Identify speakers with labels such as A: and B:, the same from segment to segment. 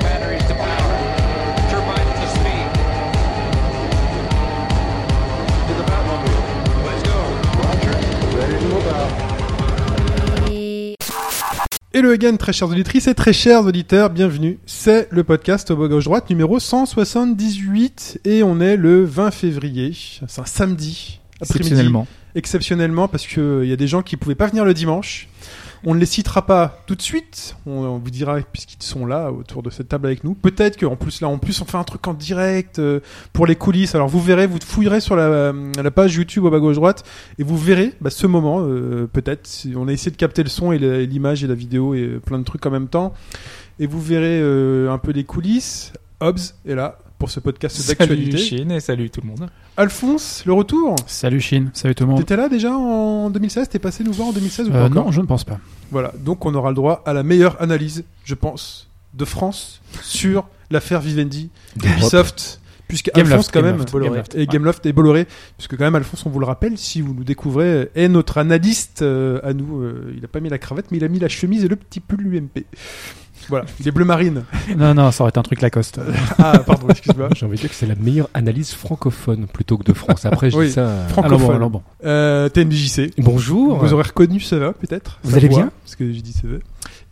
A: batteries to power. Turbines to speed. To the Batmobile. Let's go.
B: Hello again, très chères auditrices et très chers auditeurs, bienvenue. C'est le podcast au bas gauche droite numéro 178 et on est le 20 février. C'est un samedi. après-midi.
C: Exceptionnellement.
B: Exceptionnellement parce que euh, il y a des gens qui pouvaient pas venir le dimanche. On ne les citera pas tout de suite. On, on vous dira puisqu'ils sont là autour de cette table avec nous. Peut-être qu'en plus là, en plus on fait un truc en direct euh, pour les coulisses. Alors vous verrez, vous fouillerez sur la, euh, la page YouTube au bas gauche droite et vous verrez bah, ce moment, euh, peut-être. Si- On a essayé de capter le son et la- et l'image et la vidéo et euh, plein de trucs en même temps. Et vous verrez euh, un peu les coulisses. Hobbs est là pour ce podcast
C: Salut
B: d'actualité.
C: Chine et salut tout le monde.
B: Alphonse, le retour.
D: Salut Chine, salut tout le monde.
B: T'étais là déjà en 2016 T'es passé nous voir en 2016 ou pas
D: Euh,
B: encore
D: non, je ne pense pas.
B: Voilà, donc on aura le droit à la meilleure analyse, je pense, de France sur l'affaire Vivendi, Ubisoft, puisque
D: Gameloft,
B: Alphonse quand même,
D: Gameloft,
B: Bolloré,
D: Gameloft,
B: et
D: ouais.
B: Gameloft et Bolloré, puisque quand même Alphonse, on vous le rappelle, si vous nous découvrez, est notre analyste euh, à nous. euh, il a pas mis la cravate, mais il a mis la chemise et le petit pull UMP. Voilà, il est bleu marine.
D: Non, non, ça aurait été un truc Lacoste.
B: Ah, pardon, excuse-moi.
E: J'ai envie de dire que c'est la meilleure analyse francophone plutôt que de France. Après, je
B: Oui,
E: dis ça. euh,
B: Francophone.
D: Alors Ah, bon, alors bon.
B: Euh, TNJC,
E: Bonjour.
B: Vous aurez reconnu ça va peut-être.
E: Vous
B: Sa
E: allez
B: voix,
E: bien
B: Parce que j'ai dit ça va.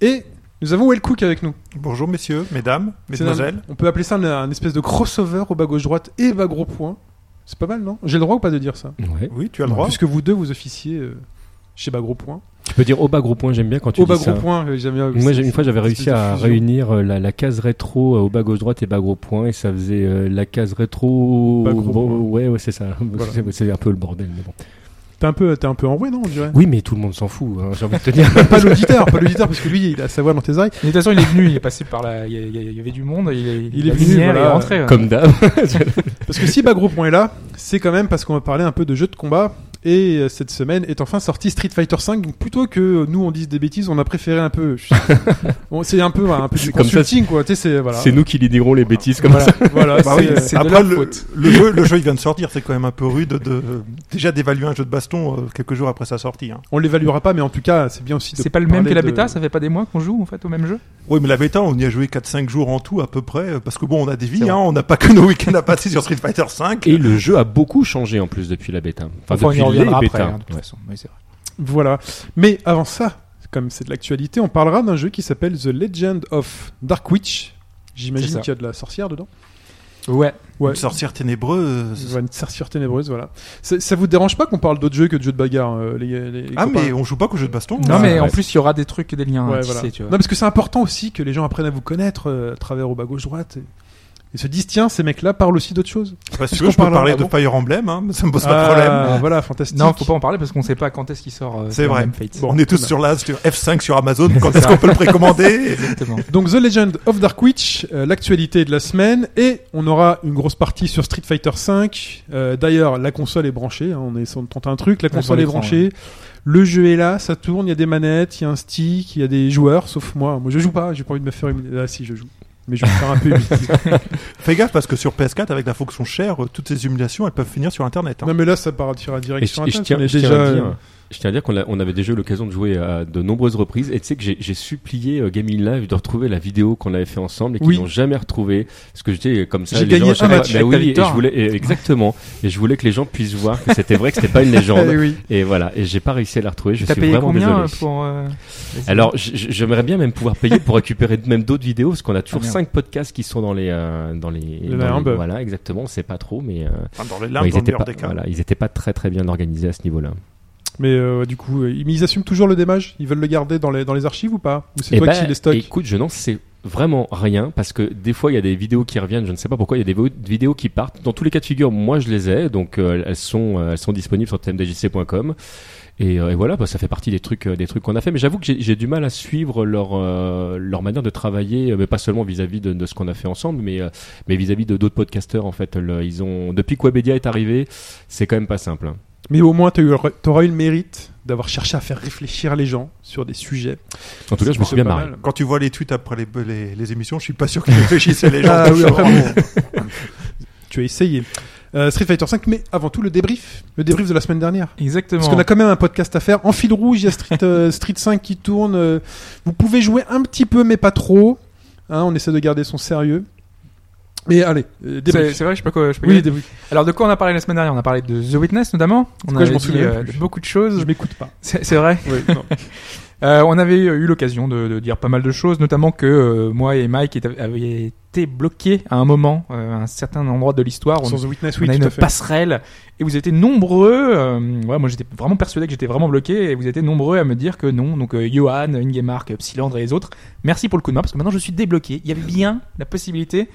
B: Et nous avons Well Cook avec nous.
F: Bonjour messieurs, mesdames,
B: C'est
F: mesdemoiselles.
B: un- on peut appeler ça un, un espèce de crossover au bas gauche droite et bas gros point. C'est pas mal, non J'ai le droit ou pas de dire ça
E: Ouais.
F: Oui, tu as le droit.
B: Puisque vous deux, vous officiez euh, chez bas gros point.
E: Tu peux dire au bas gros point, j'aime bien quand tu
B: Au
E: dis
B: bas
E: ça.
B: gros point, euh, j'aime bien.
E: Moi, j'ai- une fois, j'avais
B: Une
E: réussi
B: espèce de
E: à
B: fusion.
E: réunir euh, la, la case rétro euh, au bas gauche droite et bas gros point, et ça faisait euh, la case rétro.
B: Bas gros
E: Bon,
B: point.
E: ouais, ouais, c'est ça.
B: Voilà.
E: C'est- C'est un peu le bordel, mais bon.
B: T'es un peu, t'es un peu en vrai, non On dirait.
E: Oui, mais tout le monde s'en fout. hein, J'ai envie de te dire.
B: pas l'auditeur, pas l'auditeur, parce que lui, il a sa voix dans tes oreilles.
C: Mais de toute façon, il est venu, il est passé par là, il y a- il y, a- il y avait du monde, il est,
B: Il est
C: la
B: venu,
C: lumière
B: voilà,
C: est rentré.
E: Comme d'hab.
B: Parce que si bas gros point est là, c'est quand même parce qu'on va parler un peu de jeux de combat. Et euh, cette semaine est enfin sorti Street Fighter 5. Donc plutôt que euh, nous on dise des bêtises, on a préféré un peu. Bon, c'est un peu, voilà, un peu du
E: C'est comme ça,
B: consulting, quoi. Tu sais, c'est voilà.
E: C'est nous qui lidérons les bêtises comme
B: voilà,
E: ça.
B: voilà,
F: Bah
B: c'est,
F: oui,
B: euh, c'est de
F: après,
B: leur
F: le,
B: faute.
F: le jeu, le jeu, il vient de sortir. C'est quand même un peu rude de déjà d'évaluer un jeu de baston euh, quelques jours après sa sortie. hein.
B: On l'évaluera pas, mais en tout cas, c'est bien aussi. de
C: C'est pas le même
B: parler
C: que la
B: de-
C: bêta, ça fait pas des mois qu'on joue en fait au même jeu
F: Oui, mais la bêta, on y a joué 4-5 jours en tout à peu près, euh, parce que bon, on a des
C: C'est
F: vies,
C: vrai.
F: hein, on n'a pas que nos week-ends à passer sur Street Fighter 5.
E: Et le jeu a beaucoup changé en plus depuis la bêta. Enfin,
C: Enfin, on
E: depuis
C: y
E: les
C: reviendra après,
E: bêtas.
C: hein, de toute
E: Ouais.
C: façon. Oui, c'est vrai.
B: Voilà. Mais avant ça, comme c'est de l'actualité, on parlera d'un jeu qui s'appelle The Legend of Dark Witch.
C: C'est
B: J'imagine
C: ça.
B: qu'il y a de la sorcière dedans.
C: Ouais.
B: Ouais.
F: Une sorcière ténébreuse. euh,
B: Voilà, Une sorcière ténébreuse, voilà. Ça, ça vous dérange pas qu'on parle d'autres jeux que de jeux de bagarre, euh, les, les- les
F: Ah,
B: copains
F: mais on joue pas qu'au jeu de baston.
C: Non,
F: hein.
C: mais en
E: ouais.
C: plus, il y aura des trucs, des liens
B: Ouais,
C: à
B: voilà.
C: tisser, tu
B: Non,
C: vois.
B: parce que c'est important aussi que les gens apprennent à vous connaître euh, à travers au bas gauche droite et, et se disent tiens, ces mecs-là parlent aussi d'autres choses.
F: Parce
B: Est-ce
F: que
B: qu'on
F: je peux
B: parlera-
F: parler
B: ah
F: de
B: bon
F: Fire Emblem, hein, ça me pose pas de problème.
B: Ah, Voilà, fantastique.
C: Non, faut pas en parler parce qu'on sait pas quand est-ce qu'il sort. euh,
F: C'est
C: sur
F: vrai.
C: Game Fate.
F: on est tous
B: on a-
F: sur l'as, sur F5 sur Amazon. Quand
C: C'est
F: est-ce
C: ça.
F: qu'on peut le précommander
C: Exactement.
B: Donc The Legend of Dark Witch, euh, l'actualité de la semaine, et on aura une grosse partie sur Street Fighter 5. D'ailleurs, la console est branchée, hein, on est on tente un truc, la
C: Ouais, sur
B: console est
C: l'écran,
B: branchée, le jeu est là, ça tourne, il y a des manettes, il y a un stick, il y a des joueurs, sauf moi. Moi je joue pas, j'ai pas envie de me faire humilier. Ah si, je joue. Mais je vais me faire un peu humilier.
F: Fais gaffe parce que sur PS4, avec la fonction chère, euh, toutes ces humiliations, elles peuvent finir sur Internet. hein.
B: non mais là ça partira
E: Et
B: direct
E: je,
B: sur
E: et je
B: Internet,
E: tiens,
B: on est
E: je tiens
B: déjà,
E: à
B: euh,
C: hein.
E: dire, je tiens à dire qu'on a- on avait déjà eu l'occasion de jouer à de nombreuses reprises. Et tu sais que j'ai j'ai supplié euh, Gaming Live de retrouver la vidéo qu'on avait fait ensemble et qu'ils
B: Oui.
E: n'ont jamais retrouvée. Parce que j'étais comme ça.
B: J'ai
E: les
B: gagné
E: gens, à chaque
B: un
E: fois-
B: match
E: mais
C: avec ta
E: oui, et
C: victoire.
E: je voulais, et exactement. Et je voulais que les gens puissent voir que c'était vrai, que c'était pas une légende.
B: eh oui.
E: Et voilà. Et j'ai pas réussi à la retrouver. Je
C: T'as
E: suis
C: payé
E: vraiment
C: combien euh,
E: désolé.
C: pour. euh, les-
E: Alors, j- j- j'aimerais bien même pouvoir payer pour récupérer même d'autres vidéos, parce qu'on a toujours
C: Ah, merde.
E: cinq podcasts qui sont dans les, euh, dans les,
B: Le
E: dans les-
B: limbe.
E: voilà, exactement. On sait pas trop, mais euh,
F: Enfin, dans les
E: bon,
F: limbes,
E: ils
F: dans le
E: étaient
F: meilleur
E: pas,
F: des cas.
E: voilà, ils étaient pas très très bien organisés à ce niveau-là.
B: Mais euh, du coup, euh, ils assument toujours le démage Ils veulent le garder dans les, dans les archives ou pas Ou c'est
E: Eh
B: toi
E: ben,
B: qui les stocks
E: Écoute, je n'en sais vraiment rien parce que des fois il y a des vidéos qui reviennent, je ne sais pas pourquoi, il y a des vo- vidéos qui partent. Dans tous les cas de figure, moi je les ai, donc euh, elles sont euh, elles sont disponibles sur tmdjc.com. Et, euh, et voilà, bah, ça fait partie des trucs euh, des trucs qu'on a fait. Mais j'avoue que j'ai j'ai du mal à suivre leur euh, leur manière de travailler, euh, mais pas seulement vis-à-vis de, de ce qu'on a fait ensemble, mais euh, mais vis-à-vis de d'autres podcasteurs en fait. Le- ils ont depuis que Webedia est arrivé, c'est quand même pas simple. hein.
B: Mais au moins, t'as eu- t'auras eu le mérite d'avoir cherché à faire réfléchir les gens sur des sujets.
E: En tout cas, je me suis bien marré.
F: Quand tu vois les tweets après les, les, les émissions, je suis pas sûr qu'ils réfléchissaient les gens.
B: Ah oui,
F: toujours.
B: après, bon. tu as essayé. Euh, Street Fighter 5, mais avant tout le débrief, le débrief de la semaine dernière.
C: Exactement.
B: Parce qu'on a quand même un podcast à faire. En fil rouge, il y a Street, euh, Street 5 qui tourne. euh, Vous pouvez jouer un petit peu, mais pas trop. Hein, on essaie de garder son sérieux. Mais allez, euh,
C: C'est
B: débrief.
C: c'est vrai, je sais pas quoi. Je sais pas
B: Oui,
C: quoi-
B: débrief.
C: Alors de quoi on a parlé la semaine dernière On a parlé de The Witness notamment. On
B: quoi,
C: a euh,
B: je m'en souviens plus.
C: beaucoup de
B: Je
C: choses.
B: m'écoute pas.
C: C'est c'est vrai.
B: Oui, non.
C: Euh, on avait eu l'occasion de, de dire pas mal de choses, notamment que euh, moi et Mike étaient- avaient été bloqués à un moment, euh, à un certain endroit de l'histoire. On-
B: Sans The Witness,
C: on
B: oui,
C: a
B: tout
C: une
B: à fait.
C: passerelle et vous étiez nombreux. euh, ouais, moi j'étais vraiment persuadé que j'étais vraiment bloqué et vous étiez nombreux à me dire que non. Donc euh, Johan, Ingemark, Psylandre et les autres, merci pour le coup de main parce que maintenant je suis débloqué. Il y avait bien la possibilité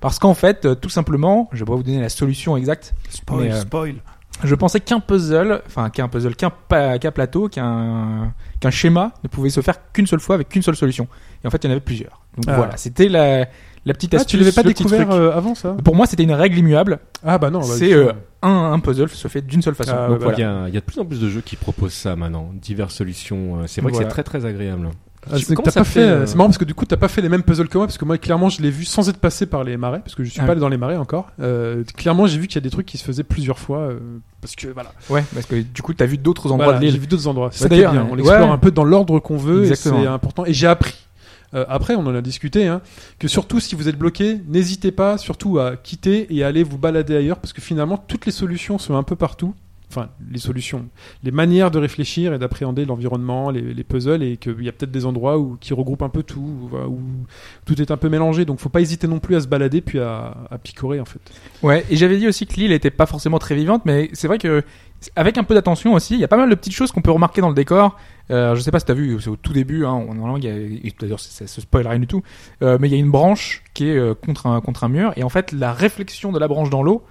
C: parce qu'en fait, euh, tout simplement, je vais pas vous donner la solution exacte.
F: Spoil,
C: Mais, euh,
F: spoil.
C: Je pensais qu'un puzzle, enfin qu'un puzzle, qu'un pa- qu'un plateau, qu'un qu'un schéma ne pouvait se faire qu'une seule fois avec qu'une seule solution. Et en fait, il y en avait plusieurs. Donc
B: Ah.
C: voilà, c'était la, la petite
B: Ah,
C: astuce.
B: tu l'avais pas
C: le petit
B: découvert
C: truc.
B: euh, avant ça
C: Pour moi, c'était une règle immuable
B: Ah bah non. bah,
C: c'est euh, un, un puzzle se fait d'une seule façon.
B: Ah,
C: Donc,
B: ouais,
C: voilà.
E: Il y, a, il y a de plus en plus de jeux qui proposent ça maintenant, diverses solutions. euh, C'est vrai
C: Voilà.
E: que c'est très très agréable.
B: Ah,
E: Je-
B: c'est que
E: comment
B: t'as
E: ça
B: pas
E: fait,
B: fait.
E: euh,
B: C'est marrant parce que du coup t'as pas fait les mêmes puzzles que moi parce que moi clairement je l'ai vu sans être passé par les marais parce que je suis
C: Ah
B: pas
C: oui.
B: allé dans les marais encore. Euh, clairement j'ai vu qu'il y a des trucs qui se faisaient plusieurs fois euh, parce que voilà.
C: Ouais, parce que du coup, t'as vu d'autres endroits
B: Voilà,
C: de
B: j'ai
C: l'île.
B: vu d'autres endroits.
C: Bah,
B: C'est d'ailleurs
C: t'es
B: bien.
C: bien.
B: On l'explore
C: Ouais.
B: un peu dans l'ordre qu'on veut. et C'est
C: Exactement.
B: important. Et j'ai appris. euh, après, on en a discuté, hein, que surtout si vous êtes bloqué, n'hésitez pas surtout à quitter et à aller vous balader ailleurs, parce que finalement toutes les solutions sont un peu partout. Enfin, les solutions, les manières de réfléchir et d'appréhender l'environnement, les, les puzzles, et qu'il y a peut-être des endroits où, qui regroupent un peu tout, où, voilà, où tout est un peu mélangé. Donc, faut pas hésiter non plus à se balader puis à, à picorer en fait.
C: Ouais, et j'avais dit aussi que l'île était pas forcément très vivante, mais c'est vrai que avec un peu d'attention aussi, il y a pas mal de petites choses qu'on peut remarquer dans le décor. Euh, je sais pas si t'as vu, c'est au tout début, hein, on- normalement, il y a- et d'ailleurs, ça, ça se spoil rien du tout, euh, mais il y a une branche qui est euh, contre, un, contre un mur, et en fait, la réflexion de la branche dans l'eau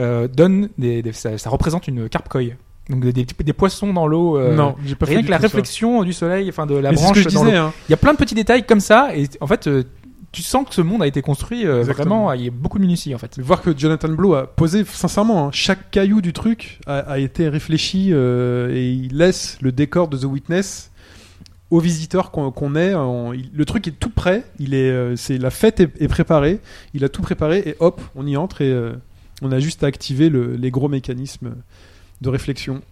C: euh, donne des, des- ça, ça représente une carpe-coille. Donc des, des, des poissons dans l'eau. euh,
B: j'ai pas
C: Rien que la réflexion du soleil, enfin de la branche
B: ce que je
C: dans l'eau.
B: disais. hein.
C: Il y a plein de petits détails comme ça, et en fait, euh, tu sens que ce monde a été construit euh,
B: Exactement.
C: vraiment, il y a beaucoup de minutie en fait.
B: Mais Voir que Jonathan Blow a posé, sincèrement, hein, chaque caillou du truc a, a été réfléchi euh, et il laisse le décor de The Witness aux visiteurs qu'on qu'on est. en- il- le truc est tout prêt, il est, euh, c'est la fête est, est préparée, il a tout préparé et hop, on y entre et euh, on a juste à activer le- les gros mécanismes de réflexion.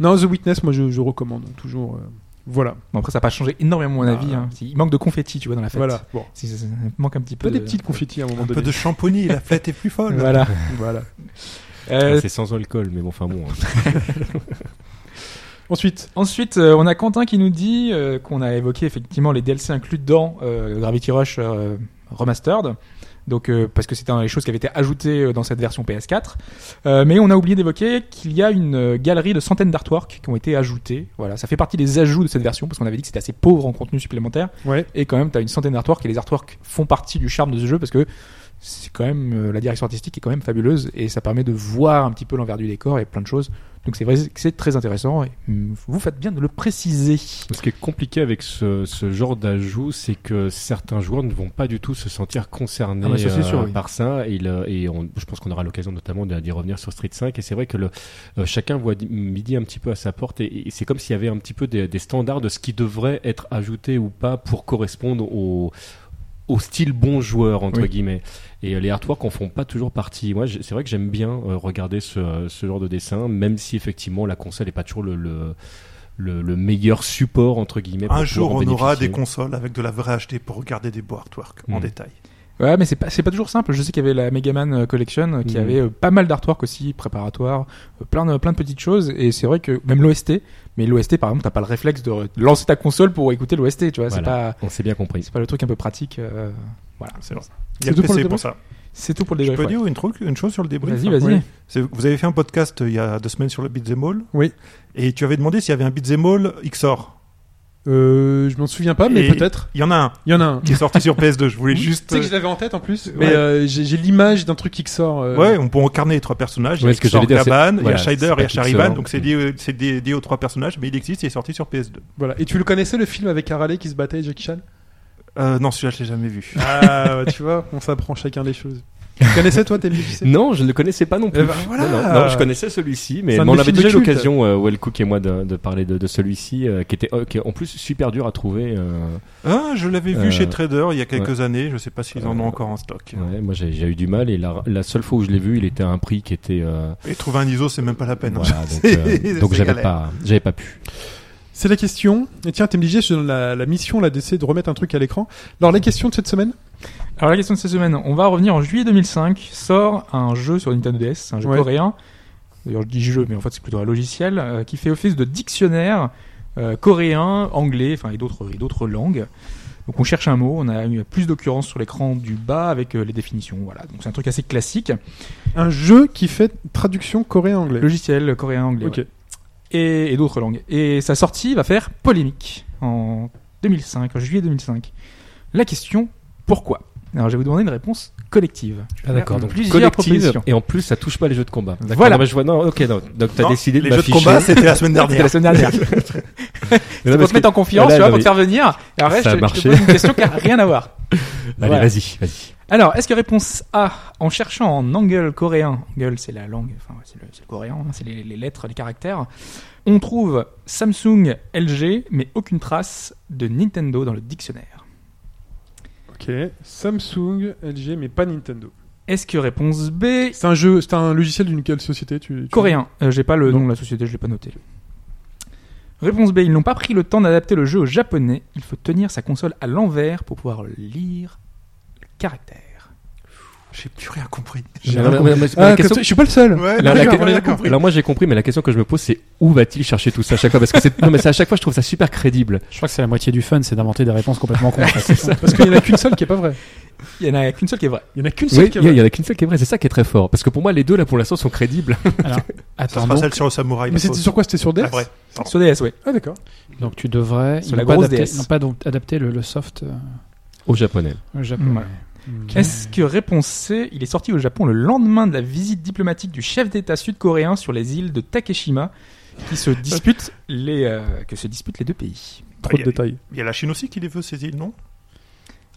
B: Non, The Witness, moi je, je recommande toujours. euh, voilà,
C: Bon, après, ça n'a pas changé énormément mon
B: Ah.
C: avis. hein. Il manque de confetti, tu vois, dans la fête.
B: voilà. Bon.
C: Si, ça, ça manque un petit peu.
B: Pas des
C: de-
B: petites confettis à un moment
F: Euh, Un peu
B: donné.
F: de champonie, la fête est plus folle.
C: Voilà.
B: Voilà.
C: Euh,
E: Ah, c'est sans alcool, mais bon, enfin bon. hein.
B: Ensuite,
C: Ensuite, euh, on a Quentin qui nous dit euh, qu'on a évoqué effectivement les DLC inclus dans euh, Gravity Rush euh, Remastered. Donc, euh, parce que c'était un des choses qui avait été ajoutées euh, dans cette version PS4. Euh, mais on a oublié d'évoquer qu'il y a une euh, galerie de centaines d'artworks qui ont été ajoutés. Voilà, ça fait partie des ajouts de cette version parce qu'on avait dit que c'était assez pauvre en contenu supplémentaire.
B: ouais.
C: Et quand même, t'as une centaine d'artworks et les artworks font partie du charme de ce jeu parce que c'est quand même euh, la direction artistique est quand même fabuleuse et ça permet de voir un petit peu l'envers du décor et plein de choses. Donc c'est vrai que c'est très intéressant et mm, vous faites bien de le préciser.
E: Ce qui est compliqué avec ce, ce genre d'ajout, c'est que certains joueurs ne vont pas du tout se sentir concernés euh,
C: Ah, mais ça, c'est sûr, oui.
E: par ça. Et, le- et on- je pense qu'on aura l'occasion notamment de- d'y revenir sur Street 5. Et c'est vrai que le, euh, chacun voit di- midi un petit peu à sa porte. Et, et c'est comme s'il y avait un petit peu des, des standards de ce qui devrait être ajouté ou pas pour correspondre au au style bon joueur entre
C: Oui.
E: guillemets et euh, les artworks en font pas toujours partie moi j'ai- c'est vrai que j'aime bien euh, regarder ce, euh, ce genre de dessin même si effectivement la console est pas toujours le, le le, le meilleur support entre guillemets pour
F: Un jour,
E: pouvoir en
F: on aura
E: bénéficier.
F: des consoles avec de la vraie HD pour regarder des beaux artworks en
E: Mm.
F: détail.
C: Ouais, mais c'est pas c'est pas toujours simple. Je sais qu'il y avait la Megaman euh, Collection euh, qui
E: Mhm.
F: Mm.
C: avait euh, pas mal d'artworks aussi préparatoires, euh, plein de plein de petites choses et c'est vrai que même l'OST. Mais l'OST par exemple, t'as pas le réflexe de re- lancer ta console pour écouter l'OST. Tu vois, c'est
E: Voilà.
C: pas
E: on s'est bien compris
C: c'est pas le truc un peu pratique. euh, voilà, c'est
F: Il y a
B: C'est tout pour
F: le
B: le
F: PC pour
B: débrief
F: ça.
C: c'est tout pour le
F: Je
C: débrief.
F: peux
C: ouais.
F: dire une, truc, une chose sur le débrief
C: Vas-y, vas-y.
F: Oui. C'est- Vous avez fait un podcast euh, il y a deux semaines sur le Beat'em All.
B: Oui.
F: Et tu avais demandé s'il y avait un Beat'em All XOR.
B: Euh, je m'en souviens pas, mais
F: Et-
B: peut-être.
F: Il y en a un
B: Il y en a un.
F: qui est sorti sur PS2. Je voulais juste.
B: Tu sais que
F: euh,
B: je l'avais en tête en plus, mais
F: mais,
B: euh, j'ai j'ai l'image d'un truc qui sort. euh,
F: Ouais, on peut encarner les trois personnages.
E: Ouais,
F: il y
E: ce
F: a
E: que
F: Xor
E: j'allais dire, c'est-
F: Kaban, il y a
E: voilà, c'est
F: Shider et
E: pas
F: il y a
E: tout
F: Shariban.
E: seul.
F: Donc c'est lié, c'est lié- lié aux trois personnages, mais il existe, il est sorti sur PS2.
B: Voilà. Et tu le connaissais le film avec Harley qui se battait et Jackie Chan
F: Euh, non, celui-là, je l'ai jamais vu.
B: Ah, bah, tu vois, on s'apprend chacun des choses. Tu connaissais toi Temi JC
E: Non, je ne le connaissais pas non plus.
B: Eh ben, voilà.
E: non, non, non, je connaissais celui-ci, mais
B: C'est un
E: mais on
B: des
E: avait
B: films
E: déjà eu
B: cultes.
E: l'occasion, euh, Well Cook et moi, de, de parler de, de celui-ci, euh, qui était euh, qui est en plus super dur à trouver. euh,
F: Ah, je l'avais vu
E: Euh,
F: chez Trader il y a quelques années. Je sais pas s'ils en ont
E: Euh,
F: encore en stock.
E: ouais, moi, j'ai j'ai eu du mal, et la, la seule fois où je l'ai vu, il était à un prix qui était. euh,
F: Et trouver un ISO, c'est même pas la peine.
E: voilà, donc euh, donc
F: C'est
E: j'avais
F: galère.
E: pas, j'avais pas pu.
B: C'est la question. Et tiens, Temi JC, je te donne la, la mission là d'essayer de remettre un truc à l'écran. Alors la question de cette semaine
C: Alors la question de cette semaine, on va revenir en juillet 2005. Sort un jeu sur Nintendo DS, un jeu
B: Ouais.
C: coréen. D'ailleurs, je dis jeu, mais en fait c'est plutôt un logiciel euh, qui fait office de dictionnaire euh, coréen, anglais, enfin et d'autres et d'autres langues. Donc on cherche un mot, on a eu plus d'occurrences sur l'écran du bas avec euh, les définitions. Voilà, donc c'est un truc assez classique.
B: un jeu qui fait traduction coréen-anglais.
C: Logiciel coréen-anglais.
B: Ok.
C: et, et d'autres langues. Et sa sortie va faire polémique en 2005, en juillet 2005. La question, pourquoi Alors je vais vous demander une réponse collective. Je vais
D: Ah, d'accord,
C: faire
D: donc
C: plusieurs
E: Collective,
C: propositions.
E: et en plus, ça touche pas les jeux de combat. D'accord,
C: Voilà.
E: non, mais je vois, non, ok, non, donc t'as
F: Non,
E: décidé de
F: Les jeux de
E: m'afficher.
F: combat, c'était la semaine
C: C'était
F: dernière.
C: la semaine dernière. C'est
E: Mais non,
C: pour
E: parce
C: te mettre en confiance,
E: Là,
C: tu vois,
E: non,
C: pour
E: mais-
C: te faire venir. Et après, je,
E: Ça a
C: te- je te
E: marché.
C: pose une question qui n'a rien à voir.
E: Allez,
C: Voilà.
E: vas-y, vas-y.
C: Alors, est-ce que réponse A, en cherchant en angle coréen, angle c'est la langue, enfin ouais, c'est le, c'est le coréen, hein, c'est les, les lettres, les caractères, on trouve Samsung, LG, mais aucune trace de Nintendo dans le dictionnaire.
B: Ok. Samsung, LG, mais pas Nintendo.
C: Est-ce que réponse B,
B: C'est un jeu, c'est un logiciel d'une quelle société tu, tu-
C: Coréen. Euh, j'ai pas le
B: Non.
C: nom de la société, je l'ai pas noté. Réponse B, ils n'ont pas pris le temps d'adapter le jeu au japonais. Il faut tenir sa console à l'envers pour pouvoir lire le caractère.
F: J'ai plus rien compris.
B: J'ai
E: Non,
B: rien
E: non,
B: compris.
E: mais- mais
B: Ah,
E: la question-
B: comme toi, je suis pas le seul. Ah,
F: Ouais,
E: La- la-
F: d'accord,
E: la-
F: j'ai
E: la-
F: compris.
E: Alors moi j'ai compris, mais la question que je me pose c'est où va-t-il chercher tout ça à chaque fois Parce que c'est non mais c'est à chaque fois je trouve ça super crédible.
D: Je crois que c'est la moitié du fun, c'est d'inventer des réponses complètement cons. en fait.
B: Parce qu'il y en a qu'une seule qui est pas vraie.
C: Il y en a qu'une seule qui est vraie.
B: Il y en a qu'une seule
E: Oui,
B: qui est
E: il y, a-
B: vraie.
E: il y en a qu'une seule qui est vraie, c'est ça qui est très fort. Parce que pour moi les deux là pour l'instant sont crédibles.
F: Ça
D: Attends,
F: sera
D: donc,
F: celle sur le samouraï.
B: Mais c'était sur quoi C'était sur DS
F: Ah, vrai.
C: Sur DS, oui.
B: Ah, d'accord.
D: donc tu devrais.
C: Sur
D: Ils
C: la
D: n'ont pas,
C: grosse
D: adapté-
C: DS.
D: ils n'ont pas donc adapté le, le soft euh,
E: Au japonais.
D: au Japon.
C: Voilà. Est-ce que réponse C, il est sorti au Japon le lendemain de la visite diplomatique du chef d'État sud-coréen sur les îles de Takeshima qui se disputent les, euh, que se disputent les deux pays.
B: Trop de
F: Ah, il y a-
B: détails.
F: Il y a la Chine aussi qui les veut, ces îles, non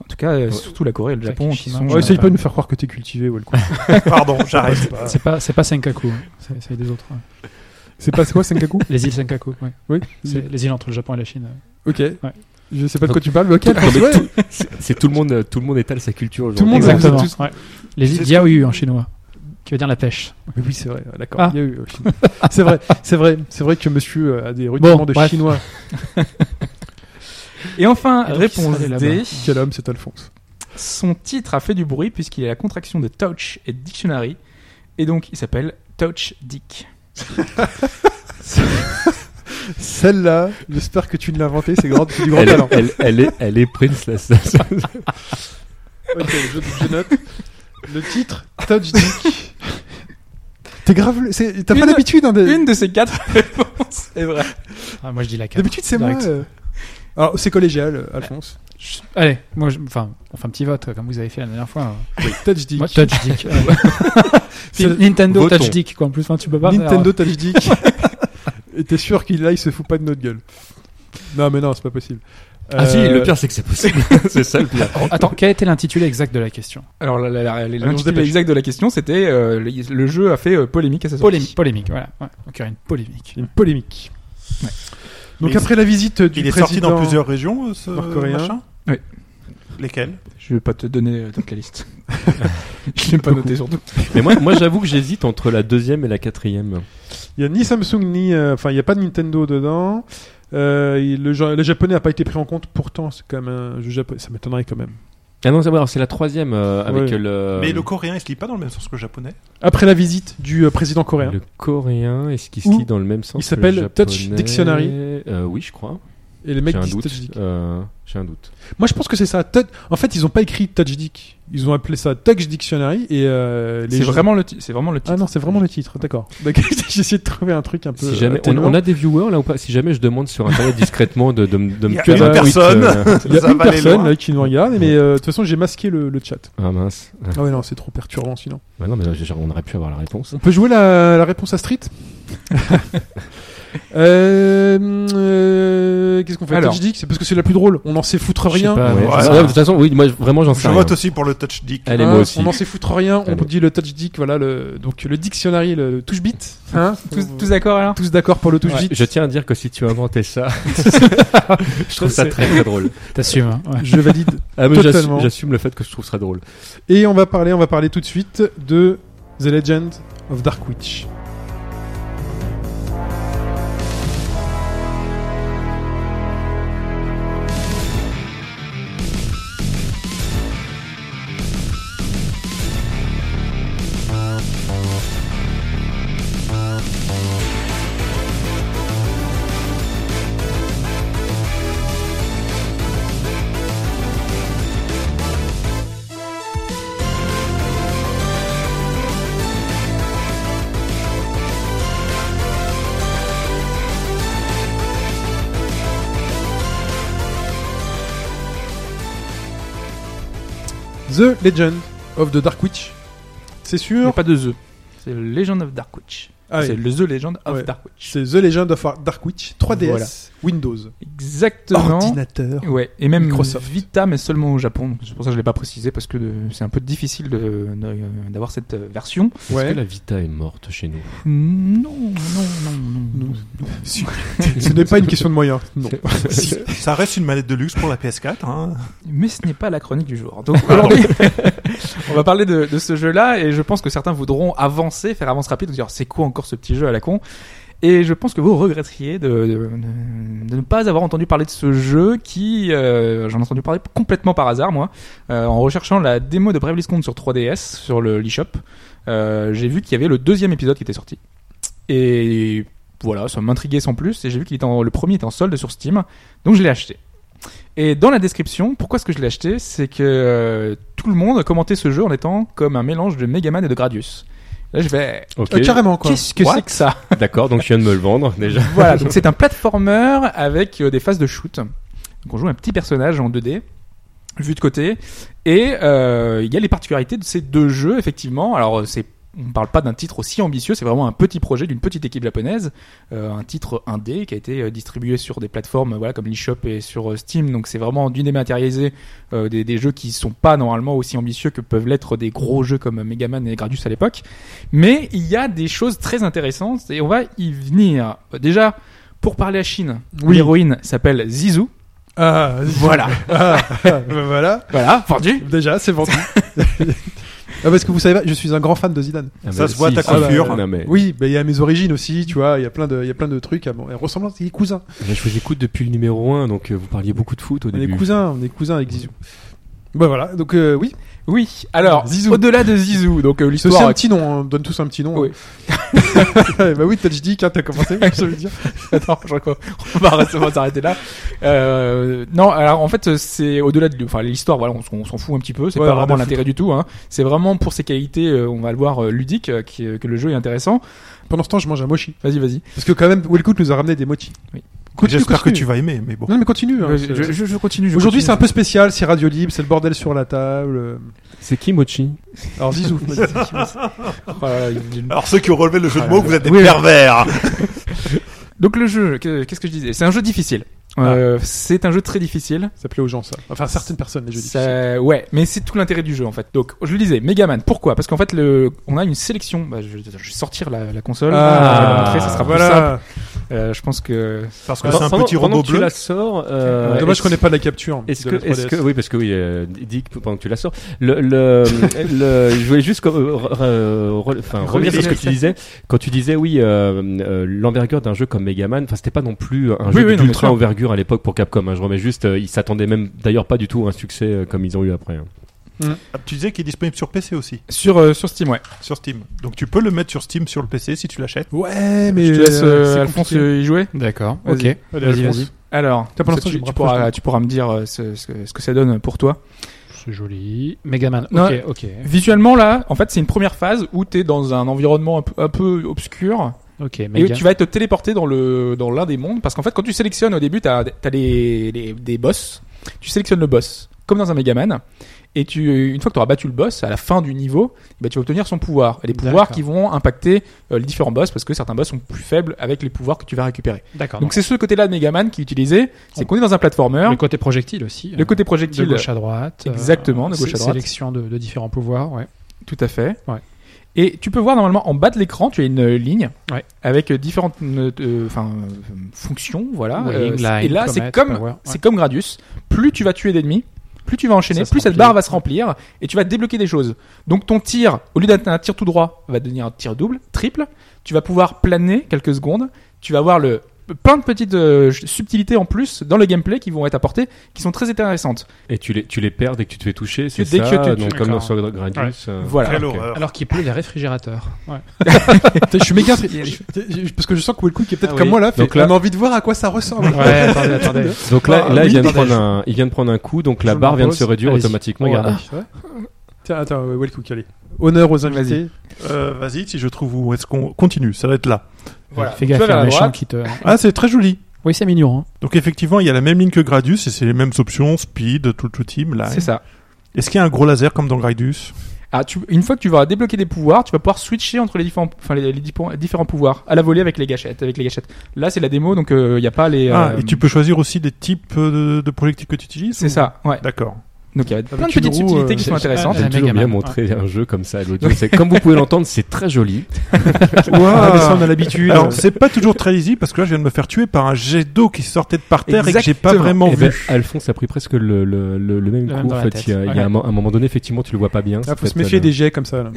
C: En tout cas, euh, surtout la Corée et le Japon qui
D: Takeshima,
C: sont...
D: je
B: Ouais, essaye
D: sais
B: pas de nous faire croire que t'es cultivé, Walcott.
F: Pardon, j'arrête.
D: C'est pas, c'est pas Senkaku, hein. c'est c'est des autres. ouais.
B: C'est pas c'est quoi, Senkaku
D: Les îles Senkaku, ouais.
B: Oui.
D: c'est les îles entre le Japon et la Chine. ouais.
B: Ok. Je sais pas de quoi tu parles, mais ok.
E: Tout-
B: parce que,
E: mais
B: ouais,
E: tout- c'est- C'est tout le monde, euh, tout le monde étale sa culture.
B: Tout le monde-
E: aujourd'hui.
D: Exactement.
B: vous êtes
D: ouais. Les
F: C'est
D: îles
F: ce
D: Yaoyu en chinois, qui veut dire la pêche.
B: Mais oui, c'est vrai, d'accord.
D: Ah.
B: Il y a eu, euh, Chine. c'est vrai, c'est vrai, c'est vrai que monsieur euh, a des rudiments de
D: bref.
B: chinois.
C: Et enfin,
D: Et donc, ils
C: réponse
D: seraient là-bas.
C: D,
B: Quel homme, c'est Alphonse.
C: Son titre a fait du bruit puisqu'il est la contraction de Touch et Dictionary. Et donc, il s'appelle Touch Dick.
B: Celle-là, j'espère que tu ne l'as inventée, c'est grand- c'est du grand
E: Elle,
B: talent.
E: elle- elle est, elle est princess.
B: Ok, je, je note. Le titre, Touch Dick. T'es grave, le- c'est- t'as pas
C: Une-
B: l'habitude. Hein, de-
C: Une de ces quatre réponses est vraie.
D: Ah, moi je dis la 4.
B: D'habitude, c'est moi.
D: Direct.
B: euh. Alors, c'est collégial, euh, Alphonse.
D: Je- Allez, moi, je- enfin, on fait un petit vote euh, comme vous avez fait la dernière fois. hein.
B: Touch Dick.
D: Moi, touch Dick. ouais.
B: C'est-
D: Puis Nintendo
E: Votons.
D: Touch Dick, quoi. En plus, enfin, tu peux pas. faire-
B: Nintendo Touch Dick. Et t'es sûr qu'il là, il se fout pas de notre gueule. Non, mais non, c'est pas possible.
E: Ah si,
B: Euh,
E: le pire c'est que c'est possible. c'est ça le pire.
D: Oh, Attends, quel était l'intitulé exact de la question
C: Alors, la- la- la-
B: on se
C: l'intitulé
B: dépêche.
C: exact de la question, c'était euh, le, le jeu a fait euh, polémique à sa sortie.
D: Polémique, polémique, voilà. ouais. Donc il y a une polémique.
C: Mm.
B: une polémique.
C: Ouais.
B: Donc
F: Mais
B: après la visite du
F: Il est
B: président,
F: sorti dans plusieurs régions, euh, ce
B: nord-coréen.
F: machin
C: Oui.
F: Lesquelles
C: Je vais pas te donner euh, toute la liste. Je l'ai pas noté surtout.
E: Mais moi, moi j'avoue que j'hésite entre la deuxième et la quatrième.
B: il y a ni Samsung ni, euh, enfin, il y a pas de Nintendo dedans. Euh, il- le, ja- le japonais a pas été pris en compte. Pourtant, c'est quand même un jeu japonais. Ça m'étonnerait quand même.
E: Ah non, c'est alors, c'est la troisième euh, avec
B: Ouais.
E: le.
F: Mais le coréen, il se lit pas dans le même sens que le japonais.
B: Après la visite du euh, président coréen.
E: Le coréen, est-ce qu'il se
B: Ou
E: lit dans le même sens
B: il
E: que
B: s'appelle
E: le
B: Touch
E: japonais
B: Dictionary.
E: Euh, Oui, je crois.
B: Et les mecs
E: J'ai un
B: disent
E: doute.
B: Touch Dick.
E: euh, J'ai un doute.
B: Moi, je pense que c'est ça. Touch- En fait, ils ont pas écrit Touch Dick. Ils ont appelé ça Touch Dictionary et euh, les
C: C'est
B: gens-
C: vraiment, le ti- c'est vraiment le titre.
B: Ah non, c'est vraiment le titre. D'accord. Donc, J'ai essayé de trouver un truc un peu. euh,
E: Si jamais, on,
B: atténuant.
E: on a des viewers là ou pas Si jamais je demande sur internet discrètement de, de, me- de
F: Il
E: me
F: y a
E: faire
B: une
E: un tweet,
F: personne.
E: euh,
B: Il y a
F: Ça
B: une
F: va aller
B: personne
F: loin.
B: là, qui nous regarde, mais euh, de toute façon, j'ai masqué le, le chat.
E: Ah mince. Ah.
B: Ah ouais, non, c'est trop perturbant sinon.
E: Bah non, mais là, genre, on aurait pu avoir la réponse.
B: On peut jouer la, la réponse à Street Euh, euh, Qu'est-ce qu'on fait
C: Alors.
B: Touch Dick, c'est parce que c'est la plus drôle. On n'en sait foutre
D: Je sais
B: rien.
D: pas,
E: Ouais,
D: ouais.
E: c'est ça. Ouais, de toute façon, oui, moi je- vraiment j'en sais
F: Je
E: rien.
F: vote aussi pour le touch dick.
E: Allez,
B: Hein,
E: moi aussi.
B: On n'en sait foutre rien. On
E: Allez.
B: dit le touch dick, voilà le donc le dictionnaire, le touch bit. Hein
C: Tous,
B: Tous-
C: tous d'accord alors
B: tous d'accord pour le touch
E: Je-
B: bit.
E: Je tiens à dire que si tu as inventé ça, je trouve ça très très drôle.
D: T'assumes. hein, ouais.
B: Je valide.
E: Ah, mais j'assu-
B: Totalement.
E: J'assume le fait que je trouve ça drôle.
B: Et on va parler, on va parler tout de suite de The Legend of Dark Witch. The Legend of the Dark Witch. C'est
C: Il n'y a
B: sûr.
C: pas de The. C'est Legend of Dark Witch.
B: Ah oui,
C: c'est le The Legend of
B: Ouais.
C: Dark Witch.
B: C'est The Legend of Dark Witch 3DS,
C: Voilà.
B: Windows,
C: Exactement.
B: ordinateur.
C: Ouais, et même
B: Microsoft.
C: Vita, mais seulement au Japon. Donc, C'est pour ça que je l'ai pas précisé parce que de- c'est un peu difficile de- de- d'avoir cette euh, version.
E: Est-ce
B: Ouais.
E: que la Vita est morte chez nous
C: Non, non, non, non.
B: Non. Si. Ce n'est pas une question de moyens. Non.
F: Ça reste une manette de luxe pour la PS4. Hein.
C: Mais ce n'est pas la chronique du jour. Donc aujourd'hui, on va parler de, de ce jeu-là et je pense que certains voudront avancer, faire avance rapide, dire c'est quoi encore ce petit jeu à la con et je pense que vous regretteriez de, de- de ne pas avoir entendu parler de ce jeu qui, euh, j'en ai entendu parler complètement par hasard moi, Euh, en recherchant la démo de Bravely Second sur 3DS, sur le l'eShop, euh, j'ai vu qu'il y avait le deuxième épisode qui était sorti. Et voilà, ça m'intriguait sans plus, et j'ai vu qu'il était en- le premier était en solde sur Steam, donc je l'ai acheté. Et dans la description, pourquoi est-ce que je l'ai acheté C'est que euh, tout le monde commentait ce jeu en étant comme un mélange de Megaman et de Gradius. Là, je vais.
E: Ok,
B: Euh, carrément quoi.
C: Qu'est-ce que
E: What
C: c'est que ça
E: d'accord, donc tu viens de me le vendre déjà.
C: Voilà, donc c'est un platformer avec euh, des phases de shoot. Donc on joue un petit personnage en 2D, vu de côté. Et euh, il y a les particularités de ces deux jeux, effectivement. Alors, euh, c'est on ne parle pas d'un titre aussi ambitieux, c'est vraiment un petit projet d'une petite équipe japonaise, euh, un titre indé qui a été euh, distribué sur des plateformes euh, voilà, comme l'eShop et sur euh, Steam, donc c'est vraiment du dématérialisé, euh, des, des jeux qui sont pas normalement aussi ambitieux que peuvent l'être des gros jeux comme Megaman et Gradius à l'époque, mais il y a des choses très intéressantes et on va y venir. Euh, Déjà, pour parler à Chine, l'héroïne s'appelle Zizou,
B: Ah,
C: voilà,
B: ah, ah, ben voilà.
C: voilà, vendu
B: Déjà, c'est vendu. Ah, parce que vous savez, pas, je suis un grand fan de Zidane.
E: Ah,
F: Ça
E: mais
F: se voit
E: si,
F: ta
E: si,
F: coiffure.
E: si. Non, mais-
B: Oui, mais il y a mes origines aussi, tu vois. Il y a plein de, il y a plein de trucs. Ah, bon, ressemblance, il est cousin.
E: Mais je vous écoute depuis le numéro 1, donc euh, vous parliez beaucoup de foot au
B: On est
E: début.
B: cousins, on est cousins avec Zizou. Bah voilà, donc euh, oui,
C: Oui, alors,
B: Zizou.
C: au-delà de Zizou, donc euh,
B: c'est aussi un
C: l'histoire
B: petit nom, hein, on donne tous un petit nom.
C: Oui.
B: hein. bah oui, t'as le dit, hein, t'as commencé, je veux dire.
C: Attends, je crois qu'on va arrêter- on va s'arrêter là. Euh, non, alors en fait, c'est au-delà de enfin, l'histoire, voilà, on, s'en- on s'en fout un petit peu, c'est
B: Ouais,
C: pas
B: rien
C: vraiment
B: à
C: l'intérêt du tout. Hein. C'est vraiment pour ses qualités, euh, on va le voir, euh, ludiques, euh, qui- euh, que le jeu est intéressant.
B: Pendant ce temps, je mange un mochi.
C: Vas-y, vas-y.
B: Parce que quand même, Wellcoot nous a ramené des mochis.
C: Oui.
B: Continue,
F: J'espère que
B: continue.
F: tu vas aimer, mais bon.
B: Non mais continue. hein,
C: je,
B: c'est-
C: je- je continue. je
B: Aujourd'hui, c'est
C: continue.
B: un peu spécial, c'est radio libre, c'est le bordel sur la table.
E: C'est qui Mochi
B: Alors Zizou.
C: Oh là là, il- il-
F: Alors ceux qui ont relevé le jeu de mots, vous êtes des
C: Oui, oui.
F: pervers.
C: Donc le jeu, que- qu'est-ce que je disais C'est un jeu difficile. Euh, C'est un jeu très difficile.
B: Ah. ça plaît aux gens ça. Enfin, certaines personnes les jeux
C: Ça-
B: difficiles.
C: ouais, mais c'est tout l'intérêt du jeu en fait. Donc, je le disais, Megaman. Pourquoi Parce qu'en fait, le, on a une sélection. Bah, je, je vais sortir la, la console. je vais la montrer, ça sera plus simple.
B: Ah. voilà.
C: Euh, je pense que
F: Parce que Ah, c'est un
E: Pendant-
F: petit
E: pendant
F: robot
E: que tu
F: bleu.
E: la sors. euh,
B: Dommage,
E: est-ce-
B: je connais pas la capture.
E: Est-ce
B: de
E: que,
B: la 3DS.
E: est-ce que, oui, parce que oui, euh, Dick, pendant que tu la sors, le, le, le- je voulais juste comme, euh, re- re- re- enfin, revenir sur ce que tu disais. Quand tu disais, oui, euh, euh, l'envergure d'un jeu comme Megaman, enfin, c'était pas non plus un
C: Oui,
E: jeu
C: oui, non,
E: d'ultra
C: bien sûr.
E: envergure à l'époque pour Capcom. hein. je remets juste, euh, ils s'attendaient même, d'ailleurs, pas du tout à un succès euh, comme ils ont eu après. hein.
F: Ah, Tu disais qu'il est disponible sur PC aussi,
C: sur euh, sur Steam, ouais.
F: sur Steam. Donc tu peux le mettre sur Steam sur le PC si tu l'achètes.
B: Ouais, mais
C: je te laisse
B: euh,
C: euh,
B: c'est
C: Alphonse
B: compliqué.
C: euh, y jouer.
D: D'accord.
C: Vas-y.
D: Ok.
B: Allez,
D: Vas-y,
B: Alphonse.
D: vas-y.
C: Alors,
B: Tiens, pour
C: comme
B: l'instant,
C: ça,
B: je
C: tu,
B: me
C: tu
B: rapproche
C: pourras
B: de-
C: tu pourras me dire euh, ce, ce que, ce que ça donne pour toi.
D: C'est joli. Megaman.
C: Non.
D: Ok, ok.
C: Visuellement là, en fait, c'est une première phase où t'es dans un environnement un peu, un peu obscur
D: Ok,
C: et où
D: Mega.
C: tu vas être téléporté dans le dans l'un des mondes parce qu'en fait, quand tu sélectionnes au début, t'as as des, des boss. Tu sélectionnes le boss. comme dans un Megaman. Et tu, une fois que tu auras battu le boss, à la fin du niveau, bah, tu vas obtenir son pouvoir. Et les pouvoirs
D: D'accord.
C: qui vont impacter euh, les différents boss, parce que certains boss sont plus faibles avec les pouvoirs que tu vas récupérer.
D: D'accord.
C: Donc c'est ce côté-là de Megaman qui est utilisé, c'est qu'on est dans un platformer,
D: le côté projectile aussi. euh,
C: le côté
D: de
C: projectile,
D: gauche à droite. euh,
C: Exactement, de
D: sé-
C: gauche à droite.
D: Sélection de, de différents pouvoirs, ouais.
C: tout à fait.
D: Ouais.
C: Et tu peux voir normalement en bas de l'écran, tu as une euh, ligne
D: Ouais.
C: avec euh, différentes euh, euh, enfin, euh, fonctions, voilà.
D: Wing,
C: Euh,
D: line,
C: et là, c'est
D: comète,
C: comme
D: power, ouais.
C: c'est comme Gradius. Plus tu vas tuer d'ennemis, plus tu vas enchaîner,
D: Ça se
C: plus cette
D: remplit.
C: barre va se remplir et tu vas débloquer des choses. Donc ton tir, au lieu d'être un tir tout droit, va devenir un tir double, triple. Tu vas pouvoir planer quelques secondes. Tu vas avoir le plein de petites euh, subtilités en plus dans le gameplay qui vont être apportées, qui sont très intéressantes.
E: Et tu les, tu les perds dès que tu te fais toucher, c'est
C: Dès
E: ça
C: que tu te
E: donc
D: tues.
E: comme dans
D: D'accord.
E: sur Gradius. euh,
C: Voilà.
F: Quelle
E: ok.
F: horreur.
D: Alors qu'il pleut, il y a réfrigérateur. Ouais.
B: Putain, je suis méga parce que je sens que Wellcook est peut-être
D: Ah oui.
B: comme moi là, fait,
E: Donc là-
B: on a envie de voir à quoi ça ressemble.
D: Ouais, attendez, attendez.
E: Donc là,
B: Ah,
E: là
B: oui,
E: il, vient de
B: attendez,
E: prendre un, il vient de prendre un coup, donc la
B: Je
E: barre vient de
B: m'impose.
E: se réduire
D: Allez-y.
E: automatiquement.
D: Regardez.
B: Tiens, attends, Wellcook, allez. Honneur aux invités.
F: Euh, Vas-y, si je trouve où est-ce qu'on continue, ça va être là.
C: Voilà.
D: Fais
C: Tu
D: gaffe,
C: vas
D: il y a
C: vers
D: un
C: la
D: méchant
C: droite.
D: qui te.
F: Ah, c'est très joli.
D: Oui, c'est mignon. Hein.
F: Donc effectivement, il y a la même ligne que Gradius et c'est les mêmes options, speed, tout tout team, là.
C: C'est ça.
F: Est-ce qu'il y a un gros laser comme dans Gradius
C: Ah, tu- une fois que tu vas débloquer des pouvoirs, tu vas pouvoir switcher entre les différents, enfin, les, les diffé- différents pouvoirs à la volée avec les gâchettes. Avec les gâchettes. Là, c'est la démo, donc il n'y a pas les.
F: Ah,
C: euh,
F: et tu peux choisir aussi des types euh, de, de projectiles que tu utilises
C: C'est
F: ou-
C: ça, ouais.
F: D'accord.
C: Donc il y a plein de
B: une
C: petites
B: roue,
C: subtilités
B: euh,
C: qui sont
D: c'est-
C: intéressantes.
D: Ah,
E: J'aime
D: la
E: toujours bien
D: Megaman,
E: montrer un jeu comme ça à l'audio. C'est- Comme vous pouvez l'entendre, c'est très joli.
B: Ah, mais ça,
F: Waouh
B: on a l'habitude.
F: Alors, c'est pas toujours très lisible parce que là, je viens de me faire tuer par un jet d'eau qui sortait de par terre et que j'ai pas
C: Exactement.
F: vraiment
E: Eh
F: vu.
E: ben, Alphonse a pris presque le, le, le, le même
D: Le même
E: coup.
D: dans
E: En
D: la
E: fait,
D: tête.
E: il y a, il y a un, mo- un moment donné, effectivement, tu le vois pas bien.
B: Là,
E: c'est
B: Ah, faut se
E: peut-être,
B: méfier
E: euh,
B: des jets comme ça. là.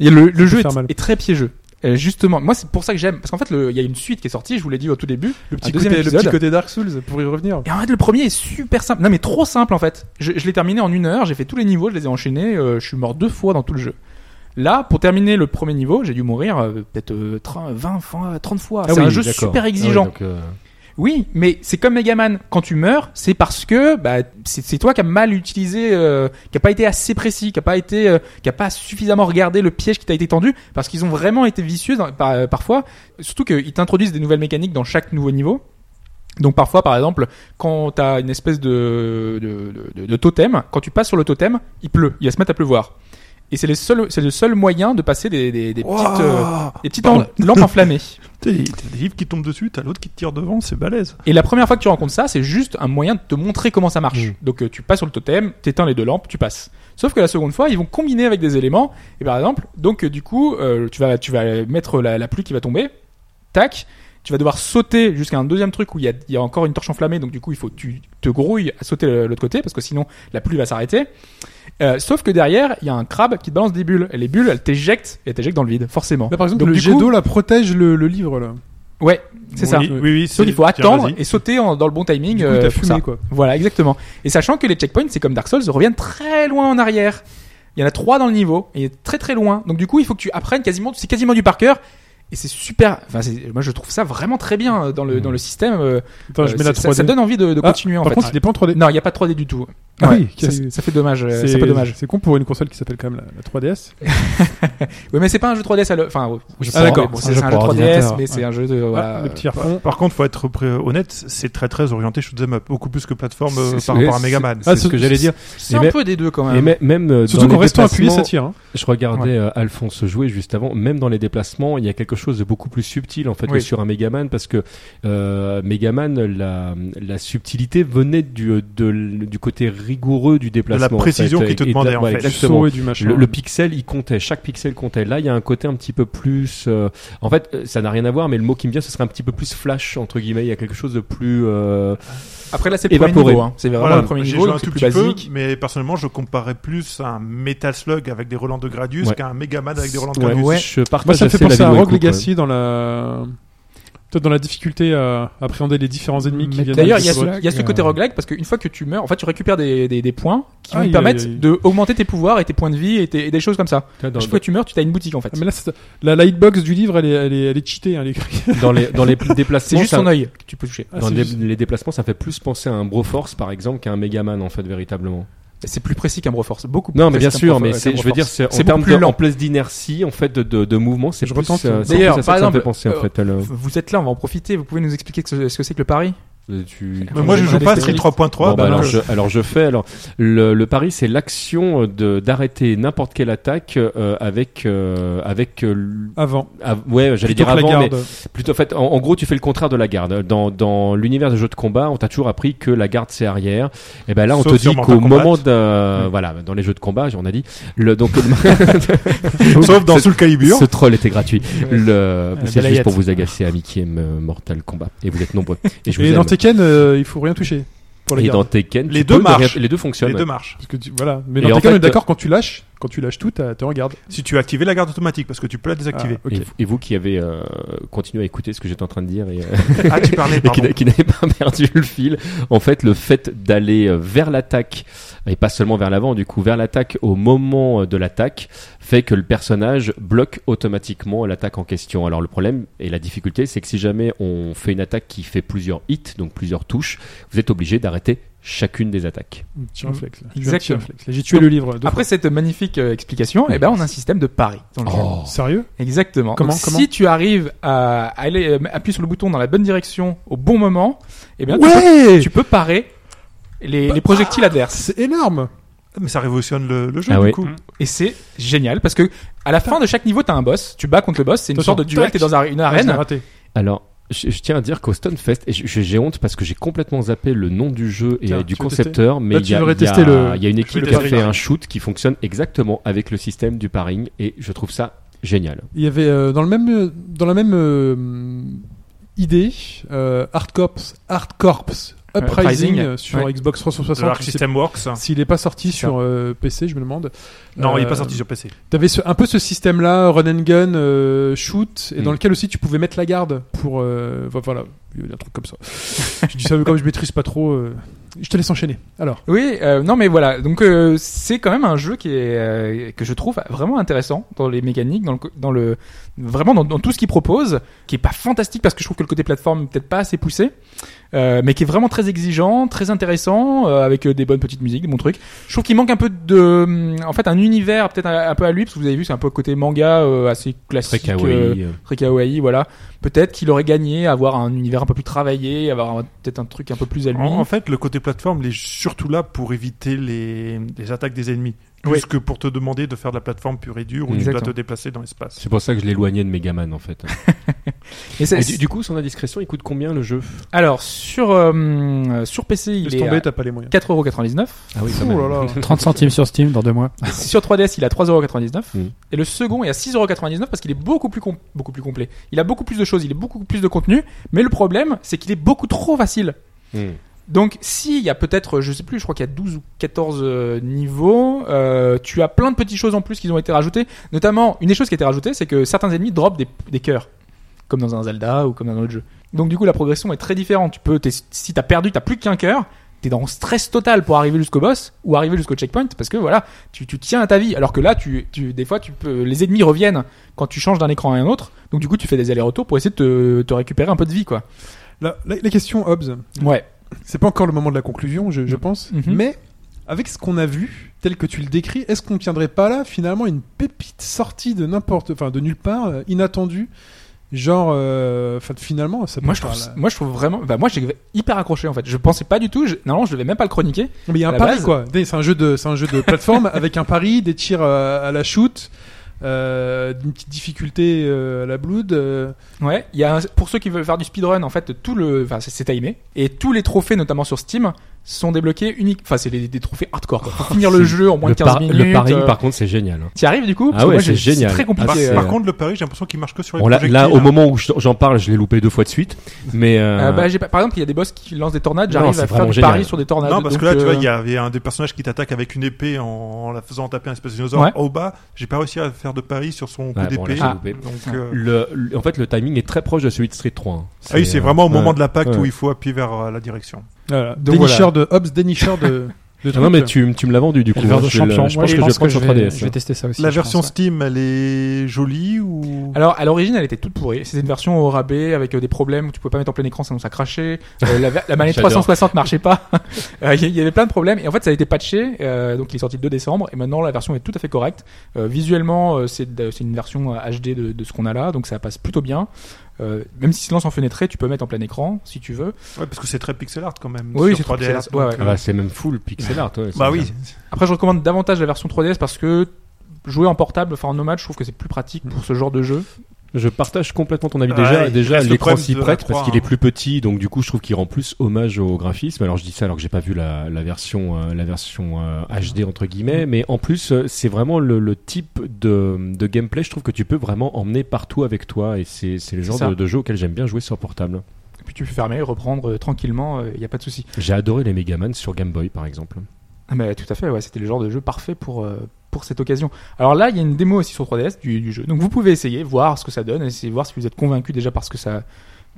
C: Et le, le jeu
B: faire mal.
C: est, est très piégeux. Euh, justement, moi c'est pour ça que j'aime, parce qu'en fait le- il y a une suite qui est sortie, je vous l'ai dit au tout début.
B: Le petit,
C: deuxième
B: côté, le
C: épisode.
B: petit côté Dark Souls, pour y revenir.
C: Et en fait le premier est super simple, non mais trop simple en fait. Je, je l'ai terminé en une heure, j'ai fait tous les niveaux, je les ai enchaînés, euh, je suis mort deux fois dans tout le jeu. Là, pour terminer le premier niveau, j'ai dû mourir euh, peut-être euh, 30, 20 fois, 30 fois.
E: Ah
C: c'est
E: oui,
C: un jeu
E: d'accord.
C: super
E: Ah oui,
C: exigeant.
E: donc, euh,
C: Oui, mais c'est comme Megaman. Quand tu meurs, c'est parce que bah, c'est c'est toi qui as mal utilisé, euh, qui a pas été assez précis, qui a pas été, euh, qui a pas suffisamment regardé le piège qui t'a été tendu, parce qu'ils ont vraiment été vicieux dans- par- euh, parfois. Surtout qu'ils t'introduisent des nouvelles mécaniques dans chaque nouveau niveau. Donc parfois, par exemple, quand t'as une espèce de de, de- de totem, quand tu passes sur le totem, il pleut, il va se mettre à pleuvoir. Et c'est les seuls- c'est le seul moyen de passer des, des, des petites, euh,
F: Waouh
C: des petites en- lampes enflammées.
F: T'as des t'as des livres qui tombent dessus, t'as l'autre qui te tire devant, c'est balèze.
C: Et la première fois que tu rencontres ça, c'est juste un moyen de te montrer comment ça marche. Donc euh, tu passes sur le totem, t'éteins les deux lampes, tu passes. Sauf que la seconde fois, ils vont combiner avec des éléments. Et par exemple, donc euh, du coup, euh, tu vas tu vas mettre la, la pluie qui va tomber. Tac. Tu vas devoir sauter jusqu'à un deuxième truc où il y a, il y a encore une torche enflammée, donc du coup il faut tu te grouilles à sauter le- l'autre côté parce que sinon la pluie va s'arrêter. Euh, sauf que derrière il y a un crabe qui te balance des bulles et les bulles elles t'éjectent et elles t'éjectent dans le vide forcément.
B: Là, par exemple,
C: Donc,
B: le
C: du
B: jet
C: coup-
B: d'eau, là, protège le, le livre, là.
C: Ouais, c'est ça.
F: Oui, oui, oui,
C: Sauf
F: c'est-
C: qu'il faut
F: tiens,
C: attendre
F: vas-y.
C: et sauter en- dans le bon timing.
B: Du coup,
C: euh,
B: t'as
C: pour
B: fumé,
C: ça.
B: quoi.
C: Voilà, exactement. Et sachant que les checkpoints, c'est comme Dark Souls, reviennent très loin en arrière. Il y en a trois dans le niveau, et il est très très loin. Donc du coup, il faut que tu apprennes quasiment, c'est quasiment du par cœur. Et c'est super. Enfin, c'est- moi je trouve ça vraiment très bien euh, dans le dans le système. euh,
B: Attends, je
C: euh,
B: mets la
C: c'est- ça,
B: 3D.
C: ça donne envie de, de
B: Ah,
C: continuer en
B: Par
C: fait.
B: contre, il est pas en 3D.
C: Non, il y a pas de 3D du tout.
B: Ah oui,
C: ça,
B: qu'est-ce que-
C: ça fait dommage. euh, C'est pas dommage.
B: C'est con pour une console qui s'appelle quand même la, la 3DS.
C: Oui, mais c'est pas un jeu 3DS. À le... Enfin, oui,
D: Je
C: c'est-
D: sais,
C: d'accord,
D: mais
C: bon,
D: bon,
C: c'est c'est un jeu
D: pour
C: 3DS,
D: ordinateur.
C: mais c'est
D: Ouais.
C: un jeu de voilà.
B: Ah, le petit refond.
F: Par contre, faut être pré- honnête, c'est très très orienté shoot'em up, beaucoup plus que plateforme euh,
E: c'est-
F: par rapport à
E: c'est-
F: Megaman.
E: C'est ce que j'allais dire.
C: C'est
E: Et
C: un
E: même-
C: peu des deux quand
E: Et
C: même.
E: mê- même euh,
B: Surtout
E: dans
B: qu'en
E: les
B: restant appuyé, ça
E: déplacements-
B: tire. hein.
E: Je regardais
C: Ouais.
E: euh, Alphonse jouer juste avant. Même dans les déplacements, il y a quelque chose de beaucoup plus subtil en fait que
C: Oui.
E: sur un Megaman parce que euh, Megaman, la, la subtilité venait du, euh, de l- du côté rigoureux du déplacement. en
F: précision
E: fait,
F: qui te
E: et- et de-
F: demandait, en
E: ouais,
F: fait.
B: Du
E: exactement.
B: saut et du machin.
E: Le, le pixel, il comptait. Chaque pixel comptait. Là, il y a un côté un petit peu plus. euh, en fait, euh, ça n'a rien à voir, mais le mot qui me vient, ce serait un petit peu plus flash entre guillemets. Il y a quelque chose de plus. euh,
C: Après là, c'est le premier
E: Évaporé.
C: niveau. hein. C'est vraiment
F: Voilà,
C: le premier
F: j'ai
C: niveau,
F: joué
C: donc
F: un
C: c'est
F: tout
C: plus
F: petit peu,
C: basique.
F: mais personnellement, je comparais plus à un Metal Slug avec des Roland de Gradius
E: Ouais.
F: qu'à un Megaman avec des Ah, Roland de
E: ouais,
F: Gradius.
E: Je partage
B: Moi, ça me fait
E: assez
B: penser à
E: l'avis de
B: Rogue
E: Wellcook,
B: Legacy dans la. Peut-être dans la difficulté à appréhender les différents ennemis qui
D: Mais
B: viennent
C: D'ailleurs, il y, a
D: Rogue
C: ce- il y a ce
D: Legague,
C: côté
D: euh,
C: roguelike parce qu'une fois que tu meurs, en fait, tu récupères des, des, des points qui
B: Ah,
C: vont
B: il-
C: te permettre
B: il-
C: de augmenter tes pouvoirs et tes points de vie et, tes- et des choses comme ça.
E: ouais. Dans-
C: Chaque fois que tu meurs, tu as une boutique en fait.
B: Ah, mais là, c'est- la, la hitbox du livre, elle est, elle est, elle est cheatée. Hein, elle est-
E: dans- dans les dans les
C: C'est
E: déplacements,
C: juste
E: ça-
C: ton œil que tu peux toucher.
B: Ah,
E: dans
B: c'est
E: les,
B: juste-
E: les déplacements, ça fait plus penser à un Broforce par exemple qu'à un Megaman en fait véritablement.
C: C'est plus précis qu'un Broforce, beaucoup plus
E: Non, mais
C: précis
E: bien
C: qu'un
E: sûr,
C: Broforce-
E: mais
C: qu'un
E: c'est- je veux
C: Broforce.
E: dire, c'est en
C: C'est
E: termes
C: beaucoup
E: de
C: plus
E: en
C: lent.
E: place d'inertie en fait de, de, de mouvement, c'est
B: Je
E: plus
B: retente.
E: euh, c'est
C: D'ailleurs,
E: plus à ça
C: par
E: que ça me
C: exemple,
E: fait penser en
C: euh,
E: fait. le-
C: Vous êtes là, on va en profiter. Vous pouvez nous expliquer ce ce que c'est que le pari
E: Euh, Tu...
F: Mais moi, je
D: J'ai
F: joue
D: pas
F: pas à
D: des
F: Street
D: spécialistes.
F: 3.3.
E: Bon, bah,
F: bah,
E: alors,
F: je-
E: je, alors je fais. Alors le, le pari c'est l'action euh, de d'arrêter n'importe quelle attaque euh, avec euh, avec euh, l-
B: Avant.
E: ah, ouais
B: Plutôt
E: j'allais dire
B: que la
E: avant mais
B: garde.
E: plutôt en fait en, en gros tu fais le contraire de la garde. Dans dans l'univers des jeux de combat on t'a toujours appris que la garde c'est arrière. Et ben là on
F: Sauf
E: te
F: sur
E: dit
F: Mortal
E: qu'au
F: Kombat.
E: moment de voilà dans les jeux de combat on a dit le donc
F: Sauf dans Euh,
E: C'est-
F: Soul Calibur.
E: Ce troll était gratuit. Le...
D: La
E: C'est juste
D: balayette.
E: pour vous agacer, amis qui aiment euh, Mortal Kombat. Et vous êtes nombreux. Et je vous
B: Et
E: aime.
B: dans Tekken, euh, il faut rien toucher pour les
E: Et
B: gardes.
E: dans Tekken, tu
F: Les
E: peux
F: deux
E: ne rien-
F: marchent.
E: Les deux fonctionnent.
F: Les deux marches.
B: Parce que tu- voilà. Mais
E: Et
B: dans
E: en
B: Tekken, on
E: fait, euh,
B: est d'accord, quand tu lâches, quand tu lâches tout, t'as- t'es en garde.
F: Si tu as activé la garde automatique, parce que tu peux la désactiver.
B: Ah, ok.
E: Et, vous- et vous qui avez euh, continué à écouter ce que j'étais en train de dire et, euh,
F: Ah, tu parlais.
E: et qui,
F: pardon.
E: n'a- qui n'avez pas perdu le fil, en fait, le fait d'aller euh, vers l'attaque et pas seulement vers l'avant, du coup, vers l'attaque au moment euh, de l'attaque fait que le personnage bloque automatiquement l'attaque en question. Alors le problème et la difficulté, c'est que si jamais on fait une attaque qui fait plusieurs hits, donc plusieurs touches, vous êtes obligé d'arrêter chacune des attaques.
B: Petit réflexe. là.
C: Exactement.
B: Petit réflexe. Là, J'ai tué le livre. deux
C: Après cette magnifique euh, explication, eh ben on a un système de pari dans le jeu.
E: Oh.
B: fois. Sérieux
C: Exactement.
B: Comment,
C: Donc,
B: comment
C: si tu arrives à aller euh, appuyer sur le bouton dans la bonne direction au bon moment, eh bien tu
B: Ouais
C: peux- tu peux parer les, les projectiles adverses.
B: C'est énorme
F: Mais ça révolutionne le, le jeu,
E: Ah
F: du
E: ouais.
F: coup.
C: Et c'est génial parce que à la fin de chaque niveau, t'as un boss, tu bats contre le boss, c'est une
B: Attention,
C: sorte de duel,
B: tac.
C: t'es dans un- une
B: Ah, je l'ai
C: arène.
B: raté.
E: Alors, je, je tiens à dire qu'au Stonefest, et j'ai- j'ai j'ai honte parce que j'ai complètement zappé le nom du jeu et
B: Tiens,
E: euh, du
B: tu veux
E: concepteur, mais
B: Bah,
E: il
B: tu
E: y, a-
B: devrais
E: il y a-
B: tester le-
E: il y a une équipe
F: vais
E: qui a
F: tester
E: fait
F: le
E: un shoot qui fonctionne exactement avec le système du paring et je trouve ça génial.
B: Il y avait euh, dans le même euh, dans la même euh, idée euh, Hard Corps Hard Corps Uprising
C: Uprising.
B: euh, sur
C: Ouais.
B: Xbox
F: The
B: 360.
F: Arc
B: je sais
F: System Works.
B: pas S'il n'est pas sorti
C: ça.
B: sur euh, PC, je me demande.
F: Non, il est
B: Euh,
F: pas sorti sur PC.
B: T'avais ce- un peu ce système-là, run and gun, euh, shoot, et dans
E: Mm.
B: lequel aussi tu pouvais mettre la garde pour, euh, vo- voilà, il y a un truc comme ça. je dis ça mais comme je maîtrise pas trop. euh, je te laisse enchaîner. Alors,
C: Oui, euh, non mais voilà, donc euh, c'est quand même un jeu qui est euh, que je trouve vraiment intéressant dans les mécaniques, dans le, co- dans le vraiment dans, dans tout ce qu'il propose, qui est pas fantastique parce que je trouve que le côté plateforme est peut-être pas assez poussé, euh, mais qui est vraiment très exigeant, très intéressant, euh, avec euh, des bonnes petites musiques, des bons trucs. Je trouve qu'il manque un peu de, hum, en fait, un univers peut-être un, un peu à lui parce que vous avez vu c'est un peu côté manga euh, assez
E: Très
C: classique. euh,
E: kawaii. euh.
C: très kawaii, voilà. Peut-être qu'il aurait gagné à avoir un univers un peu plus travaillé, avoir un- peut-être un truc un peu plus à lui.
F: En, en fait, le côté plateforme, il est surtout là pour éviter les, les attaques des ennemis. Plus
C: Oui.
F: que pour te demander de faire de la plateforme pure et dure où tu dois
C: Exactement.
F: te déplacer dans l'espace.
E: C'est pour ça que je l'éloignais de Megaman en fait.
C: Et c'est-
E: Et du, du coup, sans indiscrétion, il coûte combien le jeu
C: Alors sur euh, sur PC, il
B: laisse
C: est
B: tomber,
C: à
B: t'as pas les moyens.
C: 4,99€.
E: Ah oui, quand
B: Ouh
E: même.
B: là là.
D: 30 centimes sur Steam dans deux mois.
C: sur 3DS, il est à 3,99€.
E: Mm.
C: Et le second est à 6,99€ parce qu'il est beaucoup plus com- beaucoup plus complet. Il a beaucoup plus de choses, il est beaucoup plus de contenu. Mais le problème, c'est qu'il est beaucoup trop facile.
E: Hmm.
C: Donc, s'il y a peut-être, je sais plus, je crois qu'il y a 12 ou 14 euh, niveaux, euh, tu as plein de petites choses en plus qui ont été rajoutées. Notamment, une des choses qui a été rajoutée, c'est que certains ennemis drop des, des cœurs. Comme dans un Zelda ou comme dans un autre jeu. Donc, du coup, la progression est très différente. Tu peux, t'es- si t'as perdu, t'as plus qu'un cœur, t'es dans stress total pour arriver jusqu'au boss ou arriver jusqu'au checkpoint parce que voilà, tu, tu tiens à ta vie. Alors que là, tu, tu, des fois, tu peux, les ennemis reviennent quand tu changes d'un écran à un autre. Donc, du coup, tu fais des allers-retours pour essayer de te, te récupérer un peu de vie, quoi.
B: La, la- la question Hobbs,
C: Ouais.
B: c'est pas encore le moment de la conclusion, je, je pense,
C: Mhm.
B: mais avec ce qu'on a vu, tel que tu le décris, est-ce qu'on tiendrait pas là finalement une pépite sortie de n'importe, enfin de nulle part, euh, inattendue, genre, euh, fin- finalement, ça. peut
C: Moi je,
B: faire
C: trouve,
B: la-
C: moi je trouve vraiment bah moi j'ai hyper accroché en fait je pensais pas du tout je, normalement je devais même pas le chroniquer
B: Non, mais il y a
C: à
B: un
C: la
B: pari
C: base.
B: quoi. Des- C'est un jeu de, c'est un jeu de plateforme avec un pari, des tirs euh, à la shoot, euh, une petite difficulté euh, à la blood. euh.
C: ouais il y a un- pour ceux qui veulent faire du speedrun en fait tout le enfin c'est- c'est timé et tous les trophées notamment sur Steam sont débloqués unique enfin c'est les- des trophées hardcore quoi.
F: Ah,
C: Faut finir le
E: c'est-
C: jeu en moins
E: le,
C: de 15
E: par- le
C: minutes
E: paring,
C: euh.
E: par contre, c'est génial. hein.
C: T'y arrives du coup
E: Ah
C: Parce que
E: ouais,
C: moi,
E: c'est
C: j'ai-
E: génial.
C: très
E: Ah,
F: Par,
C: compliqué
E: c'est-
C: euh.
F: par contre, le pari, j'ai l'impression qu'il marche que sur les
E: Bon, là,
F: projectiles. hein.
B: hein.
E: là, au moment où je- j'en parle, je l'ai loupé deux fois de suite. Mais euh,
B: Ah
C: Euh, bah, j'ai pas- par exemple il y a des boss qui lancent des tornades
E: Non,
C: j'arrive
E: c'est
C: à faire
E: vraiment
C: du
E: génial.
C: pari sur des tornades
F: Non, parce
C: donc,
F: que là, tu
C: euh,
F: vois, il y avait un des personnages qui t'attaque avec une épée en, en la faisant taper un espèce de dinosaure
C: Ouais.
F: au bas. J'ai pas réussi à faire de pari sur son coup
E: Ouais, bon, là,
F: d'épée.
E: j'ai
C: Ah.
E: loupé.
F: Donc, euh,
E: Le, le- en fait, le timing est très proche de celui de Street 3. hein.
F: ah oui, c'est vraiment au
E: ouais,
F: moment de l'impact
E: ouais.
F: où il faut appuyer vers euh, la direction.
B: Voilà.
C: Donc
B: Dénicheur de Hobbs, dénicheur de. de
E: Ah non,
B: trucs.
E: mais tu, m- tu me l'as vendu du coup.
D: Éleveur
E: hein,
D: de
E: je vais le-
D: champions.
E: Je
D: Moi,
E: pense que je vais prendre sur
D: je vais- je
E: 3DS.
D: vais tester ça aussi.
F: La
D: je
F: version
D: pense, ouais.
F: Steam, elle est jolie ou
C: Alors, à l'origine, elle était toute pourrie. C'était une version au rabais avec euh, des problèmes où tu pouvais pas mettre en plein écran, sinon ça crachait. Euh, la, ver- la manette
E: J'adore.
C: 360 marchait pas. Euh, Il y, y avait plein de problèmes. Et en fait, ça a été patché. euh, donc, il est sorti le 2 décembre. Et maintenant, la version est tout à fait correcte. Euh, visuellement, euh, c'est de- c'est une version euh, HD de, de ce qu'on a là. Donc, ça passe plutôt bien. Euh, même si silence en fenêtré, tu peux mettre en plein écran si tu veux.
F: Ouais, parce que c'est très pixel art quand même.
C: Oui,
F: sur
C: c'est
F: 3DS.
C: 3DS, ouais, ouais.
E: Ah bah, c'est même full pixel art. ouais, c'est
F: euh, Bah
E: bien.
F: oui,
C: Après, je recommande davantage la version 3DS parce que jouer en portable, enfin en nomade, je trouve que c'est plus pratique pour ce genre de jeu.
E: Je partage complètement ton avis.
F: Ah
E: déjà,
F: ouais, il
E: déjà
F: reste le
E: l'écran
F: problème
E: s'y
F: de la
E: prête parce
F: croix,
E: qu'il est
F: hein.
E: plus petit, donc du coup, je trouve qu'il rend plus hommage au graphisme. Alors, je dis ça alors que j'ai pas vu la, la version, euh, la version euh, HD entre guillemets, mais en plus, euh, c'est vraiment le, le type de, de gameplay. Je trouve que tu peux vraiment emmener partout avec toi, et c'est c'est le genre
C: ça.
E: de, de jeu auquel j'aime bien jouer sur portable.
C: Et puis, tu peux fermer, reprendre euh, tranquillement. Il n'y a pas de souci.
E: J'ai adoré les Megaman sur Game Boy, par exemple.
C: Ah bah, tout à fait, ouais, c'était le genre de jeu parfait pour, euh, pour cette occasion. Alors là, il y a une démo aussi sur 3DS du, du jeu. Donc vous pouvez essayer, voir ce que ça donne, essayer de voir si vous êtes convaincu déjà par ce que ça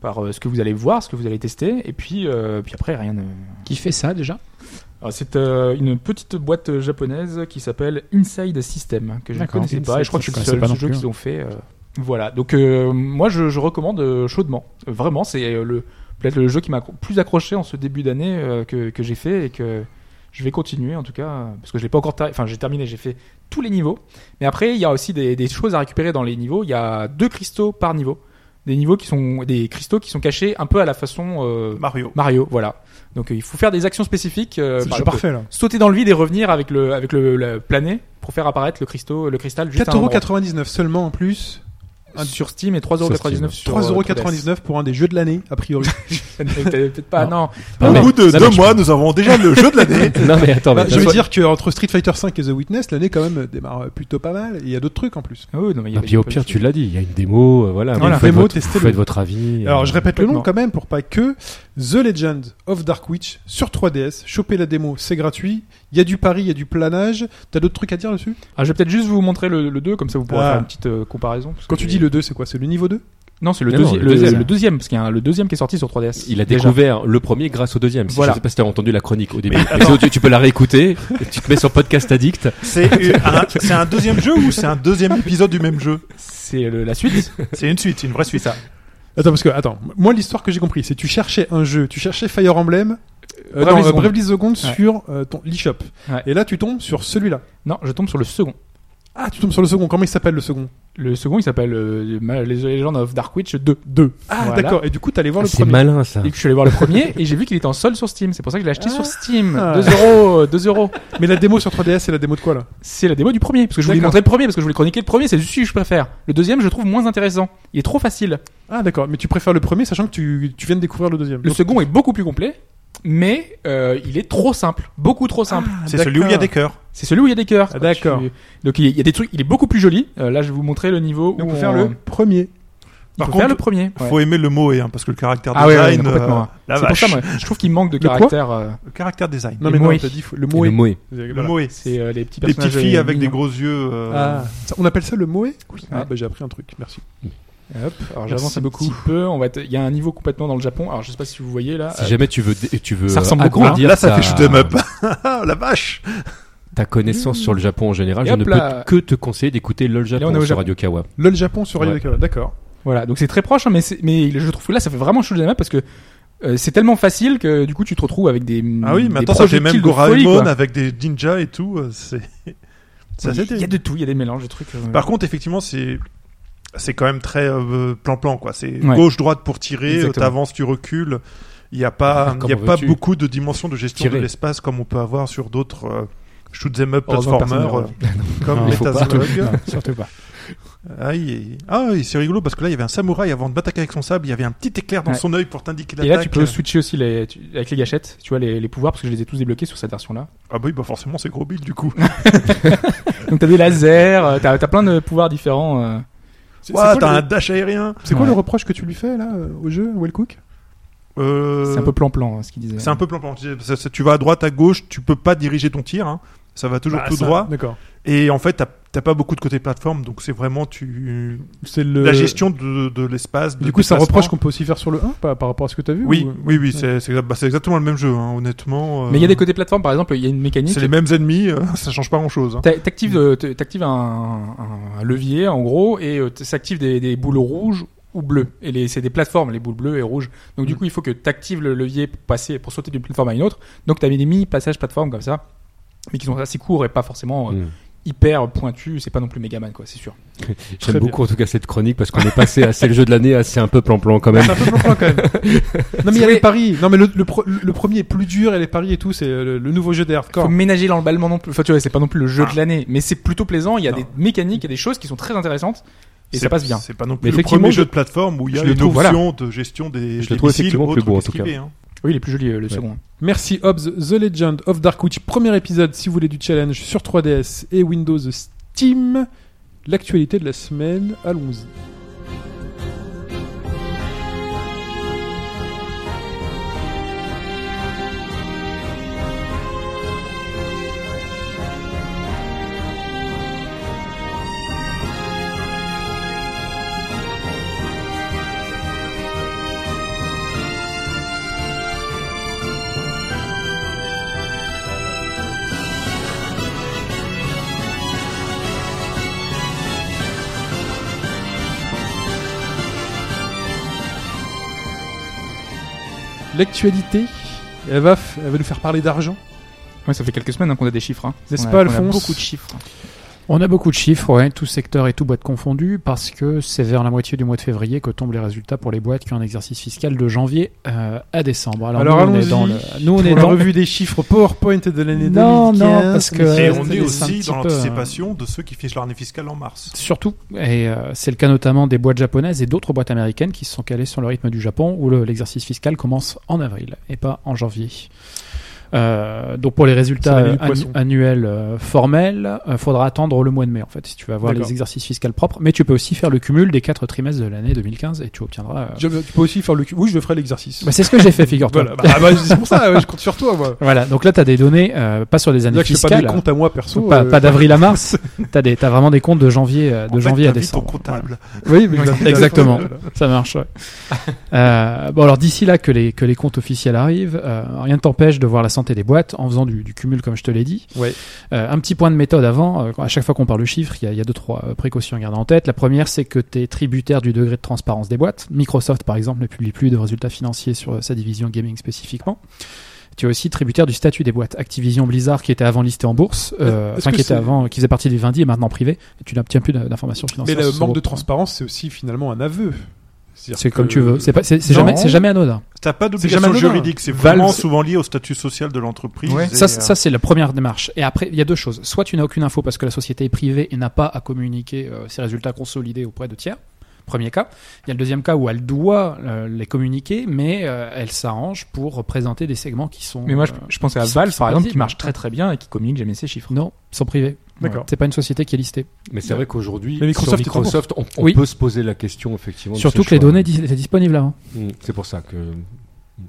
C: par euh, ce que vous allez voir, ce que vous allez tester, et puis, euh, puis après rien. ne-
D: Qui fait ça déjà
C: Alors, C'est euh, une petite boîte euh, japonaise qui s'appelle Inside System que je ne
D: D'accord,
C: connaissais pas, et je crois que je
D: Inside
C: suis
D: System, je connaissais
C: le seul
D: pas non
C: jeu
D: plus. hein.
C: qu'ils ont fait. euh, voilà, donc euh, moi je, je recommande euh, chaudement. Euh, Vraiment, c'est euh, le peut-être le jeu qui m'a accro- plus accroché en ce début d'année euh, que, que j'ai fait et que je vais continuer en tout cas euh, parce que je l'ai pas encore ter- enfin j'ai terminé, j'ai fait tous les niveaux. Mais après il y a aussi des, des choses à récupérer dans les niveaux. Il y a deux cristaux par niveau, des niveaux qui sont des cristaux qui sont cachés un peu à la façon euh,
F: Mario.
C: Mario. Voilà. Donc euh, il faut faire des actions spécifiques. euh,
B: C'est le
C: par
B: jeu
C: exemple,
B: bah, parfait là.
C: sauter dans le vide et revenir avec le avec le, le plané pour faire apparaître le cristaux le cristal juste à un endroit.
B: 4,99€ seulement en plus.
C: sur Steam et 3,99€ sur
B: euh, 3,99€ pour un des jeux de l'année, a priori.
C: peut-être pas non,
E: Non,
F: Au
E: mais-
F: bout de
E: non, mais
F: deux
E: je-
F: mois, nous avons déjà le jeu de l'année.
E: non mais
C: Ah
E: attends,
B: Bah,
E: mais
B: je veux
E: t'as-
B: dire qu'entre Street Fighter V et The Witness, l'année quand même démarre euh, plutôt pas mal. Et il y a d'autres trucs en plus.
C: Ah oui, non, mais il y
E: Ah,
C: avait
E: puis au
C: pas
E: pire,
C: de-
E: tu l'as dit, il y a une démo, euh, voilà. vous
B: Voilà,
E: faites
B: démo,
E: votre- vous
B: testez-le.
E: faites votre avis.
B: Alors
E: euh,
B: je répète le nom
C: complètement.
B: quand même pour pas que The Legend of Dark Witch sur 3DS. Chopez la démo, c'est gratuit. Il y a du pari, il y a du planage. T'as d'autres trucs à dire dessus
C: Ah, je vais peut-être juste vous montrer le, le 2 comme ça vous pourrez
B: Ah.
C: faire une petite euh, comparaison parce
B: Quand
C: que
B: tu
C: j'ai-
B: dis le 2, c'est quoi C'est le niveau 2
C: non c'est le,
E: Non, non,
C: deuxi-
E: le
C: le,
E: deuxième.
C: le deuxième parce qu'il y a un- le deuxième qui est sorti sur 3DS
E: Il a
C: déjà.
E: découvert le premier grâce au deuxième. Si-
C: Voilà.
E: Je sais pas si t'as entendu la chronique au début. Mais sinon, tu, tu peux la réécouter. et tu te mets sur Podcast Addict.
F: C'est un, c'est un deuxième jeu ou c'est un deuxième épisode du même jeu
C: c'est le- la suite
F: C'est une suite, c'est une vraie
C: c'est
F: suite.
C: ça
B: Attends, parce que, attends, moi l'histoire que j'ai compris, c'est tu cherchais un jeu, tu cherchais Fire Emblem, euh,
C: Bravely
B: non, euh,
C: Second.
B: Bravely Second
C: Ouais.
B: sur euh, ton l'eShop.
C: Ouais.
B: Et là, tu tombes sur celui-là.
C: non je tombe sur le second
B: Ah, tu tombes sur le second. Comment il s'appelle le second
C: le second il s'appelle euh, Ma- Les Legends of Dark Witch 2 2
B: Ah, d'accord. Et du coup, t'allais voir le
E: C'est
B: premier.
E: malin ça.
C: et que je suis allé voir le premier et j'ai vu qu'il était en solde sur Steam c'est pour ça que je l'ai acheté sur Steam
B: Ah.
C: 2 euros euh, 2 euros
B: Mais la démo sur 3DS, c'est la démo de quoi là
C: c'est la démo du premier parce que je voulais
B: D'accord.
C: montrer le premier parce que je voulais chroniquer le premier c'est celui que je préfère le deuxième je le trouve moins intéressant il est trop facile
B: Ah, d'accord. Mais tu préfères le premier, sachant que tu, tu viens de découvrir le deuxième.
C: le second est beaucoup plus complet mais euh, il est trop simple beaucoup trop simple
F: C'est celui où il y a des cœurs.
C: c'est celui où il y a des cœurs
B: Ah, d'accord.
C: Tu- donc il y a- il y a des trucs il est beaucoup plus joli Euh, là je vais vous montrer le niveau
B: Donc,
C: où
B: on peut faire
C: on-
B: le premier.
C: il
F: Par
C: faut
F: contre,
C: faire le premier Ouais.
F: Faut aimer le mot et hein, parce que le caractère
C: ah ouais, ouais,
F: design.
C: non, complètement.
F: euh, la
C: c'est pour
F: vache.
C: ça moi, je trouve qu'il manque de
B: quoi
C: caractère euh,
F: Le caractère design.
B: Non,
C: Les
B: mais non,
C: Moé.
B: t'as dit f- le
E: Et
B: Moé.
E: le Moé.
F: Le
B: Voilà.
F: mot est.
C: c'est euh, les petits
F: Des
C: personnages
F: petites filles
C: euh,
F: avec des
C: mignons.
F: gros yeux. euh,
B: Ah, ça- on appelle ça le Moé Ah,
C: Ouais.
B: bah j'ai appris un truc, merci.
C: Hop, alors
B: Merci
C: j'avance un petit peu. On va être- Il y a un niveau complètement dans le Japon. Alors je sais pas si vous voyez là.
E: Si
C: Euh,
E: jamais tu veux, dé- tu veux
C: Ça ressemble beaucoup,
E: agrandir
F: Là, ça
E: ta-
F: fait shoot'em up. Ah, la vache
E: Ta connaissance sur le Japon en général,
C: Et
E: je
C: hop
E: ne peux
C: là.
E: que te conseiller d'écouter LOL Japon
C: on est au
E: sur
C: Japon.
E: Radio Kawa.
B: LOL Japon sur Radio
E: Ouais.
B: Kawa, d'accord.
C: Voilà, donc c'est très proche, hein, mais, c'est- mais je trouve que là, ça fait vraiment shoot'em up parce que euh, c'est tellement facile que du coup, tu te retrouves avec des.
F: Ah oui,
C: Mm. des
F: maintenant ça fait
C: projectiles
F: même
C: de folie, quoi.
F: Goraemon avec des ninjas et tout. euh, C'est. c'est assez
C: Il y a de tout, il y a des mélanges de trucs. euh,
F: Par contre, effectivement, c'est c'est quand même très euh, plan-plan quoi. C'est
C: Ouais.
F: gauche droite pour tirer, euh,
C: Exactement.
F: t'avances, tu recules. Il n'y a pas il y a
E: Comment
F: pas
E: veux-tu
F: beaucoup de dimensions de gestion
E: tirer
F: de l'espace comme on peut avoir sur d'autres euh, shoot 'em up
C: Heureusement, personne
F: platformers
C: ne
F: euh, comme
D: Non, il faut pas.
F: Metazog.
D: Surtout pas.
F: Ah, il est- ah, oui, c'est rigolo parce que là il y avait un samouraï avant de m'attaquer avec son sable, il y avait un petit éclair dans
C: Ouais.
F: son œil pour
C: et
F: t'indiquer l'attaque. euh,
C: là, tu peux switcher aussi les, tu- avec les gâchettes, tu vois, les, les pouvoirs, parce que je les ai tous débloqués sur cette version-là.
F: Ah bah oui, bah forcément c'est gros build du coup.
C: Donc, t'as des lasers, euh, t'as as plein de pouvoirs différents. euh.
B: C'est
F: Ouah,
B: c'est
F: t'as
B: quoi,
F: un
B: le...
F: dash aérien.
B: c'est quoi
C: Ouais.
B: le reproche que tu lui fais là euh, au jeu, Wellcook
F: Euh,
C: C'est un peu plan-plan, hein, ce qu'ils disait.
F: C'est un peu plan-plan. C'est- c'est- Tu vas à droite, à gauche, tu peux pas diriger ton tir. hein. ça va toujours
B: Bah,
F: tout
B: ça,
F: droit.
B: D'accord.
F: Et en fait, t'as- t'as pas beaucoup de côté plateforme, donc c'est vraiment tu
B: C'est le.
F: la gestion de, de l'espace. de
B: Euh, Du coup, ça
F: déplacement.
B: reproche qu'on peut aussi faire sur le 1 par, par rapport à ce que t'as vu
F: Oui,
B: ou-
F: oui, oui, c'est c'est- bah, c'est exactement le même jeu, hein, honnêtement. euh,
C: Mais il y a des côtés plateforme, par exemple, il y a une mécanique.
F: C'est les mêmes ennemis, euh, ça change pas grand chose.
C: T'a- T'actives, euh, t- t'actives un, un- un levier en gros et euh, t- s'activent des, des boules rouges ou bleues. Et les- c'est des plateformes, les boules bleues et rouges. Donc du coup, il faut que t'actives le levier pour passer, pour sauter d'une plateforme à une autre. Donc t'as mis des mini passages plateforme comme ça, mais qui sont assez courts et pas forcément euh,
E: Mm.
C: hyper pointus. C'est pas non plus Megaman quoi, c'est sûr.
B: Très
E: J'aime
B: bien.
E: beaucoup en tout cas cette chronique parce qu'on est passé à c'est le jeu de l'année, à c'est un peu plan-plan quand même.
B: C'est un peu plan quand même. non, mais il y a
C: Oui.
B: les paris. Non, mais le, le, pro- le premier est plus dur et les paris et tout, c'est le, le nouveau jeu des hardcore.
C: Faut ménager l'emballement non plus. Enfin, tu vois, c'est pas non plus le jeu de l'année, mais c'est plutôt plaisant. Il y a des mécaniques, il y a des choses qui sont très intéressantes et ça
F: C'est-
C: passe bien.
F: C'est pas non plus
E: Mais
F: le
E: effectivement,
F: premier
E: je-
F: jeu de plateforme où il y a
E: je
F: une
E: le trouve, voilà.
F: option de gestion des,
E: Je le
F: des
E: trouve
F: missiles
E: effectivement
F: autres
E: plus beau, en
F: qu'esquivés,
E: tout
F: hein.
C: Oui, il est plus joli euh, le second.
B: Merci Hobbs, The Legend of Dark Witch, premier épisode si vous voulez du challenge sur 3DS et Windows Steam. L'actualité de la semaine, allons-y. L'actualité, elle va, f- elle va nous faire parler d'argent.
C: Ouais, ça fait quelques semaines hein, qu'on a des chiffres. hein.
B: N'est-ce
C: On a-
B: pas,
C: on a
B: Alphonse
C: Beaucoup de chiffres.
D: On a beaucoup de chiffres, ouais, tout secteur et tout boîte confondu, parce que c'est vers la moitié du mois de février que tombent les résultats pour les boîtes qui ont un exercice fiscal de janvier euh, à décembre. Alors,
B: Alors,
D: nous, on est
B: allons-y.
D: dans le, nous, on est
B: la
D: dans
B: revue des chiffres PowerPoint de l'année 2015.
D: Non, non, parce que-
B: mais-
F: Et
D: Euh,
F: on
D: c'est
F: est
D: un
F: aussi
D: petit
F: dans
D: peu,
F: l'anticipation de ceux qui fichent l'année fiscale en mars.
D: Surtout, et euh, c'est le cas notamment des boîtes japonaises et d'autres boîtes américaines qui se sont calées sur le rythme du Japon où le- l'exercice fiscal commence en avril et pas en janvier. Euh, donc pour les résultats
B: C'est l'année du
D: euh, annu-
B: poisson.
D: annuels euh, formels, il faudra attendre le mois de mai en fait si tu veux avoir
B: D'accord.
D: les exercices fiscaux propres. Mais tu peux aussi faire le cumul des quatre trimestres de l'année 2015 et tu obtiendras. euh,
B: Je- tu peux aussi faire le cul. Oui, je ferai l'exercice.
D: Bah, c'est ce que j'ai fait, figure-toi.
B: voilà,
D: Voilà.
B: bah, bah, c'est pour ça, ouais, je compte sur toi, moi.
D: donc là tu as des données euh, pas sur des
B: C'est-à-dire
D: années
B: que je fais pas des
D: fiscales.
B: comptes à moi perso.
D: Pas,
B: euh,
D: pas d'avril à mars, t'as des- t'as vraiment des comptes de janvier, euh, de
F: En fait,
D: janvier à
F: t'invites ton
D: décembre.
F: comptable.
B: Oui, mais je-
D: Exactement. Ça marche. ouais. Euh, bon alors d'ici là que les que les comptes officiels arrivent, euh, rien ne t'empêche de voir la santé des boîtes en faisant du, du cumul comme je te l'ai dit.
B: Ouais.
D: Euh, un petit point de méthode avant. euh, à chaque fois qu'on parle de chiffres, il y a, il y a deux trois euh, précautions à garder en tête. La première, c'est que tu es tributaire du degré de transparence des boîtes. Microsoft par exemple ne publie plus de résultats financiers sur euh, sa division gaming spécifiquement. Tu es aussi tributaire du statut des boîtes. Activision Blizzard, qui était avant listée en bourse, euh,
B: Est-ce
D: enfin
B: que
D: qui était
B: c'est-
D: avant, qui faisait partie des Vindi et maintenant privé, et tu n'obtiens plus d'informations
B: Mais
D: financières.
B: le
D: sur ce
B: manque de
D: groupe.
B: transparence, c'est aussi finalement un aveu. C'est-à-dire
D: C'est
B: que-
D: comme tu veux. C'est pas, c'est c'est
B: Non.
D: jamais, c'est jamais anodin.
F: T'as pas
B: jamais
F: d'obligation
B: anodin.
F: juridique, c'est
D: Valve,
F: vraiment
D: c'est-
F: souvent lié au statut social de l'entreprise.
C: Ouais.
F: et,
D: Ça,
F: euh,
D: ça c'est la première démarche. Et après, il y a deux choses. Soit tu n'as aucune info parce que la société est privée et n'a pas à communiquer euh, ses résultats consolidés auprès de tiers. Premier cas. Il y a le deuxième cas où elle doit euh, les communiquer, mais euh, elle s'arrange pour présenter des segments qui sont.
C: Mais moi, je,
D: euh,
C: je pensais à
D: qui sont-
C: Valve,
D: qui sont
C: par exemple, qui
D: visibles.
C: marche très très bien et qui communique jamais ses chiffres.
D: non, sont privés.
B: D'accord.
D: C'est pas une société qui est listée.
E: Mais c'est vrai qu'aujourd'hui,
B: Mais Microsoft
E: sur
B: est en bourse.
E: Microsoft, on, on
D: Oui.
E: peut se poser la question effectivement. de
D: Surtout
E: ce
D: que les
E: choix.
D: données dis- étaient disponibles hein. avant.
E: Mm. C'est pour ça que.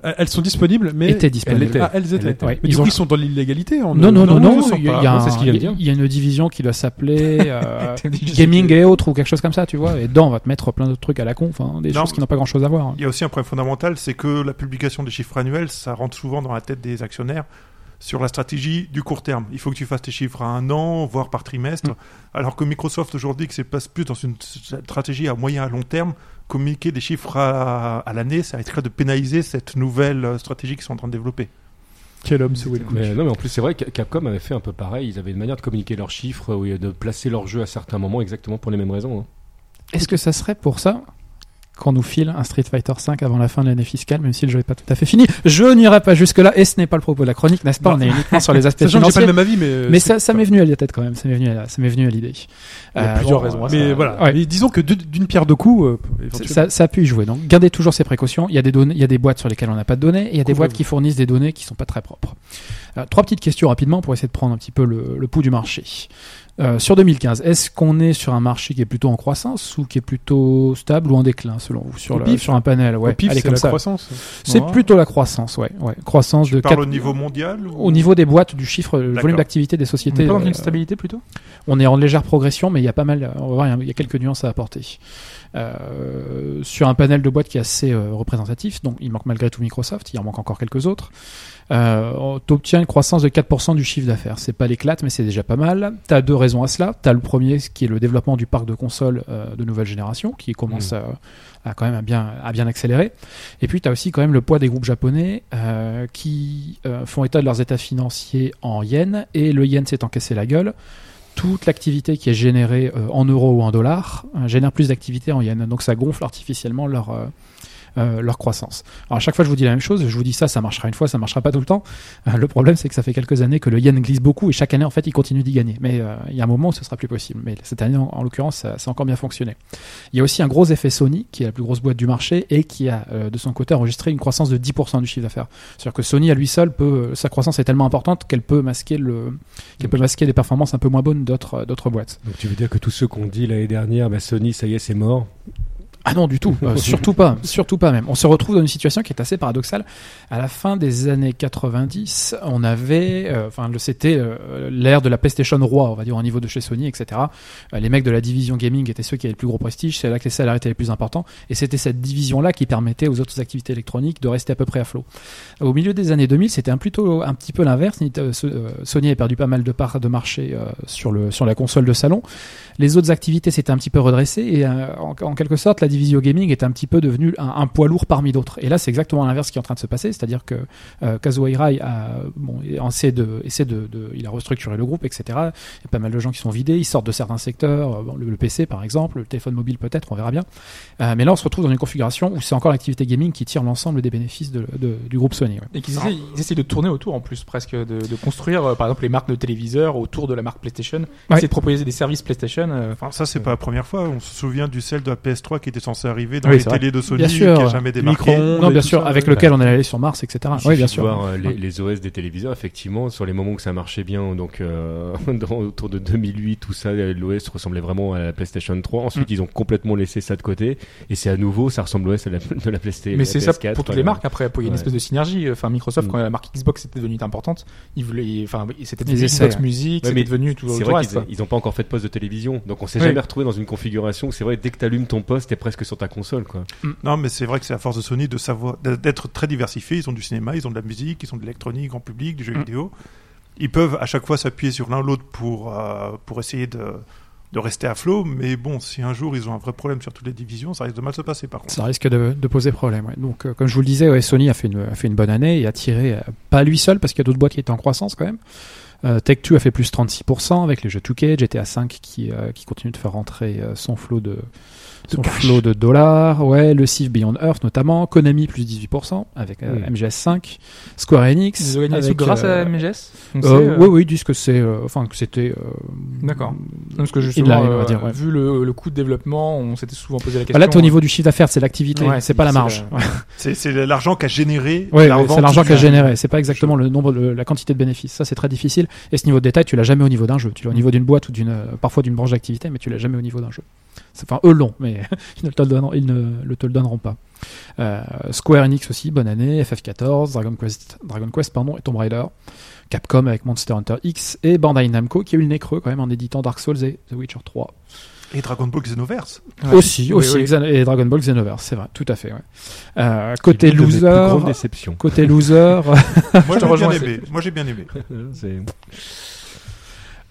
B: Euh, Elles sont disponibles, mais.
D: étaient disponibles.
E: l'était.
B: Ah, elles étaient.
E: Elle était.
D: Ouais,
B: Mais
D: ils
B: du
D: ont-
B: coup, ils sont dans l'illégalité. en-
D: Non, non, non, non.
B: ils sont
D: Il y, a-
B: pas.
D: il y a
E: hein, Non, c'est ce qu'il vient de
D: un-
E: dire.
D: il y a une division qui doit s'appeler euh, gaming et autres ou quelque chose comme ça, tu vois. Et dedans, on va te mettre plein d'autres trucs à la con, enfin, des
F: Non.
D: choses qui n'ont pas grand chose à voir. hein.
F: Il y a aussi un problème fondamental, c'est que la publication des chiffres annuels, ça rentre souvent dans la tête des actionnaires sur la stratégie du court terme. Il faut que tu fasses tes chiffres à un an, voire par trimestre.
D: Mm.
F: Alors que Microsoft aujourd'hui, qui se passe plus dans une stratégie à moyen à long terme, communiquer des chiffres à, à l'année, ça risquerait de pénaliser cette nouvelle euh, stratégie qu'ils sont en train de développer.
B: Quel homme, ce Will Cook.
E: Mais non, mais en plus, c'est vrai que Capcom avait fait un peu pareil. Ils avaient une manière de communiquer leurs chiffres ou de placer leurs jeux à certains moments exactement pour les mêmes raisons. hein.
D: Est-ce que ça serait pour ça qu'on nous file un Street Fighter 5 avant la fin de l'année fiscale, même si le jeu n'est pas tout à fait fini Je n'irai pas jusque-là, et ce n'est pas le propos de la chronique, n'est-ce pas
B: Non.
D: On est uniquement sur les aspects
B: Sachant que j'ai pas
D: financiers.
B: le même euh, avis, mais.
D: Mais ça, ça m'est venu à la tête quand même, ça m'est venu à, la- ça m'est venu à l'idée.
B: Il y a
D: Euh,
B: plusieurs
D: bon,
B: raisons. à
D: euh,
B: ça. mais voilà.
D: ouais.
B: Mais disons que de- d'une pierre deux coups. euh, éventuellement.
D: Ça, ça a pu y jouer. Donc, gardez toujours ces précautions. Il y a des données, il y a des boîtes sur lesquelles on n'a pas de données, et il y a des
B: Couvrez-vous.
D: boîtes qui fournissent des données qui sont pas très propres. Euh, trois petites questions rapidement pour essayer de prendre un petit peu le, le pouls du marché. Euh, sur 2015, est-ce qu'on est sur un marché qui est plutôt en croissance ou qui est plutôt stable ou en déclin selon vous sur,
B: Au
D: le-
B: pif.
D: sur un panel ouais,
B: Au pif,
D: allez,
B: c'est
D: comme
B: la
D: ça.
B: croissance.
D: C'est
B: Ouais.
D: plutôt la croissance, ouais. ouais. Croissance de
F: Par
D: 4...
F: le niveau mondial ou-
D: Au niveau des boîtes, du chiffre, le
F: D'accord.
D: volume d'activité des
C: On est
D: sociétés.
C: pas dans
D: euh,
C: une stabilité plutôt
D: on est en légère progression, mais il y a pas mal, on va voir, il y a- il y a quelques nuances à apporter. Euh, sur un panel de boîtes qui est assez euh, représentatif, donc il manque malgré tout Microsoft, il en manque encore quelques autres. Euh, T'obtiens une croissance de 4% du chiffre d'affaires. C'est pas l'éclate, mais c'est déjà pas mal. T'as deux raisons à cela. T'as le premier, ce qui est le développement du parc de consoles euh, de nouvelle génération, qui commence à, à quand même à bien, à bien accélérer. Et puis t'as aussi quand même le poids des groupes japonais euh, qui euh, font état de leurs états financiers en yens, et le yen s'est encaissé la gueule toute l'activité qui est générée euh, en euros ou en dollars euh, génère plus d'activité en yens. Donc ça gonfle artificiellement leur, euh, euh, leur croissance. Alors à chaque fois je vous dis la même chose, je vous dis ça, ça marchera une fois, ça marchera pas tout le temps. Euh, le problème c'est que ça fait quelques années que le yen glisse beaucoup et chaque année en fait il continue d'y gagner. Mais euh, il y a un moment où ce sera plus possible. Mais cette année en, en l'occurrence ça, ça a encore bien fonctionné. Il y a aussi un gros effet Sony qui est la plus grosse boîte du marché et qui a euh, de son côté enregistré une croissance de 10% du chiffre d'affaires. C'est-à-dire que Sony à lui seul peut, sa croissance est tellement importante qu'elle peut masquer le, qu'elle peut masquer des performances un peu moins bonnes d'autres, euh, d'autres boîtes.
G: Donc tu veux dire que tous ceux qu'on dit l'année dernière, bah Sony, ça y est, c'est mort.
D: Ah non, du tout. Euh, surtout pas. Surtout pas même. On se retrouve dans une situation qui est assez paradoxale. À la fin des années 90, on avait, euh, enfin, le c'était euh, l'ère de la PlayStation roi, on va dire, au niveau de chez Sony, etc. Euh, les mecs de la division gaming étaient ceux qui avaient le plus gros prestige. C'est là que les salaires étaient les plus importants. Et c'était cette division-là qui permettait aux autres activités électroniques de rester à peu près à flot. Au milieu des années 2000, c'était un plutôt un petit peu l'inverse. Euh, so- euh, Sony a perdu pas mal de parts de marché euh, sur le sur la console de salon. Les autres activités s'étaient un petit peu redressées et euh, en, en quelque sorte, la division gaming est un petit peu devenue un, un poids lourd parmi d'autres. Et là, c'est exactement l'inverse qui est en train de se passer, c'est-à-dire que euh, Kazuo Hirai a bon et- essaie de essaie de, de- il a restructuré le groupe, etc. Il y a pas mal de gens qui sont vidés, ils sortent de certains secteurs, euh, bon, le, le PC par exemple, le téléphone mobile peut-être, on verra bien. Euh, mais là, on se retrouve dans une configuration où c'est encore l'activité gaming qui tire l'ensemble des bénéfices de- de- du groupe Sony. ouais.
C: Et qu'ils essayent, ils essayent de tourner autour en plus presque, de, de construire euh, par exemple les marques de téléviseurs autour de la marque PlayStation,
D: Ouais.
C: essayer de proposer des services PlayStation. euh,
F: Enfin, ça, c'est pas la première fois. On se souvient du sel de la PS3 qui était censé arriver dans
C: Oui,
F: les
C: c'est vrai.
F: télés de Sony,
D: Bien
F: qui
D: sûr.
F: a jamais démarqué.
B: micro-ondes
D: Non,
B: et
D: bien
B: tout
D: sûr,
B: ça,
D: avec
B: ouais.
D: lequel on allait aller sur Mars, etc.
E: Il
D: Ah, Oui,
E: suffit
D: bien
E: de
D: sûr.
E: voir euh, les, les OS des téléviseurs, effectivement, sur les moments où ça marchait bien, donc euh, dans- autour de 2008, tout ça, euh, l'OS ressemblait vraiment à la PlayStation 3.
D: Mm.
E: Ensuite, ils ont complètement laissé ça de côté, et c'est à nouveau, ça ressemble à l'OS à la- de la PlayStation.
C: Mais c'est ça pour toutes les marques. Après, il y a une
E: Ouais.
C: espèce de synergie. Enfin, Microsoft,
E: Mm.
C: quand la marque Xbox était devenue importante, ils voulaient, enfin, c'était
D: Ils
C: devenu
D: essaient,
C: Xbox
D: ouais.
C: Music,
E: Ouais,
C: c'était
E: mais
C: devenu tout
E: C'est
C: le
E: vrai
C: reste.
E: qu'ils
C: quoi.
E: ils ont pas encore fait de poste de télévision, donc on s'est
C: Oui.
E: jamais retrouvé dans une configuration. où C'est vrai, dès que t'allumes ton poste, t'es presque sur ta console, quoi.
F: Non, mais c'est vrai que c'est à force de Sony de savoir d'être très diversifié. Ils ont du cinéma, ils ont de la musique, ils ont de l'électronique, en public, du jeu
D: Mm.
F: vidéo. Ils peuvent à chaque fois s'appuyer sur l'un l'autre pour euh, pour essayer de de rester à flot. Mais bon, si un jour ils ont un vrai problème sur toutes les divisions, ça risque de mal se passer. Par contre,
D: Ça risque de, de poser problème. ouais. Donc, euh, comme je vous le disais, ouais, Sony a fait, une, a fait une bonne année et a tiré, euh, pas lui seul, parce qu'il y a d'autres boîtes qui étaient en croissance quand même. Euh, Tech2 a fait plus 36% avec les jeux 2K, GTA V qui, euh, qui continue de faire rentrer euh, son flot de, son flot de dollars, ouais, le Civ Beyond Earth notamment, Konami plus 18% avec euh,
E: Mm.
D: MGS5, Square Enix.
C: Ils ont gagné des
D: avec,
C: sous grâce
D: euh,
C: à MGS. on sait,
D: euh,
C: euh,
D: Oui, oui, ils disent que c'est, euh, enfin que c'était. euh,
C: D'accord. Non, Parce que justement,
D: inline, on va
C: euh,
D: dire, ouais.
C: vu le, le coût de développement, on s'était souvent posé la question.
D: Bah
C: euh,
D: là, t'es au niveau du chiffre d'affaires, c'est l'activité,
C: Ouais,
D: c'est pas la
C: c'est la-
D: marge.
F: c'est c'est l'argent qu'a généré.
D: Ouais,
F: la
D: ouais,
F: revente
D: c'est l'argent
F: du
D: qu'a
F: jeu.
D: généré. C'est pas exactement le nombre, le- la quantité de bénéfices. Ça, c'est très difficile. Et ce niveau de détail, tu l'as jamais au niveau d'un jeu. Tu l'as au niveau d'une boîte ou d'une, euh, parfois d'une branche d'activité, mais tu l'as jamais au niveau d'un jeu. C'est- Enfin, eux l'ont, mais ils ne, te le donneront, ils ne le te le donneront pas. Euh, Square Enix aussi, bonne année. FF14, Dragon Quest, Dragon Quest, pardon, et Tomb Raider. Capcom avec Monster Hunter X et Bandai Namco qui a eu le nez creux quand même en éditant Dark Souls et The Witcher 3.
F: Et Dragon Ball Xenoverse.
C: Ouais.
D: Aussi,
C: Oui,
D: aussi,
C: oui.
D: Xen- et Dragon Ball Xenoverse, c'est vrai, tout à fait. ouais. Euh, côté
E: Une de mes plus
D: loser,
E: grandes déceptions.
D: côté loser,
F: Moi,
C: te
F: j'ai bien
C: rejoins,
F: aimé. Moi, j'ai bien aimé.
E: C'est-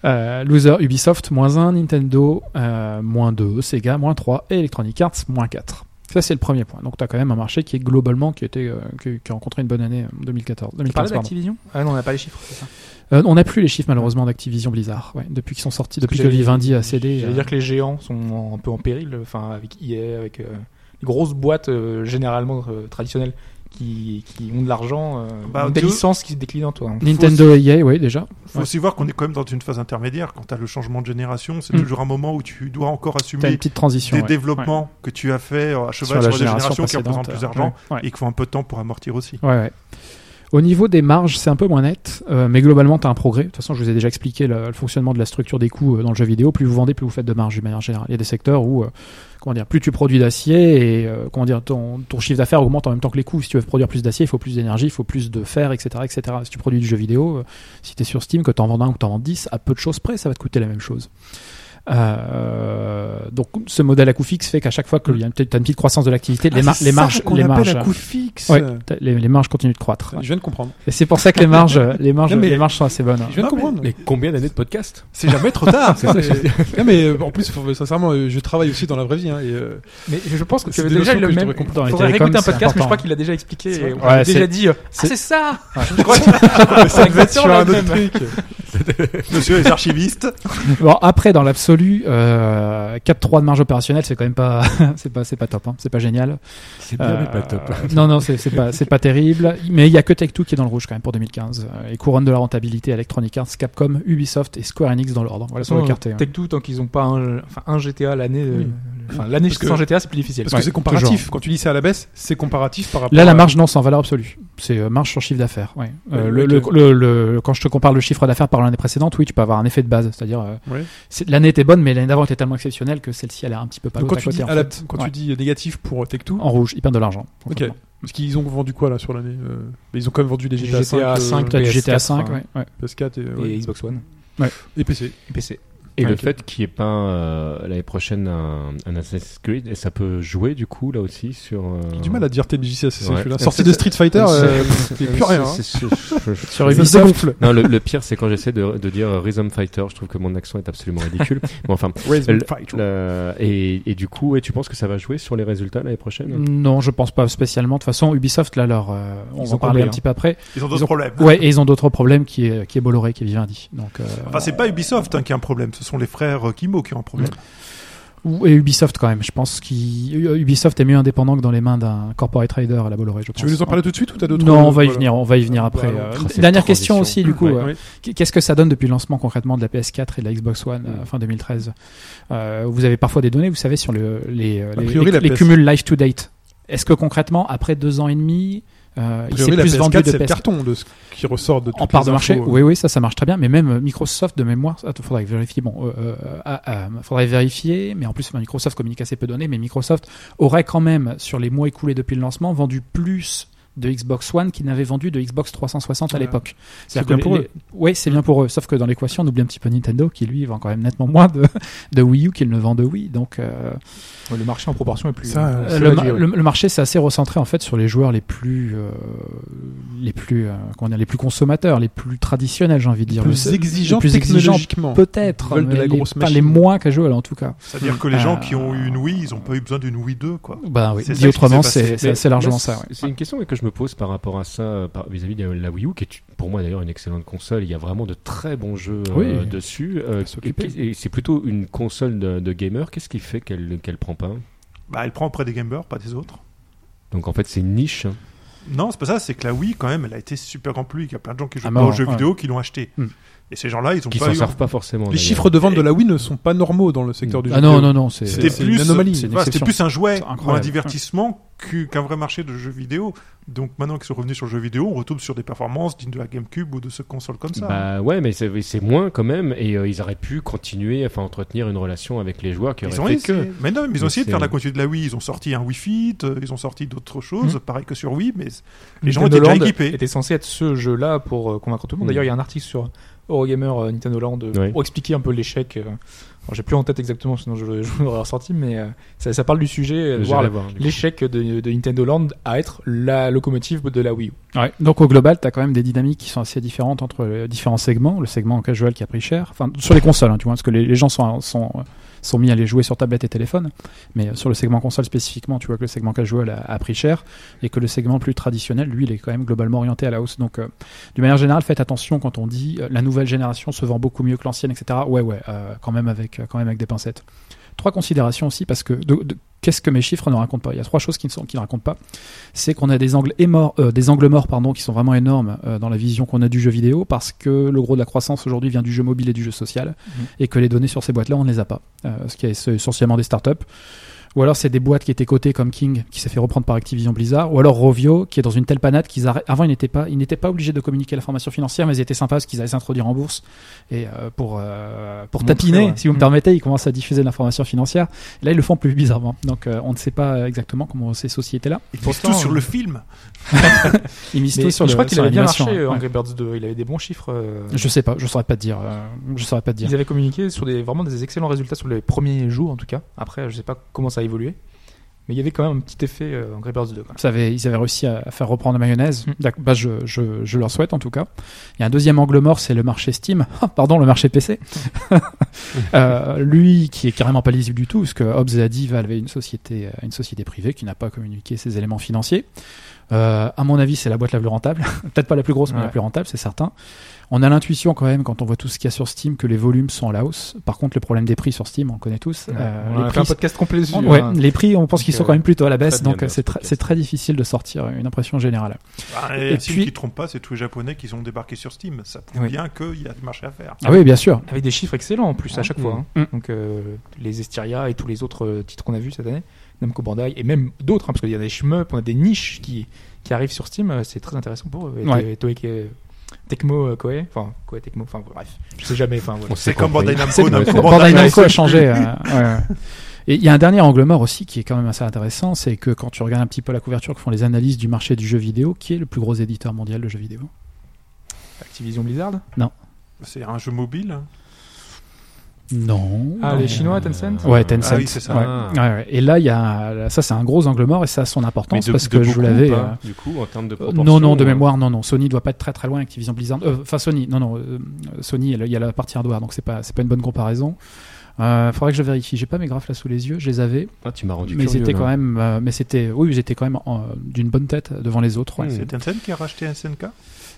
D: Euh, loser Ubisoft, moins 1, Nintendo, euh, moins 2, Sega, moins 3, et Electronic Arts, moins 4. Ça, c'est le premier point. Donc, tu as quand même un marché qui est globalement, qui, était, euh, qui, qui a rencontré une bonne année euh, en 2014.
C: Tu parlais
D: 2015 pardon.
C: d'Activision Ah non, on n'a pas les chiffres. c'est ça.
D: Euh, on n'a plus les chiffres, malheureusement, d'Activision Blizzard. ouais, depuis qu'ils sont sortis, depuis que,
C: j'allais-
D: Vivendi a cédé.
C: J'allais
D: euh,
C: dire que les géants sont en- un peu en péril, euh, enfin avec EA, avec euh, les grosses boîtes euh, généralement euh, traditionnelles qui, qui ont de l'argent, euh,
F: Bah,
C: ont des
F: Dieu-
C: licences qui se déclinent en toi. hein.
D: Nintendo et EA, oui, déjà.
F: faut
D: Ouais.
F: aussi voir qu'on est quand même dans une phase intermédiaire. Quand tu as le changement de génération, c'est
D: Mm.
F: toujours un moment où tu dois
D: Tu
F: encore
D: as une
F: assumer
D: petite transition.
F: des
D: ouais.
F: développements que tu as fait euh, à
D: Ouais.
F: cheval sur, des générations qui
D: précédente,
F: représentent plus d'argent
D: euh, ouais.
F: et qu'il faut un peu de temps pour amortir aussi.
D: Ouais, ouais. Au niveau des marges, c'est un peu moins net, euh, mais globalement, tu as un progrès. De toute façon, je vous ai déjà expliqué le, le fonctionnement de la structure des coûts euh, dans le jeu vidéo. Plus vous vendez, plus vous faites de marge d'une manière générale. Il y a des secteurs où, euh, comment dire, plus tu produis d'acier et euh, comment dire, ton, ton chiffre d'affaires augmente en même temps que les coûts. Si tu veux produire plus d'acier, il faut plus d'énergie, il faut plus de fer, etc., etc. Si tu produis du jeu vidéo, euh, si tu es sur Steam, que tu en vends un ou que tu en vends 10, à peu de choses près, ça va te coûter la même chose. Euh, donc ce modèle à coût fixe fait qu'à chaque
B: Mm.
D: fois que tu as une petite croissance de l'activité, les, mar- les marges,
B: Ah, qu'on
D: les
B: appelle
D: marges,
B: à coup fixe.
D: ouais, t'as- les, les marges continuent de croître.
B: Je viens de comprendre.
D: Et c'est pour ça que les marges, les marges,
B: Non, mais-
D: les marges sont assez bonnes. hein.
B: Je viens
F: Non,
B: de comprendre.
E: Mais combien d'années de podcast
B: C'est jamais trop tard. quoi. Non, mais euh, en plus, faut- sincèrement, euh, je travaille aussi dans la vraie vie. hein, et, euh,
C: Mais je pense que tu
B: C'est
C: avais
B: des
C: déjà
B: notions
C: le
B: que je
C: même.
B: devrais comprendre.
D: Dans les
C: Faudrait
D: télécoms,
C: réécouter un
D: c'est
C: podcast, mais je
D: important.
C: crois qu'il l'a déjà expliqué. et On
D: Ouais,
C: a
D: c'est-
C: déjà dit. euh, Ah,
D: c'est-
C: c'est ça.
B: ça devait être sur
C: exactement
B: un
C: le
B: autre truc.
F: Monsieur les archivistes.
D: Bon après dans l'absolu, euh, 4-3 de marge opérationnelle, c'est quand même pas, c'est pas, c'est pas top, hein. c'est pas génial.
E: C'est
D: Euh, non non, c'est c'est pas, c'est pas terrible. Mais il y a que Take-Two qui est dans le rouge quand même pour 2015. Euh, Et couronne de la rentabilité, Electronic Arts, Capcom, Ubisoft et Square Enix dans l'ordre. Voilà
B: Oh.
D: sur le quartier.
C: Tech tout tant qu'ils ont pas un, enfin, un GTA l'année. euh,
B: Oui.
C: Enfin, l'année
B: Parce que-
C: sans GTA, c'est plus difficile.
B: Parce
D: Ouais,
B: que c'est comparatif.
D: toujours.
B: Quand tu dis c'est à la baisse, c'est comparatif par rapport.
D: Là,
B: à-
D: la marge, non, c'est en valeur absolue. C'est euh, marge sur chiffre d'affaires. Ouais. Euh,
B: euh, Ouais,
D: le,
B: ouais,
D: le-
B: que-
D: le- le- quand je te compare le chiffre d'affaires par l'année précédente, oui, tu peux avoir un effet de base. C'est-à-dire, euh,
B: Ouais.
D: c'est- l'année était bonne, mais l'année d'avant était tellement exceptionnelle que celle-ci, elle a un petit peu pas
B: Donc, quand,
D: l'autre à
B: tu dis,
D: côté. en,
B: à la-
D: fait.
B: quand
D: Ouais.
B: tu dis négatif pour Tech Two,
D: En rouge, ils perdent de l'argent.
B: ok.
D: concrètement.
B: Parce qu'ils ont vendu quoi là sur l'année euh, mais Ils ont quand même vendu des
C: Du
B: GTA,
C: GTA
B: 5,
C: cinq,
D: T'as du
C: PS4,
D: GTA 5,
C: ouais.
B: hein.
D: ouais, ouais.
B: PS4 et, euh,
C: Et
B: ouais.
C: Xbox One
B: et PC.
C: et PC.
E: Et le
B: Ok.
E: fait qu'il n'y ait pas euh, l'année prochaine un, un Assassin's Creed, et ça peut jouer du coup là aussi sur. euh,
B: J'ai du mal à dire TGC, c'est
E: Ouais.
B: celui-là.
E: Et
B: Sorti
E: c'est-
B: de Street Fighter,
E: c'est-
B: euh, c'est plus rien. hein.
E: C'est- c'est- c'est- je-
D: Sur
B: Ça se
D: Ubisoft,
B: gonfle.
E: Non, le, le pire, c'est quand j'essaie de, de dire euh, Rhythm Fighter, je trouve que mon accent est absolument ridicule. Mais enfin,
B: Rhythm
E: le-
B: Fighter.
E: la- et, et du coup, et tu penses que ça va jouer sur les résultats l'année prochaine
D: non, je pense pas spécialement. De toute façon, Ubisoft, là, leur, euh, on
C: Ils
D: va en
C: ont
D: parler
C: combien,
D: un petit peu après.
F: Ils ont d'autres problèmes.
B: hein
D: Ouais, et ils ont d'autres problèmes qui est, qui est Bolloré, qui est Vivendi. Donc, euh,
F: Enfin, c'est pas Ubisoft hein, qui a un problème, ce sont les frères euh, Kimbo qui ont un problème.
D: Mm. ou- et Ubisoft quand même. Je pense qu'Ubisoft est mieux indépendant que dans les mains d'un corporate trader à la Bolloré. Je pense.
B: Tu veux nous en parler tout de suite ou t'as d'autres
D: Non, on va y
B: voilà. Bah,
D: venir, on va y venir
B: Voilà,
D: après.
B: voilà.
D: Euh,
E: Ah, c'est
D: Dernière
E: une
D: question
E: transition.
D: aussi, du coup.
E: Ouais,
D: euh,
B: ouais.
D: Qu'est-ce que ça donne depuis le lancement concrètement de la PS4 et de la Xbox One euh, fin 2013 Euh, Vous avez parfois des données, vous savez, sur le, les, euh,
B: A
D: les,
B: priori,
D: les-
B: la
D: les
B: PS4
D: cumuls live to date. Est-ce que concrètement, après deux ans et demi, euh,
B: A
D: il s'est
B: priori, la
D: plus vendu
B: PS4,
D: de
B: c'est le
D: PS4
B: carton de ce qui ressort de toutes
D: en part
B: les
D: de marché,
B: infos, euh.
D: oui, oui, ça, ça marche très bien. Mais même euh, Microsoft de mémoire, attends, faudrait vérifier. Bon, euh, euh, ah, ah, faudrait vérifier. Mais en plus, enfin, Microsoft communique assez peu de données. Mais Microsoft aurait quand même, sur les mois écoulés depuis le lancement, vendu plus de Xbox One qu'il n'avait vendu de Xbox 360 à
B: Ouais.
D: l'époque.
B: C'est bien pour eux.
D: Oui, c'est bien pour eux. Sauf que dans l'équation, on oublie un petit peu Nintendo, qui lui vend quand même nettement moins de, de Wii U qu'il ne vend de Wii. Donc, euh,
C: Ouais, Le marché en proportion est plus.
B: Ça, euh,
C: plus
D: le,
C: réduit,
D: ma-
C: ouais.
D: le- le marché c'est assez recentré en fait sur les joueurs les plus euh, les plus euh, comment dire les plus consommateurs les plus traditionnels j'ai envie de dire
B: euh, Plus
D: Le-
B: exigeant
D: les plus exigeants,
B: technologiquement.
D: peut-être
B: Ils veulent de
D: mais
B: la
D: les,
B: grosse
D: pas
B: machine.
D: les moins casual en tout cas
F: C'est-à-dire que les gens
D: Euh,
F: qui ont eu une Wii, ils n'ont pas eu besoin d'une Wii 2, quoi.
D: bah oui
F: C'est
D: dit
F: ça qui
D: autrement
F: s'est passé.
D: c'est c'est
E: Mais
D: assez largement
E: moi,
D: ça ouais.
E: C'est une question ouais, que je me pose par rapport à ça, euh, par- vis-à-vis de la Wii U, qui est pour moi d'ailleurs une excellente console. Il y a vraiment de très bons jeux euh,
D: Oui.
E: dessus. euh, et
D: s'occuper.
E: qu'est- et c'est plutôt une console de, de gamer. Qu'est-ce qui fait qu'elle qu'elle prend pas
F: Bah, elle prend auprès des gamers, pas des autres.
E: Donc en fait, c'est une niche. hein.
F: Non, c'est pas ça, c'est que la Wii, quand même, elle a été super grand public. Il y a plein de gens qui jouent
D: Ah,
F: pas
D: mort,
F: aux jeux
D: ouais.
F: vidéo qui l'ont acheté.
D: Hmm.
F: Et ces gens-là, ils ont
E: qui
F: pas
E: s'en
F: eu.
E: servent pas forcément.
B: Les
E: d'ailleurs.
B: chiffres de vente de la Wii ne sont pas normaux dans le secteur du jeu.
D: ah non
B: vidéo.
D: non non c'est
B: C'était
D: c'est
F: plus-
D: une anomalie c'est une
F: Voilà, C'était
D: exception.
F: plus un jouet
D: C'est
F: ou un
D: incroyable.
F: divertissement qu'u- qu'un vrai marché de jeux vidéo. Donc maintenant qu'ils sont revenus sur le jeu vidéo, on retombe sur des performances dignes de la GameCube ou de ce console comme ça.
E: Bah ouais, mais c'est c'est moins quand même. Et euh, ils auraient pu continuer, enfin entretenir une relation avec les joueurs qui auraient
F: Ils ont
E: fait
F: essayé.
E: que.
F: Mais non, mais ils ont
E: Mais
F: essayé de
E: c'est-
F: faire la continuité de la Wii. Ils ont sorti un Wii Fit, euh, ils ont sorti d'autres choses, pareil que sur Wii, mais les gens étaient
C: Nintendo
F: déjà
C: Land
F: équipés.
C: était censé être ce jeu-là pour euh, convaincre tout le monde.
E: Mm.
C: D'ailleurs, il y a un article sur Eurogamer euh, Nintendo Land euh,
E: Ouais.
C: pour expliquer un peu l'échec. euh. Alors, j'ai plus en tête exactement, sinon je, je vous l'aurais ressorti, mais euh, ça, ça parle du sujet, euh, de
E: J'irai
C: voir la-
E: voir, du coup.
C: l'échec de, de Nintendo Land à être la locomotive de la Wii U.
D: Ouais. Donc au global, tu as quand même des dynamiques qui sont assez différentes entre les différents segments. Le segment casual qui a pris cher, enfin sur les consoles, hein, tu vois, parce que les, les gens sont, sont, sont mis à les jouer sur tablette et téléphone. Mais euh, sur le segment console spécifiquement, tu vois que le segment casual a, a pris cher et que le segment plus traditionnel, lui, il est quand même globalement orienté à la hausse. Donc euh, d'une manière générale, faites attention quand on dit euh, la nouvelle génération se vend beaucoup mieux que l'ancienne, etc. Ouais, ouais, euh, quand, même avec, euh, quand même avec des pincettes. Trois considérations aussi, parce que de- de- qu'est-ce que mes chiffres ne racontent pas Il y a trois choses qui ne, sont, qui ne racontent pas c'est qu'on a des angles, émor- euh, des angles morts pardon, qui sont vraiment énormes euh, dans la vision qu'on a du jeu vidéo parce que le gros de la croissance aujourd'hui vient du jeu
C: Mhm.
D: mobile et du jeu social et que les données sur ces boîtes-là, on ne les a pas. Euh, ce qui est essentiellement des startups. Ou alors c'est des boîtes qui étaient cotées comme King, qui s'est fait reprendre par Activision Blizzard. Ou alors Rovio, qui est dans une telle panade qu'ils arrêtent. Avant, ils n'étaient pas, ils n'étaient pas obligés de communiquer l'information financière, mais ils étaient sympas parce qu'ils allaient s'introduire en bourse et euh, pour euh, pour
C: Montrer,
D: tapiner,
C: ouais. Mhm.
D: si vous me permettez, ils commencent à diffuser de l'information financière. Et là, ils le font plus bizarrement. Donc, euh, on ne sait pas exactement comment ces sociétés-là.
F: Ils misent
C: Pourtant,
F: tout sur
C: euh,
F: le film.
D: Ils misent tout
C: Mais
D: sur
C: je
D: le-
C: crois qu'il
D: sur
C: avait bien
D: l'animation,
C: marché euh,
D: hein. ouais.
C: Angry Birds 2, il avait des bons chiffres. euh,
D: Je sais pas, je saurais pas te dire. euh, je saurais pas te dire.
C: Ils avaient communiqué sur des, vraiment des excellents résultats sur les premiers jours en tout cas. Après, je sais pas comment ça a évolué, mais il y avait quand même un petit effet euh, Angry Birds 2. quoi.
D: Ça avait- ils avaient réussi à à faire reprendre la mayonnaise.
C: Mm.
D: D'ac- Bah, je, je, je leur souhaite en tout cas. Il y a un deuxième angle mort, c'est le marché Steam. Ah, pardon, le marché PC. Euh, lui, qui est carrément pas lisible du tout, parce que Hobbs a dit Valve est une société, euh, une société privée qui n'a pas communiqué ses éléments financiers. Euh, à mon avis, c'est la boîte la plus rentable. Peut-être pas la plus grosse, mais la
C: Ouais.
D: plus rentable, c'est certain. On a l'intuition quand même, quand on voit tout ce qu'il y a sur Steam, que les volumes sont à la hausse. Par contre, le problème des prix sur Steam, on le connaît tous. Euh,
C: on a fait un podcast complet dessus.
D: Ouais,
C: hein.
D: les prix, on pense
C: Donc,
D: qu'ils sont
C: euh,
D: quand même plutôt à la baisse,
C: très bien
D: donc euh,
C: dans ce
D: c'est très,
C: podcast.
D: c'est très difficile de sortir une impression générale.
F: Bah,
D: Et
F: et si
D: puis-
F: puis... qui ne trompe pas, c'est tous les Japonais qui sont débarqués sur Steam. Ça prouve
C: Oui.
F: bien qu'il y a du marché à faire.
D: Ah oui, bien sûr.
C: Avec des chiffres excellents en plus à chaque fois. hein.
D: Mm.
C: Donc euh, les Estiria et tous les autres euh, titres qu'on a vus cette année, Namco Bandai et même d'autres, hein, parce qu'il y a des shmup, on a des niches qui, qui arrivent sur Steam, euh, c'est très intéressant pour eux. Et
D: Ouais.
C: Toei- Toei qui est- Tecmo euh, Koei, enfin Koei Tecmo, enfin bref, je sais jamais. Enfin, voilà.
E: On
F: C'est
E: s'est
F: comme
E: compris.
F: Bandai Namco.
E: bon,
F: Namco,
E: ouais,
D: Bandai Namco a
F: Oh, c'est-
D: changé. euh, ouais, ouais. Et il y a un dernier angle mort aussi qui est quand même assez intéressant, c'est que quand tu regardes un petit peu la couverture que font les analyses du marché du jeu vidéo, qui est le plus gros éditeur mondial de jeux vidéo
C: Activision Blizzard.
F: C'est un jeu mobile.
D: Non.
C: Ah,
D: Non.
C: les Chinois, Tencent
D: Ouais, Tencent.
F: Ah oui, c'est ça.
D: Ouais.
E: Ah.
D: Ouais, ouais. Et là, il y a, ça c'est un gros angle mort et ça a son importance
E: de-
D: parce
E: de
D: que je vous
E: beaucoup ou
D: l'avais.
E: pas,
D: euh,
E: Du coup, en termes de
D: Euh,
E: proportion.
D: Non, non, de
E: euh,
D: mémoire, non, non. Sony doit pas être très très loin. Activision Blizzard, euh, enfin Sony, non, non. euh, Sony, elle- il y a la partie hardware, donc c'est pas, c'est pas une bonne comparaison. Euh, faudrait que je vérifie. J'ai pas mes graphes là sous les yeux. Je les avais,
E: Ah, tu m'as rendu
D: mais ils
E: curieux,
D: étaient
E: là.
D: quand même, euh, mais c'était, oui, ils étaient quand même en- d'une bonne tête devant les autres. ouais.
E: Mm.
F: C'est Tencent qui a racheté SNK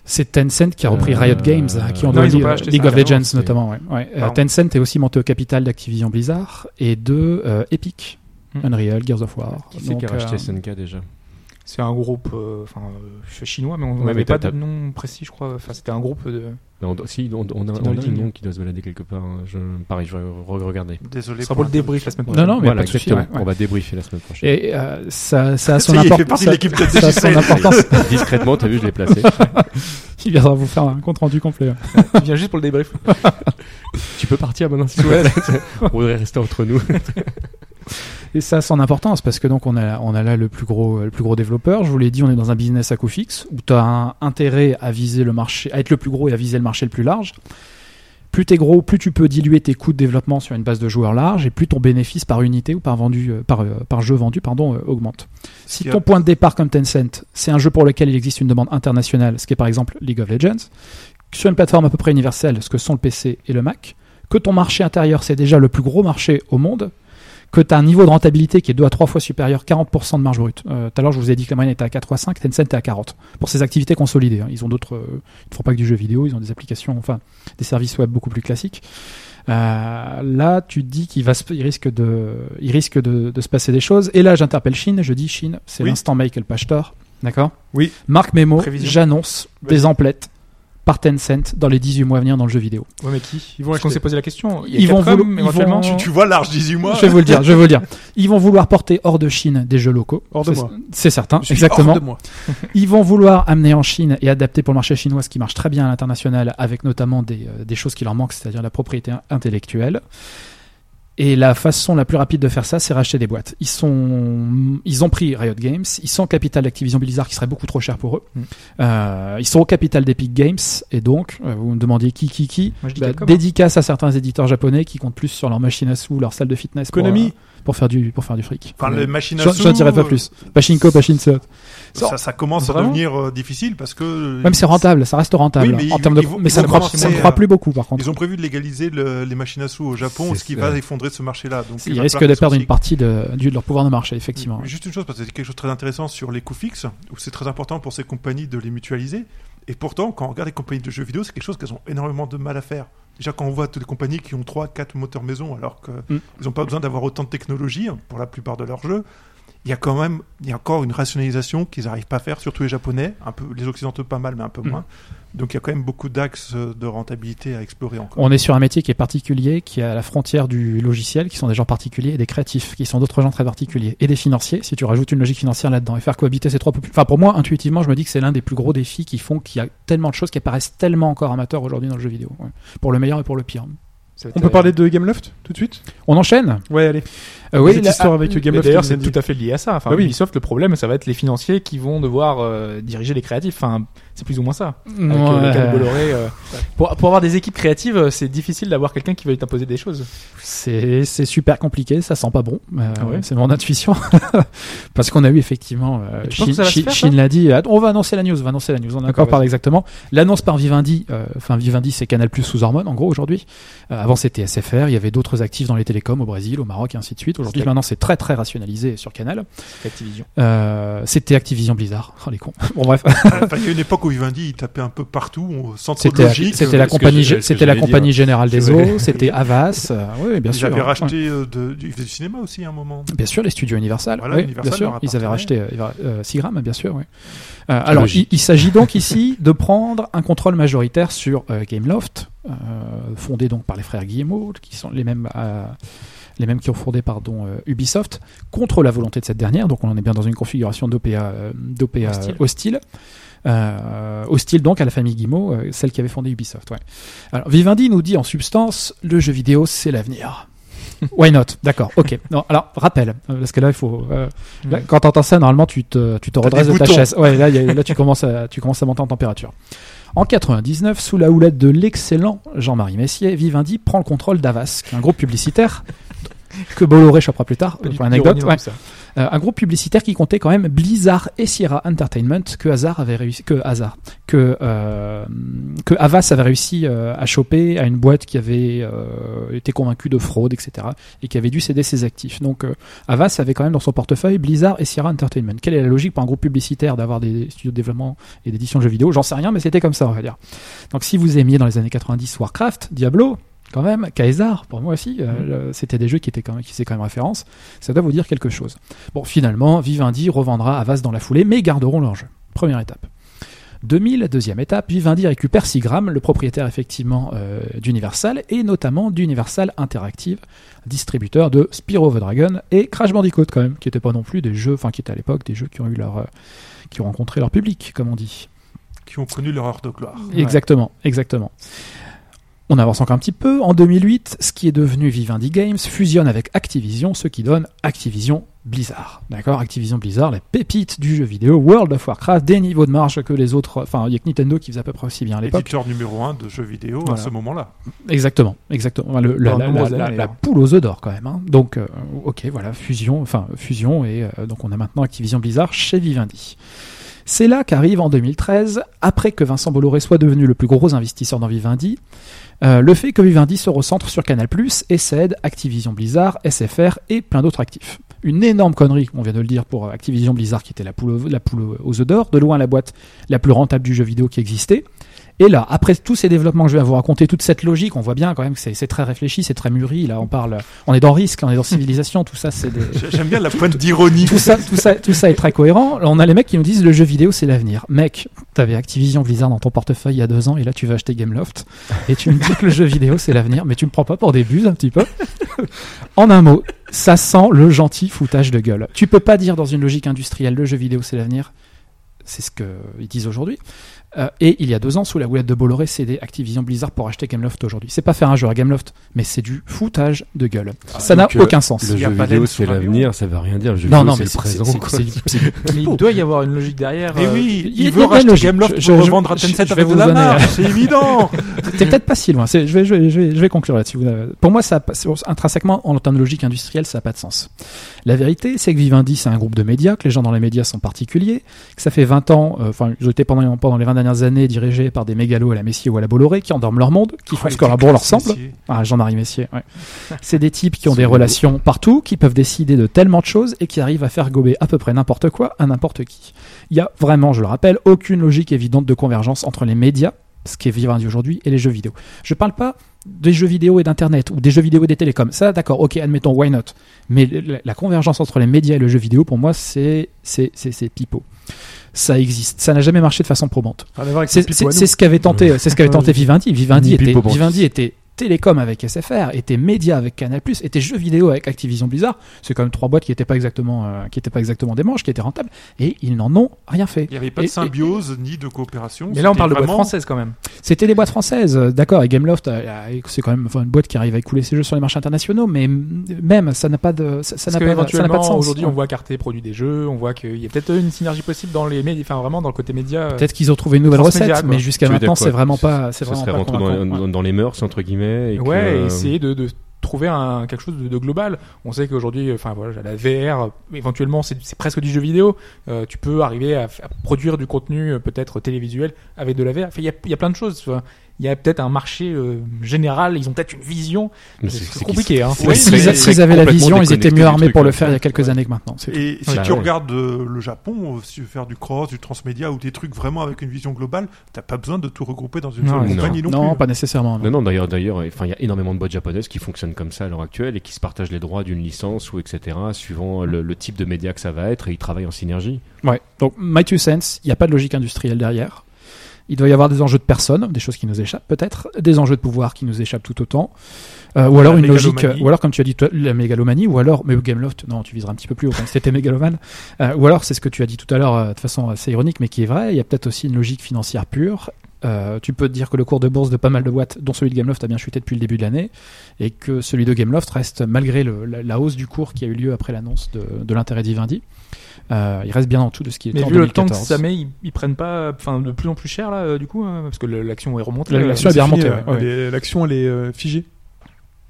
D: C'est Tencent qui a repris
E: Euh,
D: Riot Games, à qui on
E: non,
D: doit
C: ils ont
D: League
C: pas acheté
D: League
C: ça,
D: of Legends
E: carrément, c'est-
D: notamment. ouais. Ouais. Euh,
F: Pardon.
D: Tencent est aussi monté au capital d'Activision Blizzard et de euh, Epic,
C: Mm.
D: Unreal, Gears of War.
E: Qui c'est
D: Donc,
E: qui a racheté
D: euh,
E: SNK déjà
C: C'est un groupe, euh, enfin, euh, ch- chinois, mais on
E: Ouais,
C: n'avait
E: mais
C: pas
E: t'as-
C: de nom précis, je crois. Enfin, c'était un groupe de.
E: Non, Bah, on doit- Si, on, on a,
C: C'est
E: on a
C: dans
E: un
C: le
E: nom qui doit se balader quelque part. hein. Je, pareil, je vais re- regarder.
F: Désolé.
C: Ce sera pour le débrief la semaine
D: Non,
C: prochaine.
D: non, mais
E: voilà,
D: pas de souci,
E: exactement.
D: ouais, ouais.
E: On va débriefer la semaine prochaine.
D: Et euh, ça, ça a
F: Ça
D: son
F: y est, il fait
D: import-
F: partie de
D: ça-
F: l'équipe de
D: ça a son
F: DJC.
D: importance.
E: Discrètement, t'as vu, je l'ai placé.
D: Il viendra vous faire un compte rendu complet. hein.
C: Tu viens juste pour le débrief.
E: tu peux partir maintenant si tu veux. on voudrait rester entre nous.
D: Et ça a son importance parce que donc on a, on a là le plus gros, le plus gros développeur. Je vous l'ai dit, on est dans un business à coût fixe où tu as un intérêt à viser le marché, à être le plus gros et à viser le marché le plus large. Plus t'es gros, plus tu peux diluer tes coûts de développement sur une base de joueurs large et plus ton bénéfice par unité ou par vendu, euh, par, euh, par jeu vendu, pardon, euh, augmente. Si
F: qui a-
D: ton point de départ comme Tencent, c'est un jeu pour lequel il existe une demande internationale, ce qui est par exemple League of Legends, sur une plateforme à peu près universelle, ce que sont le PC et le Mac, que ton marché intérieur, c'est déjà le plus gros marché au monde, que tu as un niveau de rentabilité qui est 2 à 3 fois supérieur, 40% de marge brute. Euh, Tout à l'heure, je vous ai dit que la moyenne était à 4 ou à 5, Tencent est à 40. Pour ses activités consolidées, hein. ils ont d'autres, euh, ils ne font pas que du jeu vidéo, ils ont des applications, enfin, des services web beaucoup plus classiques. Euh, là, tu te dis qu'il va, se- il risque de, il risque de, de se passer des choses. Et là, j'interpelle Chine, je dis Chine, c'est
F: Oui.
D: l'instant Michael Pashtor, d'accord
B: Oui.
D: Marc Memo,
C: Prévision.
D: j'annonce des emplettes par Tencent dans les 18 mois à venir dans le jeu vidéo.
C: Ouais, mais qui
B: Ils vont
C: Parce qu'on
B: acheter.
C: s'est posé la question. Il y a
D: Ils
C: quatre
D: vont vouloir-
C: hommes,
D: ils
C: éventuellement.
D: vont-
F: Tu vois large 18 mois.
D: Hein Je vais vous le dire, je vais vous le dire. Ils vont vouloir porter hors de Chine des jeux locaux.
B: Hors de
D: C'est-
B: moi.
D: C'est certain,
B: Je suis
D: exactement.
B: hors de moi.
D: Ils vont vouloir amener en Chine et adapter pour le marché chinois ce qui marche très bien à l'international avec notamment des, euh, des choses qui leur manquent, c'est-à-dire la propriété intellectuelle. Et la façon la plus rapide de faire ça, c'est racheter des boîtes. Ils sont, ils ont pris Riot Games, ils sont au capital d'Activision Blizzard qui serait beaucoup trop cher pour eux.
C: Mm.
D: Euh, ils sont au capital d'Epic Games et donc, euh, vous me demandiez qui, qui, qui
C: Moi, je dis
D: Bah,
C: Capcom, hein.
D: Dédicace à certains éditeurs japonais qui comptent plus sur leur machine à sous, leur salle de fitness pour,
B: Konami.
D: euh, pour faire du pour faire du fric.
F: Enfin,
D: Konami.
F: le machine à
D: J'en-
F: sous,
D: J'en dirais pas
F: euh,
D: plus. Pachinko, Pachinko.
F: Ça, ça commence
C: Vraiment
F: à devenir euh, difficile parce que. euh,
D: Même c'est rentable, ça reste rentable
F: Oui, mais
D: en
F: ils-
D: termes de,
F: ils vont-
D: mais
F: ils
D: ça ne
F: vont
D: croit,
F: commencer,
D: ça ne croit
F: euh,
D: plus beaucoup par contre.
F: Ils ont prévu de légaliser le- les machines à sous au Japon,
E: C'est-
F: ce qui
E: c'est-
F: va effondrer ce marché-là. Donc, il
D: Ils
F: va
D: risquent
F: falloir
D: de
F: faire
D: perdre
F: son
D: une partie de, du- de leur pouvoir de marché, effectivement.
F: Mais Euh, Juste une chose, parce que c'est quelque chose de très intéressant sur les coûts fixes, où c'est très important pour ces compagnies de les mutualiser. Et pourtant, quand on regarde les compagnies de jeux vidéo, c'est quelque chose qu'elles ont énormément de mal à faire. Déjà, quand on voit toutes les compagnies qui ont 3, 4 moteurs maison, alors qu'ils
D: Mm.
F: hein, n'ont pas besoin d'avoir autant de technologie pour la plupart de leurs jeux, il y a quand même, il y a encore une rationalisation qu'ils n'arrivent pas à faire, surtout les Japonais, un peu, les Occidentaux pas mal, mais un peu
D: Mm.
F: moins. Donc il y a quand même beaucoup d'axes de rentabilité à explorer encore.
D: On est sur un métier qui est particulier, qui est à la frontière du logiciel, qui sont des gens particuliers, et des créatifs, qui sont d'autres gens très particuliers, et des financiers, si tu rajoutes une logique financière là-dedans, et faire cohabiter ces trois populations. Enfin, pour moi, intuitivement, je me dis que c'est l'un des plus gros défis qui font qu'il y a tellement de choses qui apparaissent tellement encore amateurs aujourd'hui dans le jeu vidéo. ouais. Pour le meilleur et pour le pire.
C: Ça va
B: On
C: être,
B: peut
C: euh,
B: parler de Gameloft tout de suite
D: On enchaîne
B: Ouais, allez.
D: Euh, Oui,
B: Petite
D: la-
B: histoire avec
C: Mais
B: Gameloft.
C: D'ailleurs, c'est tout à fait lié à ça. Enfin,
B: Bah oui.
C: Ubisoft, le problème, ça va être les financiers qui vont devoir euh, diriger les créatifs. Enfin, c'est plus ou moins ça. Avec, euh, le
D: Ouais.
C: cas de Bolloré, euh, pour, pour avoir des équipes créatives, euh, c'est difficile d'avoir quelqu'un qui veuille t'imposer des choses.
D: C'est c'est super compliqué, ça sent pas bon. euh,
C: Ah ouais
D: C'est mon intuition. Parce qu'on a eu effectivement, euh,
C: Et tu
D: Shin
C: penses que ça va se
D: Shin-
C: faire, ça
D: Shin l'a dit, euh, on va annoncer la news, on va annoncer la news, on en a
C: D'accord,
D: encore parlé
C: vas-y.
D: exactement. L'annonce par Vivendi, euh, enfin Vivendi c'est Canal Plus sous hormones en gros aujourd'hui. Euh, avant c'était SFR, il y avait d'autres actifs dans les télécoms au Brésil, au Maroc et ainsi de suite. Aujourd'hui
C: C'était-
D: maintenant c'est très très rationalisé sur Canal.
C: Activision.
D: Euh, c'était Activision Blizzard, oh les cons. Bon bref,
F: Enfin, il y a une époque où Vivendi, il tapait un peu partout, on- sans trop de
D: c'était
F: logique.
D: c'était la
E: ce que
D: compagnie,
E: je- ce que
D: c'était la
E: j'allais dire.
D: compagnie générale des
E: Je voulais-
D: eaux, c'était Avas, euh, oui bien
F: Ils
D: sûr.
F: avaient
D: Ouais.
F: racheté euh, de- du, ils faisaient du cinéma aussi à un moment.
D: Bien sûr, les studios Universal.
F: Voilà,
D: oui,
F: Universal
D: bien sûr,
F: leur
D: ils avaient racheté
F: appartenait.
D: euh, euh, Sigram, bien sûr. Oui. Euh, alors, il,
E: Logique.
D: il s'agit donc ici de prendre un contrôle majoritaire sur euh, Gameloft, euh, fondé donc par les frères Guillemot, qui sont les mêmes, euh, les mêmes qui ont fondé pardon euh, Ubisoft, contre la volonté de cette dernière. Donc, on en est bien dans une configuration d'OPA, euh, d'OPA
C: Hostile.
D: hostile. Euh, hostile donc à la famille Guillemot, euh, celle qui avait fondé Ubisoft. Ouais. Alors, Vivendi nous dit en substance, le jeu vidéo, c'est l'avenir. Why not D'accord, ok. Non, alors, rappel, euh, parce que là, il faut. euh, là,
C: Mm.
D: quand t'entends ça, normalement, tu te, tu te redresses
F: des
D: de ta
F: boutons.
D: chaise. Ouais, là, il y a- là tu, commences à, tu commences à monter en température. En 99, sous la houlette de l'excellent Jean-Marie Messier, Vivendi prend le contrôle d'Avas, qui est un groupe publicitaire que Bolloré chopera plus tard,
C: Pas du
D: pour
C: tout
D: l'anecdote.
C: d'ironie dans
D: Ouais.
C: tout ça.
D: Euh, un groupe publicitaire qui comptait quand même Blizzard et Sierra Entertainment que Hazard avait réussi que Hazard que euh, que Havas avait réussi euh, à choper à une boîte qui avait euh, été convaincue de fraude etc et qui avait dû céder ses actifs donc euh, Havas avait quand même dans son portefeuille Blizzard et Sierra Entertainment quelle est la logique pour un groupe publicitaire d'avoir des studios de développement et d'édition de jeux vidéo j'en sais rien mais c'était comme ça on va dire donc si vous aimiez dans les années 90 Warcraft Diablo quand même, Kaisar, pour moi aussi, euh, le- c'était des jeux qui étaient quand même, qui faisaient quand même référence. Ça doit vous dire quelque chose. Bon, finalement, Vivendi revendra Avas dans la foulée, mais garderont leur jeu. Première étape. 2000, deuxième étape, Vivendi récupère Sigram, le propriétaire effectivement euh, d'Universal, et notamment d'Universal Interactive, distributeur de Spyro the Dragon et Crash Bandicoot quand même, qui n'étaient pas non plus des jeux, enfin qui étaient à l'époque des jeux qui ont eu leur, euh, qui ont rencontré leur public, comme on dit.
F: Qui ont connu leur heure de gloire.
C: Ouais.
D: Exactement, exactement. On avance encore un petit peu. En 2008, ce qui est devenu Vivendi Games fusionne avec Activision, ce qui donne Activision Blizzard. D'accord Activision Blizzard, la pépite du jeu vidéo World of Warcraft, des niveaux de marge que les autres. Enfin, il y a que Nintendo qui faisait à peu près aussi bien à l'époque.
F: Éditeur numéro un de jeux vidéo à
D: Voilà.
F: ce moment-là.
D: Exactement, exactement. Enfin, le- la,
C: Pendant
D: la-
C: de nombreuses
D: la-
C: années,
D: la- la
C: d'ailleurs.
D: poule aux œufs d'or quand même. hein. Donc, euh, ok, voilà, fusion, enfin fusion, et euh, donc on a maintenant Activision Blizzard chez Vivendi. C'est là qu'arrive en 2013, après que Vincent Bolloré soit devenu le plus gros investisseur dans Vivendi, euh, le fait que Vivendi se recentre sur Canal+, et cède Activision Blizzard, SFR et plein d'autres actifs. Une énorme connerie, on vient de le dire, pour euh, Activision Blizzard qui était la poule, au- la poule aux œufs d'or, de loin la boîte la plus rentable du jeu vidéo qui existait. Et là, après tous ces développements que je vais vous raconter, toute cette logique, on voit bien quand même que c'est c'est très réfléchi, c'est très mûri. Là, on parle, on est dans risque, on est dans civilisation, tout ça, c'est des,
F: J'ai- J'aime bien la pointe d'ironie.
D: tout ça, tout ça, tout ça est très cohérent. Là, on a les mecs qui nous disent le jeu vidéo c'est l'avenir. Mec, t'avais Activision Blizzard dans ton portefeuille il y a deux ans et là tu vas acheter Gameloft et tu me dis que le jeu vidéo c'est l'avenir, mais tu me prends pas pour des buses un petit peu. en un mot, ça sent le gentil foutage de gueule. Tu peux pas dire dans une logique industrielle le jeu vidéo c'est l'avenir. C'est ce qu'ils disent aujourd'hui. Euh, et il y a deux ans, sous la houlette de Bolloré, cédé Activision Blizzard pour acheter Gameloft aujourd'hui. C'est pas faire un jeu à Gameloft, mais c'est du foutage de gueule. ça n'a
E: donc, euh,
D: aucun sens.
E: Le
F: y a
E: jeu
F: pas
E: vidéo,
F: d'aide
E: c'est
F: sous l'avion.
E: l'avenir, ça veut rien dire. Le jeu
D: Non,
E: vidéo,
D: non, mais
E: c'est le présent.
D: c'est-
E: quoi.
D: c'est- c'est-
C: Mais il doit y avoir une logique derrière.
F: Mais
C: euh,
F: Eh oui,
D: y a-
F: il
D: y a
F: veut
D: de la
F: racheter
D: logique.
F: Gameloft
D: Je- je-
F: pour revendre à
D: je-
F: Tencent
D: je vais
F: avec de
D: vous
F: la
D: en aller.
F: marge, c'est évident
D: T'es peut-être pas si loin. C'est- Je vais, je, vais, je, vais, je vais conclure là-dessus. Vous avez- Pour moi, ça a pas- sur- intrinsèquement, en termes de logique industrielle, ça n'a pas de sens. La vérité, c'est que Vivendi, c'est un groupe de médias, que les gens dans les médias sont particuliers, que ça fait 20 ans, euh, enfin, ils ont été pendant, pendant les 20 dernières années dirigés par des mégalos à la Messier ou à la Bolloré qui endorment leur monde, qui font ce que leur bon leur semble. Ah, Jean-Marie Messier, ouais. C'est des types qui ont
E: C'est
D: des
E: beau.
D: relations partout, qui peuvent décider de tellement de choses et qui arrivent à faire gober à peu près n'importe quoi à n'importe qui. Il y a vraiment, je le rappelle, aucune logique évidente de convergence entre les médias ce qui est vivant aujourd'hui et les jeux vidéo. Je parle pas des jeux vidéo et d'internet ou des jeux vidéo et des télécoms. Ça, d'accord, ok, admettons, why not. Mais la, la convergence entre les médias et le jeu vidéo, pour moi, c'est c'est c'est- c'est pipeau. Ça existe. Ça n'a jamais marché de façon probante.
B: Rien à voir avec le
D: C'est-
B: pipeau
D: C'est
B: à nous.
D: c'est ce qu'avait tenté, c'est ce
E: Ah
D: qu'avait tenté Vivendi. Vivendi
E: Ni
D: était,
E: Pipo Bantis.
D: Vivendi était télécom avec SFR, était média avec Canal+, était jeux vidéo avec Activision Blizzard. C'est quand même trois boîtes qui n'étaient pas exactement, euh, qui étaient pas exactement des manches, qui étaient rentables, et ils n'en ont rien fait.
F: Il n'y avait pas
D: Et-
F: de symbiose ni de coopération.
C: Mais là, on parle de boîte
F: boîte
C: française quand même.
D: C'était des boîtes françaises, euh, d'accord. Et Gameloft, euh, euh, c'est quand même enfin, une boîte qui arrive à écouler ses jeux sur les marchés internationaux, mais mm, même ça n'a pas de, ça, ça
C: Parce
D: n'a
C: que
D: pas, de- ça n'a pas de
C: éventuellement,
D: sens.
C: aujourd'hui, on voit Carté produit des jeux, on voit qu'il y a peut-être une synergie possible dans les médias, enfin vraiment dans le côté média. euh,
D: Peut-être qu'ils ont trouvé une nouvelle
C: Transmédia,
D: recette,
C: quoi.
D: mais jusqu'à
E: Tu veux dire
D: maintenant,
E: quoi
D: c'est vraiment pas, c'est
E: Ça
D: vraiment
E: serait
D: pas
E: rentré dans,
D: convaincant.
E: dans- dans les mœurs, entre guillemets. Et
C: ouais,
E: que,
C: et
E: euh,
C: essayer de, de trouver un, quelque chose de, de global. On sait qu'aujourd'hui, enfin voilà, la VR, euh, éventuellement, c'est c'est presque du jeu vidéo. Euh, tu peux arriver à, f- à produire du contenu euh, peut-être télévisuel avec de la VR. Enfin, Il y a, il y a plein de choses. Enfin, Il y a peut-être un marché euh, général. Ils ont peut-être une vision.
E: mais
C: C'est
E: c'est-
C: compliqué. Hein.
F: Oui,
D: Mais
F: mais
D: S'ils
F: c'est
D: s'ils avaient la
E: complètement
D: vision, ils étaient
E: déconnecté
D: mieux
E: du
D: armés
E: truc,
D: pour le
E: ouais.
D: faire il y a quelques années que maintenant. c'est tout.
F: Et si
E: Bah
F: tu
E: ouais.
F: regardes euh, le Japon, euh, si- faire du cross, du transmédia ou des trucs vraiment avec une vision globale, t'as pas besoin de tout regrouper dans une
D: Non,
F: seule
E: non.
F: compagnie non,
D: Non,
F: plus.
D: pas nécessairement. non.
E: Non, non, d'ailleurs, d'ailleurs, enfin, il y a énormément de boîtes japonaises qui fonctionnent comme ça à l'heure actuelle et qui se partagent les droits d'une licence ou etc. suivant le, le type de média que ça va être et ils travaillent en synergie.
D: Ouais. Donc, My Two Cents, il n'y a pas de logique industrielle derrière. Il doit y avoir des enjeux de personnes, des choses qui nous échappent peut-être, des enjeux de pouvoir qui nous échappent tout autant, Euh, ou alors
F: La
D: une logique,
F: mégalomanie.
D: ou alors comme tu as dit toi, la mégalomanie, ou alors, mais Gameloft, non, tu viseras un petit peu plus haut comme si t'étais mégalomane, Euh, ou alors c'est ce que tu as dit tout à l'heure euh, de façon assez ironique, mais qui est vrai, il y a peut-être aussi une logique financière pure. Euh, tu peux te dire que le cours de bourse de pas mal de boîtes, dont celui de Gameloft, a bien chuté depuis le début de l'année, et que celui de Gameloft reste, malgré le- la, la hausse du cours qui a eu lieu après l'annonce de, de l'intérêt d'Ivendi, euh, il reste bien en dessous de ce qui était
C: Mais
D: en
C: vu le temps que
D: 2014.
C: ça met, ils, ils prennent pas, enfin, de plus en plus cher là, euh, du coup, hein, parce que le- l'action est remontée.
D: La-
C: là.
D: l'action- Tu as bien
B: C'est fini,
D: remonté,
B: euh,
D: ouais.
B: les- L'action, elle est euh, figée.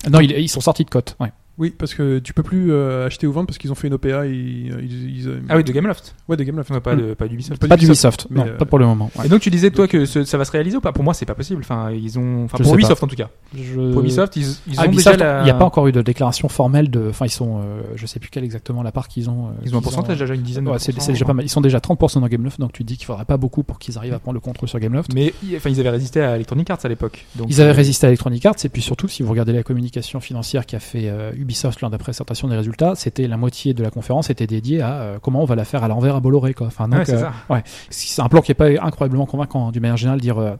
D: Non, ils, ils sont sortis de cote. Ouais.
B: Oui, parce que tu peux plus euh, acheter ou vendre parce qu'ils ont fait une OPA. Ils, ils- ils- euh,
C: Ah oui, de Gameloft,
B: ouais, de Gameloft.
C: Ouais, pas de pas d'Ubisoft.
B: Pas
D: Mm. Pas
B: du
D: d'Ubisoft,
B: mais,
D: non,
B: euh,
D: pas pour le moment. ouais.
C: Et donc tu disais toi que ce- ça va se réaliser ou pas Pour moi, c'est pas possible. Enfin, ils ont, enfin
D: Je
C: pour
D: sais pas.
C: Ubisoft en tout cas.
D: Je-
C: Pour Ubisoft, ils, ils
D: Ah,
C: ont
D: Ubisoft,
C: déjà la-
D: Il n'y a pas encore eu de déclaration formelle de. Enfin, ils sont. euh, je sais plus quel exactement la part qu'ils ont. euh,
C: Ils ont un
D: qu'ils
C: pourcentage déjà une dizaine. de
D: Ouais, c'est
C: pourcents.
D: c'est déjà pas mal. Ils sont déjà 30% dans Gameloft, donc tu te dis qu'il faudrait pas beaucoup pour qu'ils arrivent à prendre le contrôle sur Gameloft.
C: Mais i- enfin, ils avaient résisté à Electronic Arts à l'époque. Donc,
D: Ils avaient
C: euh,
D: résisté à Electronic Arts, et puis surtout, si vous regardez la communication financière qu'a fait euh, Ubisoft lors de la présentation des résultats, c'était la moitié de la conférence était dédiée à euh, comment on va la faire à l'envers à Bolloré. Quoi. Enfin,
C: ouais,
D: donc,
C: c'est
D: euh,
C: ça.
D: c'est un plan qui est pas incroyablement convaincant, hein, d'une manière générale, dire euh,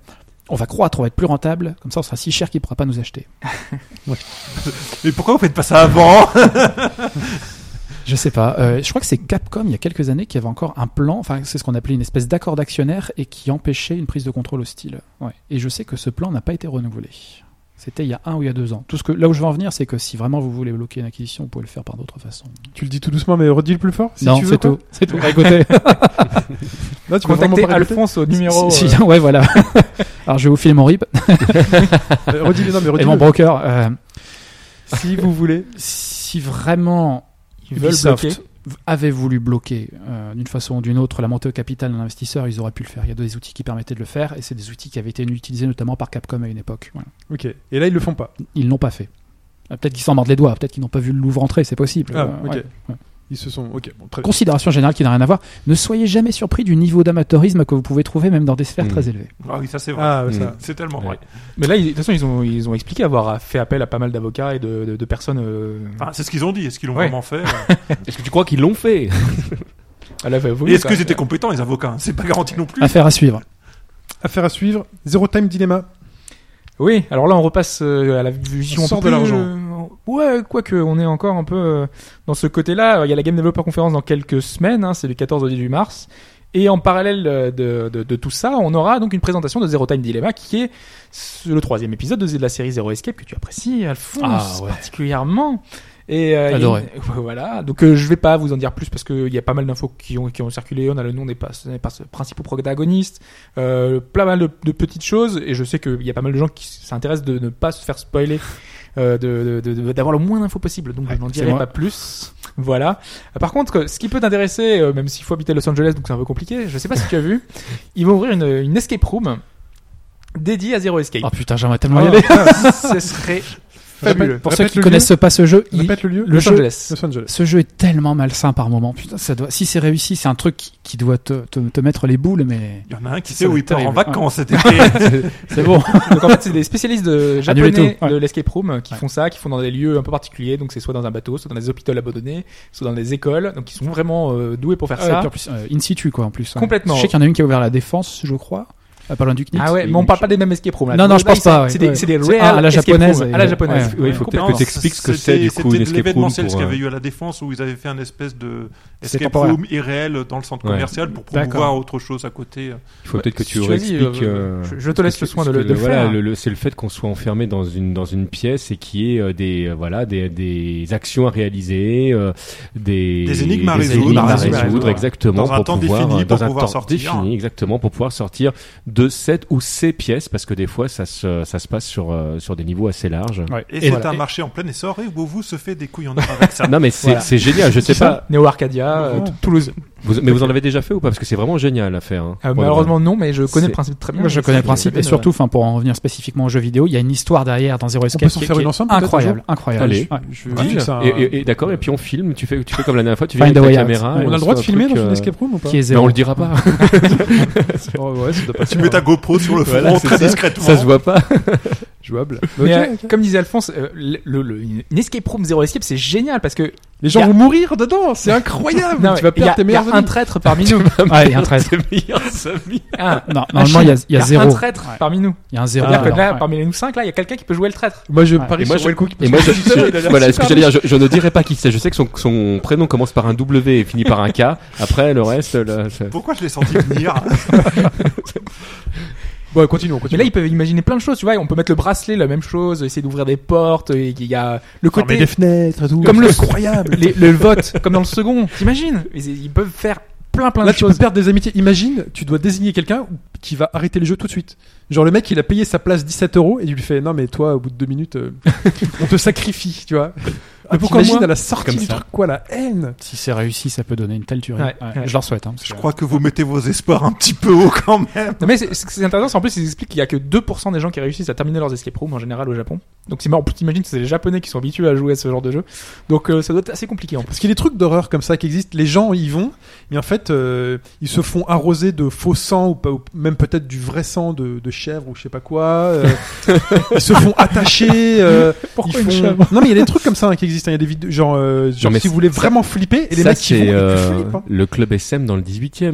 D: on va croître, on va être plus rentable, comme ça on sera si cher qu'il pourra pas nous acheter.
F: Mais pourquoi vous faites pas ça avant
D: Je sais pas. Euh, je crois que c'est Capcom il y a quelques années qui avait encore un plan. Enfin, c'est ce qu'on appelait une espèce d'accord d'actionnaire et qui empêchait une prise de contrôle hostile. Ouais. Et je sais que ce plan n'a pas été renouvelé. C'était il y a un ou il y a deux ans. Tout ce que là où je veux en venir, c'est que si vraiment vous voulez bloquer une acquisition, vous pouvez le faire par d'autres façons.
B: Tu le dis tout doucement, mais redis le plus fort. Si
D: non,
B: tu veux,
D: c'est
B: quoi.
D: tout. C'est tout. Écoutez,
B: Là, tu veux vraiment
C: Contactez
B: pas répéter
C: Alphonse au numéro.
D: si-
C: euh,
D: si- ouais, voilà. Alors je vais vous filer mon RIB
B: Euh, Redis-le, non, mais
D: et
B: redis-le.
D: mon broker. Euh,
B: Si vous voulez.
D: si vraiment
C: Ils veulent
D: Ubisoft
C: bloquer.
D: v- avait voulu bloquer euh, d'une façon ou d'une autre la montée au capital d'un investisseur, ils auraient pu le faire. Il y a des outils qui permettaient de le faire et c'est des outils qui avaient été utilisés notamment par Capcom à une époque. Voilà.
B: Ok. Et là, ils le font pas.
D: Ils n'ont pas fait. Ah, Peut-être qu'ils s'en mordent les doigts, peut-être qu'ils n'ont pas vu le Louvre entrer, c'est possible.
B: Ah,
D: Euh,
B: ok.
D: ouais, ouais.
B: Ils se sont. Ok, bon, très bien.
D: Considération générale qui n'a rien à voir. Ne soyez jamais surpris du niveau d'amateurisme que vous pouvez trouver même dans des sphères
E: Mm.
D: très élevées.
F: Ah oui, ça c'est vrai.
B: Ah, ouais, ça.
F: C'est tellement vrai.
C: Mais là, ils- de toute façon, ils ont ils ont expliqué avoir fait appel à pas mal d'avocats et de, de- de personnes euh,
F: Enfin, c'est ce qu'ils ont dit. Est-ce qu'ils l'ont
C: Ouais.
F: vraiment fait
E: Est-ce que tu crois qu'ils l'ont fait
C: à la faveur.
E: bah,
F: Et est-ce
E: euh,
F: qu'ils étaient compétents, les avocats C'est pas garanti non
E: Ah.
F: plus.
D: Affaire à suivre.
B: Affaire à suivre. Zero Time Dilemma.
C: Oui, alors là on repasse euh, à la vision
B: On
C: un peu
B: sort de
C: plus,
B: l'argent.
C: euh, ouais, quoique on est encore un peu euh, dans ce côté-là. Alors, Il y a la Game Developer Conference dans quelques semaines, hein, c'est du 14 au 18 mars. Et en parallèle euh, de, de- de tout ça, on aura donc une présentation de Zero Time Dilemma qui est ce- le troisième épisode de, de la série Zero Escape que tu apprécies, Alphonse,
D: Ah, ouais.
C: particulièrement. Et, euh,
D: Adoré.
C: et- ouais, voilà. Donc euh, je vais pas vous en dire plus parce qu'il y a pas mal d'infos qui ont, qui ont circulé. On a le nom des pas, des pas- principaux protagonistes euh, pas mal de, de petites choses et je sais qu'il y a pas mal de gens qui s'intéressent de ne pas se faire spoiler euh, de- de- de- d'avoir le moins d'infos possible donc je n'en dirai
D: moi.
C: pas plus voilà Euh, par contre ce qui peut t'intéresser euh, même s'il faut habiter à Los Angeles donc c'est un peu compliqué je sais pas si tu as vu ils vont ouvrir une, une escape room dédiée à Zero Escape
D: Ah. Oh putain, j'aimerais tellement y
C: Ah,
D: aller.
C: ce serait
B: Fabuleux.
D: Pour
B: Répète
D: ceux qui
B: le
D: connaissent pas ce jeu,
B: lieu.
D: il-
B: Répète le lieu.
D: le
B: Los
D: jeu-
B: Angeles. Los Angeles.
D: ce jeu est tellement malsain par moment. Putain, ça doit... Si c'est réussi, c'est un truc qui, qui doit te, te, te mettre les boules, mais
F: Il y en a un qui
D: Ça
F: sait où
D: doit
F: il
D: être
F: part en
D: terrible.
F: vacances cet été.
D: c'est bon.
C: Donc en fait, c'est des spécialistes de
D: Annuler
C: japonais
D: tout, ouais.
C: de l'escape room euh, qui
D: Ouais.
C: font ça, qui font dans des lieux un peu particuliers. Donc c'est soit dans un bateau, soit dans des hôpitaux abandonnés, soit dans des écoles. Donc ils sont vraiment euh, doués pour faire
D: Ouais,
C: ça.
D: et puis en plus, euh, in situ, quoi, en plus. ouais.
C: Complètement.
D: Je sais qu'il y en a une qui a ouvert la défense, je crois, à pas loin du CNIT.
C: Ah ouais, mais on parle pas des mêmes escape rooms. Là.
D: Non, non, je
C: Là, ils
D: pense pas,
C: sont-
D: ouais.
C: C'est des, c'est des
D: Ouais.
C: real
D: Ah, à la
C: escape
D: japonaise,
C: rooms,
D: et-
C: à la japonaise.
D: ouais.
E: Oui, il faut peut-être
F: Non,
E: que t'expliques ce que
F: c'était-
E: c'est du coup une
F: C'était de
E: escape room.
F: l'événementiel, ce
E: Pour,
F: qu'il y
E: euh,
F: avait eu à la Défense, où ils avaient fait un espèce de
D: C'était
F: escape
D: temporaire.
F: room irréel dans le centre
E: Ouais.
F: commercial pour
D: D'accord.
F: pouvoir autre chose à côté.
E: Il faut peut-être que
C: Bah, Si
E: tu
C: tu as dit,
E: réexpliques.
C: euh,
E: euh,
C: je- je te laisse
E: ce
C: le
E: que-
C: soin
E: ce
C: de
E: que
C: le- de le
E: voilà,
C: faire.
E: le- le- c'est le fait qu'on soit enfermé dans une dans une pièce et qu'il y ait euh, des euh, voilà des, des actions à réaliser, euh, des
F: Des énigmes à
E: des
F: résoudre.
E: énigmes à
C: Des énigmes à
E: résoudre,
C: résoudre,
E: exactement
F: Dans un
E: pour
F: temps
E: pouvoir
F: défini,
E: euh,
F: pour
E: dans un
F: pouvoir
E: temps
F: sortir.
E: défini exactement pour pouvoir sortir de cette ou ces pièces parce que des fois ça se ça se passe sur euh, sur des niveaux assez larges.
D: Ouais.
F: Et, c'est
D: voilà.
F: un marché en plein essor et où vous se fait des couilles en or avec ça.
E: Non mais c'est
C: Voilà.
E: c'est génial, je sais pas.
C: Néo Arcadia, euh,
F: Non.
C: Toulouse.
E: Vous- mais vous en avez déjà fait ou pas parce que c'est vraiment génial à faire. hein,
C: Euh,
E: pour de vrai.
C: malheureusement non, mais je connais
E: C'est-
C: le principe très bien.
D: Moi, je
C: Et
D: connais
C: ça,
D: le principe.
C: ça
D: Et
C: donne,
D: surtout, enfin, pour en revenir spécifiquement aux jeux vidéo, il y a une histoire derrière dans Zero Escape.
B: s'en
D: qui-
B: faire
D: qui
B: une
D: est
B: ensemble, peut-être,
D: Incroyable, incroyable.
E: Allez.
D: Ouais.
B: Je
F: Deal.
B: dis ça.
E: Et, et- et d'accord, et puis on filme, tu fais, tu fais comme la dernière fois, tu viens
D: Find
E: avec
D: a way
E: ta
D: out.
E: caméra. et
B: On a le
E: se
B: droit de
E: fait un
B: filmer
E: truc,
B: dans une
E: euh,
B: escape room ou pas
D: Qui est
E: Mais
D: zéro.
E: on le dira pas.
F: tu mets ta GoPro sur le front
E: Voilà, c'est
F: très
E: ça.
F: discrètement.
E: Ça se voit pas.
B: Jouable.
C: Mais, euh,
B: Ok, ok.
C: Comme disait Alphonse, euh, le, le- le- une escape room, zéro escape, c'est génial parce que
B: Les gens
C: y a-
B: vont mourir dedans. C'est incroyable.
C: Non,
B: tu
C: mais
B: vas
C: il y a-
B: perdre tes
C: il y a
B: meilleurs
C: un
B: amis.
C: traître parmi nous.
D: Ouais, il y a un traître.
C: Un-
D: Non, normalement, il y a, il y a
C: un
D: zéro.
C: traître parmi nous.
D: Ah. Il y a un zéro.
C: C'est-à-dire que
D: alors,
C: là,
D: ouais.
C: parmi nous cinq, là, il y a quelqu'un qui peut jouer le traître.
B: Moi, je
D: Ouais.
B: parie
E: Et moi,
B: sur
E: je-
B: Wellcook.
E: Et moi, je, je- voilà, ce que j'allais dire, je, je ne dirai pas qui c'est. Je sais que son, son prénom commence par un W et finit par un K. Après, le reste, là, ça-
F: Pourquoi je l'ai senti venir
B: Bon, continue, on
C: Mais
B: continue.
C: là, ils peuvent imaginer plein de choses, tu vois. On peut mettre le bracelet, la même chose, essayer d'ouvrir des portes. et Il y a le côté.
B: fenêtres, tout.
C: Comme le-
B: incroyable.
C: les- le vote, comme dans le second. T'imagines Ils ils peuvent faire plein plein
B: Là,
C: de
B: tu peux
C: choses.
B: perdre des amitiés. Imagine, tu dois désigner quelqu'un qui va arrêter le jeu tout de suite. Genre, le mec, il a payé sa place 17 euros et il lui fait Non, mais toi, au bout de deux minutes, euh, on te sacrifie, tu vois. Mais pourquoi
C: pourquoi
B: Imagine
C: moi
B: à la sortie
E: Comme
B: du
E: ça.
B: truc, quoi, la haine
D: Si c'est réussi, ça peut donner une telle tuerie.
C: Ouais,
D: Ouais,
C: ouais.
D: Je leur souhaite. hein, parce
F: Je
D: que-
F: crois que vous mettez vos espoirs un petit peu haut quand même.
C: Non, mais c'est- c'est c'est intéressant, c'est en plus ils expliquent qu'il y a que 2% des gens qui réussissent à terminer leurs escape rooms en général au Japon. Donc c'est marrant, t'imagines que c'est les Japonais qui sont habitués à jouer à ce genre de jeu. Donc euh, ça doit être assez compliqué en plus.
B: Parce qu'il y a des trucs d'horreur comme ça qui existent. Les gens y vont, mais en fait, euh, ils se font arroser de faux sang ou, pas, ou même peut-être du vrai sang de, de chèvre ou je sais pas quoi. euh, ils se font attacher. euh,
C: Pourquoi
B: ils
C: une
B: font-
C: chèvre
B: Non, mais il y a des trucs comme ça hein, qui existent. hein. Il y a des vidéos genre, euh, genre
E: Non, mais
B: si vous voulez vraiment flipper, et les
E: ça,
B: mecs qui vont,
E: c'est
B: ils te
E: euh,
B: flippent, hein.
E: le club SM dans le 18 e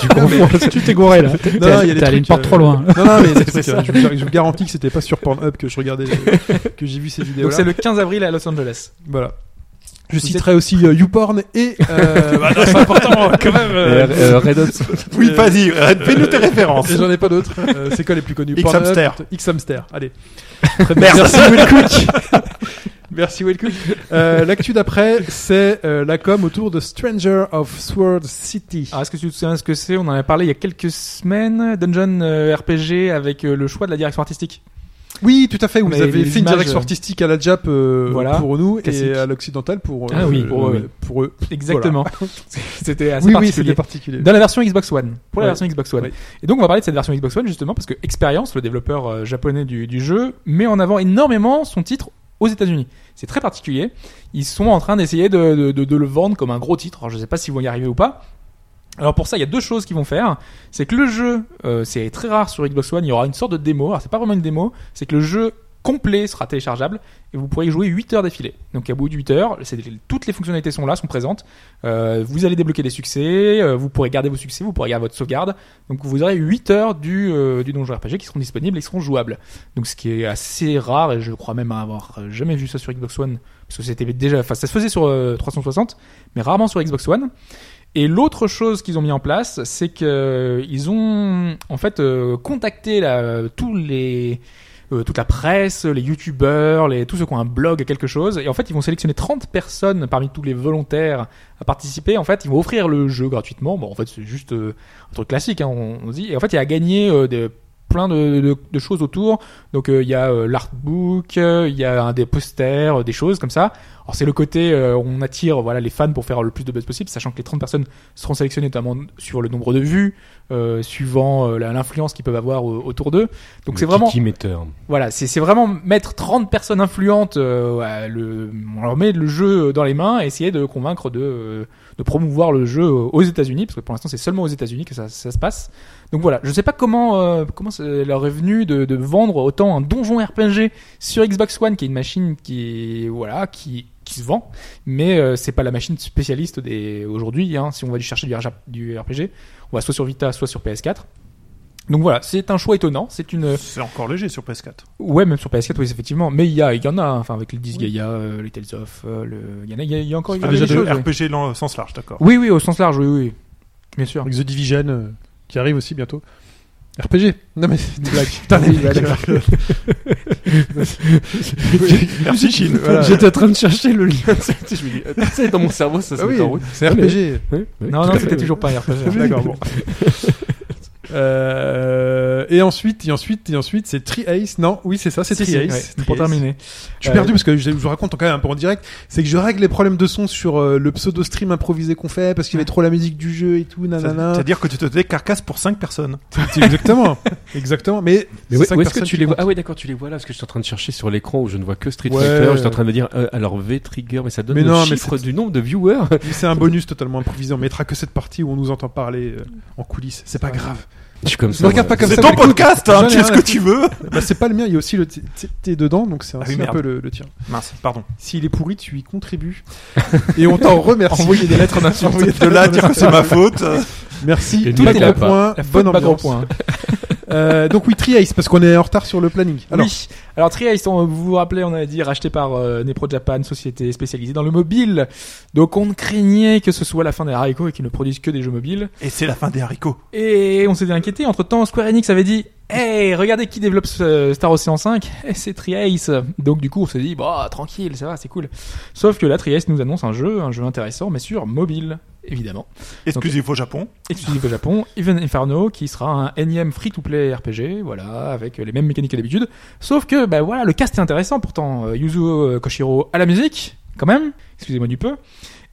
E: tu, tu confonds.
D: tu t'es gouré là. T'es
B: Non, non, il y a des
D: t'es allé une
B: trucs,
D: porte
B: euh,
D: trop loin.
B: Non, non, mais il y a des trucs, euh, je, vous, je vous garantis que c'était pas sur Pornhub que je regardais, les- que j'ai vu ces vidéos.
C: Donc c'est le 15 avril à Los Angeles.
B: Voilà. Je
C: Vous
B: citerai aussi euh, YouPorn et. euh, bah,
F: c'est important quand même.
E: Euh, euh, Red Hot,
F: Oui, vas-y, euh, fais-nous tes références.
B: et j'en ai pas d'autres. Euh, c'est quoi les plus connus
F: X
B: Pornhub,
F: Hamster.
B: X Hamster. Allez.
F: Merci.
B: Merci Wellcook. Euh, L'actu d'après, c'est euh, la com autour de Stranger of Sword City.
C: Alors est-ce que tu te souviens ce que c'est On en a parlé il y a quelques semaines, Dungeon euh, RPG avec euh, le choix de la direction artistique.
B: Oui, tout à fait. Vous
C: Mais
B: avez
C: les
B: fait une
C: images,
B: direction
C: euh,
B: artistique à la Jap euh,
C: Voilà.
B: pour nous
C: Classique.
B: et à l'occidental pour, euh,
E: Ah oui,
B: pour,
E: oui,
B: euh, pour eux.
C: Exactement. C'était assez
B: Oui, oui,
C: particulier.
B: c'était particulier.
C: dans la version Xbox One, pour la
B: Ouais.
C: version Xbox One.
B: Ouais.
C: Et donc on va parler de cette version Xbox One justement parce que Experience, le développeur euh, japonais du, du jeu, met en avant énormément son titre aux États-Unis. C'est très particulier. Ils sont en train d'essayer de, de- de- de le vendre comme un gros titre. Alors je sais pas si vont y arriver ou pas. Alors pour ça, il y a deux choses qu'ils vont faire. C'est que le jeu, euh, c'est très rare sur Xbox One, il y aura une sorte de démo. Alors c'est pas vraiment une démo, c'est que le jeu complet sera téléchargeable et vous pourrez y jouer 8 heures d'affilée. Donc à bout de 8 heures, c'est- toutes les fonctionnalités sont là, sont présentes. Euh, vous allez débloquer des succès, euh, vous pourrez garder vos succès, vous pourrez garder votre sauvegarde. Donc vous aurez 8 heures du, euh, du donjon RPG qui seront disponibles et qui seront jouables. Donc ce qui est assez rare, et je crois même avoir euh, jamais vu ça sur Xbox One, parce que c'était déjà, enfin ça se faisait sur euh, 360, mais rarement sur Xbox One. Et l'autre chose qu'ils ont mis en place, c'est qu'ils ont en fait euh, contacté la, tous les euh, toute la presse, les youtubeurs, les, tous ceux qui ont un blog, quelque chose. Et en fait, ils vont sélectionner 30 personnes parmi tous les volontaires à participer. En fait, ils vont offrir le jeu gratuitement. Bon, en fait, c'est juste euh, un truc classique, hein, on, on dit. Et en fait, il y a à gagner euh, des plein de, de- de choses autour. Donc euh, il y a euh, l'artbook, euh, il y a un des posters, euh, des choses comme ça. Alors c'est le côté euh, on attire voilà les fans pour faire le plus de buzz possible, sachant que les 30 personnes seront sélectionnées notamment sur le nombre de vues, euh, suivant euh, la- l'influence qu'ils peuvent avoir euh, autour d'eux. Donc c'est vraiment
G: Qui metteur.
C: voilà, c'est c'est vraiment mettre 30 personnes influentes, euh, à le, on leur met le jeu dans les mains et essayer de convaincre de, euh, de promouvoir le jeu aux États-Unis, parce que pour l'instant c'est seulement aux États-Unis que ça, ça se passe. Donc voilà, je sais pas comment euh, comment ça leur est venu de, de vendre autant un donjon RPG sur Xbox One, qui est une machine qui est- voilà qui qui se vend, mais euh, c'est pas la machine spécialiste des aujourd'hui. Hein, si on va du chercher du, RJ du RPG, on va soit sur Vita, soit sur PS4. Donc voilà, c'est un choix étonnant, c'est une
F: C'est encore léger sur PS4.
C: Ouais, même sur PS4, oui, effectivement. Mais il y, a, il y en a, hein, enfin, avec les 10 Gaia, euh, les Tales of, euh, le... il, y en a, il, y a, il y a encore il y
F: Ah,
C: a
F: déjà
C: des
F: de
C: choses, oui.
F: RPG lan- sens large, d'accord.
C: Oui, oui, au sens large, oui, oui. Bien sûr.
B: Avec The Division, euh, qui arrive aussi bientôt. RPG. Non mais c'est une blague. Putain,
C: Oui,
B: les
C: bah,
B: mecs,
C: d'accord.
B: euh,
F: Merci Chine. Voilà.
D: J'étais en train de chercher le lien.
E: C'est dans mon cerveau, ça se
B: Ah oui,
E: met en route.
B: c'est RPG.
E: Oui, oui,
C: Non,
E: tout
C: non,
E: à
C: c'était
E: fait,
C: toujours pas un RPG.
B: D'accord, bon. Euh, et ensuite, et ensuite, et ensuite, c'est Tri-Ace. Non, oui, c'est ça, c'est
C: Si, si,
B: Tri-Ace.
C: ouais,
B: Tri-Ace.
C: Pour terminer.
B: Je suis
C: Euh,
B: perdu parce que je, je vous raconte quand même un peu en direct. C'est que je règle les problèmes de son sur euh, le pseudo stream improvisé qu'on fait parce qu'il y avait trop la musique du jeu et tout.
F: Ça-
B: Nanana.
F: C'est-à-dire que tu te décarcasses pour 5 personnes.
B: exactement, exactement. Mais,
E: Mais
B: c'est
E: où,
B: cinq
E: où est-ce que
B: personnes
E: tu
B: qui
E: les vois
B: comptent.
E: Ah oui, d'accord, tu les vois là, parce que je suis en train de chercher sur l'écran où je ne vois que Street
B: Ouais.
E: Fighter. J'étais en train de me dire, euh, alors V Trigger, mais ça donne
B: Mais
E: le
B: non, mais
E: chiffre du nombre de viewers.
B: C'est un bonus totalement improvisé. On mettra que cette partie où on nous entend parler euh, en coulisses. C'est pas grave.
E: Je suis comme
B: Ne
E: ça.
B: regarde pas
E: moi.
B: comme
F: C'est
B: ça.
F: ton
B: t'écoutes.
F: podcast, hein,
B: J'en ai
F: tu fais ce
B: rien à
F: que tu veux.
B: Bah, c'est pas le mien. Il y a aussi le t- t- t'es dedans, donc c'est un,
F: Ah oui,
B: c'est un
F: merde.
B: peu le, le tien.
F: Mince, pardon.
B: S'il est pourri, tu y contribues. et on t'en remercie. Envoyer des lettres d'insultes.
F: De là à dire que c'est ma faute. euh,
B: Merci.
E: Et
B: Tout
E: nous,
B: est
E: on
B: gros
E: l'a pas.
B: point.
C: La faute,
B: Bonne
C: pas gros
B: ambiance.
C: point.
B: Euh, donc oui, Tri-Ace, parce qu'on est en retard sur le planning. Alors,
C: oui. Alors Triace, on- vous vous rappelez, on avait dit racheté par euh, Nepro Japan, société spécialisée dans le mobile. Donc on craignait que ce soit la fin des haricots et qu'ils ne produisent que des jeux mobiles.
F: Et c'est la fin des haricots.
C: Et on s'était inquiété. Entre temps, Square Enix avait dit Hey, regardez qui développe ce euh, Star Ocean 5. Et c'est Tri-Ace. Donc, du coup, on s'est dit Bah, tranquille, ça va, c'est cool. Sauf que là, Tri-Ace nous annonce un jeu, un jeu intéressant, mais sur mobile, évidemment.
F: Exclusif au Japon.
C: Exclusif au Japon, Even Inferno, qui sera un énième free-to-play RPG, voilà, avec les mêmes mécaniques que d'habitude. Sauf que, bah voilà, le cast est intéressant pourtant. Euh, Yuzo euh, Koshiro à la musique, quand même, excusez-moi du peu.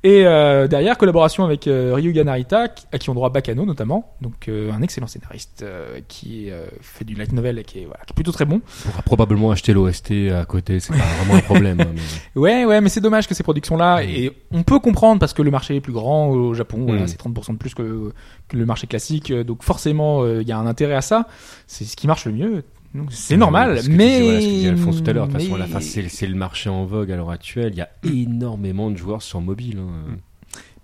C: Et euh, derrière, collaboration avec euh, Ryuga Narita, qui- à qui ont droit Bakano notamment, donc euh, un excellent scénariste euh, qui euh, fait du light novel et qui est, voilà, qui est plutôt très bon.
E: On pourra probablement acheter l'OST à côté, c'est pas vraiment un problème. hein, mais-
C: Ouais, ouais, mais c'est dommage que ces productions-là, et on peut comprendre parce que le marché est plus grand au Japon, voilà,
E: Mm.
C: c'est 30% de plus que, que le marché classique, euh, donc forcément, euh, il y a un intérêt à ça, c'est ce qui marche le mieux, donc c'est normal,
E: Mm. Ce que disait,
C: mais.
E: voilà, ce que disait Alphonse tout à l'heure. De toute façon,
C: mais-
E: la face, c'est c'est le marché en vogue à l'heure actuelle. Il y a
G: Mm.
E: énormément de joueurs sur mobile. hein.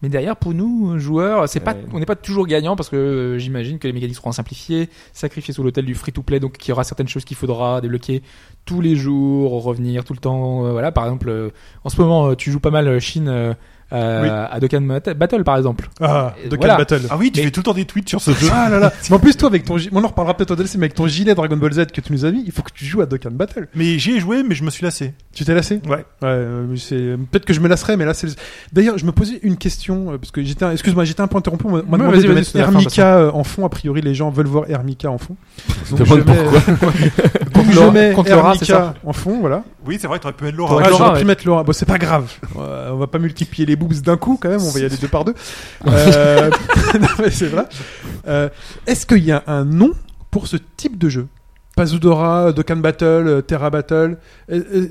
C: Mais derrière, pour nous, euh, joueurs, c'est pas,
E: Ouais.
C: on n'est pas toujours gagnant parce que euh, j'imagine que les mécaniques seront simplifiées, sacrifiées sous l'hôtel du free-to-play, donc qu'il y aura certaines choses qu'il faudra débloquer tous les jours, revenir tout le temps. euh, voilà, par exemple, euh, en ce moment, euh, tu joues pas mal euh, Chine euh, à-
F: Oui.
C: à Dokkan Mat- Battle, par exemple.
B: ah,
C: Et
B: de
C: voilà.
B: Battle.
F: Ah oui, tu
C: Mais-
F: fais tout le temps des tweets sur ce jeu.
B: Ah là là. Mais en plus, toi, avec ton, gi- on en reparlera peut-être au DLC, mais avec ton gilet Dragon Ball Z que tu nous as mis, il faut que tu joues à Dokkan Battle.
F: Mais j'y ai joué, mais je me suis lassé.
B: Tu t'es lassé
F: Ouais.
B: Ouais, euh, mais c'est peut-être que je me lasserai, mais là c'est. le- D'ailleurs, je me posais une question euh, parce que j'étais, un- excuse-moi, j'étais un peu interrompu. On m'a on m'a
C: Ouais,
B: demandé
C: vas-y,
B: de
C: vas-y,
B: mettre
C: c'est la fin, de toute
B: Hermika euh, en fond. A priori, les gens veulent voir Hermika en fond.
E: Je te demande pourquoi.
B: Donc je
C: Laura-
B: mets
C: contre Laura, c'est
B: Hermika en fond, voilà.
F: Oui, c'est vrai, t'aurais pu mettre
B: Ah,
F: Laura.
C: Laura,
B: j'aurais
C: ouais.
B: pu mettre Laura. Bon, c'est pas grave. Euh, on va pas multiplier les boobs d'un coup quand même. On va y aller deux par deux. Euh, non, mais c'est vrai. Euh, Est-ce qu'il y a un nom pour ce type de jeu Pazudora, Dokkan Battle, euh, Terra Battle. Euh, euh,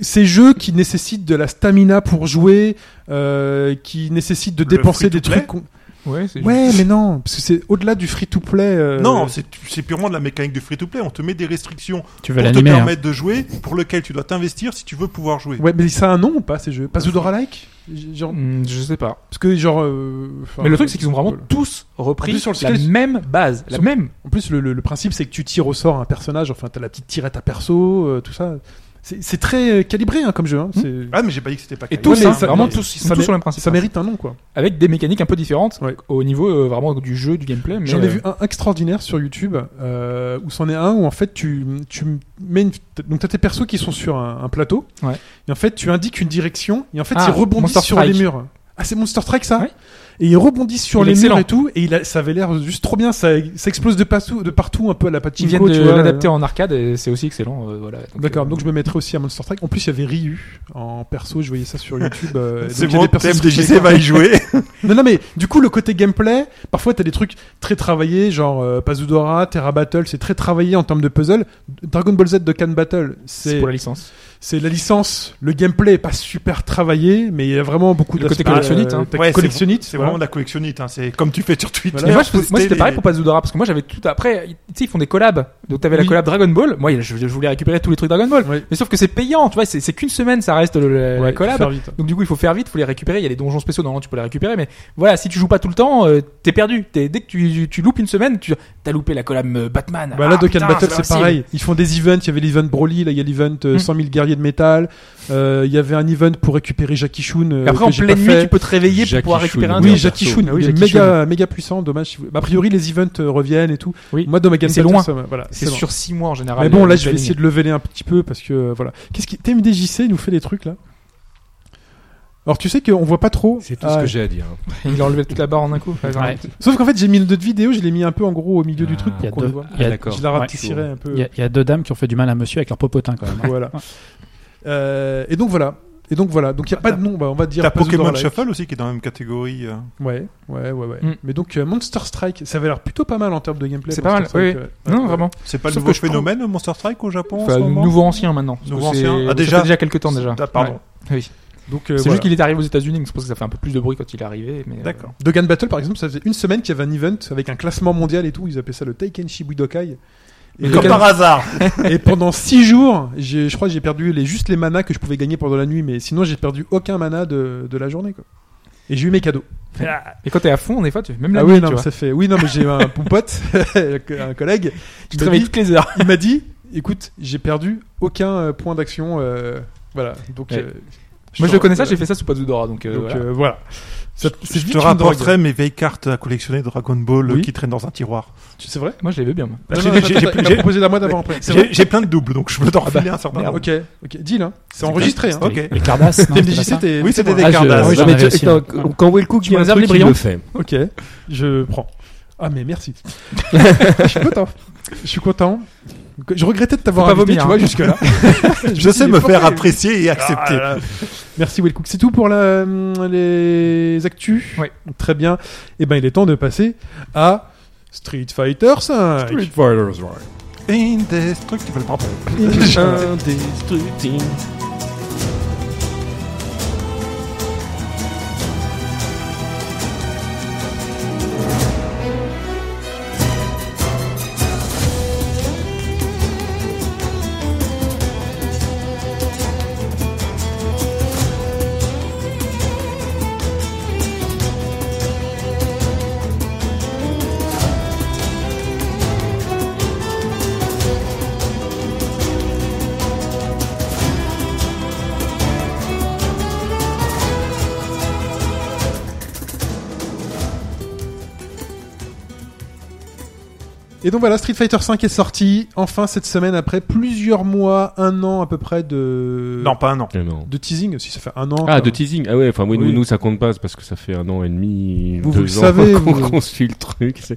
B: ces jeux qui nécessitent de la stamina pour jouer, euh, qui nécessitent de
F: Le
B: dépenser des
F: free-to-play
B: trucs. qu'on-
C: Ouais, c'est
B: Ouais, mais non, parce que c'est au-delà du free-to-play. euh,
F: Non, c'est c'est purement de la mécanique du free-to-play. On te met des restrictions
D: Tu vas
F: pour te
D: l'animer. hein.
F: permettre de jouer, pour lequel tu dois t'investir si tu veux pouvoir jouer.
B: Ouais, mais ça a un nom ou pas ces jeux Pazudora-like Genre-
C: Hmm, Je sais pas.
B: Parce que genre. euh, enfin,
C: Mais le truc, c'est qu'ils ont vraiment
B: voilà.
C: tous
B: En
C: repris
B: plus, sur le
C: la
B: skate-
C: même base, la
B: sur-
C: même.
B: En plus, le, le- le principe, c'est que tu tires au sort un personnage, enfin, t'as la petite tirette à perso, euh, tout ça. C'est c'est très euh, calibré hein, comme jeu. hein, c'est-
F: Ah, mais j'ai pas dit que c'était pas
C: Hmm. Et
F: carré.
C: tous,
B: mais
C: hein,
B: ça-
C: vraiment
B: mais
C: tous, ils sont
B: ça
C: tous
B: mé-
C: sur le même principe.
B: Ça mérite un nom, quoi.
C: Avec des mécaniques un peu différentes
B: Ouais.
C: au niveau euh, vraiment du jeu, du gameplay. mais,
B: J'en ai
C: euh,
B: vu un extraordinaire sur YouTube euh, où c'en est un où en fait tu, tu mets une. Donc t'as tes persos qui sont sur un, un plateau.
C: Ouais.
B: Et en fait tu indiques une direction et en fait
C: Ah,
B: ils rebondissent
C: Monster
B: sur
C: Strike.
B: les murs. Ah, c'est Monster Truck ça
C: Ouais.
B: Et il rebondit sur
C: Il est
B: les murs
C: excellent.
B: et tout, et il a- ça avait l'air juste trop bien, ça, ça explose de partout, de partout un peu à la
C: Ils
B: pachinko,
C: viennent
B: tu
C: de
B: vois. euh,
C: l'adapter en arcade et c'est aussi excellent. euh, voilà. Donc,
B: D'accord,
C: euh,
B: donc je me mettrai aussi à Monster Truck. En plus, il y avait Ryu en perso, je voyais ça sur YouTube. euh, donc
F: C'est
B: il y a
F: bon,
B: des personnes qui
F: TMDJC
B: faisaient
F: va y jouer.
B: Non, non, mais du coup, le côté gameplay, parfois t'as des trucs très travaillés, genre euh, Pazudora, Terra Battle, c'est très travaillé en termes de puzzle. Dragon Ball Z de Can Battle,
C: c'est
B: c'est
C: pour la licence.
B: c'est la licence, le gameplay est pas super travaillé, mais il y a vraiment beaucoup
C: Le côté
B: d'aspects, euh,
C: collectionnite, hein.
B: t'as-
F: Ouais, c'est-
B: collectionnite,
F: C'est
B: voilà.
F: vraiment de la collectionnite. hein, C'est comme tu fais sur Twitter.
C: Mais moi, je faisais- moi,
F: poster
C: c'était pareil
F: les-
C: pour Pazudora parce que moi j'avais tout après. Tu sais, ils font des collabs. Donc t'avais
B: Oui.
C: la collab Dragon Ball. Moi, je, je voulais récupérer tous les trucs Dragon Ball.
B: Ouais.
C: Mais sauf que c'est payant, tu vois. C'est c'est qu'une semaine, ça reste le- la- la
B: Ouais,
C: collab.
B: faire vite.
C: Donc du coup, il faut faire vite, faut les récupérer. Il y a des donjons spéciaux, normalement tu peux les récupérer, mais voilà, si tu joues pas tout le temps, euh, t'es perdu. T'es- dès que tu, tu loupes une semaine, tu as loupé la collab euh, Batman.
B: Bah là,
C: Ah,
B: Dokkan
C: putain,
B: Battle,
C: pas
B: c'est
C: possible.
B: pareil. Ils font des events. Il y avait l'event Broly, là, il y a l'event euh,
C: Mm.
B: 100 000 guerriers de métal. Euh, Il y avait un event pour récupérer Jackie Chun. euh,
C: Et après,
B: que
C: en
B: j'ai
C: pleine
B: pas
C: nuit,
B: fait.
C: tu peux te réveiller
E: Jackie
C: pour pouvoir récupérer
E: Chou,
C: un
E: oui,
B: Oui,
E: en
C: truc.
B: Jackie
E: perso.
B: Chun.
C: Ah oui,
B: il est
C: Jackie
B: méga, méga puissant. Dommage. si vous- A priori, les events euh, reviennent et tout.
C: Oui.
B: Moi, dans ma game
C: c'est
B: Battle,
C: loin.
B: ça m'a- voilà,
C: C'est
B: loin.
C: sur 6 mois en général.
B: Mais bon,
C: euh,
B: là,
C: le
B: je vais
C: planning.
B: essayer de le véler un petit peu parce que euh, voilà. Qu'est-ce qui TMDJC nous fait des trucs là Alors, tu sais qu'on voit pas trop.
G: C'est tout
B: Ah,
G: ce que j'ai à dire. hein.
C: Il a enlevé toute la barre en un coup. par exemple.
B: Sauf qu'en fait, j'ai mis le d'autres vidéos. Je l'ai mis un peu en gros au milieu du
G: Ah.
B: truc
D: Il y a
B: pour qu'on
D: deux-
B: le voit.
D: il y a-
G: d'accord.
B: Je la
D: Ouais.
B: rapetisserai un peu.
D: Il y, a- il y a deux dames qui ont fait du mal à monsieur avec leur popotin quand même.
B: voilà. Euh, et donc voilà. Et donc voilà. Donc il n'y a pas de nom. Bah, on va dire.
F: T'as
B: Puzzle
F: Pokémon
B: Door Like.
F: Shuffle aussi qui est dans la même catégorie. euh.
B: Ouais, ouais, ouais, ouais.
C: Mm.
B: Mais donc euh, Monster Strike, ça avait l'air plutôt pas mal en termes de gameplay.
C: C'est pas
B: Monster
C: mal, oui,
B: Strike, euh,
C: Non,
B: ouais.
C: vraiment.
F: C'est pas le
C: Sauf
F: nouveau
C: que je trouve-
F: phénomène Monster Strike au Japon en
C: Enfin,
F: ce moment
C: nouveau ancien maintenant.
F: Nouveau
C: Parce que
F: ancien.
C: c'est-
F: Ah,
C: ça
F: déjà
C: fait déjà quelques temps déjà.
F: Ah, pardon.
C: Ouais. Oui.
B: Donc
C: C'est
B: euh,
C: juste
B: voilà.
C: qu'il est arrivé aux États-Unis, donc je pense que ça fait un peu plus de bruit quand il est arrivé. mais, euh,
F: D'accord.
B: Dogan Battle, par exemple, ça faisait une semaine qu'il y avait un event avec un classement mondial et tout. Ils appelaient ça le Taikenshi Budokai. Et,
C: Mais Dogan-
F: Comme par hasard.
B: et pendant 6 jours, j'ai- je crois que j'ai perdu les, juste les manas que je pouvais gagner pendant la nuit, mais sinon j'ai perdu aucun mana de, de la journée. Quoi. Et j'ai eu mes cadeaux.
C: Et quand t'es à fond, des fois, tu même la
B: ah
C: nuit,
B: oui,
C: tu
B: non,
C: vois.
B: ça fait. Oui, non, mais j'ai eu un bon pote, un collègue,
C: Tu
B: me
C: te réveilles
B: dis-
C: toutes les heures.
B: il m'a dit écoute j'ai perdu aucun euh, point d'action euh, voilà donc
C: Ouais.
B: euh,
C: Moi, je le connais ça,
B: voilà.
C: j'ai fait ça sous Pazudora, donc euh,
B: donc
C: voilà.
B: euh, voilà Ça- c'est
F: Je
B: vite
F: te
B: une drogue.
F: rapporterai mes vieilles cartes à collectionner de Dragon Ball euh,
B: Oui.
F: qui traînent dans un tiroir.
B: Tu- c'est vrai
C: Moi, je les veux bien. moi.
B: Non,
F: j'ai-
B: non, attends,
F: j'ai-
B: attends,
F: j'ai-
B: il m'a
F: j'ai-
B: proposé la moi d'avant après C'est vrai Ah,
F: J'ai j'ai plein de doubles, donc je peux t'en refiler un certain nombre.
B: ok ok dis là c'est enregistré hein.
F: Ok.
D: Les Cardass, non c'est pas ça
B: TMDJC t'es
F: Oui,
B: c'est
F: c'était
B: bon,
F: des
B: hein.
D: Ah, je-
F: Cardass.
D: oui, j'en
E: mais
D: avais
E: tu-
D: aussi,
E: attends,
D: hein.
E: qu- quand Will Cook
D: Tu
E: dit un
D: réserves
E: truc,
D: les
E: il
D: brillants
E: le fait.
B: ok je prends ah mais merci je suis content je suis content je regrettais de t'avoir
C: Faut pas
B: invité
C: vomir,
B: tu vois
C: hein.
B: jusque là
F: Je sais me faire apprécier et
B: Ah
F: accepter.
B: là là. Merci Wellcook. C'est tout pour la, hum, les actus.
C: Ouais.
B: Très bien. Et ben il est temps de passer à Street Fighter 5.
G: Fighters, right.
F: Indestructible. Pardon.
B: Et donc voilà, Street Fighter 5 est sorti enfin cette semaine après plusieurs mois, un an à peu près de
F: Non, pas un an.
E: Ah, non.
B: de teasing. Si ça fait un an.
E: Ah,
B: quand
E: de
B: même.
E: teasing. Ah ouais, enfin, oui,
B: Oui.
E: Nous, nous, ça compte pas, c'est parce que ça fait un an et demi,
B: Vous, vous
E: deux
B: le
E: ans
B: savez,
E: qu'on
B: vous.
E: qu'on suit le truc. c'est-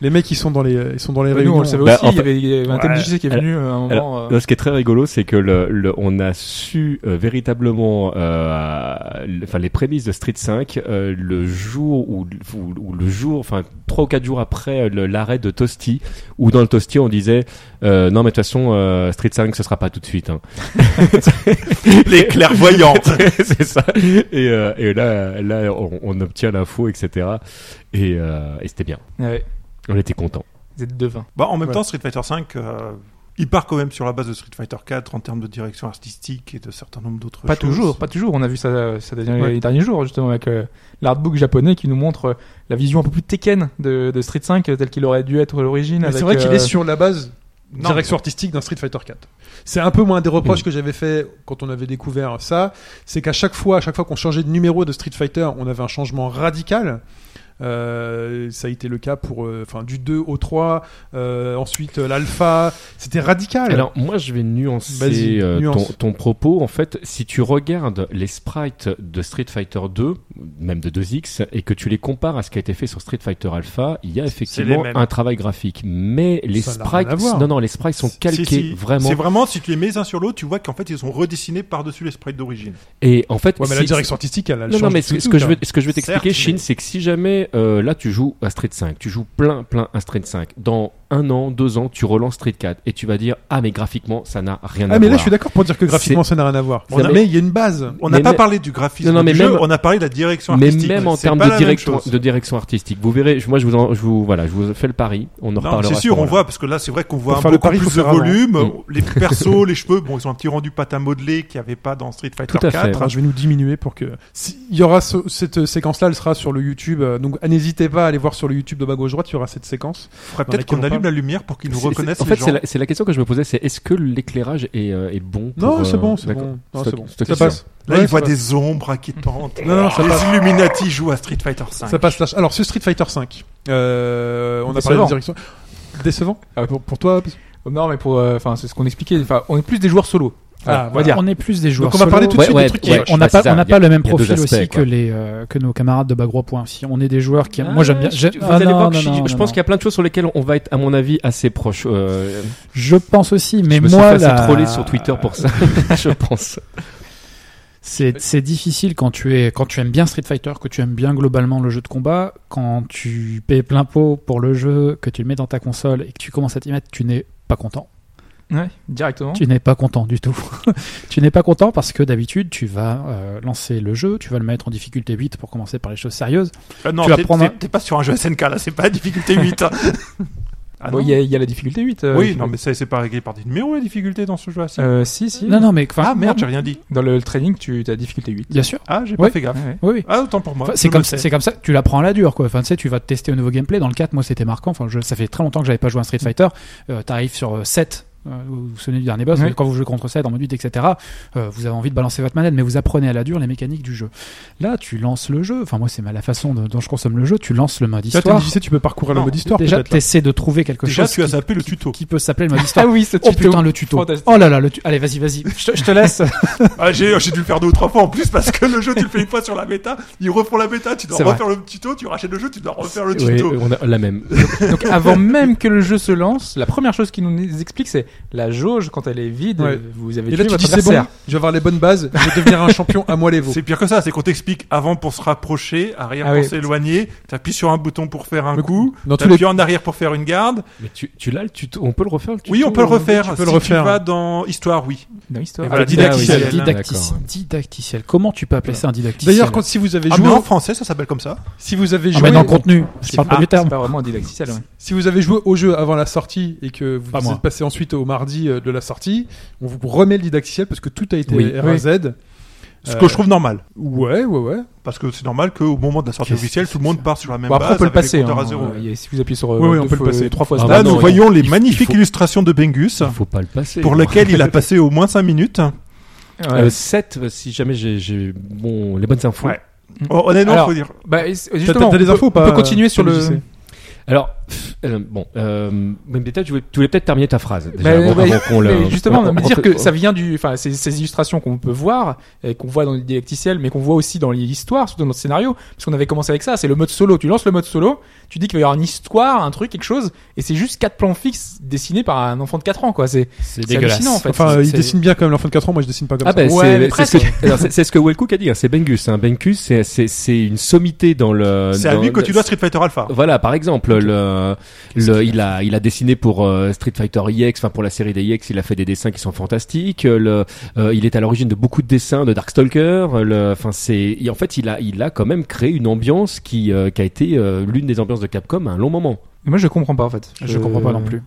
B: Les mecs ils sont dans les ils sont dans les
C: Bah, nous,
B: réunions.
C: on le savait
E: Bah,
C: aussi.
E: en
C: il y avait- il y avait un
F: Ouais.
C: TMDJC qui est venu euh, à un moment.
E: Alors,
C: euh,
E: là, ce qui est très rigolo, c'est que le, le- on a su euh, véritablement, euh, le- enfin, les prémices de Street 5 euh, le jour ou, ou- ou le jour, enfin, trois ou quatre jours après euh, le- l'arrêt de Tosti, où dans le Tosti on disait, euh, non mais de toute façon, euh, Street 5 ce sera pas tout de suite. hein.
F: Les clairvoyants.
E: c'est ça. Et, euh, et là, là, on, on obtient l'info, etc. Et, euh, et c'était bien.
C: ouais,
E: On était content.
C: Vous êtes devins.
F: Bah, en même
B: Ouais.
F: temps, Street Fighter 5, il part quand même sur la base de Street Fighter 4 en termes de direction artistique et de certain nombre d'autres choses.
C: Pas toujours, pas toujours. On a vu ça, euh, ça dernier-
B: Ouais.
C: les derniers jours, justement, avec euh, l'artbook japonais qui nous montre euh, la vision un peu plus Tekken de, de Street 5 euh, tel qu'il aurait dû être à l'origine.
B: Mais
C: avec,
B: c'est vrai qu'il
C: euh,
B: est sur la base
F: Non.
B: direction artistique d'un Street Fighter 4. C'est un peu moins des
C: Mm.
B: reproches que j'avais fait quand on avait découvert ça, c'est qu'à chaque fois, à chaque fois qu'on changeait de numéro de Street Fighter, on avait un changement radical. Euh, ça a été le cas pour euh, enfin du 2 au 3, euh, ensuite euh, l'alpha. C'était radical.
E: Alors moi je vais
B: Vas-y,
E: nuancer euh,
B: nuance.
E: ton, ton propos. En fait, si tu regardes les sprites de Street Fighter 2, même de 2X, et que tu les compares à ce qui a été fait sur Street Fighter Alpha, il y a effectivement
F: mêmes.
E: un travail graphique. Mais les
B: Ça n'a rien à
E: sprites,
B: voir.
E: non non, les sprites sont calqués
F: Si, si.
E: vraiment.
F: C'est vraiment, si tu les mets un sur l'autre, tu vois qu'en fait, ils sont redessinés par-dessus les sprites d'origine.
E: Et en fait,
B: Ouais, mais la
E: si-
B: direction artistique, elle, elle
E: Non,
B: change
E: non, mais
B: du tout,
E: ce, ce que
B: tout,
E: je veux,
B: hein.
E: ce que je veux t'expliquer,
F: Certes,
E: Shin,
F: mais-
E: c'est que si jamais euh, là tu joues à Street 5, tu joues plein, plein à Street 5, dans un an, deux ans, tu relances Street 4 et tu vas dire ah mais graphiquement ça n'a rien à
B: Ah mais là
E: voir.
B: je suis d'accord pour dire que graphiquement ça n'a rien à voir.
E: C'est-
B: mais il y a une base.
F: On n'a
E: Mais
F: pas
E: même-
F: parlé du graphisme
E: Non, non,
F: du
E: mais
F: jeu,
E: même-
F: on a parlé de la direction
E: mais
F: artistique.
E: même en
F: C'est
E: termes
F: pas
E: de
F: la même
E: direction,
F: chose.
E: de direction artistique, vous verrez. je- Moi, je vous, en, je vous, voilà, je vous fais le pari. On en
F: Non,
E: reparlera.
F: c'est
E: à ce
F: sûr, on
E: moment-là.
F: voit parce que là, c'est vrai qu'on voit
B: Pour
F: un
B: faire le
F: beaucoup
B: pari, faut
F: plus de
B: faire avant.
F: volume.
E: Mm.
F: Les persos, les cheveux, bon, ils ont un petit rendu pâte à modeler qu'il n'y avait pas dans Street Fighter
E: Tout à fait.
F: 4.
B: Enfin, je vais nous diminuer pour que si- il y aura ce- cette euh, séquence-là, elle sera sur le YouTube. euh, Donc n'hésitez pas à aller voir sur le YouTube de bas gauche droite. Il y aura cette séquence.
F: Faudrait
B: Dans
F: peut-être
B: laquelle
F: qu'on
B: on
F: allume
B: parle.
F: la lumière pour qu'ils nous
E: C'est- c'est-
F: reconnaissent.
E: En
F: les
E: fait, c'est
F: gens.
E: la, c'est la question que je me posais, c'est est-ce que l'éclairage est, euh, est bon pour,
B: Non, c'est
E: euh,
B: bon, c'est
E: d'accord.
B: bon. Non,
E: C'est-
B: c'est bon.
E: c'est-
B: Ça
E: c'est-
B: passe.
F: Là,
B: Ouais,
F: il voit
B: ça passe.
F: des ombres inquiétantes.
B: Non, non, ça
F: les
B: passe.
F: Illuminati jouent à Street Fighter 5.
B: Ça passe. Slash. Alors ce Street Fighter 5. Euh, on a parlé
C: Décevant.
B: de direction. Décevant.
C: Ah.
B: Pour, pour toi.
C: Non, mais pour, euh, enfin, c'est ce qu'on expliquait. Enfin, on est plus des joueurs solo. Voilà, on va dire.
D: On est plus des joueurs.
B: Donc on va
D: solo.
B: parler tout de
E: Ouais,
B: suite
E: ouais,
B: des trucs qui
E: ouais.
D: on
E: bah,
D: n'a
E: c'est
D: pas,
E: ça,
D: on n'a
E: il y a-
D: pas le même
E: il y a deux
D: profil
E: aspects,
D: aussi que
E: quoi.
D: les euh, que nos camarades de Bagrois.fr. Si on est des joueurs qui, aiment- moi
E: Ah,
D: j'aime bien.
E: je-
D: j'aime-
E: vous
D: ah,
E: allez
D: non,
E: voir que
D: non,
E: je-
D: non,
E: je
D: non,
E: pense
D: non.
E: qu'il y a plein de choses sur lesquelles on va être, à mon avis, assez proche. euh,
D: Je pense aussi, mais
E: je me
D: moi
E: suis fait assez
D: la-
E: troller sur Twitter pour ça, je pense.
D: C'est c'est difficile quand tu es quand tu aimes bien Street Fighter, que tu aimes bien globalement le jeu de combat, quand tu payes plein pot pour le jeu, que tu le mets dans ta console et que tu commences à t'y mettre, tu n'es pas content.
C: Ouais, directement.
D: Tu n'es pas content du tout. tu n'es pas content parce que d'habitude tu vas euh, lancer le jeu, tu vas le mettre en difficulté 8 pour commencer par les choses sérieuses.
F: Ah non,
D: tu vas
F: t'es-
D: prendre
F: t'es-
D: un-
F: t'es pas sur un jeu SNK là, c'est pas difficulté 8. hein. Ah
C: Bon,
F: non.
C: il y, a- il y a la difficulté 8. euh,
F: oui,
C: je-
F: non, mais ça, c'est pas réglé par des numéros la difficulté dans ce jeu là.
D: Ah,
F: si.
C: Euh, si, si.
D: Non non mais enfin
F: ah merde, j'ai rien dit.
C: Dans le, le training, tu as difficulté 8.
D: bien sûr.
F: Ah, j'ai
D: Ouais.
F: pas fait gaffe.
D: Oui oui.
F: Ah, autant pour moi.
D: Enfin, c'est
F: je
D: comme
F: le sais.
D: c'est comme ça que tu l'apprends à la dure quoi. Enfin tu sais tu vas te tester au nouveau gameplay dans le 4 moi c'était marquant enfin je- ça fait très longtemps que j'avais pas joué à un Street Fighter euh, t'arrives sur euh, 7 euh, vous vous souvenez du dernier boss
C: Ouais.
D: mais quand vous jouez contre 7 en mode 8 etc euh, vous avez envie de balancer votre manette mais vous apprenez à la dure les mécaniques du jeu là tu lances le jeu enfin moi c'est ma- la façon de- dont je consomme le jeu tu lances le mode
B: Là, t'as
D: histoire
B: dit, tu sais, tu peux parcourir le
F: Non,
B: mode histoire
D: déjà
B: peut-être. là.
D: t'essaies de trouver quelque
F: Déjà,
D: chose
F: tu as
D: qui-
F: zappé le
D: qui-
F: tuto.
D: qui peut s'appeler le mode
C: Ah
D: histoire
C: oui, ce
D: Oh
C: tuto.
D: putain le tuto.
C: Fantastique.
D: Oh là là, le tu- allez vas-y vas-y. Je te- je te laisse.
F: Ah, j'ai j'ai dû le faire deux ou trois fois en plus parce que le jeu, tu le fais une fois sur la bêta, ils refont la bêta, tu dois
D: C'est vrai.
F: refaire le tuto, tu rachètes le jeu, tu dois refaire le
E: Ouais,
F: tuto.
E: on a la même.
C: Donc avant même que le jeu se lance, la première chose qu'il nous explique, c'est la jauge quand elle est vide.
B: Ouais.
C: Vous avez
B: Et
C: tué
B: là tu
C: votre
B: dis c'est bon.
C: adversaire.
B: Je vais avoir les bonnes bases. Je vais devenir un champion à moi les veaux.
F: C'est pire que ça, c'est qu'on t'explique avant pour se rapprocher, arrière
C: Ah
F: pour
C: oui.
F: s'éloigner, t'appuies sur un bouton pour faire un
B: Le-
F: coup,
B: Dans tous
F: t'appuies
B: les
F: en arrière pour faire une garde.
E: Mais tu, tu l'as le tuto, on peut le refaire le tuto euh,
F: Oui, on peut le refaire.
B: tu peux le
F: si
B: refaire.
F: tu vas dans Histoire, oui.
C: Dans l'histoire.
F: Et voilà,
C: Ah,
F: didacticiel.
E: oui,
F: Didacticiel.
D: Didactici- didacticiel. Comment tu peux appeler ça un didacticiel
B: D'ailleurs, quand si vous avez
F: Ah,
B: joué,
F: mais en français, ça s'appelle comme ça.
B: si vous avez
D: Ah
B: joué,
D: bah dans le contenu, je
C: C'est
D: parle pas
C: ah,
D: du terme.
C: C'est pas vraiment un didacticiel. ouais.
B: si vous avez joué au jeu avant la sortie et que vous
D: Pas moi.
B: êtes passé ensuite au mardi euh, de la sortie, on vous remet le didacticiel parce que tout a été
D: Oui.
B: R1Z.
F: Ce
B: Euh,
F: que je trouve normal.
B: Ouais, ouais, ouais.
F: Parce que c'est normal qu'au moment de la sortie
D: Qu'est-ce
F: officielle,
D: que
F: tout le monde part sur la même
C: Bon, après,
B: Bah,
C: on
F: base
C: peut le
F: avec les
C: passer.
F: compteurs
C: hein.
F: à zéro.
C: Il y a- Si vous appuyez sur euh,
B: Oui, oui, on
C: deux
B: peut le
C: fois-
B: passer.
C: trois fois.
E: Ah
C: ça.
E: bah
F: Là,
E: non,
F: nous
E: il-
F: voyons les
E: il faut-
F: magnifiques
E: il faut-
F: illustrations de Bengus,
E: Faut pas le passer.
F: pour lesquelles il a passé au moins 5 minutes.
C: Ouais.
E: 7 si jamais j'ai- j'ai bon les bonnes infos.
F: Ouais. Oh, honnêtement,
C: Alors,
F: faut dire.
C: Bah, et- justement,
B: t'as des
C: on peut-
B: infos ou pas,
C: On peut continuer sur
B: euh,
C: le.
B: TMJC?
E: Alors pff, euh, bon euh, même détail, je voulais- tu voulais peut-être terminer ta phrase déjà
C: Bah,
E: avant,
C: bah,
E: avant qu'on le-
C: mais justement,
E: avant-
C: me
E: avant
C: dire que ça vient du, enfin, ces, ces illustrations qu'on peut voir, et qu'on voit dans le didacticiel, mais qu'on voit aussi dans l'histoire, surtout dans notre scénario, parce qu'on avait commencé avec ça, c'est le mode solo. Tu lances le mode solo, tu dis qu'il va y avoir une histoire, un truc, quelque chose, et c'est juste quatre plans fixes dessinés par un enfant de 4 ans, quoi. C'est
E: C'est
C: c'est hallucinant, en fait.
B: Enfin,
C: C'est-
B: euh, il
C: c'est-
B: dessine bien quand même l'enfant de 4 ans. Moi, je dessine pas comme
E: Ah
B: ça.
E: ben
C: Ouais, mais
E: c'est c'est ce
C: presque. hein.
E: que alors, c'est- c'est ce que Wellcook a dit hein, c'est Bengus hein. Bengus c'est c'est c'est une sommité dans le
F: C'est à
E: dans
F: lui
E: le-
F: que tu dois Street Fighter Alpha.
E: Voilà, par exemple, le, le, il a, il a dessiné pour euh, Street Fighter EX, enfin pour la série des EX, il a fait des dessins qui sont fantastiques. euh, Le, euh, il est à l'origine de beaucoup de dessins de Darkstalker. euh, Le, enfin c'est, et en fait, il a, il a quand même créé une ambiance qui, euh, qui a été euh, l'une des ambiances de Capcom à un long moment.
C: Moi, je comprends pas, en fait.
D: Je comprends pas non plus.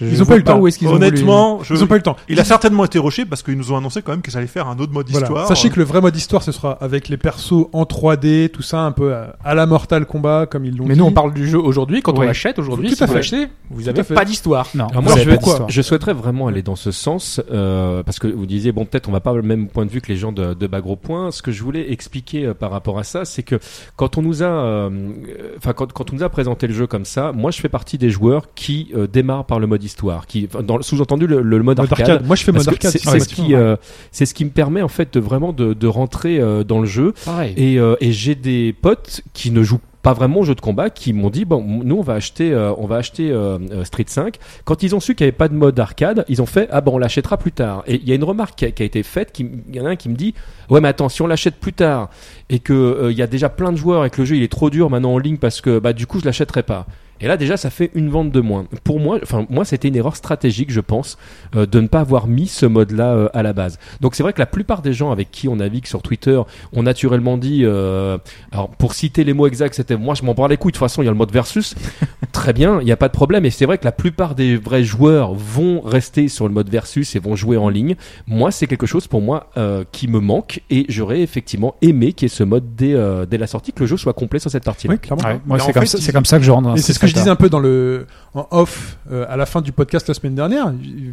C: Je
B: Ils ont
C: vois
B: pas eu le temps.
C: Où est-ce qu'ils ont
F: Honnêtement, je-
B: Ils ont pas eu le temps.
F: il a certainement été rushé parce qu'ils nous ont annoncé quand même qu'ils allaient faire un autre mode
B: Voilà.
F: histoire.
B: Sachez que le vrai mode histoire, ce sera avec les persos en 3D, tout ça un peu à, à la Mortal Kombat, comme ils l'ont
C: voulu-
B: dit.
C: Mais nous, on parle du jeu aujourd'hui. Quand on
D: Ouais.
C: l'achète aujourd'hui,
B: Tout
C: si
B: à
C: vous
B: fait.
C: l'achetez, vous
B: Tout
C: avez
B: à fait.
C: pas d'histoire.
D: Non,
E: Alors
D: vous
E: moi,
D: avez
E: je,
D: pas d'histoire.
E: je souhaiterais vraiment aller dans ce sens euh, parce que vous disiez bon peut-être on va pas le même point de vue que les gens de, de Bagro Point. Ce que je voulais expliquer euh, par rapport à ça, c'est que quand on nous a, euh, enfin quand, quand on nous a présenté le jeu comme ça, moi je fais partie des joueurs qui euh, démarrent par le mode histoire, qui enfin, dans le- sous-entendu le, le mode,
B: Mode
E: arcade.
B: arcade. Moi, je fais
E: Parce
B: mode
E: que
B: arcade.
E: c'est
B: ouais,
E: c'est ce qui, euh, c'est ce qui me permet en fait de vraiment de, de rentrer euh, dans le jeu
D: Pareil.
E: et, euh, et j'ai des potes qui ne jouent pas vraiment au jeu de combat qui m'ont dit bon nous on va acheter euh, on va acheter euh, euh, Street 5 quand ils ont su qu'il n'y avait pas de mode arcade ils ont fait ah bon on l'achètera plus tard et il y a une remarque qui a, qui a été faite qui il y en a un qui me dit ouais mais attends si on l'achète plus tard et que euh, il y a déjà plein de joueurs et que le jeu il est trop dur maintenant en ligne parce que bah du coup je l'achèterai pas et là déjà ça fait une vente de moins pour moi enfin moi c'était une erreur stratégique je pense euh, de ne pas avoir mis ce mode là à la base donc c'est vrai que la plupart des gens avec qui on navigue sur Twitter ont naturellement dit, euh, alors pour citer les mots exacts, c'était moi je m'en bats les couilles, de toute façon il y a le mode versus. Très bien, il n'y a pas de problème. Et c'est vrai que la plupart des vrais joueurs vont rester sur le mode versus et vont jouer en ligne. Moi c'est quelque chose pour moi euh, qui me manque et j'aurais effectivement aimé qu'il y ait ce mode dès, euh, dès la sortie, que le jeu soit complet sur cette partie.
B: Oui, clairement.
D: Ah Ouais, moi,
F: Mais en
D: c'est comme,
F: fait,
D: ça-
F: il-
D: c'est comme ça que je rentre. dans
B: Et c'est ce que je
D: secteur.
B: disais un peu dans le en off euh, à la fin du podcast la semaine dernière.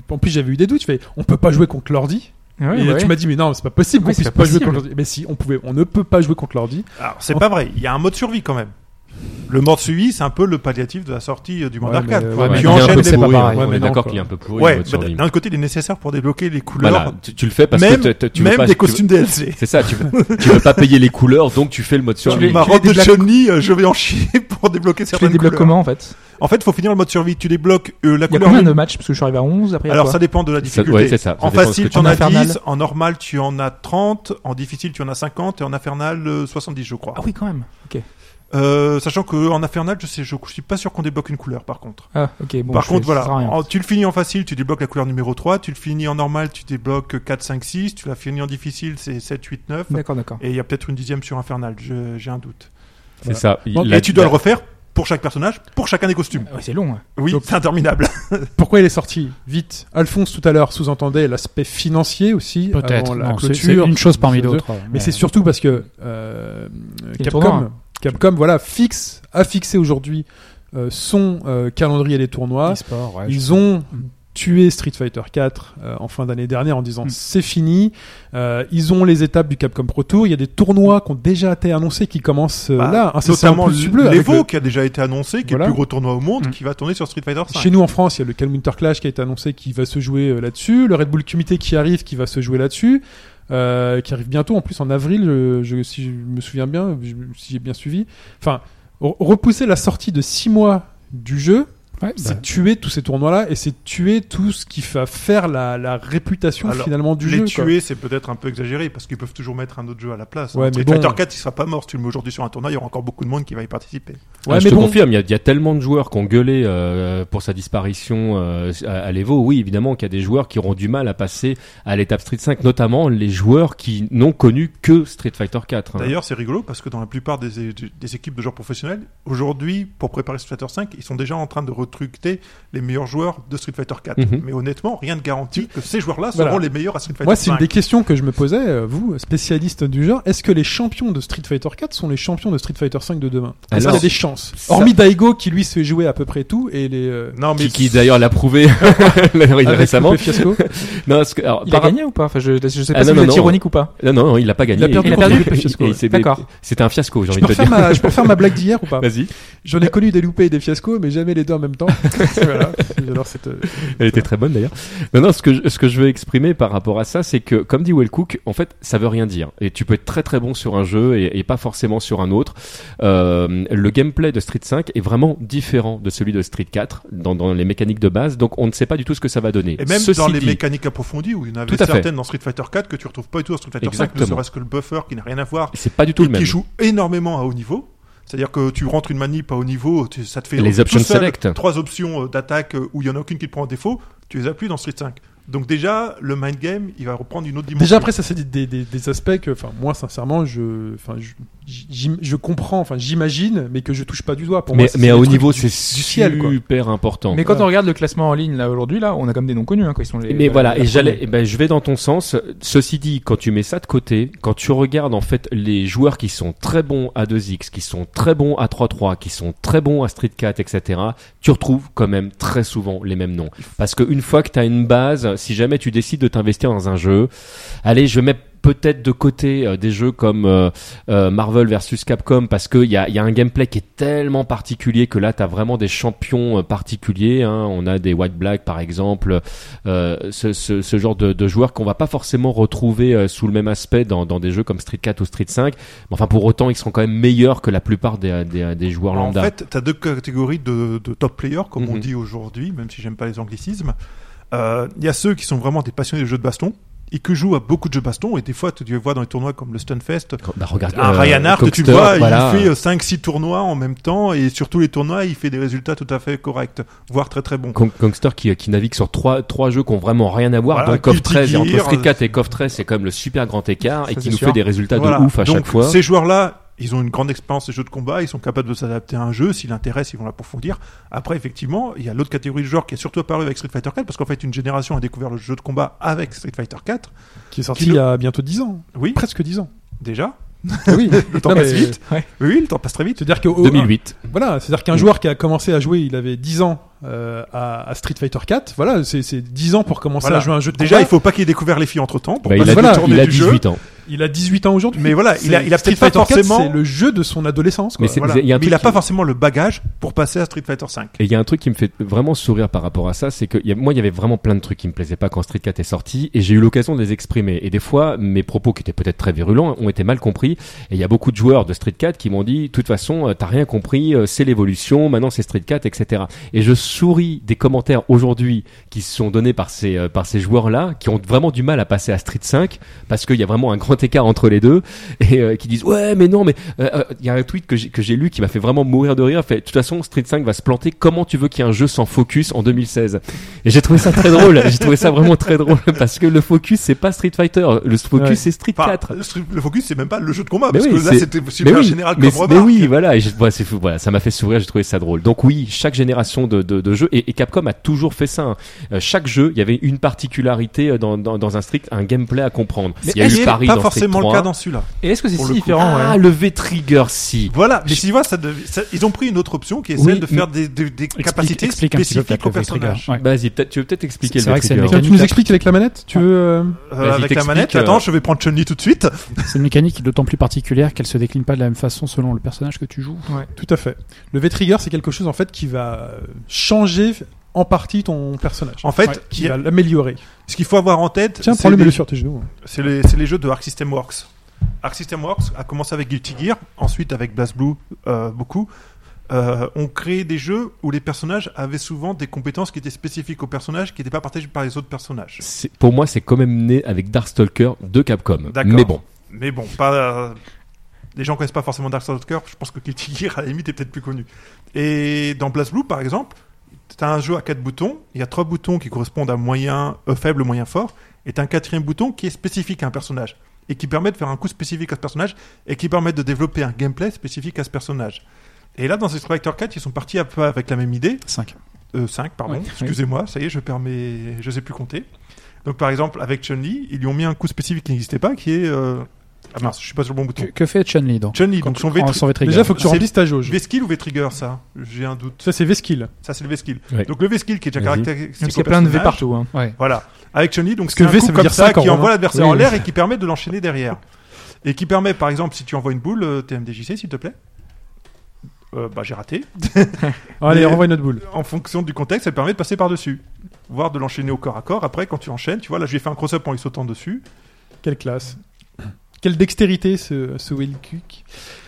B: En plus, j'avais eu des doutes. Je fais, on peut pas jouer contre l'ordi.
C: Ah ouais,
B: et
C: ouais.
B: tu m'as dit, mais non, c'est pas possible qu'on
C: Oui, c'est
B: puisse
C: pas
B: pas jouer
C: possible.
B: contre l'ordi. Mais si, on pouvait, on ne peut pas jouer contre l'ordi.
F: Alors, c'est pas vrai. Il y a un mode survie quand même. Le mode survie, c'est un peu le palliatif de la sortie euh, du mode
B: Ouais, mais,
F: arcade.
B: euh,
F: Tu
B: ouais, mais
E: il
B: il
E: est
B: enchaînes
E: un peu
F: enchaînes les
D: c'est pas
E: pourri,
F: mots.
D: pareil.
E: hein.
B: Ouais,
E: on
B: mais
E: est
B: non,
E: d'accord
B: quoi.
E: qu'il est un peu pourri. euh, le
F: Ouais,
E: mode sur
F: mais
E: ligne.
F: d'un autre côté, il est nécessaire pour débloquer les couleurs.
E: Voilà, tu, tu le fais parce
F: Même-
E: que tu- tu- tu veux
F: même
E: pas, tu
F: des
E: veux-
F: costumes DLC.
E: C'est ça, tu veux, tu veux pas payer les couleurs, donc tu fais le mode sur
C: Tu les-
E: ligne.
F: Ma
C: tu
F: robe de
C: débloques-
F: Chun-Li, euh, je vais en chier pour débloquer
C: Tu les
F: certaines
C: débloques
F: couleurs.
C: comment en fait
F: En fait, faut finir le mode survie. Tu débloques euh, la
C: Il y a
F: couleur.
C: combien de matchs Parce que je suis arrivé à 11 après. il y a
F: Alors
C: quoi
F: ça dépend de la
E: Ça-
F: difficulté.
E: ouais, c'est ça. Ça
F: En
E: dépend de ce
F: facile,
E: que
F: tu
E: tu
F: en as
C: infernal.
F: 10, en normal, tu en as 30, en difficile, tu en as 50 et en infernal euh, 70, je crois.
C: Ah oui, quand même. Ok.
F: Euh, sachant que en infernal, je sais, je, je suis pas sûr qu'on débloque une couleur par contre.
C: Ah, ok. Bon,
F: par
C: je
F: contre,
C: fais- ça
F: voilà,
C: sert à rien.
F: en- tu le finis en facile, tu débloques la couleur numéro 3, tu le finis en normal, tu débloques 4 5 6, tu la finis en difficile, c'est 7 8 9
C: D'accord, d'accord.
F: et il y a peut-être une dixième sur infernal, je- j'ai un doute.
E: C'est ça. Il-
B: Et
E: la-
F: et tu dois le refaire pour chaque personnage, pour chacun des costumes.
C: Ah ouais, c'est long. hein.
F: Oui,
B: Donc-
F: c'est interminable.
B: Pourquoi il est sorti vite Alphonse tout à l'heure sous-entendait l'aspect financier aussi
D: Peut-être.
B: avant la
D: non, c'est- C'est
B: clôture.
D: une chose parmi
B: ce-
D: d'autres.
B: Mais c'est surtout parce que euh,
C: est
B: Capcom,
C: tournant.
B: Capcom, voilà, fixe, a fixé aujourd'hui euh, son euh, calendrier des tournois.
D: e-sport, ouais,
B: Ils ont tué Street Fighter 4 en fin d'année dernière en
F: Hmm.
B: disant
D: Mm.
B: c'est fini. Euh, ils ont les étapes du Capcom Pro Tour. Il y a des tournois qui ont déjà été annoncés qui commencent euh,
F: Bah,
B: là.
F: notamment
B: Incessamment plus bleu. avec
F: l'Evo
B: le-
F: qui a déjà été annoncé, qui
B: Voilà.
F: est le plus gros tournoi au monde,
D: Mm.
F: qui va tourner sur Street Fighter 5.
B: Chez nous en France, il y a le Calmwinter Clash qui a été annoncé qui va se jouer euh, là-dessus. Le Red Bull Comité qui arrive, qui va se jouer là-dessus. Euh, qui arrive bientôt en plus en avril, euh, je, si je me souviens bien, je- si j'ai bien suivi. Enfin, re- repousser la sortie de 6 mois du jeu,
D: Ouais,
B: c'est
D: bah,
B: tuer tous ces tournois-là et c'est tuer tout ce qui va faire la, la réputation
F: Alors,
B: finalement du
F: les
B: jeu. quoi.
F: tuer, c'est peut-être un peu exagéré parce qu'ils peuvent toujours mettre un autre jeu à la place. hein.
B: Ouais,
F: Street
B: mais bon.
F: Fighter 4, il sera pas mort. Si tu le mets aujourd'hui sur un tournoi, il y aura encore beaucoup de monde qui va y participer.
B: Ouais,
E: Ah, je
B: mais
E: te
B: bon,
E: confirme, il y, a- il y a tellement de joueurs qui ont gueulé euh, pour sa disparition euh, à, à l'Evo. Oui, évidemment qu'il y a des joueurs qui auront du mal à passer à l'étape Street 5, notamment les joueurs qui n'ont connu que Street Fighter 4. hein.
F: D'ailleurs, c'est rigolo parce que dans la plupart des, des équipes de joueurs professionnels, aujourd'hui, pour préparer Street Fighter 5, ils sont déjà en train de recruter les meilleurs joueurs de Street Fighter 4.
E: Mhm.
F: Mais honnêtement, rien ne garantit que ces joueurs-là
B: Voilà.
F: seront les meilleurs à Street Fighter
B: moi, c'est
F: 5.
B: une des questions que je me posais, euh, vous, spécialiste du genre. Est-ce que les champions de Street Fighter 4 sont les champions de Street Fighter 5 de demain Est-ce
E: Alors,
B: qu'il y a des chances
E: ça-
B: Hormis Daigo qui lui se jouait à peu près tout et les. euh,
F: Non, mais
E: Qui, qui d'ailleurs l'a prouvé
B: avec
E: récemment.
B: Poupée Fiasco.
E: Non, parce que- alors,
C: Il a
E: par-
C: gagné ou pas Enfin, je, je sais pas
E: Ah,
C: si
E: non,
C: vous
E: non,
C: êtes
E: non.
C: ironique ou pas.
E: Non, non, il l'a pas gagné.
B: Il a perdu
E: Et-
B: contre
E: et-
C: Poupée Fiasco,
E: et
C: ouais.
E: c'est des-
C: D'accord.
E: C'était un fiasco, j'ai
B: Je
E: envie
B: peux,
E: de te
B: refaire
E: dire.
B: ma, je peux refaire ma blague d'hier ou pas
E: Vas-y,
B: J'en ai connu des loupés et des fiascos, mais jamais les deux en même temps. voilà. J'adore cette. euh,
E: elle était très bonne d'ailleurs. Non, non, ce que, je, ce que je veux exprimer par rapport à ça, c'est que, comme dit Will Cook, en fait, ça veut rien dire. Et tu peux être très très bon sur un jeu et, et pas forcément sur un autre. Euh, le gameplay de Street 5 est vraiment différent de celui de Street 4 dans, dans les mécaniques de base, donc on ne sait pas du tout ce que ça va donner.
F: Et même
E: Ceci
F: dans les
E: dit-
F: mécaniques approfondies où il y en avait
E: Tout à fait.
F: certaines dans Street Fighter 4 que tu retrouves pas du tout dans Street Fighter 5, ne
E: Exactement.
F: serait-ce que le buffer qui n'a rien à voir,
E: c'est pas du tout
F: et
E: le même.
F: qui joue énormément à haut niveau. C'est-à-dire que tu rentres une manip à haut niveau, tu- ça te fait
E: Les
F: tout
E: options
F: seul
E: select.
F: trois options euh, d'attaque euh, où il y en a aucune qui te prend en défaut, tu les appuies dans Street 5. Donc déjà, le mind game, il va reprendre une autre dimension.
B: Déjà après, ça c'est des, des- des- des aspects que, enfin, moi sincèrement, je, enfin, je, j'im- je comprends, enfin, j'imagine, mais que je touche pas du doigt. Pour
E: mais,
B: moi, ça,
E: mais
B: des
E: à haut
B: trucs
E: niveau,
B: du-
E: c'est
B: du ciel, quoi.
E: super important.
C: Mais quand on regarde le classement en ligne là aujourd'hui, là, on a quand même des noms connus. Hein, quand ils sont les,
E: euh, Mais
C: euh,
E: voilà,
C: les
E: et j'allais,
C: premiers.
E: eh ben, je vais dans ton sens. Ceci dit, quand tu mets ça de côté, quand tu regardes en fait les joueurs qui sont très bons à 2x, qui sont très bons à 3-3, qui sont très bons à Street Cat, etc., tu retrouves quand même très souvent les mêmes noms. Parce qu'une fois que tu as une base, si jamais tu décides de t'investir dans un jeu, allez, je vais mettre peut-être de côté euh, des jeux comme euh, euh, Marvel versus Capcom parce qu'il y a, y a un gameplay qui est tellement particulier que là, tu as vraiment des champions euh, particuliers. hein. On a des White Black, par exemple, euh, ce, ce, ce genre de, de joueurs qu'on va pas forcément retrouver euh, sous le même aspect dans, dans des jeux comme Street 4 ou Street 5. Mais enfin, pour autant, ils seront quand même meilleurs que la plupart des, des, des joueurs
F: Alors,
E: lambda.
F: En fait, tu as deux catégories de, de top players, comme on
E: Mhm.
F: dit aujourd'hui, même si j'aime pas les anglicismes. Euh, Il y a ceux qui sont vraiment des passionnés de jeux de baston et qui jouent à beaucoup de jeux de baston. Et des fois, tu les vois dans les tournois comme le Stunfest.
E: bah, regarde,
F: Un
E: euh,
F: Ryan Hart, tu
E: Coxter,
F: le vois,
E: voilà.
F: il fait euh, 5-6 tournois en même temps. Et sur tous les tournois, il fait des résultats tout à fait corrects, voire très très bons.
E: Con- Kongster qui, qui navigue sur trois, trois jeux qui ont vraiment rien à voir,
F: Voilà,
E: dont KOF
F: Guilty
E: 13 et entre
F: Gear, euh,
E: Street 4 et KOF 13, c'est quand même le super grand écart et
C: Ça,
E: qui
C: c'est
E: nous
C: sûr.
E: fait des résultats
F: Voilà.
E: de ouf à
F: Donc,
E: chaque fois.
F: Ces joueurs-là, ils ont une grande expérience des jeux de combat, ils sont capables de s'adapter à un jeu, s'ils l'intéressent, ils vont l'approfondir. Après, effectivement, il y a l'autre catégorie de joueurs qui est surtout apparue avec Street Fighter 4, parce qu'en fait, une génération a découvert le jeu de combat avec Street Fighter 4.
B: qui est sorti
F: qui-
B: il y a bientôt 10 ans,
F: Oui,
B: presque 10 ans.
F: déjà.
B: oui,
F: Le temps
B: Non,
F: passe
B: mais-
F: vite.
C: ouais.
F: Oui, oui, le temps passe très vite.
B: C'est-à-dire que au-
E: 2008.
B: Voilà, c'est-à-dire qu'un
E: Mm.
B: joueur qui a commencé à jouer, il avait 10 ans euh, à, à Street Fighter 4. Voilà, c'est c'est 10 ans pour commencer
F: Voilà.
B: à jouer à un jeu de
F: Déjà,
B: combat.
F: il faut pas qu'il ait découvert les filles entre temps.
E: Bah, il a,
B: voilà,
E: il a
F: du
E: 18 ans.
B: Il a 18 ans aujourd'hui.
F: Mais voilà, il a,
B: C'est-
F: il a
B: Street
F: peut-être pas
B: Fighter 4,
F: forcément,
B: c'est le jeu de son adolescence. Quoi.
E: Mais c'est-
F: voilà.
E: il y a un
F: Mais il
E: truc
F: a pas
E: qui-
F: forcément le bagage pour passer à Street Fighter 5.
E: Et il y a un truc qui me fait vraiment sourire par rapport à ça, c'est que il y a- moi, il y avait vraiment plein de trucs qui me plaisaient pas quand Street Cat est sorti, et j'ai eu l'occasion de les exprimer. Et des fois, mes propos, qui étaient peut-être très virulents, ont été mal compris. Et il y a beaucoup de joueurs de Street Cat qui m'ont dit, de toute façon, euh, t'as rien compris, euh, c'est l'évolution, maintenant c'est Street Cat, etc. Et je souris des commentaires aujourd'hui qui se sont donnés par ces, euh, par ces joueurs-là, qui ont vraiment du mal à passer à Street 5, parce qu'il y a vraiment un grand écart entre les deux, et euh, qui disent, ouais, mais non, mais euh, euh, il y a un tweet que j'ai que j'ai lu qui m'a fait vraiment mourir de rire. Fait, de toute façon, Street 5 va se planter. Comment tu veux qu'il y ait un jeu sans focus en 2016 Et j'ai trouvé ça très drôle. J'ai trouvé ça vraiment très drôle parce que le focus c'est pas Street Fighter. Le focus
B: Ouais.
E: c'est Street
F: Enfin,
E: 4.
F: le Street- le focus, c'est même pas le jeu de combat,
E: Mais
F: parce
E: oui,
F: que là,
E: c'est-
F: c'était super
E: oui,
F: général
E: mais,
F: comme
E: mais
F: remarque.
E: oui, voilà, et je- voilà, c'est fou, voilà, ça m'a fait sourire, j'ai trouvé ça drôle. Donc oui, chaque génération de, de, de jeux, et, et Capcom a toujours fait ça. hein. Euh, chaque jeu, il y avait une particularité euh, dans, dans, dans un strict, un gameplay à comprendre.
C: Mais
E: Il y a
F: Ce qui
E: eu
F: est
E: Paris
F: pas
E: dans Street
F: forcément
E: 3.
F: le cas dans celui-là.
C: Et est-ce que c'est
F: Pour
C: si
F: le coup.
C: différent
E: Ah,
C: ouais.
E: le V-Trigger, si.
F: Voilà, mais tu vois, ça dev- ça- ils ont pris une autre option qui est
E: Oui,
F: celle de
E: mais-
F: faire des, des- des capacités
D: explique un petit peu
F: spécifiques
D: peut-être
F: au
D: le V-trigger.
F: personnage.
D: Ouais.
E: Vas-y, peut-être, tu veux peut-être expliquer
D: C'est
E: le
D: vrai que c'est
E: V-Trigger.
D: le
B: Tiens, tu
D: Mécanique
B: nous
D: là.
B: expliques avec la manette Tu
D: Ouais.
B: veux euh,
F: Euh, avec la
E: t'explique,
F: manette,
E: euh,
F: attends, je vais prendre Chun-Li tout de suite.
D: C'est une mécanique d'autant plus particulière qu'elle se décline pas de la même façon selon le personnage que tu joues.
B: Tout à fait. Le V-Trigger, c'est quelque chose en fait qui va euh, changer en partie ton personnage.
F: En fait,
B: qui
F: il y a-
B: va l'améliorer.
F: ce qu'il faut avoir en tête,
B: Tiens,
F: c'est
B: prends-le, mets-le
F: les,
B: sur tes genoux.
F: c'est les- c'est les jeux de Arc System Works. Arc System Works a commencé avec Guilty Gear, ensuite avec BlazBlue, euh, beaucoup. Euh, on créait des jeux où les personnages avaient souvent des compétences qui étaient spécifiques au personnage, qui n'étaient pas partagées par les autres personnages.
E: C'est- Pour moi, c'est quand même né avec Darkstalker de Capcom.
F: D'accord.
E: Mais bon,
F: Mais bon, pas. euh, les gens connaissent pas forcément Darkstalker. Je pense que Guilty Gear, à la limite, est peut-être plus connu. Et dans BlazBlue, par exemple, t'as un jeu à quatre boutons. Il y a trois boutons qui correspondent à moyen, euh, faible, moyen, fort. Et t'as un quatrième bouton qui est spécifique à un personnage. Et qui permet de faire un coup spécifique à ce personnage. Et qui permet de développer un gameplay spécifique à ce personnage. Et là, dans Street Fighter 4, ils sont partis un peu avec la même idée.
D: 5.
F: Euh, 5, pardon.
D: Ouais.
F: Excusez-moi, ça y est, je perds mes... Je sais plus compter. Donc, par exemple, avec Chun-Li, ils lui ont mis un coup spécifique qui n'existait pas, qui est... euh, Ah mince, je suis pas sur le bon
D: Que,
F: bouton.
D: que fait Chun-Li donc
F: Chun-Li,
D: Quand
F: donc
D: tu
F: son
D: prends
F: V-Trigger.
D: son V-trigger.
B: Déjà, faut que tu
F: C'est-
B: remplisses ta jauge.
F: V-Skill ou V-Trigger, ça J'ai un doute.
B: Ça, c'est V-Skill.
F: Ça, c'est le V-Skill.
E: Ouais.
F: Donc, le V-Skill qui est déjà
E: Vas-y.
F: caractéristique
C: Parce
F: au
C: qu'il y a plein de V
F: personnage.
C: partout. Hein.
D: Ouais.
F: Voilà. Avec Chun-Li, donc
B: Parce que
F: c'est un
B: V,
F: coup
B: ça veut
F: comme
B: dire
F: ça
B: cinq en
F: qui envoie
B: romain.
F: l'adversaire
B: Oui,
F: en
B: oui.
F: l'air et qui permet de l'enchaîner derrière. Et qui permet, par exemple, si tu envoies une boule, euh, TMDJC, s'il te plaît. Euh, bah, j'ai raté.
B: Allez,
F: Mais-
B: renvoie une autre boule.
F: en fonction du contexte, ça permet de passer par-dessus, voire de l'enchaîner au corps à corps. Après, quand tu enchaînes, tu vois, là, j'ai fait un cross-up en lui sautant dessus.
B: Quelle classe. Quelle dextérité, ce, ce Will Cook.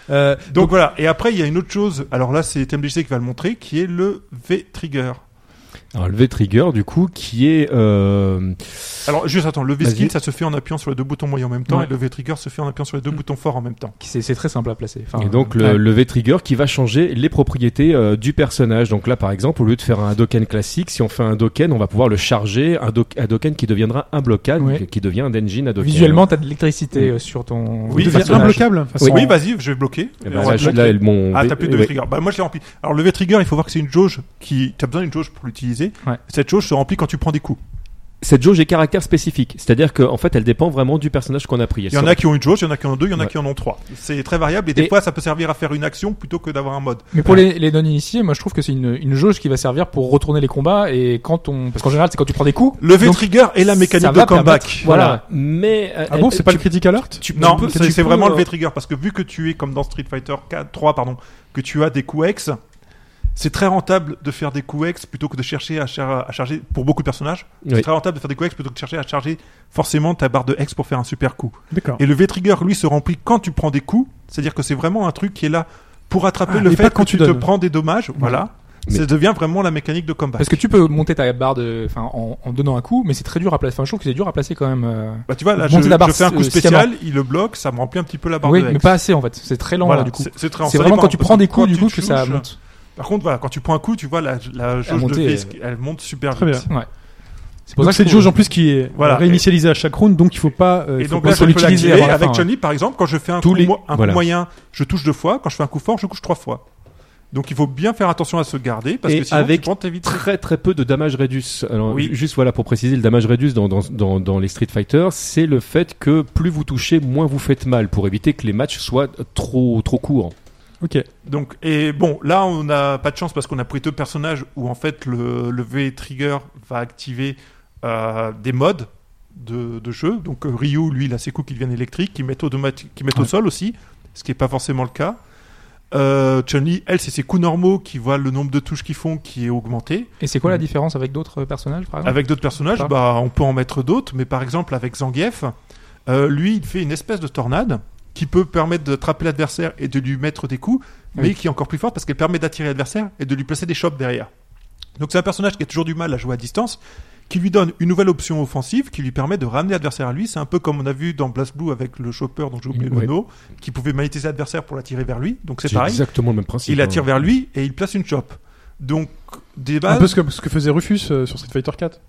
B: Euh,
F: Donc, voilà. Et après, il y a une autre chose. Alors là, c'est TMDJC qui va le montrer, qui est le V-Trigger.
E: Alors le V-Trigger, du coup, qui est... euh,
F: Alors, juste attends, le
E: Vas-y.
F: V-Skill, ça se fait en appuyant sur les deux boutons moyens en même temps,
C: Ouais.
F: et le V-Trigger se fait en appuyant sur les deux
C: Mm.
F: boutons forts en même temps.
C: Qui- C'est c'est très simple à placer. Enfin,
E: et donc le,
C: ouais.
E: le V-Trigger qui va changer les propriétés euh, du personnage. Donc là, par exemple, au lieu de faire un Doken classique, si on fait un Doken, on va pouvoir le charger, un, do- un Doken qui deviendra un blocage,
C: Ouais.
E: qui- qui devient un engine à Doken.
C: Visuellement, t'as de l'électricité euh, sur ton.
F: Oui,
C: ton
B: devient
F: personnage.
B: imbloquable.
C: Façon-
F: Oui, bah, vas-y, je vais bloquer.
E: Eh
F: Et
E: ben,
F: on va
E: là, je-
F: bloquer.
E: là, elle- mon
F: Ah,
E: V-
F: t'as plus de
E: ouais.
F: V-Trigger. Bah, moi, je l'ai rempli. Alors, le V-Trigger, il faut voir que c'est une jauge qui. T'as besoin d'une jauge pour l'utiliser.
C: Ouais.
F: Cette jauge se remplit quand tu prends des coups.
E: Cette jauge est caractère spécifique, c'est-à-dire qu'en fait, elle dépend vraiment du personnage qu'on a pris.
F: Il y en a qui ont une jauge, il y en a qui en ont deux, il y en a
E: Ouais.
F: qui en ont trois. C'est très variable et des
E: Et-
F: fois, ça peut servir à faire une action plutôt que d'avoir un mode.
C: Mais pour les, les non-initiés, moi je trouve que c'est une, une jauge qui va servir pour retourner les combats et quand on. Parce qu'en général, c'est quand tu prends des coups.
F: Le
C: Donc,
F: V-Trigger est la mécanique
C: ça
F: de
C: va
F: comeback.
E: Voilà, mais euh,
B: Ah bon,
E: euh,
B: c'est pas
E: tu-
B: le Critical Alert
E: tu-
F: Non,
E: tu peux-
F: c'est
E: tu
F: c'est
E: peux,
F: vraiment le
E: euh,
F: V-Trigger parce que vu que tu es comme dans Street Fighter 4, 3, pardon, que tu as des coups X, c'est très rentable de faire des coups X plutôt que de chercher à, char- à charger pour beaucoup de personnages.
E: Oui.
F: C'est très rentable de faire des coups X plutôt que de chercher à charger forcément ta barre de X pour faire un super coup.
B: D'accord.
F: Et le V-Trigger, lui, se remplit quand tu prends des coups. C'est-à-dire que c'est vraiment un truc qui est là pour attraper
B: Ah,
F: le
B: mais
F: fait
B: pas
F: quand
B: quand
F: tu
B: tu
F: te
B: donnes.
F: prends des dommages. Voilà.
E: Mais-
F: Ça devient vraiment la mécanique de combat.
C: Parce que tu peux monter ta barre de, enfin, en, en donnant un coup, mais c'est très dur à placer. Enfin, je trouve que c'est dur à placer quand même. euh.
F: Bah, tu vois, là, je,
C: Monter la barre
F: je fais un coup
C: euh,
F: spécial, il le bloque, ça me remplit un petit peu la barre
C: Oui,
F: de X.
C: mais pas assez en fait. C'est très lent
F: Voilà,
C: là, du coup.
F: c'est- C'est très-
C: C'est
F: ça
C: vraiment
F: dépend,
C: quand tu
F: parce
C: prends des coups,
F: quand
C: du
F: tu
C: coup, que ça
F: touches,
C: monte.
F: Par contre, voilà, quand tu prends un coup, tu vois, la, la jauge
C: montée,
F: de
C: elle- euh,
F: face, elle monte super
B: Très
F: vite.
B: bien.
C: C'est pour
B: Donc
C: ça que
B: cette
C: je trouve-
B: jauge en plus qui est
F: Voilà.
B: réinitialisée à chaque round, donc il faut pas. euh, il
F: Et
B: faut
F: donc
B: pas
F: là,
B: se
F: je peux
B: l'utiliser
F: l'activer
B: avant la
F: avec
B: fin, hein. ouais.
F: Chun-Li, par exemple, quand je fais un,
E: Tous
F: coup,
E: les-
F: mo- un coup
E: voilà.
F: moyen, je touche deux fois. Quand je fais un coup fort, je couche trois fois. Donc il faut bien faire attention à se garder, parce
E: Et
F: que sinon,
E: avec
F: tu prends tes vite.
E: très très peu de damage reduce. Alors
F: Oui.
E: ju- juste voilà pour préciser le damage reduce dans dans, dans, dans les Street Fighter, c'est le fait que plus vous touchez, moins vous faites mal pour éviter que les matchs soient trop trop courts.
B: Ok.
F: Donc, et bon, là, on n'a pas de chance parce qu'on a pris deux personnages où en fait le, le V-Trigger va activer euh, des modes de, de jeu. Donc, euh, Ryu, lui, il a ses coups qui deviennent électriques, qui mettent, automati- qui mettent au sol aussi, ce qui n'est pas forcément le cas. Euh, Chun-Li, elle, c'est ses coups normaux qui voient le nombre de touches qu'ils font qui est augmenté.
C: Et c'est quoi la différence avec d'autres personnages, par exemple
F: Avec d'autres personnages,
C: Ah.
F: bah, on peut en mettre d'autres, mais par exemple avec Zangief, euh, lui, il fait une espèce de tornade qui peut permettre d'attraper l'adversaire et de lui mettre des coups, mais
C: Oui.
F: qui est encore plus forte parce qu'elle permet d'attirer l'adversaire et de lui placer des chops derrière. Donc c'est un personnage qui a toujours du mal à jouer à distance, qui lui donne une nouvelle option offensive, qui lui permet de ramener l'adversaire à lui. C'est un peu comme on a vu dans Blast Blue avec le chopper dont j'ai oublié le
E: Ouais.
F: nom, qui pouvait magnétiser l'adversaire pour l'attirer vers lui. Donc c'est
E: C'est
F: pareil,
E: exactement le même principe.
F: il
E: hein.
F: attire vers lui et il place une chope. Donc des
B: Un
F: bases...
B: peu ce que, ce que faisait Rufus euh, sur Street Fighter 4.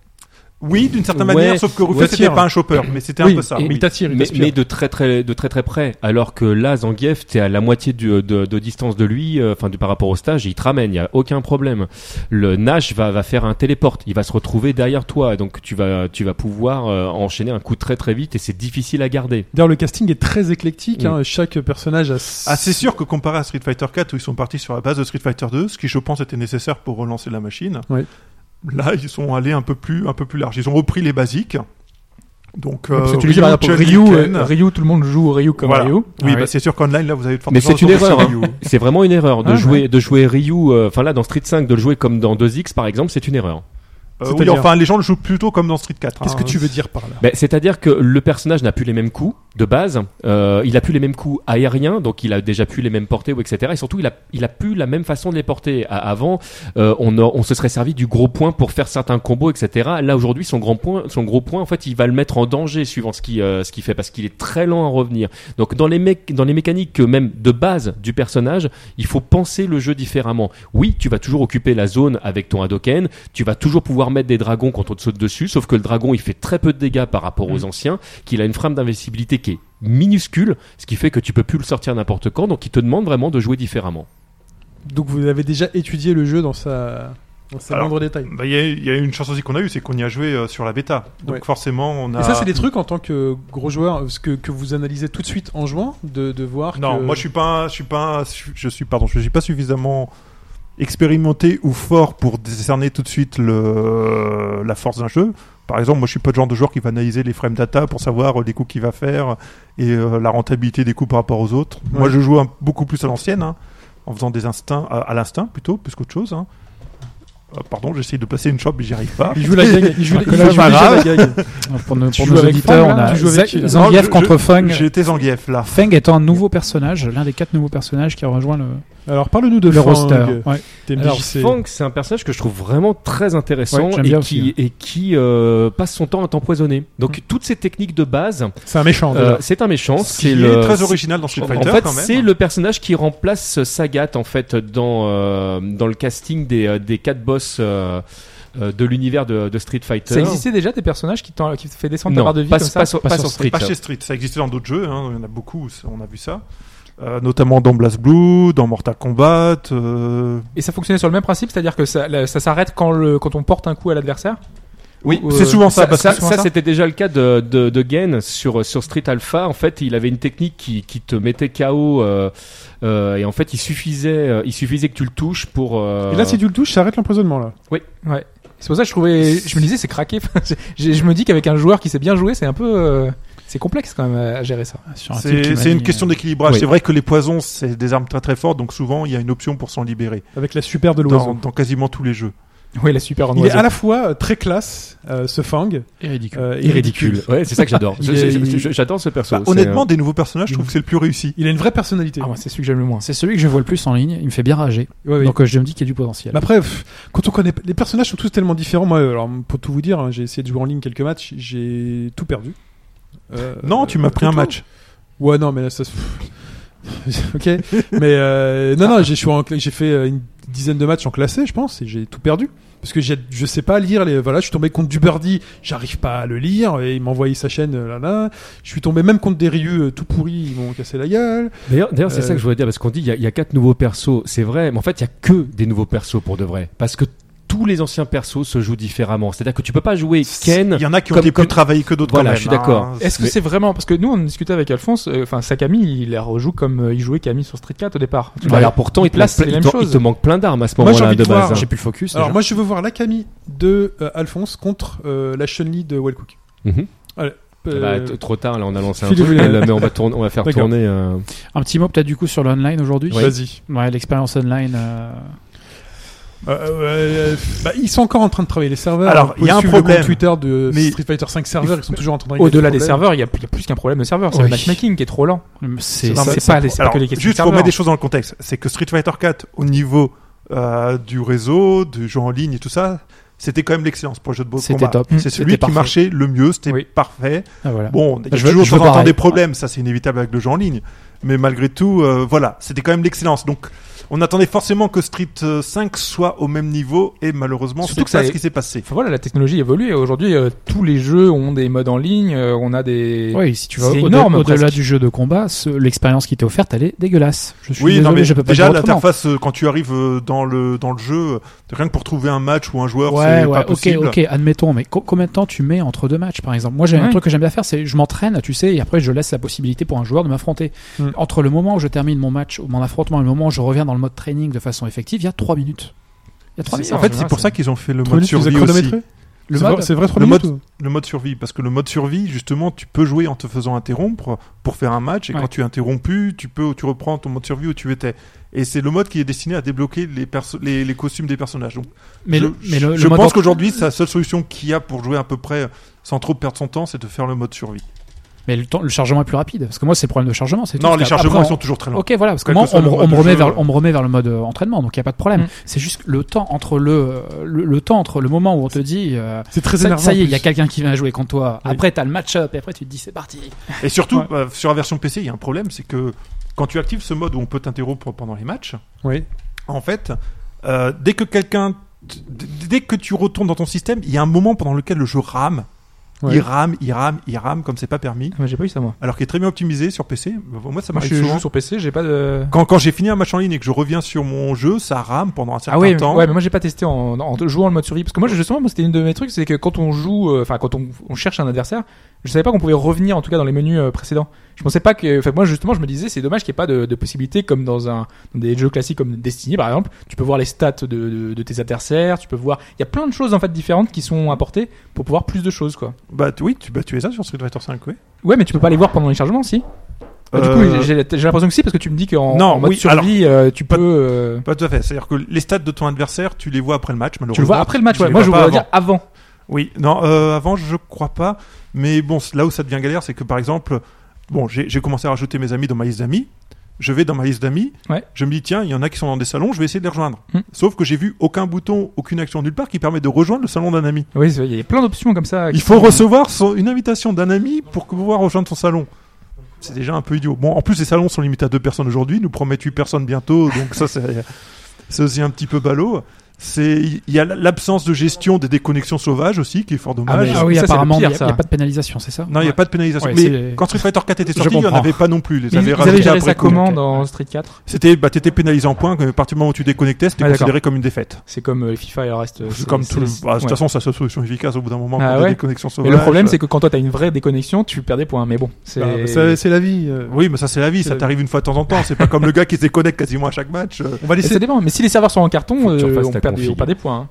F: Oui, d'une certaine
E: Ouais,
F: manière, sauf que Rufus
B: ouais,
F: c'était
B: tire.
F: pas un chopper, mais c'était un
B: Oui,
F: peu ça.
E: et-
F: oui.
B: Il t'attire, il
E: Mais,
B: t'aspire.
E: mais de très très de très très près. Alors que là, Zangief, t'es à la moitié du- de, de distance de lui, euh, enfin du par rapport au stage, et il te ramène, il y a aucun problème. Le Nash va va faire un téléporte, il va se retrouver derrière toi, donc tu vas tu vas pouvoir euh, enchaîner un coup très très vite et c'est difficile à garder.
B: D'ailleurs, le casting est très éclectique.
E: Oui.
B: hein, chaque personnage a.
F: Ah, c'est sûr que comparé à Street Fighter 4 où ils sont partis sur la base de Street Fighter 2, ce qui je pense était nécessaire pour relancer la machine.
B: Ouais.
F: Là, ils sont allés un peu plus un peu plus large. Ils ont repris les basiques. Donc
C: Parce que
F: euh,
C: tu le dis par exemple,
F: Chun-Li,
C: Ryu,
F: Ken.
C: euh, Ryu, tout le monde joue au Ryu comme
F: Voilà.
C: Ryu.
F: Oui,
C: Ah,
F: bah, c'est sûr qu'online là vous avez de fortes
E: Mais c'est
F: chances
E: une
F: de tomber
E: erreur,
F: sur
E: hein.
F: Ryu.
E: C'est vraiment une erreur de
C: Ah,
E: jouer de jouer Ryu, euh, enfin là dans Street 5 de le jouer comme dans 2X par exemple, c'est une erreur.
F: Euh, oui,
B: C'est-à-dire
F: enfin les gens le jouent plutôt comme dans Street 4.
B: Qu'est-ce
F: hein.
B: que tu veux dire par là
E: Ben, c'est-à-dire que le personnage n'a plus les mêmes coups de base, euh, il a plus les mêmes coups aériens, donc il a déjà plus les mêmes portées, ou etc. Et surtout, il a, il a plus la même façon de les porter. A- avant, euh, on, a- on se serait servi du gros point pour faire certains combos, etc. Là aujourd'hui, son grand point, son gros point, en fait, il va le mettre en danger suivant ce qu'il euh, ce qu'il fait, parce qu'il est très lent à revenir. Donc dans les mec- dans les mécaniques euh, même de base du personnage, il faut penser le jeu différemment. Oui, tu vas toujours occuper la zone avec ton Hadoken, tu vas toujours pouvoir mettre des dragons quand on te saute dessus, sauf que le dragon il fait très peu de dégâts par rapport aux anciens, qu'il a une frame d'invisibilité qui est minuscule, ce qui fait que tu peux plus le sortir n'importe quand, donc il te demande vraiment de jouer différemment.
B: Donc vous avez déjà étudié le jeu dans sa, dans sa
F: Alors,
B: moindre détail.
F: Bah, Il y, a- il y a une chance aussi qu'on a eu, c'est qu'on y a joué euh, sur la bêta. Donc
B: Ouais.
F: forcément, on a.
B: Et ça, c'est des trucs en tant que gros joueur euh, ce que, que vous analysez tout de suite en jouant, de, de voir.
F: Non,
B: que-
F: moi je suis pas, un- je suis pas, un- je suis pardon, je suis pas suffisamment expérimenté ou fort pour discerner tout de suite le, la force d'un jeu. Par exemple, moi je suis pas le genre de joueur qui va analyser les frame data pour savoir euh, les coups qu'il va faire et euh, la rentabilité des coups par rapport aux autres. Moi je joue un- beaucoup plus à l'ancienne, hein, en faisant des instincts à, à l'instinct plutôt, plus qu'autre chose. hein. Ah, pardon, j'essaye de passer une chope, mais j'y arrive pas.
B: Il joue la gagne. Il joue,
D: Ah,
B: il
D: que là,
B: joue
D: je joue
B: déjà la
D: déjà
B: gagne.
D: Pour nos,
B: Tu
D: pour
B: joues
D: nos
B: avec
D: auditeurs,
B: Fang, là
D: on a
B: Tu joues avec qui, là
D: Za- Zangief
F: Non, je-
D: contre Fang.
F: J'étais Zangief là.
D: Feng étant un nouveau personnage, l'un des quatre nouveaux personnages qui a rejoint le,
B: Alors parle-nous de
D: le
B: Fang,
D: roster.
B: euh,
D: Ouais.
B: TMDJC.
E: Alors, Fang, c'est un personnage que je trouve vraiment très intéressant
D: Ouais, j'aime bien
E: et,
D: aussi,
E: qui, et qui euh, passe son temps à t'empoisonner. Donc, toutes ces techniques de base,
B: c'est un méchant.
E: euh,
B: déjà.
E: c'est un méchant.
F: Qui
E: C'est
F: est
E: le
F: très original dans Street
E: En-
F: Fighter
E: en fait,
F: quand même.
E: c'est le personnage qui remplace Sagat en fait dans euh, dans le casting des euh, des quatre boss euh, euh, de l'univers de, de Street Fighter.
C: Ça existait déjà des personnages qui, t'en- qui te fait descendre ta
E: Non,
C: barre de vie
E: pas,
C: comme ça
E: pas sur, pas sur Street. hein.
F: Pas chez Street, ça existait dans d'autres jeux, hein, il y en a beaucoup, ça- on a vu ça. Euh, notamment dans Blast Blue, dans Mortal Kombat. euh,
C: Et ça fonctionnait sur le même principe, c'est-à-dire que ça, la- ça s'arrête quand, le, quand on porte un coup à l'adversaire
E: Oui,
C: Ou,
F: c'est
C: euh,
F: souvent ça.
E: Ça,
F: parce que
E: ça,
C: souvent
E: ça,
C: ça.
E: c'était déjà le cas de, de, de Gain sur, euh, sur Street Alpha. En fait, il avait une technique qui, qui te mettait KO euh, euh, et en fait, il suffisait, euh, il suffisait que tu le touches pour. euh,
B: Et là, si tu le touches, ça arrête l'empoisonnement là.
C: Ouais. C'est pour ça que je trouvais, je me disais, c'est craqué. Enfin, je, je me dis qu'avec un joueur qui sait bien jouer, c'est un peu, euh, c'est complexe quand même à à gérer ça.
D: Sur un type qui euh,
F: c'est
D: m'a
F: c'est une
D: dit,
F: question d'équilibrage.
E: hein. Oui.
F: C'est vrai que les poisons, c'est des armes très très fortes, donc souvent il y a une option pour s'en libérer.
B: Avec la super de
F: Dans,
B: l'oiseau.
F: dans quasiment tous les jeux.
C: Oui, la super en
B: Il est
C: oiseau.
B: à la fois euh, très classe, euh, ce Fang,
D: euh, ridicule.
B: euh, et
E: il est ridicule. Ouais, c'est ça que j'adore.
B: Il est-
E: Je- je- je- J'adore ce perso.
F: Bah,
E: C'est,
F: honnêtement,
E: euh,
F: des nouveaux personnages, je trouve que c'est le plus réussi.
B: Il a une vraie personnalité.
C: Ah, moi, c'est celui que j'aime le moins.
D: C'est celui que je vois le plus en ligne. Il me fait bien rager.
B: Ouais, ouais.
D: Donc euh, je me dis qu'il y a du potentiel.
B: Mais après, pff, quand on connaît, les personnages sont tous tellement différents. Moi, alors pour tout vous dire, hein, j'ai essayé de jouer en ligne quelques matchs, j'ai tout perdu. Euh,
F: Non, tu m'as
B: euh,
F: pris un
B: plutôt.
F: match.
B: Ouais, non, mais là, ça. se- ok, mais euh, non, non, j'ai je suis en cla- j'ai fait euh, une dizaine de matchs en classé, je pense, et j'ai tout perdu parce que j'ai- je sais pas lire les. Voilà, je suis tombé contre du birdie, j'arrive pas à le lire, et il m'a envoyé sa chaîne euh, là là. Je suis tombé même contre des Ryu euh, tout pourris, ils m'ont cassé la gueule.
E: D'ailleurs, d'ailleurs, c'est
B: Euh,
E: ça que je voulais dire parce qu'on dit il y, a- il y a quatre nouveaux persos, c'est vrai, mais en fait il y a que des nouveaux persos pour de vrai, parce que tous les anciens persos se jouent différemment. C'est-à-dire que tu peux pas jouer Ken.
F: Il y en a qui ont
E: comme-
F: été plus
E: comme-
F: travaillés que d'autres.
E: Voilà,
F: quand même,
E: je suis d'accord.
F: hein.
C: Est-ce que
E: Mais-
C: c'est vraiment parce que nous on discutait avec Alphonse, euh, enfin Sakami, il la rejoue comme euh, il jouait Camille sur Street 4 au départ. Tu
E: Bah,
C: vois,
E: alors pourtant, il te,
C: place
E: manque,
C: les
E: plein- il
C: mêmes
E: te- il
C: choses.
E: te manque plein d'armes à ce
B: Moi, j'ai
E: moment-là
B: envie
E: de
B: de voir.
E: base. hein.
D: J'ai plus le focus.
B: Alors
D: déjà.
B: moi je veux voir la Camille de euh, Alphonse contre euh, la Chun-Li de Wellcook.
E: Mhm.
F: Ah
B: Euh,
E: Bah, t- trop tard, là on a lancé un
B: Phil
E: truc,
B: Williams.
E: là, mais on va, tourner, on va faire
B: D'accord.
E: tourner. euh,
D: Un petit mot peut-être du coup sur l'online aujourd'hui.
B: Vas-y.
D: Ouais, l'expérience online. euh,
B: Euh, euh, euh, bah, ils sont encore en train de travailler les serveurs.
F: Alors,
B: Vous
F: il y a un
B: suivez le compte
F: problème.
B: Twitter de
F: Mais-
B: Street Fighter 5 serveurs, ils sont toujours en train de régler
C: Au-delà
B: les
C: des
B: problèmes.
C: serveurs, il y a plus, il y a plus qu'un problème de serveurs, c'est
D: Oui.
C: le matchmaking qui est trop lent.
D: C'est
C: Non, mais
D: c'est
C: c'est pas, les- c'est pas
F: Alors,
C: que les questions de
F: juste pour
C: serveurs.
F: mettre des choses dans le contexte, c'est que Street Fighter 4, au niveau euh, du réseau, du jeu en ligne et tout ça, c'était quand même l'excellence pour le jeu de combat.
D: C'était top.
F: C'est
D: C'était
F: celui qui
D: parfait.
F: marchait le mieux, c'était
C: Oui.
F: parfait.
D: Ah, voilà.
F: Bon, il y a
D: Je veux-
F: toujours
D: je
F: de
D: veux
F: temps en temps
D: pareil.
F: des problèmes, ça c'est inévitable avec le jeu en ligne. Mais malgré tout, euh, voilà, c'était quand même l'excellence. Donc, on attendait forcément que Street euh, 5 soit au même niveau et malheureusement,
C: Surtout
F: c'est
C: que ça
F: pas
C: est-
F: ce qui s'est passé.
C: Enfin, voilà, la technologie évolue et aujourd'hui euh, tous les jeux ont des modes en ligne, euh, on a des.
D: Oui, si tu vas
C: C'est
D: au-
C: énorme,
D: au- au-delà
C: presque.
D: du jeu de combat, ce- l'expérience qui t'est offerte, elle est dégueulasse. Je suis
F: Oui,
D: désolé,
F: non mais
D: je peux pas
F: déjà
D: dire autrement.
F: l'interface euh, quand tu arrives euh, dans le dans le jeu, euh, rien que pour trouver un match ou un joueur,
D: Ouais,
F: c'est
D: ouais,
F: pas
D: ok,
F: possible.
D: ok, admettons, mais co- combien de temps tu mets entre deux matchs, par exemple Moi, j'ai un
C: Ouais.
D: truc que j'aime bien faire, c'est je m'entraîne, tu sais, et après je laisse la possibilité pour un joueur de m'affronter.
F: Mm.
B: Hmm.
D: Entre le moment où je termine mon match, ou mon affrontement, et le moment où je reviens dans le mode training de façon effective, il y a trois minutes. Il y a trois minutes.
F: En fait, c'est pour ça qu'ils ont fait le
B: Trois
F: mode
B: minutes, vous
F: survie
B: avez
F: aussi.
B: chronométré
D: Le
B: C'est
D: mode-
B: vrai- C'est vrai, 3
F: Le
B: minutes
F: mode-
B: ou-
F: le mode survie parce que le mode survie justement tu peux jouer en te faisant interrompre pour faire un match et
D: Ouais.
F: quand tu es interrompu tu peux tu reprends ton mode survie où tu étais et c'est le mode qui est destiné à débloquer les perso- les, les costumes des personnages donc
D: Mais
F: je,
D: le, mais le,
F: je
D: le mode
F: pense
D: entre-
F: qu'aujourd'hui c'est la seule solution qu'il y a pour jouer à peu près sans trop perdre son temps c'est de faire le mode survie
D: mais le, temps, le chargement est plus rapide, parce que moi, c'est le problème de chargement. c'est
F: non
D: tout.
F: les
D: Après,
F: chargements
D: on-
F: ils sont toujours très longs
D: Ok, voilà, parce que
F: Quel
D: moi,
F: que soit
D: on,
F: le
D: me- on
F: mode
D: me
F: de
D: remet
F: jeu.
D: vers, on me remet vers le mode euh, entraînement, donc il n'y a pas de problème.
C: Mm.
D: C'est juste le temps entre le, le, le temps entre le moment où on te dit euh,
B: C'est très
D: ça,
B: énervant.
D: ça y est,
B: en
D: il y a
B: plus.
D: quelqu'un qui vient jouer contre toi.
B: Oui.
D: Après, t'as le match-up et après tu te dis c'est parti.
F: et surtout
D: Ouais.
F: euh, sur la version PC il y a un problème c'est que quand tu actives ce mode où on peut t'interrompre pendant les matchs
B: Oui.
F: en fait, euh, dès que quelqu'un, t- d- dès que tu retournes dans ton système, il y a un moment pendant lequel le jeu rame.
B: Ouais.
F: Il rame, il rame, il rame comme c'est pas permis.
C: Ah, mais j'ai pas eu ça moi.
F: Alors qu'il est très bien optimisé sur PC. Moi, ça
C: Moi,
F: m'arrive
C: je joue
F: souvent.
C: sur PC, j'ai pas de.
F: Quand, quand j'ai fini un match en ligne et que je reviens sur mon jeu, ça rame pendant un certain
C: Ah oui, mais-
F: temps.
C: ouais, mais moi j'ai pas testé en, en jouant le mode survie parce que moi justement moi, c'était une de mes trucs, c'est que quand on joue, euh, enfin quand on, on cherche un adversaire, je savais pas qu'on pouvait revenir en tout cas dans les menus euh, précédents. Je pensais pas que, enfin moi justement je me disais c'est dommage qu'il n'y ait pas de, de possibilité comme dans un dans des jeux classiques comme Destiny par exemple, tu peux voir les stats de, de, de tes adversaires, tu peux voir, il y a plein de choses en fait différentes qui sont apportées pour pouvoir plus de choses quoi.
F: Bah t- oui, tu, bah, tu es ça sur Street Fighter 5, oui.
C: Ouais, mais tu peux pas les voir pendant les chargements si. Bah, Du
F: Euh,
C: coup, j'ai j'ai l'impression que si, parce que tu me dis qu'en
F: Non,
C: en mode
F: oui,
C: survie, euh, tu
F: pas-
C: peux. euh,
F: Pas tout à fait. C'est-à-dire que les stats de ton adversaire, tu les vois après le match, malheureusement.
C: Tu le vois après le match,
F: tu
C: ouais.
F: les
C: Moi, je
F: vois
C: voulais
F: pas
C: dire avant.
F: Oui, non, euh, avant, je crois pas. Mais bon, c- là où ça devient galère, c'est que par exemple, bon, j'ai j'ai commencé à rajouter mes amis dans ma liste d'amis. Je vais dans ma liste d'amis.
C: Ouais.
F: Je me dis, tiens, il y en a qui sont dans des salons, je vais essayer de les rejoindre.
C: Hmm.
F: Sauf que j'ai vu aucun bouton, aucune action nulle part qui permet de rejoindre le salon d'un ami.
C: Oui, c'est vrai, il y a plein d'options comme ça.
F: Il faut recevoir son- une invitation d'un ami pour pouvoir rejoindre son salon. C'est déjà un peu idiot. Bon, en plus, les salons sont limités à deux personnes aujourd'hui. Nous promettent huit personnes bientôt. Donc, ça, c'est c'est aussi un petit peu ballot. C'est- Il y a l'absence de gestion des déconnexions sauvages aussi, qui est fort
D: Ah,
F: dommage.
C: mais-
D: oui,
C: ça, c'est le
D: apparemment, il
C: pire,
D: n'y a,
C: ça.
D: il y a pas de pénalisation, c'est ça
F: Non, il n'y a
C: Ouais.
F: pas de pénalisation.
D: Ouais,
F: mais
D: c'est-
F: quand Street Fighter 4 était
D: Je
F: sorti, il n'y en
D: comprends.
F: avait pas non plus. Ils les
C: Ils,
F: avaient
C: ils
F: rajoutés
C: avaient géré
F: après
C: ça
F: coup.
C: comment
D: ok.
C: dans Street 4
F: C'était bah, t'étais pénalisé en points, que à partir du moment où tu déconnectais, c'était
C: Ah, d'accord.
F: considéré comme une défaite.
C: C'est comme euh, FIFA et le reste. euh, c'est-
F: Comme
C: c'est-
F: tout le-
C: c'est-
F: bah, De toute
C: ouais.
F: façon, c'est la seule solution efficace au bout d'un moment.
C: Ah
F: quand t'as
C: ouais.
F: des connexions
C: Mais
F: sauvages.
C: le problème, c'est que quand toi, t'as une vraie déconnexion, tu perds des points. Mais bon, c'est.
B: Bah, ça- c'est la vie. euh.
F: Oui, mais ça c'est la vie, ça
B: C'est-
F: t'arrive une fois de temps en temps. C'est pas comme le gars qui se déconnecte quasiment à chaque match. Euh,
B: On va
C: Et
B: laisser
C: ça dépend. Mais si les serveurs sont en carton,
E: Faut que tu
C: euh,
E: refasses
C: on,
E: ta
C: perd des,
E: config.
C: on perd des points. hein.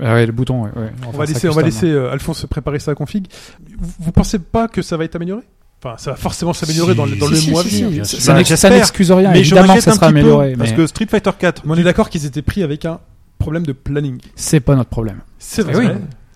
D: Ah ouais, le bouton, ouais, ouais.
B: On
D: faire
B: va
D: ça
B: laisser, on va
D: custom.
B: laisser euh, Alphonse préparer sa config. Vous, vous pensez pas que ça va être amélioré Enfin, ça va forcément s'améliorer
G: Si,
B: dans le, dans
G: si,
B: le
G: si,
B: mois
G: si,
B: à venir.
G: si, bien
D: Ça
G: sûr.
D: ça
F: Bah,
D: n'ex- ça
F: j'espère.
D: n'excuse rien.
F: mais je
D: Évidemment,
F: m'inquiète
D: ça
F: un
D: sera
F: petit
D: amélioré.
F: peu parce
D: mais
F: que Street Fighter 4.
B: Mais on est d'accord qu'ils étaient pris avec un problème de planning.
D: C'est pas notre problème.
B: C'est vrai.
C: Eh oui.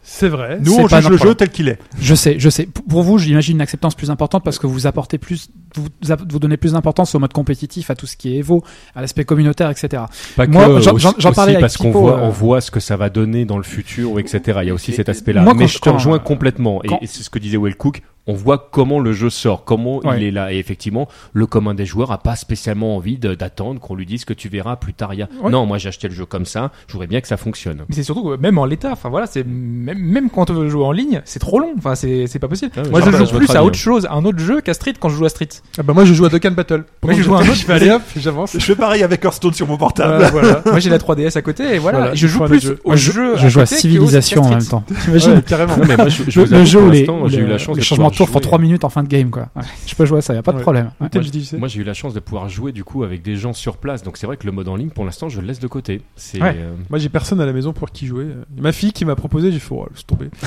B: C'est vrai.
F: Nous
D: C'est
F: on
D: pas notre
F: juge le jeu
D: problème.
F: tel qu'il est.
D: Je sais, je sais. P- Pour vous, j'imagine une acceptance plus importante parce que vous apportez plus, vous, app- vous donnez plus d'importance au mode compétitif, à tout ce qui est Evo, à l'aspect communautaire, etc.
E: Pas
D: Moi,
E: que,
D: j'en-
E: aussi-
D: j'en- j'en parlais
E: aussi
D: avec
E: parce qu'on
D: Pipo,
E: voit,
D: euh,
E: on voit ce que ça va donner dans le futur, etc. Il y a aussi cet aspect-là.
D: Moi,
E: Mais
D: quand-
E: je te
D: quand-
E: rejoins complètement. Et-
D: quand-
E: Et c'est ce que disait Will Cook. On voit comment le jeu sort, comment il
D: Ouais.
E: est là. Et effectivement, le commun des joueurs a pas spécialement envie de- d'attendre qu'on lui dise que tu verras plus tard. il y a-
C: Ouais.
E: Non, moi j'ai acheté le jeu comme ça. Je voudrais bien que ça fonctionne.
C: Mais c'est surtout que même en l'état, enfin voilà, c'est même, même quand on veut jouer en ligne, c'est trop long. Enfin, c'est c'est pas possible.
E: Ah oui,
C: Moi,
E: je
C: je
E: vois
C: joue
E: très
C: plus
E: bien.
C: à autre chose, à un autre jeu qu'à Street quand je joue à Street.
B: Ah bah moi je joue à Dokkan Battle.
C: Moi, je joue à un autre- Euh,
B: Je vais aller hop, j'avance.
F: Je fais pareil avec Hearthstone sur mon portable.
B: Voilà, voilà.
C: Moi, j'ai la 3DS à côté et voilà.
B: Voilà,
C: je joue
B: voilà,
C: plus
B: je-
C: au
D: je,
C: jeu.
D: je joue à
C: côté qu'au-
D: Civilisation
C: qu'à
D: en
C: Street.
D: même temps. T'imagines
B: Ouais, carrément.
E: Non, mais moi, je, je
D: le,
E: vous
D: le
E: avoue,
D: jeu
E: pour
D: où les,
E: l'instant, j'ai eu la chance de
D: changements de
E: pouvoir
D: tour font
E: jouer.
D: 3 minutes en fin de game, quoi. Ouais. Je peux jouer à ça, y a pas de
B: Ouais.
D: problème. Ouais.
B: T'as le difficile.
E: Moi, j'ai eu la chance de pouvoir jouer du coup avec des gens sur place. Donc c'est vrai que le mode en ligne, pour l'instant, je le laisse de côté. C'est
C: Ouais.
E: euh,
B: Moi j'ai personne à la maison pour qui jouer. Euh, Ma fille qui m'a proposé, j'ai fait oh, laisse tomber.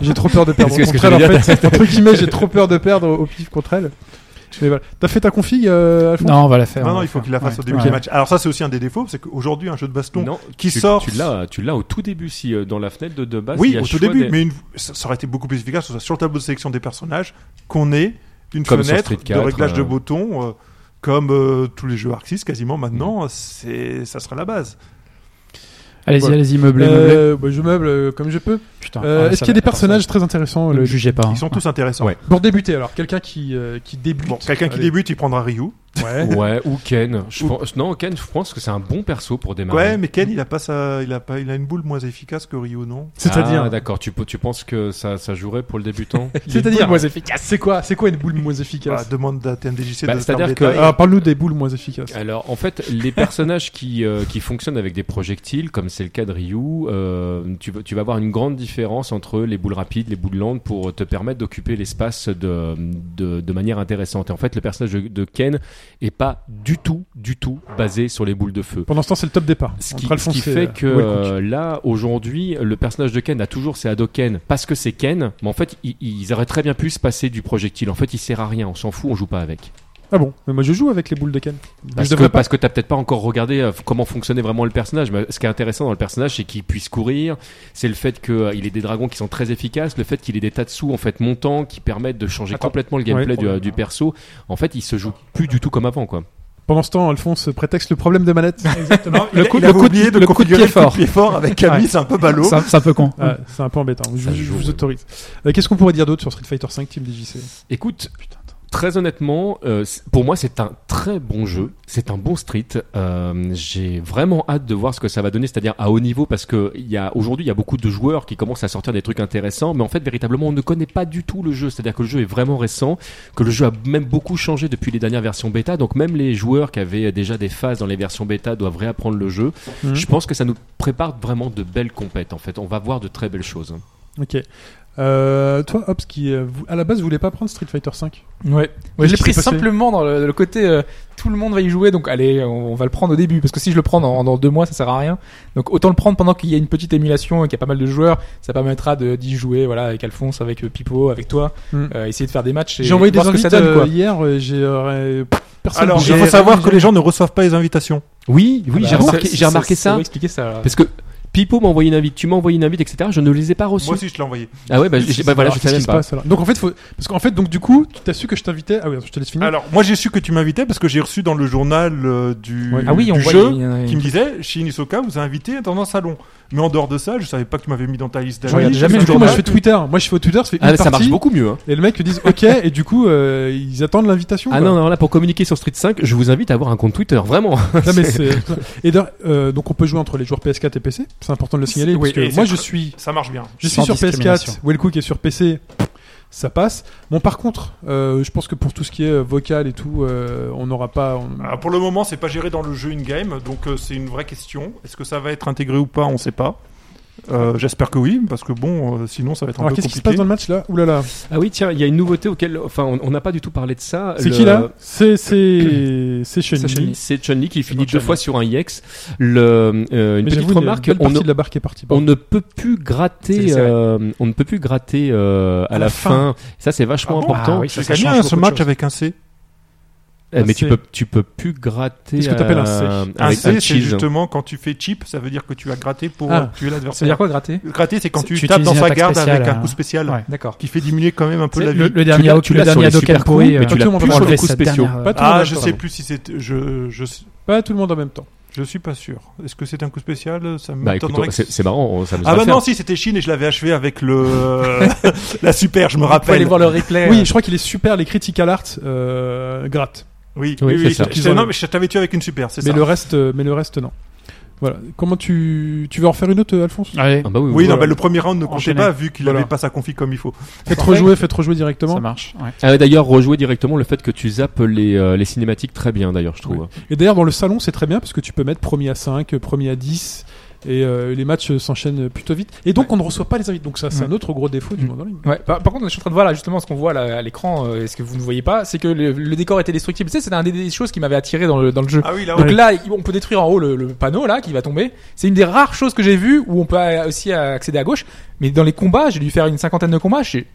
B: j'ai trop peur de perdre
E: Est-ce que-
B: contre
E: est-ce que
B: elle.
E: je veux
B: En fait, entre guillemets, j'ai trop peur de perdre au pif contre elle. Mais voilà. T'as fait ta config, euh, Alphonse
D: Non, on va la faire.
F: Non,
D: on va
F: non,
D: la
F: il faut
D: faire.
F: qu'il la fasse
D: Ouais.
F: au début
D: Ouais.
F: des matchs. Alors ça c'est aussi un des défauts, c'est qu'aujourd'hui un jeu de baston
E: non,
F: qui
E: tu,
F: sort.
E: Tu l'as, tu l'as au tout début, si euh, dans la fenêtre de, de base. il
F: oui,
E: y a
F: au tout
E: choix
F: début,
E: des-
F: mais une- ça, ça aurait été beaucoup plus efficace que ce soit sur le tableau de sélection des personnages qu'on ait une
E: Comme sur
F: fenêtre
E: Street 4,
F: de réglage de
E: euh.
F: boutons euh, comme euh, tous les jeux Arxis quasiment maintenant,
E: Mm.
F: c'est ça sera la base.
D: Allez-y,
B: Voilà.
D: allez-y, meublez, meublez.
B: Euh, bah, je meuble euh, comme je peux.
D: Putain,
B: Euh,
D: ah,
B: Est-ce
D: ça
B: qu'il y a
D: va-
B: des personnages très intéressants
D: Ne
B: le-
D: me jugez pas. hein.
F: Ils sont tous intéressants.
E: Ouais.
B: Pour débuter alors, quelqu'un qui, euh, qui débute.
F: Bon, quelqu'un qui
B: Allez.
F: débute, il prendra Ryu.
B: Ouais.
E: Ouais, ou Ken. Je
F: Ou-
E: pense, non, Ken, je pense que c'est un bon perso pour démarrer.
F: Ouais, mais Ken, il a pas sa- il a pas, il a une boule moins efficace que Ryu, non
B: C'est-à-dire,
E: Ah, d'accord, tu, peux- tu penses que ça, ça jouerait pour le débutant
B: c'est-à-dire, moins efficace. C'est quoi, c'est quoi une boule moins
F: Voilà,
B: efficace
F: Bah, Demande à TMDJC
E: Bah,
F: de
E: c'est-à-dire
F: faire le
E: que-
F: détail.
B: Ah, Parle-nous des boules moins efficaces.
F: Ah.
E: Alors, en fait, les personnages qui, euh, qui fonctionnent avec des projectiles, comme c'est le cas de Ryu, euh, tu, vas- tu vas avoir une grande différence entre les boules rapides, les boules lentes, pour te permettre d'occuper l'espace de, de, de manière intéressante. Et en fait, le personnage de, de Ken est pas du tout, du tout basé sur les boules de feu.
B: Pendant ce temps, c'est le top départ.
E: Ce qui,
B: Entre
E: ce qui
B: Alphonse et,
E: fait que
B: euh, Will Cook.
E: euh, là, aujourd'hui, le personnage de Ken a toujours ses ados Ken parce que c'est Ken, mais en fait, i- ils auraient très bien pu se passer du projectile. En fait, il sert à rien, on s'en fout, on joue pas avec.
B: Ah bon Mais moi je joue avec les boules de Ken. Mais
E: Parce
B: je
E: que,
B: devrais pas.
E: parce que t'as peut-être pas encore regardé euh, comment fonctionnait vraiment le personnage, mais ce qui est intéressant dans le personnage, c'est qu'il puisse courir, c'est le fait qu'il ait des dragons qui sont très efficaces, le fait qu'il ait des tatsu en fait montants qui permettent de changer complètement le gameplay du, euh, du perso. En fait, il se joue plus du tout comme avant, quoi.
B: Pendant ce temps, Alphonse prétexte le problème des manettes.
F: Il a-
D: coup-
F: il
D: le
F: avait
D: coup de-
F: oublié de
D: le coup de
F: configurer
D: pied
F: le coup de
D: fort.
F: pied fort avec Camille, c'est un peu ballot.
D: C'est un- c'est un peu con.
B: Ah, c'est un peu embêtant. Je,
E: Ça
B: je
E: joue,
B: vous
E: ouais.
B: autorise. Euh, Qu'est-ce qu'on pourrait dire d'autre sur Street Fighter 5 Team DJC
E: Écoute,
B: Putain.
E: Très honnêtement, euh, c- pour moi, c'est un très bon jeu. C'est un bon street. Euh, J'ai vraiment hâte de voir ce que ça va donner, c'est-à-dire à haut niveau, parce que il y a aujourd'hui, il y a beaucoup de joueurs qui commencent à sortir des trucs intéressants, mais en fait, véritablement, on ne connaît pas du tout le jeu. C'est-à-dire que le jeu est vraiment récent, que le jeu a même beaucoup changé depuis les dernières versions bêta. Donc même les joueurs qui avaient déjà des phases dans les versions bêta doivent réapprendre le jeu.
B: Mhm.
E: Je pense que ça nous prépare vraiment de belles compètes. En fait, on va voir de très belles choses.
B: Ok. Euh, toi, Hobbs, qui euh, vou- à la base voulait pas prendre Street Fighter 5.
C: Ouais.
B: Qu'est-ce
C: je l'ai
B: qui
C: pris
B: s'est passé
C: simplement dans le, le côté euh, tout le monde va y jouer, donc allez, on, on va le prendre au début parce que si je le prends dans, dans deux mois, ça sert à rien. Donc autant le prendre pendant qu'il y a une petite émulation et qu'il y a pas mal de joueurs, ça permettra de d'y jouer, voilà, avec Alphonse, avec euh, Pipo, avec toi,
B: Mm.
C: euh, essayer de faire des matchs. et
B: J'ai envoyé des
C: voir ce que
B: invites
C: ça donne,
B: euh,
C: quoi.
B: hier, euh, j'ai euh, personne.
F: Alors, il
B: j'ai-
F: faut
E: Bah,
F: savoir que les gens ne reçoivent pas les invitations.
E: Oui, oui,
C: Bah,
E: j'ai remarqué,
C: c'est-
E: j'ai remarqué
C: c'est- c'est
E: ça.
C: vrai, expliquer ça. là.
E: Parce que Pipo m'a envoyé une invite, tu m'as envoyé une invite, etc. Je ne les ai pas reçues.
F: Moi aussi, je l'ai envoyé.
E: Ah ouais, bah, j'ai- bah voilà, je
B: Alors, qu'est-ce qui
E: savais même
B: se
E: pas.
B: passe, alors Donc en fait, faut... parce qu'en fait, donc du coup, tu t'as su que je t'invitais. Ah oui, je te laisse finir.
F: Alors, moi, j'ai su que tu m'invitais parce que j'ai reçu dans le journal euh, du,
C: Ah oui, on
F: du
C: voit.
F: jeu
C: il y a- il y a-
F: qui me disait Shin Isoka vous a invité dans un salon. Mais en dehors de ça, je savais pas que tu m'avais mis dans ta
C: Je
F: liste
C: regarde
F: d'amis.
C: jamais
B: Parce
C: le
B: que moi,
C: journal.
B: je fais Twitter. Moi, je fais au Twitter, je fais
E: Ah,
B: une
E: mais ça marche
B: partie,
E: beaucoup mieux. hein.
B: Et le mec, ils disent OK, et du coup, euh, ils attendent l'invitation.
E: Ah
B: quoi.
E: non, non, là pour communiquer sur Street 5, je vous invite à avoir un compte Twitter, vraiment.
B: Non, mais c'est- Et d'ailleurs, euh, donc on peut jouer entre les joueurs PS4 et PC. C'est important de le signaler.
F: Oui,
B: parce que
F: et
B: moi,
F: c'est
B: je
F: très-
B: suis,
F: Ça marche bien.
B: je suis
D: Sans
B: sur
D: discrimination.
B: PS4. Wellcook est sur PC. Ça passe. Bon, par contre, euh, je pense que pour tout ce qui est euh, vocal et tout, euh, on n'aura pas. on-
F: Alors, pour le moment, Ah, c'est pas géré dans le jeu in-game, donc euh, c'est une vraie question. Est-ce que ça va être intégré ou pas On sait pas. Euh, J'espère que oui, parce que bon, euh, sinon ça va être un
B: Alors,
F: peu
B: qu'est-ce
F: compliqué.
B: qui se passe dans le match là Ouh là là.
E: Ah oui, tiens, il y a une nouveauté auquel, enfin, on on n'a pas du tout parlé de ça.
B: C'est
E: Le-
B: qui là C'est c'est c'est Chun-Li.
E: C'est Chun-Li qui finit
B: bon,
E: deux
B: Chun-Li.
E: fois sur un IEX. Le, euh, une
B: Mais
E: petite
B: j'avoue,
E: remarque,
B: une belle
E: on,
B: partie
E: ne,
B: de la barre qui est partie.
E: on
B: pardon.
E: ne peut plus gratter,
C: C'est- c'est vrai.
E: euh, on ne peut plus gratter euh, à, la, fin. Ça, c'est vachement
F: Ah bon
E: important.
D: Ah oui,
F: J'ai
D: ça, ça
F: gagné
D: change
F: un-
D: beaucoup
F: ce
D: de
F: match
D: choses.
F: avec un C.
E: Eh, mais
B: Un C.
E: tu peux, tu peux plus gratter.
B: Qu'est-ce que t'appelles un C
E: euh,
F: Un
E: avec
F: C, c'est
E: cheese.
F: justement quand tu fais cheap, ça veut dire que tu as gratté pour
B: Ah.
F: euh, tuer
C: Ça veut dire
F: l'adversaire.
C: quoi gratter
F: Gratter, c'est quand
D: Tu
F: tu, tapes
D: utilises
F: dans
D: une
F: sa
D: attaque
F: garde
D: spéciale,
F: avec un
D: hein.
F: coup spécial
D: Ouais.
C: D'accord.
F: qui fait diminuer quand même un peu la vie.
D: Le, le dernier,
E: l'as-
D: le
E: tu l'as sur
D: dernier
E: les
D: Hadoken
E: super coups,
D: Koei,
E: mais
D: euh,
E: tu l'as
B: tout le monde
E: plus
B: va
E: sur les
D: enlevé
E: coups
D: cette
E: spéciaux.
D: dernière, euh,
B: Pas tout le monde en
F: Ah,
B: même
F: je
B: temps.
F: sais plus si c'était. Je, je,
B: Pas tout le monde en même temps.
F: je suis pas sûr. Est-ce que c'est un coup spécial Ça
E: Bah écoute,
F: m'étonnerait que-
E: c'est c'est marrant, on s'amuse à
F: Ah
E: le
F: bah
E: faire.
F: non, si c'était Chine et je l'avais achevé avec le euh, la super, je me
C: Faut aller
F: rappelle.
C: voir le replay. euh.
B: Oui, je crois qu'il est super les critical art euh, gratte.
F: Oui,
E: Oui,
F: oui,
E: c'est
F: oui.
E: ça.
F: je- je- Non, mais je t'avais tué avec une super, c'est
B: Mais
F: ça.
B: le reste, euh, mais le reste non. Voilà. Comment tu tu veux en faire une autre, euh, Alphonse
D: Allez,
E: Ah bah oui,
F: Oui,
E: oui.
F: non, bah, le premier round ne comptait
D: Enchaîner.
F: pas vu qu'il
B: Voilà.
F: avait pas sa config comme il faut.
B: Faites rejouer, faites rejouer directement.
D: ça marche. ouais.
E: Ah, et d'ailleurs, rejouer directement le fait que tu zappes les, euh, les cinématiques très bien, d'ailleurs, je trouve.
B: Et d'ailleurs, dans le salon, c'est très bien parce que tu peux mettre premier à 5, premier à 10. Et euh, les matchs euh, s'enchaînent plutôt vite. Et donc, on ne reçoit pas les invités. Donc, ça, c'est
C: Ouais.
B: un autre gros défaut du
C: Mm.
B: monde en ligne.
C: Ouais, par, par contre, je suis en train de voir là justement ce qu'on voit là, à l'écran, euh, et ce que vous ne voyez pas, c'est que le, le décor était destructible. Tu sais, c'était un des, des choses qui m'avait attiré dans le, dans le jeu.
F: Ah oui, là.
C: Donc là, il- on peut détruire en haut le, le panneau là qui va tomber. C'est une des rares choses que j'ai vues où on peut euh, aussi euh, accéder à gauche. Mais dans les combats, j'ai dû faire une cinquantaine de combats. j'ai-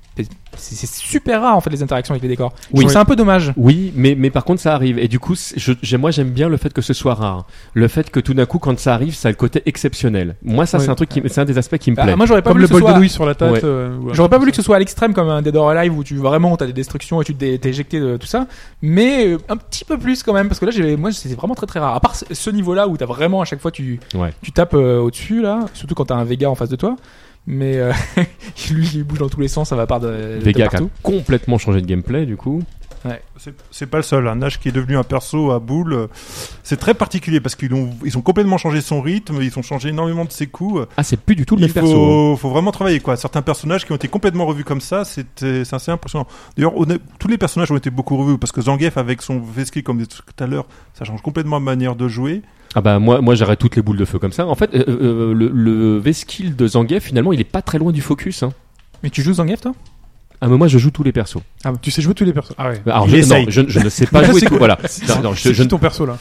C: C'est c'est super rare en fait les interactions avec les décors.
E: Oui.
C: Oui, c'est un peu dommage.
E: Oui, mais, mais par contre, ça arrive. Et du coup, c'est- je, j'ai- moi, j'aime bien le fait que ce soit rare. Le fait que tout d'un coup, quand ça arrive, ça a le côté exceptionnel. Moi, ça,
B: Ouais.
E: c'est un truc qui, me- c'est un des aspects qui me
C: Ah,
E: plaît.
C: moi, j'aurais pas
B: Comme
C: voulu
B: le
C: que ce
B: bol de
C: soit.
B: Louis sur la tête.
E: Ouais.
B: euh, ou un
C: J'aurais
B: truc
C: pas
B: comme
C: voulu que
B: ça.
C: ce soit à l'extrême comme un Dead or Alive où tu vraiment t'as des destructions et tu te dé- t'es éjecté de tout ça, mais euh, un petit peu plus quand même parce que là j'ai moi c'était vraiment très très rare. À part ce- ce niveau là où t'as vraiment à chaque fois tu
E: Ouais.
C: tu tapes euh, au dessus là, surtout quand t'as un Vega en face de toi, mais euh, lui il bouge dans tous les sens, ça va part de, de
E: Vega qui a
C: partout.
E: complètement changé de gameplay, du coup.
F: C'est- C'est pas le seul. Un Nash qui est devenu un perso à boule, euh, c'est très particulier parce qu'ils ont, ils ont complètement changé son rythme, ils ont changé énormément de ses coups. euh,
E: Ah, c'est plus du tout le
F: Il
E: même
F: faut,
E: perso. hein.
F: faut vraiment travailler quoi. Certains personnages qui ont été complètement revus comme ça, c'était c'est assez impressionnant. D'ailleurs, honnêt- tous les personnages ont été beaucoup revus parce que Zangief avec son Veski comme tout à l'heure, ça change complètement ma manière de jouer.
E: Ah bah, moi, moi, j'arrête toutes les boules de feu comme ça. En fait, euh, euh, le, le V-Skill de Zangief, finalement, il est pas très loin du focus, hein.
C: Mais tu joues Zangief toi
E: Ah, mais moi, je joue tous les persos.
B: Tu sais jouer tous les persos.
C: Ah ouais.
E: Alors,
F: Il
E: je, non,
F: essaye.
E: je, je ne sais pas jouer
B: C'est
E: tout.
B: quoi-
E: Voilà. Non, non, je,
B: C'est
E: je
B: qui
E: ne-
B: ton perso là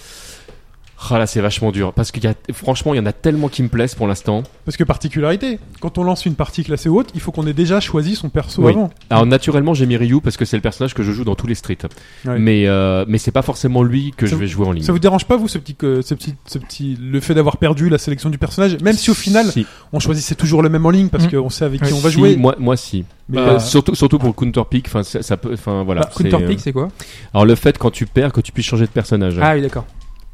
E: Ah là, c'est vachement dur. Parce qu'il y a, franchement, il y en a tellement qui me plaisent pour l'instant.
B: Parce que particularité, quand on lance une partie classée haute, il faut qu'on ait déjà choisi son perso
E: Oui.
B: avant.
E: Alors naturellement j'ai mis Ryu parce que c'est le personnage que je joue dans tous les streets.
B: Ouais.
E: Mais euh, mais c'est pas forcément lui que
B: Ça
E: je
B: vous-
E: vais jouer en ligne.
B: Ça vous dérange pas vous ce petit, que- ce petit, ce petit, le fait d'avoir perdu la sélection du personnage, même si au final
E: Si.
B: on choisissait toujours le même en ligne parce
C: Mm.
B: qu'on sait avec qui
C: Ouais.
B: on va
E: Si,
B: jouer.
E: moi moi si.
B: Mais,
E: Euh, surtout surtout pour le counter pick. Enfin ça, ça peut. Enfin voilà.
B: Ah,
C: Bah, Counter
E: c'est, euh,
C: Pick c'est quoi
E: Alors le fait quand tu perds que tu puisses changer de personnage.
C: Ah oui d'accord.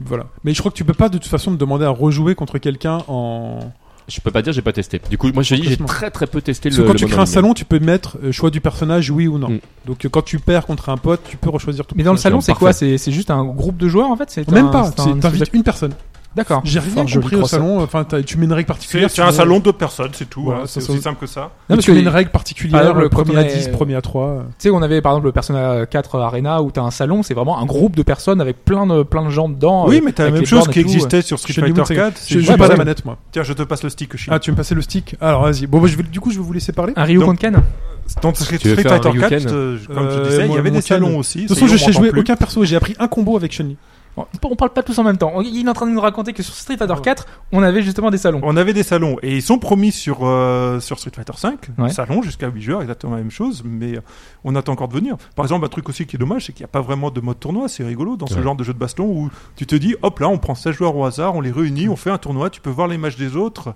B: Voilà. Mais je crois que tu peux pas de toute façon te demander à rejouer contre quelqu'un en.
E: Je peux pas dire j'ai pas testé. Du coup moi je te dis j'ai
B: Complètement.
E: très très peu testé
B: Parce
E: le.
B: que quand
E: le
B: tu
E: mode
B: crées un
E: en ligne.
B: salon, tu peux mettre euh, choix du personnage, oui ou non.
E: Mm.
B: Donc euh, quand tu perds contre un pote, tu peux rechoisir tout.
C: Mais dans le
E: Bien sûr,
C: salon c'est quoi
E: parfait.
C: C'est c'est juste un groupe de joueurs en fait C'est
B: Même
C: un-
B: pas.
C: c'est un- Ah,
B: c'est- T'invites une personne.
C: D'accord.
B: J'ai rien
D: Fort joli
B: compris au
D: croissant.
B: salon. Enfin, t'as- tu mets une règle
F: C'est
B: particulière.
F: c'est un
B: tu mets-
F: salon de personnes, c'est tout.
B: Voilà,
F: hein,
B: ça,
F: c'est
B: ça-
F: aussi simple que ça.
B: Non,
C: parce
B: parce qu'il y a
C: que-
B: une règle
C: par
B: particulière,
C: exemple,
B: le
C: quand
B: premier
C: on
B: à
C: est-
B: 10, premier à 3.
C: Tu sais, on avait par exemple le Persona 4 Arena où t'as un salon, c'est vraiment un groupe de personnes avec plein de, plein de gens dedans.
F: Oui,
C: euh,
F: mais t'as la
C: avec
F: même
C: les
F: chose
C: bornes et
F: qui
C: tout.
F: existait sur Street
B: Chez New
F: Fighter
B: Monster.
F: 4.
B: Je
F: c'est
B: joue
F: juste-
B: pas
C: ouais.
B: la manette, moi.
F: Tiens, je te passe le stick, Chine.
B: Ah, tu veux me passer le stick Alors, vas-y. Bon, bah, je vais- du coup, je vais vous laisser parler.
C: euh. Un Ryu
F: Donc,
C: Konkan
F: Dans Street,
E: Tu veux
F: Street
E: faire un
F: Fighter 4,
E: Ryuken
F: euh, comme
B: Euh,
F: tu disais, il
B: moi,
F: y avait
B: mon
F: des
B: Ken.
F: salons aussi.
B: De toute façon, je sais jouer
F: plus.
B: aucun perso et j'ai appris un combo avec Chun-Li.
C: On on parle pas tous en même temps. On- Il est en train de nous raconter que sur Street Fighter 4, on avait justement des salons.
F: On avait des salons et ils sont promis sur, euh, sur Street Fighter 5,
C: Ouais.
F: salon jusqu'à 8 joueurs, exactement la même chose, mais euh, on attend encore de venir. Par exemple, un truc aussi qui est dommage, c'est qu'il n'y a pas vraiment de mode tournoi, c'est rigolo dans ce
E: Ouais.
F: genre de jeu de baston où tu te dis, hop là, on prend 16 joueurs au hasard, on les réunit, on fait un tournoi, tu peux voir les matchs des autres,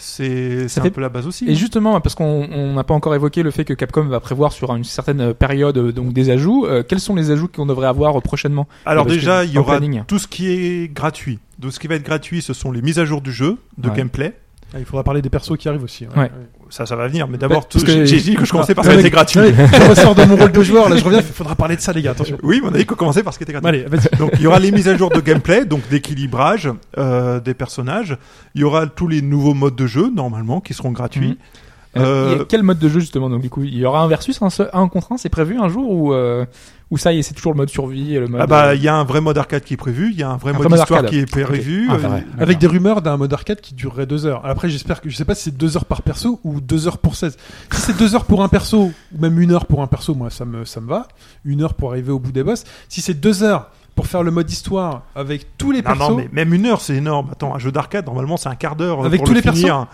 F: c'est c'est un
C: fait-
F: peu la base aussi.
C: Et justement, parce qu'on on n'a pas encore évoqué le fait que Capcom va prévoir sur une certaine période euh, donc des ajouts, euh, quels sont les ajouts qu'on devrait avoir euh, prochainement
F: Alors
C: Parce que
F: déjà, il y
C: en
F: aura
C: planning.
F: tout ce qui est gratuit. Donc ce qui va être gratuit, ce sont les mises à jour du jeu, de
C: Ouais.
F: gameplay.
B: Ah, il faudra parler des persos qui arrivent aussi. hein.
C: Ouais.
F: Ça, ça va venir, mais d'abord,
C: Bah, Parce
F: tout-
C: que-
F: j'ai j'ai dit que je commençais par
B: Ah,
F: ce qui
B: ouais,
F: était gratuit.
B: ouais, Je ressors de mon rôle de joueur, là, je reviens. Il faudra parler de ça, les gars, attention.
F: Oui, mais on a dit qu'on commençait par ce qui était gratuit.
B: Allez, vas-y.
F: Donc il y aura les mises à jour de gameplay, donc d'équilibrage euh, des personnages. Il y aura tous les nouveaux modes de jeu normalement qui seront gratuits.
D: Mhm.
C: Euh,
F: Euh,
C: il y a Quel mode de jeu justement Donc du coup, il y aura un versus, un, seul- un contre un, c'est prévu un jour ou euh, ou ça y est, c'est toujours le mode survie et le mode. euh,
F: Ah bah il y a un vrai mode arcade qui est prévu, il y a un vrai mode
C: vrai mode
F: histoire
C: arcade.
F: qui est prévu.
D: Ah,
F: Euh,
D: vrai.
B: Avec des rumeurs d'un mode arcade qui durerait deux heures. Après, j'espère que je sais pas si c'est deux heures par perso ou deux heures pour 16. Si c'est deux heures pour un perso ou même une heure pour un perso, moi ça me ça me va. Une heure pour arriver au bout des boss. Si c'est deux heures pour faire le mode histoire avec tous les
F: non
B: persos,
F: non mais même une heure c'est énorme. Attends un jeu d'arcade normalement c'est un quart d'heure euh,
B: Avec
F: pour
B: tous
F: le
B: les persos
F: finir.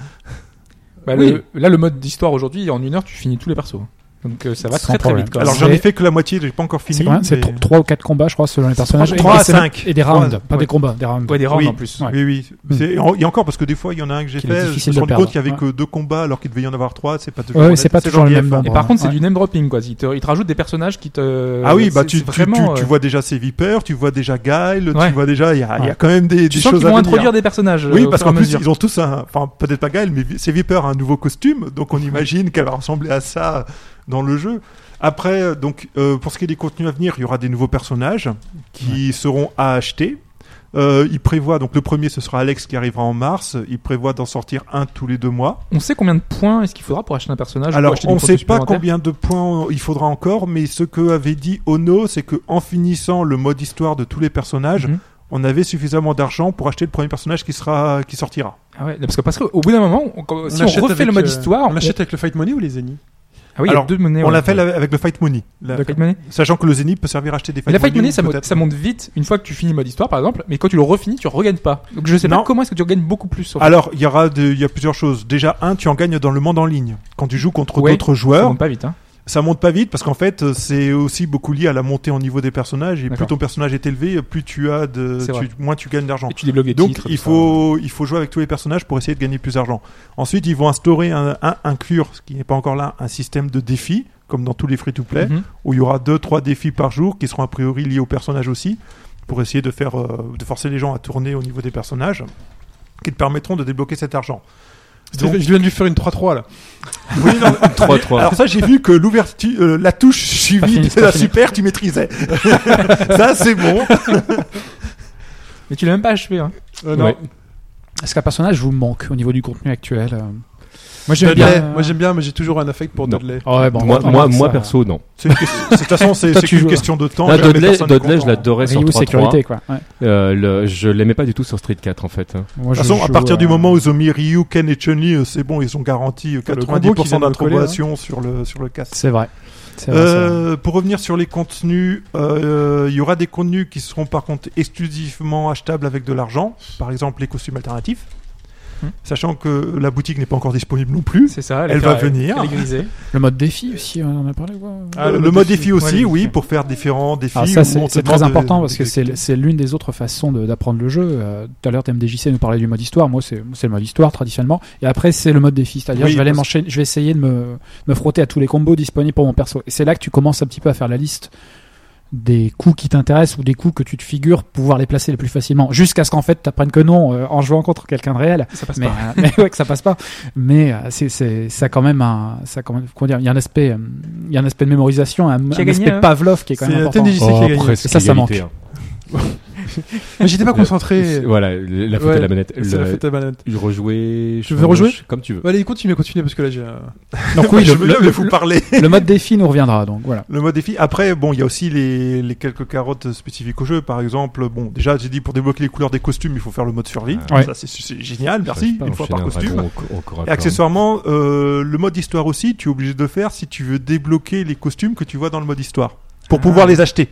C: Bah,
B: Oui.
C: le- là, le mode d'histoire aujourd'hui, en une heure, tu finis tous les persos. Donc euh, ça va
D: Sans
C: très très
D: problème.
C: vite. Quoi.
F: Alors
D: C'est-
F: j'en ai fait que la moitié, j'ai pas encore fini.
D: C'est combien C'est
F: mais-
D: 3 ou 4 combats, je crois, selon les personnages. Et-
F: trois à
D: et c'est même-
F: cinq.
D: Et des rounds,
F: Trois,
D: pas des
F: ouais.
D: combats, des rounds.
C: Ouais, des rounds
F: Oui.
C: en plus.
D: Ouais.
F: Oui oui.
D: Hmm.
F: C'est- en- Il y a encore parce que des fois il y en a un que j'ai
D: Qu'il est
F: fait, je
D: difficile
F: me
D: de
F: suis rendu
D: perdre.
F: compte qu'il y avait
D: Ouais.
F: que deux combats alors qu'il devait y en avoir trois. C'est pas toujours.
D: Ouais,
F: honnête.
D: c'est pas toujours
F: genre
D: le même hein.
F: IFA.
D: nombre.
C: Et par contre, c'est
D: Ouais.
C: du name dropping quoi. Ils te, ils te rajoutent des personnages qui te.
F: Ah oui, bah
C: Euh, c'est-
F: tu,
C: c'est
F: tu- tu- tu
C: euh,
F: vois déjà ces vipères, tu vois déjà Guile,
C: Ouais.
F: tu vois déjà, il y, a- il y
D: Ouais.
F: a quand même des,
C: Tu
F: des
C: sens
F: choses
C: qu'ils vont
F: à venir.
C: introduire des personnages. euh,
F: Oui,
C: au
F: parce
C: fur et
F: qu'en
C: à
F: plus,
C: mesure.
F: ils ont tous un, enfin, peut-être pas Guile, mais vi- ces vipères a un nouveau costume, donc on imagine qu'elle va ressembler à ça dans le jeu. Après, euh, donc, euh, pour ce qui est des contenus à venir, il y aura des nouveaux personnages qui seront à acheter. Euh, il prévoit, donc le premier ce sera Alex qui arrivera en mars, il prévoit d'en sortir un tous les deux mois.
C: On sait combien de points est-ce qu'il faudra pour acheter un personnage
F: Alors, on
C: ne
F: ne sait pas combien de points il faudra encore, mais ce que avait dit Ono, c'est que en finissant le mode histoire de tous les personnages,
C: Mhm.
F: on avait suffisamment d'argent pour acheter le premier personnage qui sera qui sortira.
C: Ah ouais, parce que parce qu'au bout d'un moment, on- quand- si on,
B: achète
C: refait
B: avec,
C: le mode
B: euh,
C: histoire,
B: on achète avec le Fight Money ou les Zeni
C: Ah oui,
F: Alors,
C: il y a deux monnaies.
F: on
C: ouais.
F: l'a fait la- avec le Fight Money, la-
C: Le Fight Money.
F: sachant que le Zenith peut servir à acheter des
C: Mais
F: Fight
C: la Fight Money, ça,
F: peut
C: monte- ça monte vite une fois que tu finis le mode histoire, par exemple, mais quand tu le refinis, tu regagnes pas. Donc je sais pas
F: Non.
C: comment est-ce que tu regagnes beaucoup plus. en fait.
F: Alors, il y aura de- il y a plusieurs choses. Déjà, un, tu en gagnes dans le monde en ligne. Quand tu joues contre
C: Ouais,
F: d'autres
C: ça
F: joueurs,
C: monte pas vite. Hein.
F: ça monte pas vite parce qu'en fait, euh, c'est aussi beaucoup lié à la montée en niveau des personnages. Et plus
C: D'accord.
F: ton personnage est élevé, plus tu as de,
C: C'est
F: tu-
C: vrai.
F: moins tu gagnes d'argent.
C: Et tu débloques des
F: Donc
C: titres.
F: il
C: tout ça.
F: faut il faut jouer avec tous les personnages pour essayer de gagner plus d'argent. Ensuite, ils vont instaurer un, un- inclure ce qui n'est pas encore là un système de défis comme dans tous les free to play
C: Mhm.
F: où il y aura deux trois défis par jour qui seront a priori liés aux personnages aussi pour essayer de faire euh, de forcer les gens à tourner au niveau des personnages qui te permettront de débloquer cet argent.
B: Je viens de lui faire une 3-3 là.
F: Oui, non,
E: 3-3.
F: alors ça j'ai vu que l'ouverture euh, la touche
C: Pas
F: suivie
C: fini,
F: de
C: pas
F: la
C: fini.
F: super tu maîtrisais. ça c'est bon.
C: Mais tu l'as même pas achevé. Hein.
B: Euh, non.
E: Ouais.
D: Est-ce qu'un personnage vous manque au niveau du contenu actuel euh Moi, j'aime
B: Dudley.
D: bien. euh,
B: Moi j'aime bien, mais j'ai toujours un affect pour
E: Non.
B: Dudley.
D: Ah ouais, bon, on
E: Moi,
D: va- on
E: moi,
D: va-
E: moi
D: ça-
E: perso, non.
F: C'est une question- De toute façon c'est
D: Toi,
F: c'est
D: tu
F: qu'une
D: joues.
F: question de temps.
E: Ah,
F: jamais
E: Dodley,
F: personne
E: Dodley, je
F: comprend.
E: l'adorais sur
D: Ryu
E: 3-3.
D: sécurité, quoi. Ouais.
E: Euh, le- je l'aimais pas du tout sur Street 4, en fait. hein.
D: Moi,
F: De
D: je
F: toute façon, à
D: joue,
F: partir du
D: euh,
F: moment où ils ont mis Ryu, Ken et Chun-Li, euh, c'est bon, ils ont garanti euh,
B: Ah, le combo qui vient de
F: 90%
B: me coller,
F: d'approbation sur le, sur le casque.
D: C'est vrai. hein. C'est vrai, c'est vrai.
F: Euh, pour revenir sur les contenus, euh, il y aura des contenus qui seront par contre exclusivement achetables avec de l'argent, par exemple les costumes alternatifs,
C: Hmm.
F: sachant que la boutique n'est pas encore disponible non plus.
C: C'est ça.
F: Elle va venir.
C: Elle est grisée.
D: Le mode défi aussi, on en a parlé. Quoi.
B: Ah,
F: Euh,
B: le
F: le,
B: mode
F: mode
B: défi.
F: défi aussi,
C: Ouais, le
F: oui,
C: défi.
F: pour faire différents défis.
D: Ah, ça,
F: où
D: c'est
F: on te
D: c'est très
F: demande euh, de-
D: important
F: de-
D: parce que
F: de-
D: c'est c'est l'une des autres façons de- d'apprendre le jeu. Euh, Tout à l'heure, TMDJC nous parlait du mode histoire. Moi, c'est c'est le mode histoire traditionnellement. Et après, c'est le mode défi. C'est-à-dire,
F: Oui,
D: je, vais aller
F: parce-
D: m'enchaîner- je vais essayer de me, me frotter à tous les combos disponibles pour mon perso. Et c'est là que tu commences un petit peu à faire la liste des coups qui t'intéressent ou des coups que tu te figures pouvoir les placer le plus facilement. Jusqu'à ce qu'en fait, tu apprennes que non, euh, en jouant contre quelqu'un de réel,
C: Ça passe
D: mais,
C: pas.
D: euh, mais ouais, que ça passe pas. Mais euh, c'est, c'est, ça a quand même un, ça a quand même, comment dire, il y a un aspect, euh, il y a un aspect de mémorisation, un,
C: Qui a
D: un
C: gagné,
D: aspect
C: hein
D: Pavlov qui est quand
B: C'est
D: même
B: la
D: important.
B: TNDJC qui a
E: Oh,
B: gagné.
E: presque
D: Et ça, ça
E: égalité, hein.
B: Mais j'étais pas concentré.
E: Voilà, le- la faute
B: Ouais,
E: à la manette.
B: C'est la
E: Le-
B: fête à la manette.
E: Rejouer.
B: Tu veux rejouer
E: Comme tu veux.
B: Bon, Allez, continue, continue, parce que là, j'ai. un-
D: Donc oui,
F: Bah, je
D: le,
F: veux
D: le-
F: bien, mais vous parler.
D: le- le mode défi nous reviendra. Donc voilà.
F: Le mode défi. Après, bon, il y a aussi les, les quelques carottes spécifiques au jeu. Par exemple, bon, déjà, j'ai dit pour débloquer les couleurs des costumes, il faut faire le mode survie.
D: Ouais.
F: Ça, c'est- c'est génial,
E: Je
F: merci.
E: sais pas,
F: Une fois
E: enchaîner
F: par
E: un vrai
F: costume.
E: bon au- au corps à
F: Et
E: corps.
F: accessoirement, euh, le mode histoire aussi, tu es obligé de le faire si tu veux débloquer les costumes que tu vois dans le mode histoire pour pouvoir les acheter.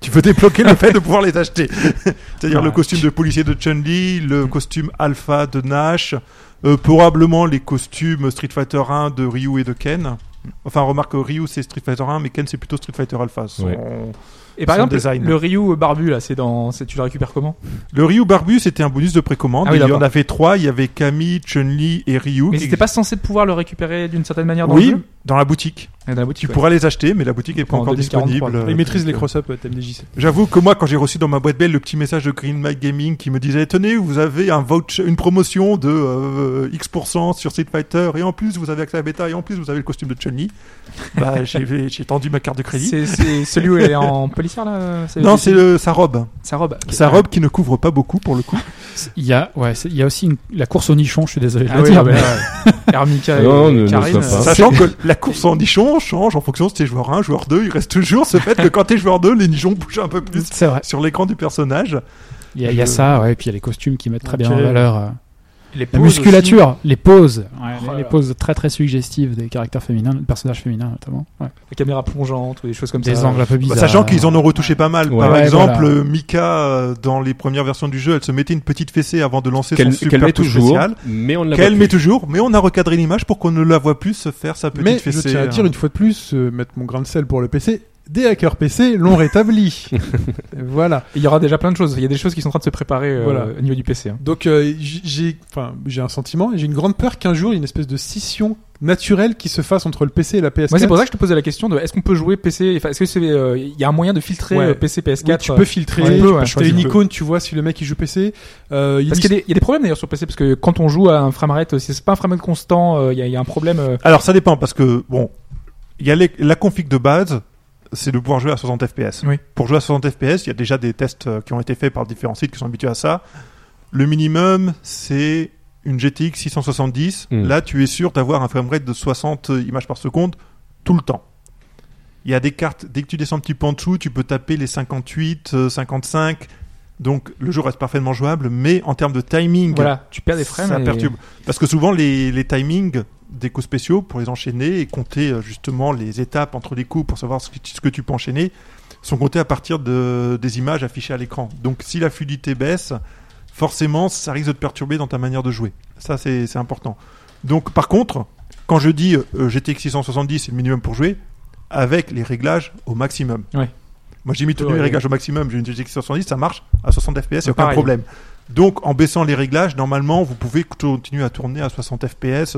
F: Tu veux débloquer le fait de pouvoir les acheter. C'est-à-dire le costume de policier de Chun-Li, le costume Alpha de Nash, euh, probablement les costumes Street Fighter 1 de Ryu et de Ken. Enfin, remarque, Ryu c'est Street Fighter 1, mais Ken c'est plutôt Street Fighter Alpha. Son-
E: Ouais.
C: Et par
F: Son
C: exemple,
F: design.
C: le Ryu barbu, là, c'est dans. c'est- Tu le récupères comment
F: Le Ryu Barbu c'était un bonus de précommande.
C: Ah oui,
F: il y en
C: d'accord.
F: avait trois, il y avait Camille, Chun-Li et Ryu.
C: Mais
F: qui-
C: c'était pas censé pouvoir le récupérer d'une certaine manière dans le
F: Oui,
C: jeu
F: dans la boutique.
C: Ah, dans la boutique,
F: Tu
C: ouais.
F: pourras les acheter, mais la boutique n'est pas
C: En
F: encore
C: 2043,
F: disponible.
B: Il maîtrise les
F: crosses.
B: cross-up euh, TMDJC.
F: J'avoue que moi, quand j'ai reçu dans ma boîte mail le petit message de Green Mike Gaming qui me disait Tenez, vous avez un voucher, une promotion de euh, X% sur Street Fighter, et en plus, vous avez accès à la bêta, et en plus, vous avez le costume de Chun-Li. bah, j'ai j'ai tendu ma carte de crédit.
C: C'est euh, c'est celui où elle est en policière là
F: Non, c'est le- Ah sa robe.
C: sa robe.
F: Sa robe qui ne couvre pas beaucoup pour le coup.
D: Il y a, ouais, c'est- il y a aussi une- la course au nichon. Je suis désolé de
C: Ah
D: le
C: oui,
D: dire,
C: ah bah,
D: mais-
C: ouais. Hermika et
E: Non, ne- ne
C: Karine.
E: sois pas.
C: ça-
F: Sachant que la course en nichon change en fonction si t'es joueur 1, joueur 2. Il reste toujours ce fait que quand t'es joueur 2, les nichons bougent un peu plus
D: c'est vrai.
F: sur l'écran du personnage. Bah,
D: Il y a, il y a
F: Je-
D: ça, ouais, et puis il y a les costumes qui mettent très bien en
B: Ok.
D: valeur. euh,
C: les
D: La
C: poses
D: musculature, les poses, ouais,
C: Oh là
D: les
C: là.
D: poses très très suggestives des caractères féminins, des personnages féminins notamment. Ouais.
C: aussi, la caméra plongeante ou des choses comme
D: Des
C: ça.
D: angles un peu
F: Bah,
D: bizarres.
F: sachant qu'ils en ont retouché pas mal.
E: Ouais.
F: Par
D: Ouais,
F: exemple,
D: voilà.
F: euh, Mika, euh, dans les premières versions du jeu, elle se mettait une petite fessée avant de lancer
E: Qu'elle
F: son
E: qu'elle
F: super
E: met
F: coup
E: toujours,
F: spécial.
E: mais on ne la voit
F: Qu'elle
E: plus.
F: met toujours, mais on a recadré l'image pour qu'on ne la voit plus se faire sa petite
B: Mais je
F: fessée.
B: tiens à
F: euh.
B: dire une fois de plus, euh, mettre mon grain de sel pour le PC. Des hackers PC l'ont rétabli. voilà.
C: Il y aura déjà plein de choses. Il y a des choses qui sont en train de se préparer euh,
B: Voilà.
C: au niveau du PC. hein.
B: Donc euh, j- j'ai, enfin, j'ai un sentiment, et j'ai une grande peur qu'un jour il y ait une espèce de scission naturelle qui se fasse entre le PC et la PS4.
C: Moi, c'est pour ça que je te posais la question de est-ce qu'on peut jouer PC Enfin, est-ce que c'est euh, il y a un moyen de filtrer
B: Ouais.
C: euh, PC PS4
B: Oui, tu peux filtrer,
C: Ouais,
B: tu
C: tu peux,
B: peux
C: ouais,
B: ajouter
C: choisir.
B: une
C: Tu peux.
B: icône, tu vois si le mec il joue PC. Euh, il
C: Parce
B: dit-
C: qu'il y, a des- il y a des problèmes d'ailleurs sur PC parce que quand on joue à un framerate, si c'est pas un framerate constant, euh, il y, a- il y a un problème. euh,
F: Alors ça dépend parce que bon, il y a les- la config de base, c'est de pouvoir jouer à 60 FPS.
C: Oui.
F: Pour jouer à 60 FPS, il y a déjà des tests euh, qui ont été faits par différents sites qui sont habitués à ça. Le minimum, c'est une GTX 670.
E: Mm.
F: Là, tu es sûr d'avoir un framerate de 60 images par seconde tout le temps. Il y a des cartes, dès que tu descends un petit peu en dessous, tu peux taper les 58, euh, 55. Donc le jeu reste parfaitement jouable, mais en termes de timing,
C: Voilà, tu perds des frames.
F: ça
C: et-
F: perturbe. Parce que souvent, les, les timings des coups spéciaux, pour les enchaîner et compter euh, justement les étapes entre les coups pour savoir ce que tu, ce que tu peux enchaîner, sont comptés à partir de, des images affichées à l'écran. Donc si la fluidité baisse, forcément, ça risque de te perturber dans ta manière de jouer. Ça, c'est c'est important. Donc par contre, quand je dis euh, GTX 670, c'est le minimum pour jouer, avec les réglages au maximum.
C: Ouais.
F: Moi, j'ai mis tous
C: Ouais,
F: les
C: ouais.
F: réglages au maximum, j'ai une GTX 670, ça marche à 60 FPS, il n'y a aucun
C: Pareil.
F: problème. Donc, en baissant les réglages, normalement, vous pouvez continuer à tourner à 60 FPS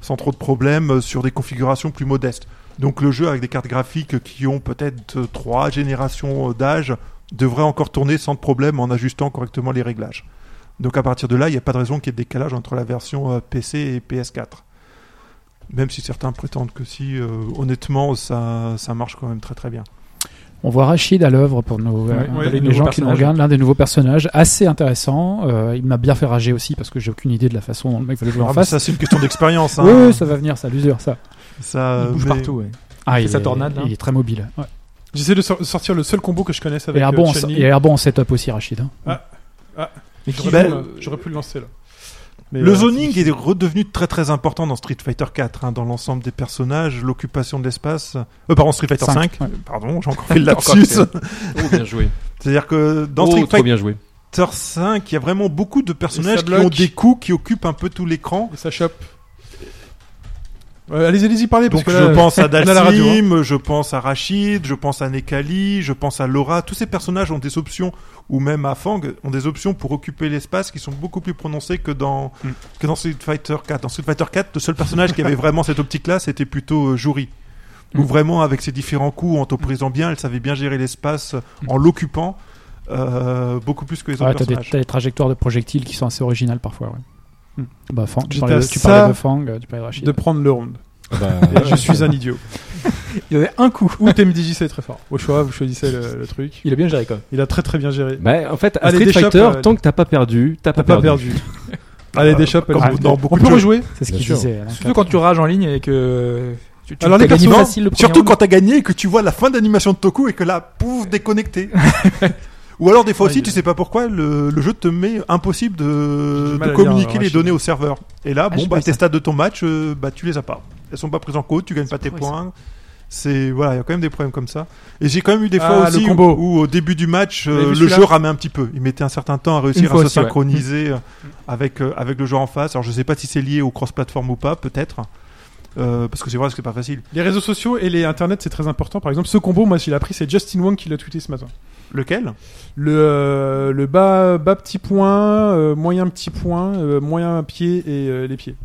F: sans trop de problèmes euh, sur des configurations plus modestes. Donc, le jeu avec des cartes graphiques qui ont peut-être euh, trois générations euh, d'âge devrait encore tourner sans problème en ajustant correctement les réglages. Donc, à partir de là, il n'y a pas de raison qu'il y ait de décalage entre la version euh, PC et PS4. Même si certains prétendent que si, euh, honnêtement, ça, ça marche quand même très très bien.
D: On voit Rachid à l'œuvre pour nos, euh,
C: Ouais, ouais,
D: les,
C: les
D: gens
C: nouveaux
D: qui nous
C: personnages.
D: regardent, l'un des nouveaux personnages, assez intéressant. Euh, il m'a bien fait rager aussi parce que j'ai aucune idée de la façon dont le mec va le jouer
F: Ah,
D: en
F: mais
D: face.
F: ça, c'est une question d'expérience. hein.
D: Oui, oui, ça va venir, ça, l'usure, ça.
F: Ça,
C: il bouge
F: mais-
C: partout. ouais.
D: Ah,
C: fait
D: il,
C: sa
D: est,
C: tornade, là.
D: il est très mobile. Ouais.
B: J'essaie de sor- sortir le seul combo que je connaisse
D: Il a
B: avec
C: ah
D: l'air
B: euh,
D: bon, en-
B: Chun-Li.
D: il a l'air bon en setup aussi, Rachid. hein.
C: Mais qui
B: J'aurais,
F: Ben,
B: pu, le- j'aurais pu le lancer là. Mais,
F: Le
B: euh,
F: zoning est redevenu très très important dans Street Fighter 4, hein, dans l'ensemble des personnages, l'occupation de l'espace. Euh, pardon, Street Fighter 5.
D: ouais.
F: Pardon, j'ai encore fait le lapsus.
E: Oh, bien joué.
F: C'est-à-dire que dans
E: Oh,
F: Street
E: trop
F: Fighter
E: bien joué.
F: 5, il y a vraiment beaucoup de personnages
B: ça
F: qui
B: bloque.
F: ont des coups qui occupent un peu tout l'écran.
B: et ça chope. Ouais, allez-y, allez-y, parlez.
F: Donc
B: parce que là,
F: je pense à
B: on a la radio, hein.
F: Dalsim, je pense à Rachid, je pense à Nekali, je pense à Laura. Tous ces personnages ont des options, ou même à Fang, ont des options pour occuper l'espace qui sont beaucoup plus prononcées que dans,
B: Mm.
F: que dans Street Fighter 4. Dans Street Fighter 4, le seul personnage qui avait vraiment cette optique-là, c'était plutôt euh, Juri.
B: Mm.
F: Où vraiment, avec ses différents coups, en t'opposant bien, elle savait bien gérer l'espace euh, en l'occupant. euh, beaucoup plus que les autres
B: Ah,
D: Ouais, t'as des,
F: personnages.
D: t'as des trajectoires de projectiles qui sont assez originales parfois. Ouais. Bah, Fang, tu
B: J'étais
D: parlais, de,
B: à
D: tu parlais
B: ça
D: de Fang, euh, tu parlais de Rachid.
B: de prendre le round.
E: Bah,
B: je suis un idiot.
C: Il y en a un coup.
B: Ou TMDJC est très fort. Au choix, vous choisissez le, le truc.
C: Il a bien géré quand même.
B: Il a très très bien géré.
E: Bah, en fait, à
B: Allez,
E: Street
B: des chopes,
E: Fighter,
B: euh,
E: tant que t'as pas perdu, t'as
B: T'as
E: pas
B: pas
E: perdu.
B: perdu. Allez, des shops.
F: Comme
B: allez.
F: dans beaucoup
B: On
F: de
B: peut
F: jeux.
B: rejouer
D: C'est ce
E: Bien
D: qu'il
E: sûr.
D: disait. Alain
C: Surtout quand tu rages en ligne et que. tu- tu-
B: Alors, les
C: t'as gagné
B: personnages,
C: facile le premier
F: Surtout
C: round.
F: quand t'as gagné et que tu vois la fin d'animation de Toku et que là, pouf, déconnecté. Ou alors des fois
B: Ouais,
F: aussi,
B: il-
F: tu sais pas pourquoi, le, le jeu te met impossible
B: J'ai
F: de,
B: du mal
F: de
B: à
F: communiquer
B: lire,
F: les
B: Rachid.
F: données au serveur. Et
B: Ah,
F: là, bon,
D: j'ai
F: bah,
D: pas
F: tes
D: ça.
F: stats de ton match, euh, bah, tu les as pas. Elles sont pas prises en code, tu gagnes pas tes
C: pourri, ça.
F: points. C'est voilà, il y a quand même des problèmes comme ça. Et j'ai quand même eu des
B: Ah,
F: fois
B: le
F: aussi où-
B: combo.
F: où, au début du match,
B: Vous avez
F: euh,
B: vu
F: le
B: celui-là
F: jeu ramait un petit peu. Il mettait un certain temps à
C: Une
F: réussir
C: fois
F: à se
C: aussi, ouais.
B: Mm.
F: synchroniser euh, avec euh, avec le joueur en face. Alors je sais pas si c'est lié au cross-platform ou pas, peut-être. Euh, parce que c'est vrai que c'est pas facile.
B: Les réseaux sociaux et les internet, c'est très important. Par exemple, ce combo, moi, je l'ai appris, c'est Justin Wong qui l'a tweeté ce matin.
F: Lequel
B: Le, euh, le bas, bas petit point, euh, moyen petit point, euh, moyen pied et euh, les pieds.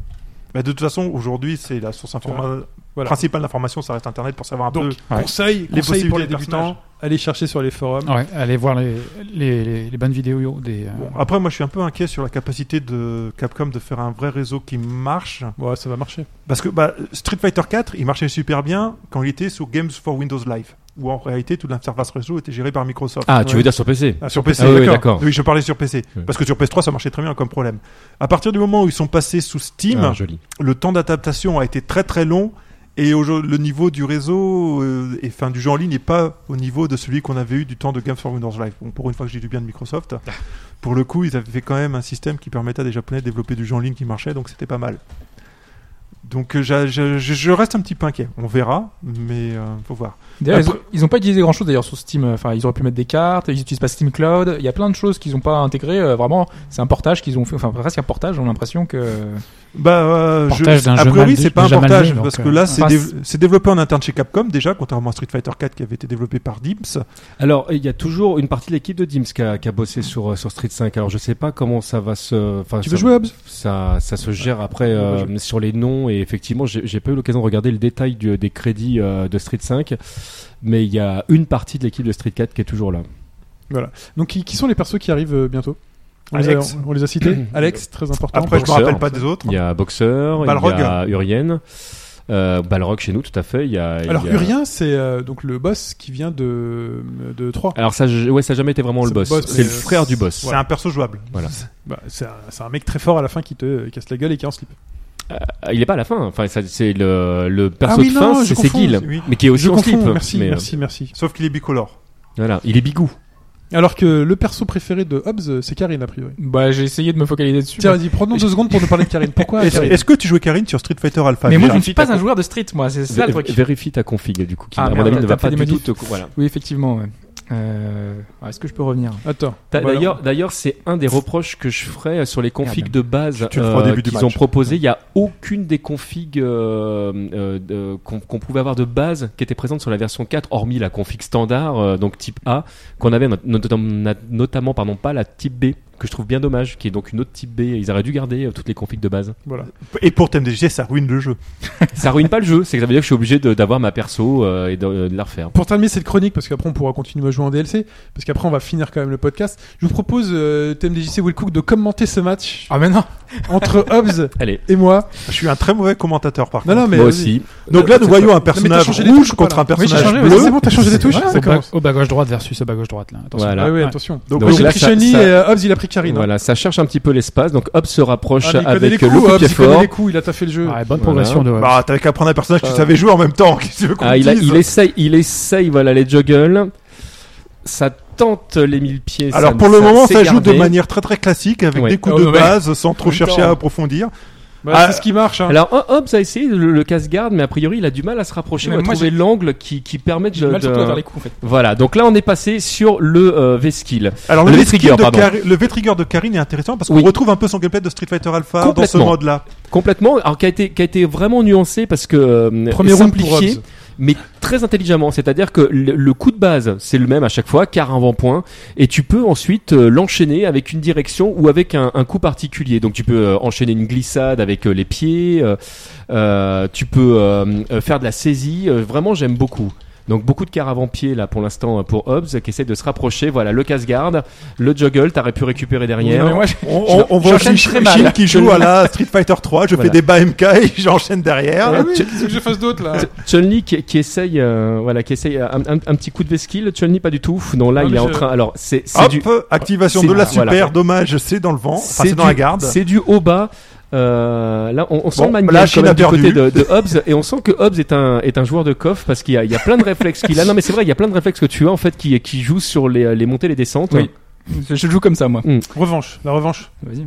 F: Bah, de toute façon, aujourd'hui, c'est la source informa-
B: Voilà.
F: principale d'information, ça reste Internet pour savoir un
B: Donc,
F: peu.
C: Ouais.
B: conseil, conseil
F: Les
B: pour
F: possibilités
B: les
F: de
B: débutants, allez chercher sur les forums.
D: Ouais, allez voir les, les, les, les bonnes vidéos des. euh,
F: Bon, après, moi, je suis un peu inquiet sur la capacité de Capcom de faire un vrai réseau qui marche.
B: Ouais, ça va marcher.
F: Parce que bah, Street Fighter 4, il marchait super bien quand il était sous Games for Windows Live, où en réalité, toute l'interface réseau était gérée par Microsoft.
E: Ah, tu
B: Ouais.
E: veux dire sur PC
F: Ah, sur PC,
E: Ah oui, oui,
F: d'accord.
E: d'accord.
F: Oui, je parlais sur PC.
E: Ouais.
F: Parce que sur PS3, ça marchait très bien comme problème. À partir du moment où ils sont passés sous Steam,
E: Ah, joli.
F: le temps d'adaptation a été très très long et au- le niveau du réseau euh, et enfin du jeu en ligne n'est pas au niveau de celui qu'on avait eu du temps de Games for Windows Live. Bon, pour une fois que j'ai du bien de Microsoft, pour le coup, ils avaient fait quand même un système qui permettait à des Japonais de développer du jeu en ligne qui marchait, donc c'était pas mal. Donc euh, j'a- je, je- je reste un petit peu inquiet. On verra, mais euh, faut voir.
C: D'ailleurs, ils
F: Après-
C: ont- ils ont pas utilisé grand chose d'ailleurs sur Steam. Enfin, ils auraient pu mettre des cartes. Ils utilisent pas Steam Cloud. Il y a plein de choses qu'ils ont pas intégrées. Euh, Vraiment, c'est un portage qu'ils ont fait. Enfin, presque un portage. On a l'impression que.
F: Bah, euh, je-
D: Portage d'un
F: a
D: jeu
F: priori,
D: mal-
F: c'est pas un
D: déjà mal
F: portage
D: né, donc,
F: parce que
D: euh,
F: là, c'est
C: enfin,
F: dé-
C: c'est-
F: c'est développé en interne chez Capcom déjà, contrairement à Street Fighter 4 qui avait été développé par Dips.
E: Alors, il y a toujours une partie de l'équipe de Dims qui a, qui a bossé sur, euh, sur Street 5. Alors, je sais pas comment ça va se. enfin,
B: Tu
E: ça-
B: veux jouer, Hobbs
E: ça, ça se gère après euh, sur les noms et effectivement j'ai j'ai pas eu l'occasion de regarder le détail du- des crédits euh, de Street 5 mais il y a une partie de l'équipe de Street 4 qui est toujours là.
B: Donc, qui, qui sont les persos qui arrivent euh, bientôt on les, a,
F: Alex.
B: on les a cités Alex, très important.
F: Après, je me
E: boxeur,
F: rappelle pas des autres.
E: Il y a Boxer,
F: Balrog.
E: il y a Urien, euh, Balrog chez nous tout à fait. Il y a, il
B: Alors,
E: y a-
B: Urien, c'est euh, donc le boss qui vient de, de 3.
E: Alors ça je- ouais ça a jamais été vraiment le
B: C'est le
E: boss.
B: boss,
E: C'est
B: mais,
E: le
B: euh,
E: frère du boss.
F: C'est un perso jouable.
E: Voilà.
B: Bah, c'est un, c'est un mec très fort à la fin qui te euh, casse la gueule et qui est en slip.
E: Ah, Il est pas à la fin. Enfin ça- c'est le, le perso
B: Ah oui,
E: de
B: non,
E: fin
B: je
E: c'est c'est
B: confonds,
E: Gil
F: oui.
E: mais qui est aussi
B: Je
E: en
B: confonds,
E: slip.
B: merci,
E: mais, euh,
B: merci, merci.
F: Sauf qu'il est bicolore.
E: Voilà il est bigou.
B: Alors que le perso préféré de Hobbs, euh, c'est Karine, a priori.
C: Bah, j'ai essayé de me focaliser dessus.
B: Tiens, vas-y, prenons deux secondes pour nous parler de Karine.
E: Ah,
B: Pourquoi
F: Est-ce
B: Karine
F: est-ce que tu jouais Karine sur Street Fighter Alpha
C: mais moi, je ne
F: Vérifie
C: suis pas
F: ta
C: un
F: con-
C: joueur de street, moi. C'est ça le
E: Vé-
C: truc.
E: Vérifie ta config du coup qui
C: Ah,
E: à mon
C: merde,
E: avis ne
C: t'as
E: va pas
C: fait des
E: du tout.
C: modifs.
E: te co- Voilà.
C: Oui, effectivement. ouais. Euh, alors, Est-ce que je peux revenir
B: Attends.
E: T'as-
B: Voilà.
E: D'ailleurs, d'ailleurs, c'est un des reproches que je ferais sur les configs
C: Merde.
E: de base euh,
F: Tu le feras au début du
E: qu'ils
F: match.
E: ont proposées. Il n'y a aucune des configs euh, euh, de- qu'on qu'on pouvait avoir de base qui était présente sur la version 4, hormis la config standard, euh, donc type A, qu'on avait not- notam- notamment pardon, pas la type B, que je trouve bien dommage, qui est donc une autre type B. Ils auraient dû garder euh, toutes les configs de base.
B: Voilà.
F: Et pour TMDG, ça ruine le jeu.
E: Ça ruine pas le jeu, c'est que ça veut dire que je suis obligé de- d'avoir ma perso euh, et de, de la refaire.
B: Pour terminer cette chronique, parce qu'après on pourra continuer à jouer en DLC, parce qu'après on va finir quand même le podcast, je vous propose, euh, TMDJC Willcook, de commenter ce match
C: Ah, mais non
B: entre Hobbs
E: Allez,
B: et moi.
F: Je suis un très mauvais commentateur par
B: Non,
F: contre.
B: non, Ah, mais.
E: moi
B: vas-y.
E: aussi.
F: Donc là, nous voyons
B: mais
F: un
B: t'as
F: personnage
B: changé les
F: rouge
B: touches ou pas,
F: contre un
B: là
C: j'ai
F: personnage
C: changé,
F: bleu.
B: C'est bon, t'as changé les touches
D: Voilà,
B: ça
D: au, bas,
B: commence.
D: au bas gauche droite versus au bas gauche droite là. Attention.
E: Voilà.
B: Ah oui,
D: Ouais.
B: attention.
F: Donc,
B: Donc, j'ai
E: là,
B: pris
E: ça-
B: Shani
E: ça-
B: et euh, Hobbs, il a pris Karine.
E: Voilà, ça cherche un petit peu l'espace. Donc Hop se
B: Ah,
E: rapproche
B: mais il connaît les
E: avec
B: coups,
E: le coup
B: Hobbs,
E: de pied
B: il connaît
E: fort.
B: les coups, il a taffé le jeu.
F: Ah,
D: Ouais, bonne
E: Voilà.
D: progression de.
F: Bah, t'avais qu'à prendre un personnage que tu
B: Euh.
F: savais jouer en même temps. Qu'est-ce que tu veux qu'on
E: Ah, il, a-
F: dise
E: il essaye, il essaye, voilà, les juggles. Ça tente les mille pieds. ça-
F: Alors pour le moment,
E: s'est
F: ça joue de
E: gardé.
F: manière très très classique avec
E: Ouais.
F: des coups
C: Oh,
F: de
C: ouais.
F: base sans trop
C: En même
F: chercher
E: hein.
C: temps.
F: à approfondir.
B: Bah,
F: Ah.
B: c'est ce qui marche. hein.
E: Alors Ho- Hobbs a essayé le, le casse-garde, mais a priori, il a du mal à se rapprocher,
C: Mais
E: ou à
C: moi,
E: trouver l'angle qui, qui permet de.
C: J'ai du mal
E: de-
C: surtout à faire les coups, en fait.
E: Voilà. Donc là, on est passé sur le euh, V-skill.
F: Alors
E: Le
F: le,
E: V-trigger,
F: V-trigger de
E: pardon.
F: Kari- le V-trigger de Karine est intéressant parce qu'on
E: Oui.
F: retrouve un peu son gameplay de Street Fighter Alpha dans ce
E: Complètement.
F: mode-là.
E: Complètement. Alors qui a été, qui a été vraiment nuancé parce que euh,
B: Premier round pour
E: simplifié.
B: Hobbs.
E: mais très intelligemment. C'est-à-dire que le, le coup de base, c'est le même à chaque fois, car avant-point, et tu peux ensuite euh, l'enchaîner avec une direction ou avec un, un coup particulier. Donc tu peux euh, enchaîner une glissade avec euh, les pieds, euh, euh, tu peux euh, euh, faire de la saisie. Euh, vraiment, j'aime beaucoup. Donc beaucoup de caravans-pieds là pour l'instant euh, pour Hobbs qui essaie de se rapprocher. Voilà le casse-garde, le juggle, t'aurais pu récupérer derrière.
C: Non, mais moi, je-
F: On, on- on voit
C: j'enchaîne
F: Shin-
C: très mal.
F: Shin qui joue à la Street Fighter 3, je
E: Voilà.
F: fais des bas MK et j'enchaîne derrière.
E: Ouais.
B: Ah oui, qu'est-ce que je fasse d'autre là
E: Ch- Chun-Li qui, qui essaye, euh, voilà, qui essaye un, un- un petit coup de vesquille. Chun-Li pas du tout. Non, là
B: Non,
E: il
B: mais
E: est en
B: je-
E: train. Alors c'est c'est
F: Hop,
E: du
F: activation
E: c'est-
F: de la super,
E: voilà.
F: dommage, c'est dans le vent, enfin, c'est dans
E: du-
F: la garde.
E: C'est du haut bas. Euh, là, on, on sent
F: Bon,
E: le
F: là,
E: manière
F: Chine a
E: du côté de,
F: perdu.
E: de Hobbs et on sent que Hobbs est un est un joueur de coff parce qu'il y a, il y a plein de réflexes qu'il a. Non, mais c'est vrai, il y a plein de réflexes que tu as en fait qui qui jouent sur les, les montées, les descentes.
C: Oui. Je je joue comme ça, moi.
B: Revanche, la revanche.
C: Vas-y.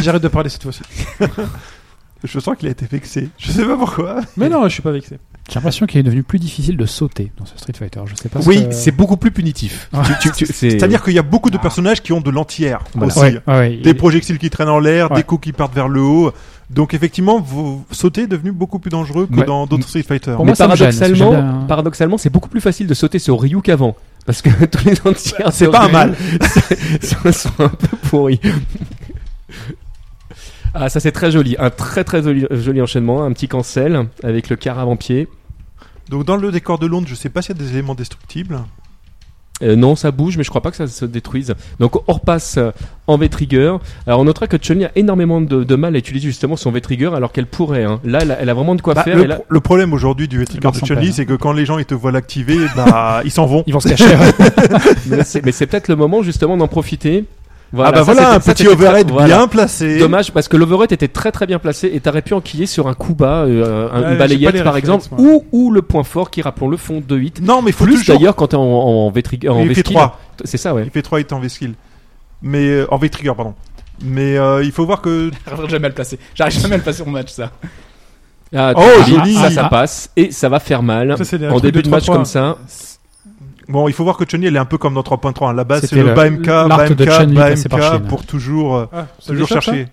B: J'arrête de parler cette fois-ci.
F: Je sens qu'il a été vexé, je sais pas pourquoi.
B: Mais non, je suis pas vexé.
D: J'ai l'impression qu'il est devenu plus difficile de sauter dans ce Street Fighter. Je sais pas. ce
E: Oui,
D: que-
C: Euh,
E: c'est beaucoup plus punitif. Tu- tu- tu-
F: C'est-à-dire qu'il y a beaucoup de personnages qui ont de l'entière
D: Voilà.
F: aussi.
D: Ouais, ouais,
F: Des
D: il-
F: projectiles qui traînent en l'air,
D: Ouais.
F: des coups qui partent vers le haut. Donc effectivement, vous sauter est devenu beaucoup plus dangereux que
E: Ouais.
F: dans d'autres Street Fighter.
D: Pour
E: mais
D: moi, ça me gêne,
E: paradoxalement,
D: parce que
F: hein.
D: j'aime bien-
E: paradoxalement, c'est beaucoup plus facile de sauter sur Ryu qu'avant. Parce que tous les entières
F: C'est
E: sur
F: pas un
E: Ryu
F: mal.
E: sont, sont un peu pourris. Ah, ça c'est très joli. Un très très joli, joli enchaînement. Un petit cancel avec le car avant-pied.
F: Donc dans le décor de Londres, je sais pas s'il y a des éléments destructibles.
E: Euh, non, ça bouge, mais je crois pas que ça se détruise. Donc on repasse euh, en V-Trigger. Alors on notera que Chun-Li a énormément de, de mal à utiliser justement son V-Trigger alors qu'elle pourrait. hein. Là, elle a, elle a vraiment de quoi
F: Bah,
E: faire.
F: le,
E: et là-
F: pro- le problème aujourd'hui du Trigger
D: barres
F: de
D: sans
F: Chun-Li,
D: pelle,
F: c'est que quand les gens ils te voient l'activer, bah ils s'en vont.
D: Ils vont se cacher. ouais.
E: mais c'est, mais c'est peut-être le moment justement d'en profiter.
F: ah bah
E: ça,
F: voilà,
E: c'était-
F: un
E: ça,
F: petit
E: c'était très-
F: overhead
E: voilà.
F: bien placé.
E: Dommage parce que l'overhead était très très bien placé et t'aurais pu enquiller sur un coup bas, euh,
B: Ouais,
E: un-
B: j'ai
E: une
B: pas
E: balayette
B: les
E: par
B: réflexes,
E: exemple, ou, ou le point fort qui rappelons-le font 2 hits.
F: Non, mais faut
E: Plus
F: toujours.
E: d'ailleurs quand t'es en, en, V-Trigger, en
F: il fait
E: V-Skill.
F: 3.
E: C'est ça ouais.
F: Il fait 3 et en V-Skill. Mais euh, en V-Trigger, pardon. Mais euh, il faut voir que
C: J'arrive jamais à le placer. J'arrive jamais à le placer mon match, ça.
E: Ah,
F: Oh,
E: t'as-
F: joli.
E: ça ça passe et ça va faire mal.
B: Ça, c'est les
E: en
B: trucs
E: début
B: de
E: de match
B: 3-3.
E: comme ça,
F: bon, il faut voir que Chun-Li elle est un peu comme dans 3.3. À hein. la base, c'est
D: C'était
F: le
D: le-
F: bas MK, bas
D: l'art de
F: MK,
D: Chun-Li
F: bas
D: passé par Chine.
F: MK pour toujours euh,
B: Ah, ça
F: toujours
B: déchappe, ça
F: chercher.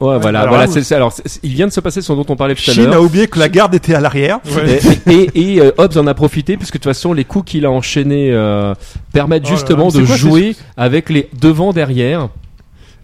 E: ouais, voilà,
F: alors
E: voilà.
F: là,
E: c'est- c'est- alors, c'est- c'est- il vient de se passer ce dont on parlait tout à
F: Chine a
E: l'heure.
F: oublié que la garde était à l'arrière.
B: ah Ouais.
E: Et, et, et, euh, Hobbs en a profité puisque de toute façon les coups qu'il a enchaînés euh, permettent
B: Oh là là,
E: justement
B: mais c'est
E: de
B: quoi ces-
E: jouer avec les devants derrière.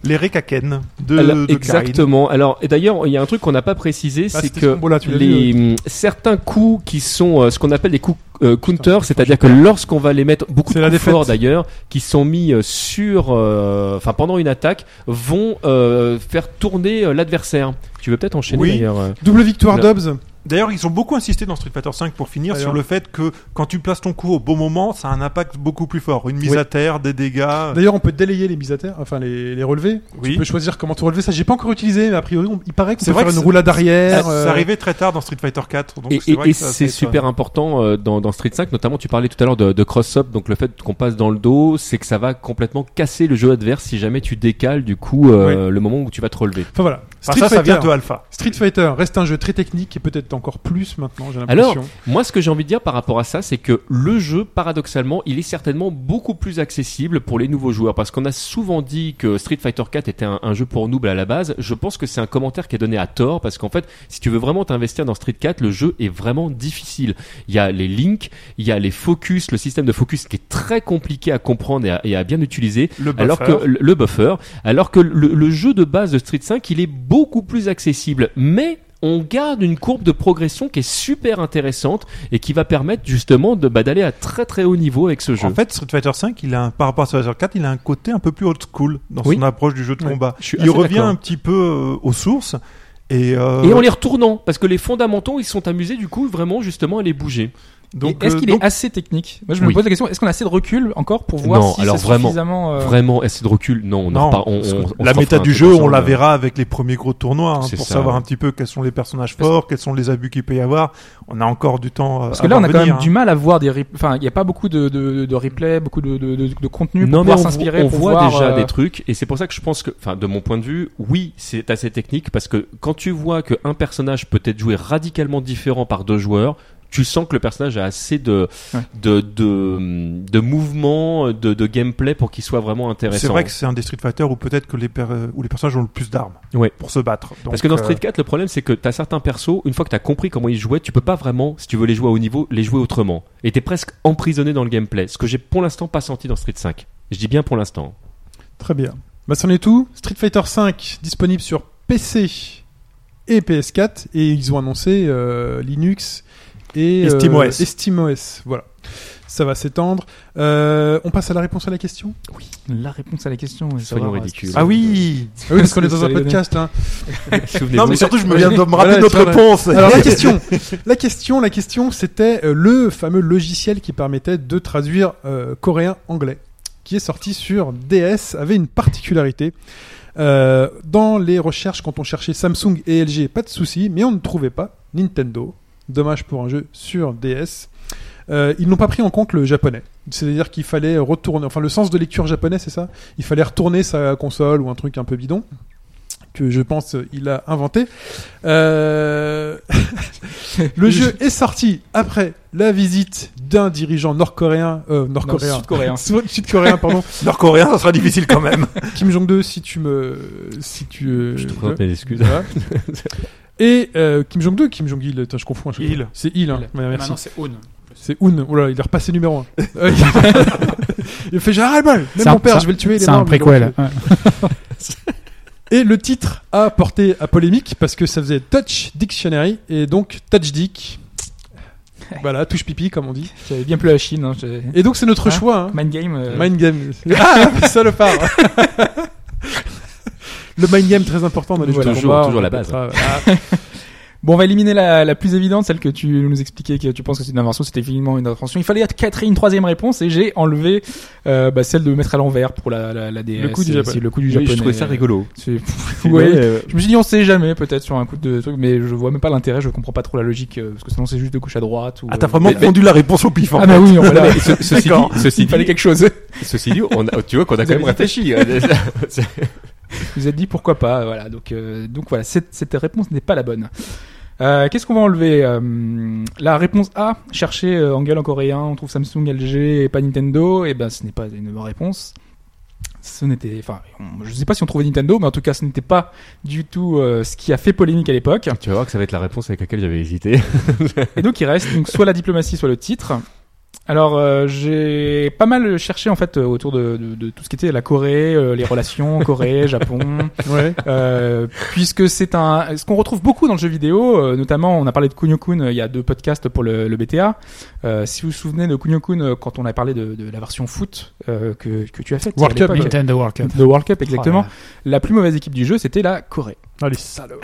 F: Les Rekaken de,
E: Alors,
F: de Karine.
E: exactement. Alors, et d'ailleurs, il y a un truc qu'on n'a pas précisé,
B: Ah,
E: c'est
B: c'était ce
E: que
B: combo-là, tu l'as
E: les hum, certains coups qui sont euh, ce qu'on appelle des coups euh, counter, c'est-à-dire que lorsqu'on va les mettre beaucoup
B: C'est
E: de
B: la
E: coups
B: défaite.
E: forts d'ailleurs, qui sont mis euh, sur, euh, enfin pendant une attaque, vont euh, faire tourner euh, l'adversaire. Tu veux peut-être enchaîner
F: Oui.
E: d'ailleurs. euh.
B: Double victoire
E: Là.
B: d'Obs.
F: D'ailleurs, ils ont beaucoup insisté dans Street Fighter 5 pour finir
B: D'ailleurs.
F: sur le fait que quand tu places ton coup au bon moment, ça a un impact beaucoup plus fort. Une mise
E: Oui.
F: à terre, des dégâts.
B: D'ailleurs, on peut délayer les mises à terre, enfin les, les relevés.
F: Oui.
B: On peut choisir comment tout relever. Ça, j'ai pas encore utilisé, mais a priori, on- il paraît qu'on
F: C'est
B: peut
F: vrai
B: faire
F: que
B: une
F: c'est-
B: roulade arrière.
F: Ça
B: euh,
F: arrivait très tard dans Street Fighter 4. Donc
E: Et,
F: c'est
E: et-
F: vrai
E: et
F: que ça-
E: c'est
F: ça-
E: super important euh, dans, dans Street 5, notamment tu parlais tout à l'heure de, de cross-up, donc le fait qu'on passe dans le dos, c'est que ça va complètement casser le jeu adverse si jamais tu décales du coup euh, le moment où tu vas te relever.
B: Enfin voilà.
F: Enfin,
B: Street
F: ça, ça
B: Fighter.
F: vient de Alpha.
B: Street Fighter reste un jeu très technique et peut-être encore plus maintenant. J'ai
E: Alors,
B: l'impression.
E: Moi, ce que j'ai envie de dire par rapport à ça, c'est que le jeu, paradoxalement, il est certainement beaucoup plus accessible pour les nouveaux joueurs. Parce qu'on a souvent dit que Street Fighter 4 était un, un jeu pour noob à la base. Je pense que c'est un commentaire qui est donné à tort. Parce qu'en fait, si tu veux vraiment t'investir dans Street 4, le jeu est vraiment difficile. Il y a les links, il y a les focus, le système de focus qui est très compliqué à comprendre et à- et à bien utiliser
F: Le
E: alors
F: buffer.
E: que le le buffer, alors que le, le jeu de base de Street 5, il est beaucoup plus accessible, mais on garde une courbe de progression qui est super intéressante et qui va permettre justement de bah, d'aller à très très haut niveau avec ce jeu.
F: En fait, Street Fighter 5, il a un, par rapport à Street Fighter 4, il a un côté un peu plus old school dans
E: Oui.
F: son approche du jeu de
E: Ouais.
F: combat.
E: Je suis
F: Il
E: assez
F: revient
E: d'accord.
F: un petit peu euh, aux sources et, euh,
E: et en les retournant, parce que les fondamentaux, ils sont amusés du coup vraiment justement à les bouger.
F: donc
C: Et est-ce
F: euh,
C: qu'il
F: donc,
C: est assez technique Moi, je me
E: Oui.
C: pose la question est-ce qu'on a assez de recul encore pour voir
E: Non,
C: si
E: alors
C: c'est
E: vraiment,
C: suffisamment euh,
E: Vraiment, assez de recul, non, on en
F: non,
E: repart- on-
F: parce
E: on-
F: que
E: on
F: la
E: s'en
F: méta
E: fera un
F: du
E: truc
F: jeu, on
E: ensemble.
F: la verra avec les premiers gros tournois hein,
E: C'est
F: pour
E: ça,
F: savoir
E: ouais.
F: un petit peu quels sont les personnages forts, quels sont les abus qu'il peut y avoir. On a encore du temps. euh,
C: Parce que là, on a
F: avant
C: quand
F: venir,
C: même
F: hein.
C: du mal à voir des. rep- Enfin, il n'y a pas beaucoup de, de, de replays, beaucoup de, de, de, de contenu pour
E: Non, mais
C: pouvoir
E: on,
C: s'inspirer.
E: on
C: pour
E: voit
C: voir,
E: déjà
C: euh,
E: des trucs, et c'est pour ça que je pense que, enfin, de mon point de vue, oui, c'est assez technique, parce que quand tu vois qu'un personnage peut être joué radicalement différent par deux joueurs, tu sens que le personnage a assez de,
C: Ouais.
E: de, de, de mouvements, de, de gameplay pour qu'il soit vraiment intéressant.
F: C'est vrai que c'est un des Street Fighter où peut-être que les per- euh, où les personnages ont le plus d'armes
E: Ouais.
F: pour se battre. Donc,
E: Parce que dans
F: euh,
E: Street 4, le problème, c'est que t'as certains persos, une fois que t'as compris comment ils jouaient, tu peux pas vraiment, si tu veux les jouer à haut niveau, les jouer autrement. Et t'es presque emprisonné dans le gameplay, ce que j'ai pour l'instant pas senti dans Street 5. Je dis bien pour l'instant. hein.
B: Très bien. Bah, c'en est tout. Street Fighter 5 disponible sur PC et PS4 et ils ont annoncé euh, Linux et,
F: Et SteamOS.
B: et SteamOS, voilà. Ça va s'étendre. Euh, on passe à la réponse à la question
C: La réponse à la question. ouais,
E: Soyons
C: savoir, euh,
E: ridicules.
C: c'est-
F: Ah oui
B: Ah Oui, parce qu'on est dans
C: Ça
B: un
C: allait donner.
B: podcast. hein.
E: Souvenez-vous.
F: Non, mais surtout, je me viens de me
B: Voilà,
F: rappeler de notre
B: c'est vrai.
F: réponse.
B: Alors la question, la question, la question, c'était euh, le fameux logiciel qui permettait de traduire euh, coréen-anglais, qui est sorti sur DS, avait une particularité. Euh, dans les recherches, quand on cherchait Samsung et LG, pas de souci, mais on ne trouvait pas Nintendo. Dommage pour un jeu sur DS. Euh, ils n'ont pas pris en compte le japonais. C'est-à-dire qu'il fallait retourner, enfin le sens de lecture japonais, c'est ça Il fallait retourner sa console ou un truc un peu bidon que je pense euh, il a inventé. Euh, le jeu est sorti après la visite d'un dirigeant nord-coréen, euh,
C: Non,
B: nord-coréen,
C: Sud-coréen.
B: sud-coréen, pardon,
F: Nord-coréen, ça sera difficile quand même.
B: Kim Jong-de, si tu me, si tu, euh,
E: Je te présente mes excuses.
B: voilà. Et euh, Kim Jong-de, Kim Jong-il, attends, je confonds. à chaque
F: Il.
B: fois. C'est il. hein. Ouais, merci.
D: Maintenant, c'est Own.
B: C'est Un. Oh là, il est repassé numéro 1. il fait Gérard Hallman, même
D: C'est un-
B: mon père,
D: ça-
B: je vais le tuer. il est
D: C'est un
B: mort, mais bon,
D: préquel. ouais.
B: Et le titre a porté à polémique parce que ça faisait Touch Dictionary et donc Touch Dick. Voilà, touche pipi comme on dit.
C: J'avais bien plus la Chine. Hein, j'ai-
B: Et donc c'est notre
C: Hein
B: choix. Hein.
C: Mind Game. euh,
B: Mind game. Ah, salopard Le mind game très important dans les
E: Voilà,
B: jeux de
E: toujours-
B: combat,
E: toujours
B: on
E: la base.
B: mettra-
C: Bon, on va éliminer la, la plus évidente, celle que tu nous expliquais, que tu penses que c'est une invention, c'était finalement une invention. Il fallait quatre, une troisième réponse et j'ai enlevé euh, bah, celle de mettre à l'envers pour la, la, la DS.
B: Le coup du
C: C'est-
B: japonais.
C: c'est Le coup du
E: Oui,
C: japonais.
E: je trouvais ça rigolo. euh,
C: C'est- Ouais. Je me suis dit, on sait jamais, peut-être sur un coup de truc, mais je vois même pas l'intérêt, je comprends pas trop la logique, euh, parce que sinon c'est juste de gauche à droite. Ou,
F: Ah, t'as
C: euh,
F: vraiment
E: Mais-
F: rendu la réponse au pif. en
C: Ah,
F: fait.
C: bah oui,
E: Non,
C: voilà.
E: mais ce- ceci,
F: D'accord.
E: dit, ceci,
C: Il fallait
E: dit,
C: quelque chose.
E: ceci dit, on a- tu vois qu'on a quand même
C: avez-
E: réfléchi. hein. C'est-
C: Vous êtes dit pourquoi pas, voilà. Donc, euh, donc voilà, cette, cette réponse n'est pas la bonne. Euh, Qu'est-ce qu'on va enlever Euh, La réponse A, chercher euh, en gueule en coréen, on trouve Samsung, LG et pas Nintendo, et ben ce n'est pas une bonne réponse. Ce n'était, enfin, on- je sais pas si on trouvait Nintendo, mais en tout cas, ce n'était pas du tout euh, ce qui a fait polémique à l'époque.
E: tu vas voir que ça va être la réponse avec laquelle j'avais hésité.
C: Et donc il reste donc soit la diplomatie, soit le titre. Alors euh, j'ai pas mal cherché en fait euh, autour de, de- de tout ce qui était la Corée, euh, les relations Corée, Japon,
B: Ouais.
C: euh, puisque c'est un ce qu'on retrouve beaucoup dans le jeu vidéo, euh, notamment on a parlé de Kunio Kun euh, il y a deux podcasts pour le, le BTA. Euh, si vous vous souvenez de Kunio Kun euh, quand on a parlé de, de la version foot euh, que, que tu as faite
B: World
C: à l'époque.
D: Nintendo World Cup. Oh
C: de World Cup exactement. La plus mauvaise équipe du jeu c'était la Corée.
B: Ah, les salauds.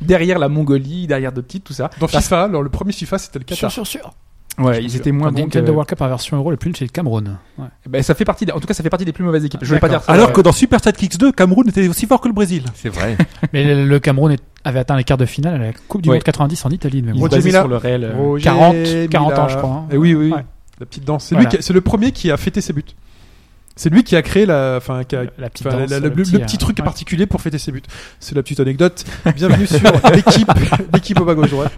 C: Derrière la Mongolie, derrière d'autres petites, tout ça.
B: Dans FIFA, alors le premier FIFA c'était le
D: Sûr,
B: Qatar.
D: sûr, sûr.
C: Ouais, ils étaient moins bons. que-
D: Nintendo World Cup en version euro, le plus nul, c'est le Cameroun. Ouais.
C: Ben, ça fait partie, des- en tout cas, ça fait partie des plus mauvaises équipes. Je vais pas
D: D'accord.
C: dire ça.
F: Alors que dans Super Stat Kicks 2, Cameroun était aussi fort que le Brésil.
E: C'est vrai.
D: Mais le, le Cameroun est- avait atteint les quarts de finale à la Coupe du
C: Ouais.
D: Monde 90 en Italie. Mais
C: ils
D: bon.
C: se
B: Roger
C: basaient
B: Mila.
C: sur le réel. euh,
B: Roger
D: 40, 40 ans,
B: Mila.
D: je crois. hein.
B: Eh oui, oui, oui.
D: Ouais.
B: la petite danse. C'est
D: Voilà.
B: lui, qui- c'est le premier qui a fêté ses buts. C'est lui qui a créé la, enfin, qui a-
D: La petite
B: Enfin,
D: danse,
B: la- la- le, le petit
D: euh,
B: truc
D: ouais.
B: particulier pour fêter ses buts. C'est la petite anecdote. Bienvenue sur l'équipe, l'équipe au bas gauche droite.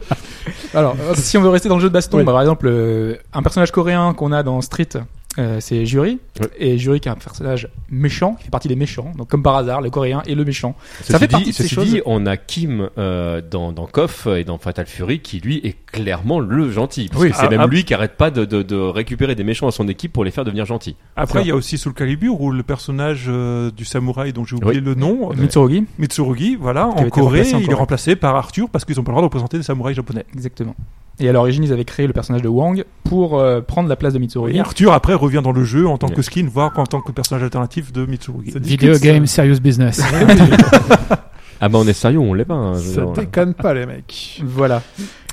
B: Alors, hop.
C: euh, Si on veut rester dans le jeu de baston,
B: Oui.
C: bah, par exemple, euh, un personnage coréen qu'on a dans Street, euh, c'est Jury.
E: Ouais.
C: Et Jury qui est un personnage méchant, qui fait partie des méchants. Donc, comme par hasard, le coréen est le méchant.
E: Ceci
C: fait
E: dit-
C: partie de ces
E: ceci
C: choses.
E: dit, on a Kim euh, dans, dans Koff et dans Fatal Fury qui lui est clairement le gentil. Parce
F: Oui,
E: que c'est
F: ah,
E: même
F: ah.
E: lui qui arrête pas de, de- de récupérer des méchants à son équipe pour les faire devenir gentils.
F: Après, il y a aussi Soul Calibur où le personnage euh, du samouraï dont j'ai oublié
E: Oui.
F: le nom, euh,
C: Mitsurugi.
F: Mitsurugi, voilà,
C: avait
F: en
C: été
F: Corée,
C: remplacé en
F: il est
C: Corée.
F: remplacé par Arthur parce qu'ils ont pas le droit de représenter des samouraïs japonais.
C: Exactement. Et à l'origine, ils avaient créé le personnage de Wang pour euh, prendre la place de Mitsurugi.
F: Et Arthur après revient dans le jeu en tant
E: Oui.
F: que skin, voire en tant que personnage alternatif de Mitsurugi.
D: Video game, serious business.
E: Ah bah on est sérieux, on l'est pas. hein. Je-
B: ça
E: on-
B: déconne pas, les mecs.
C: Voilà.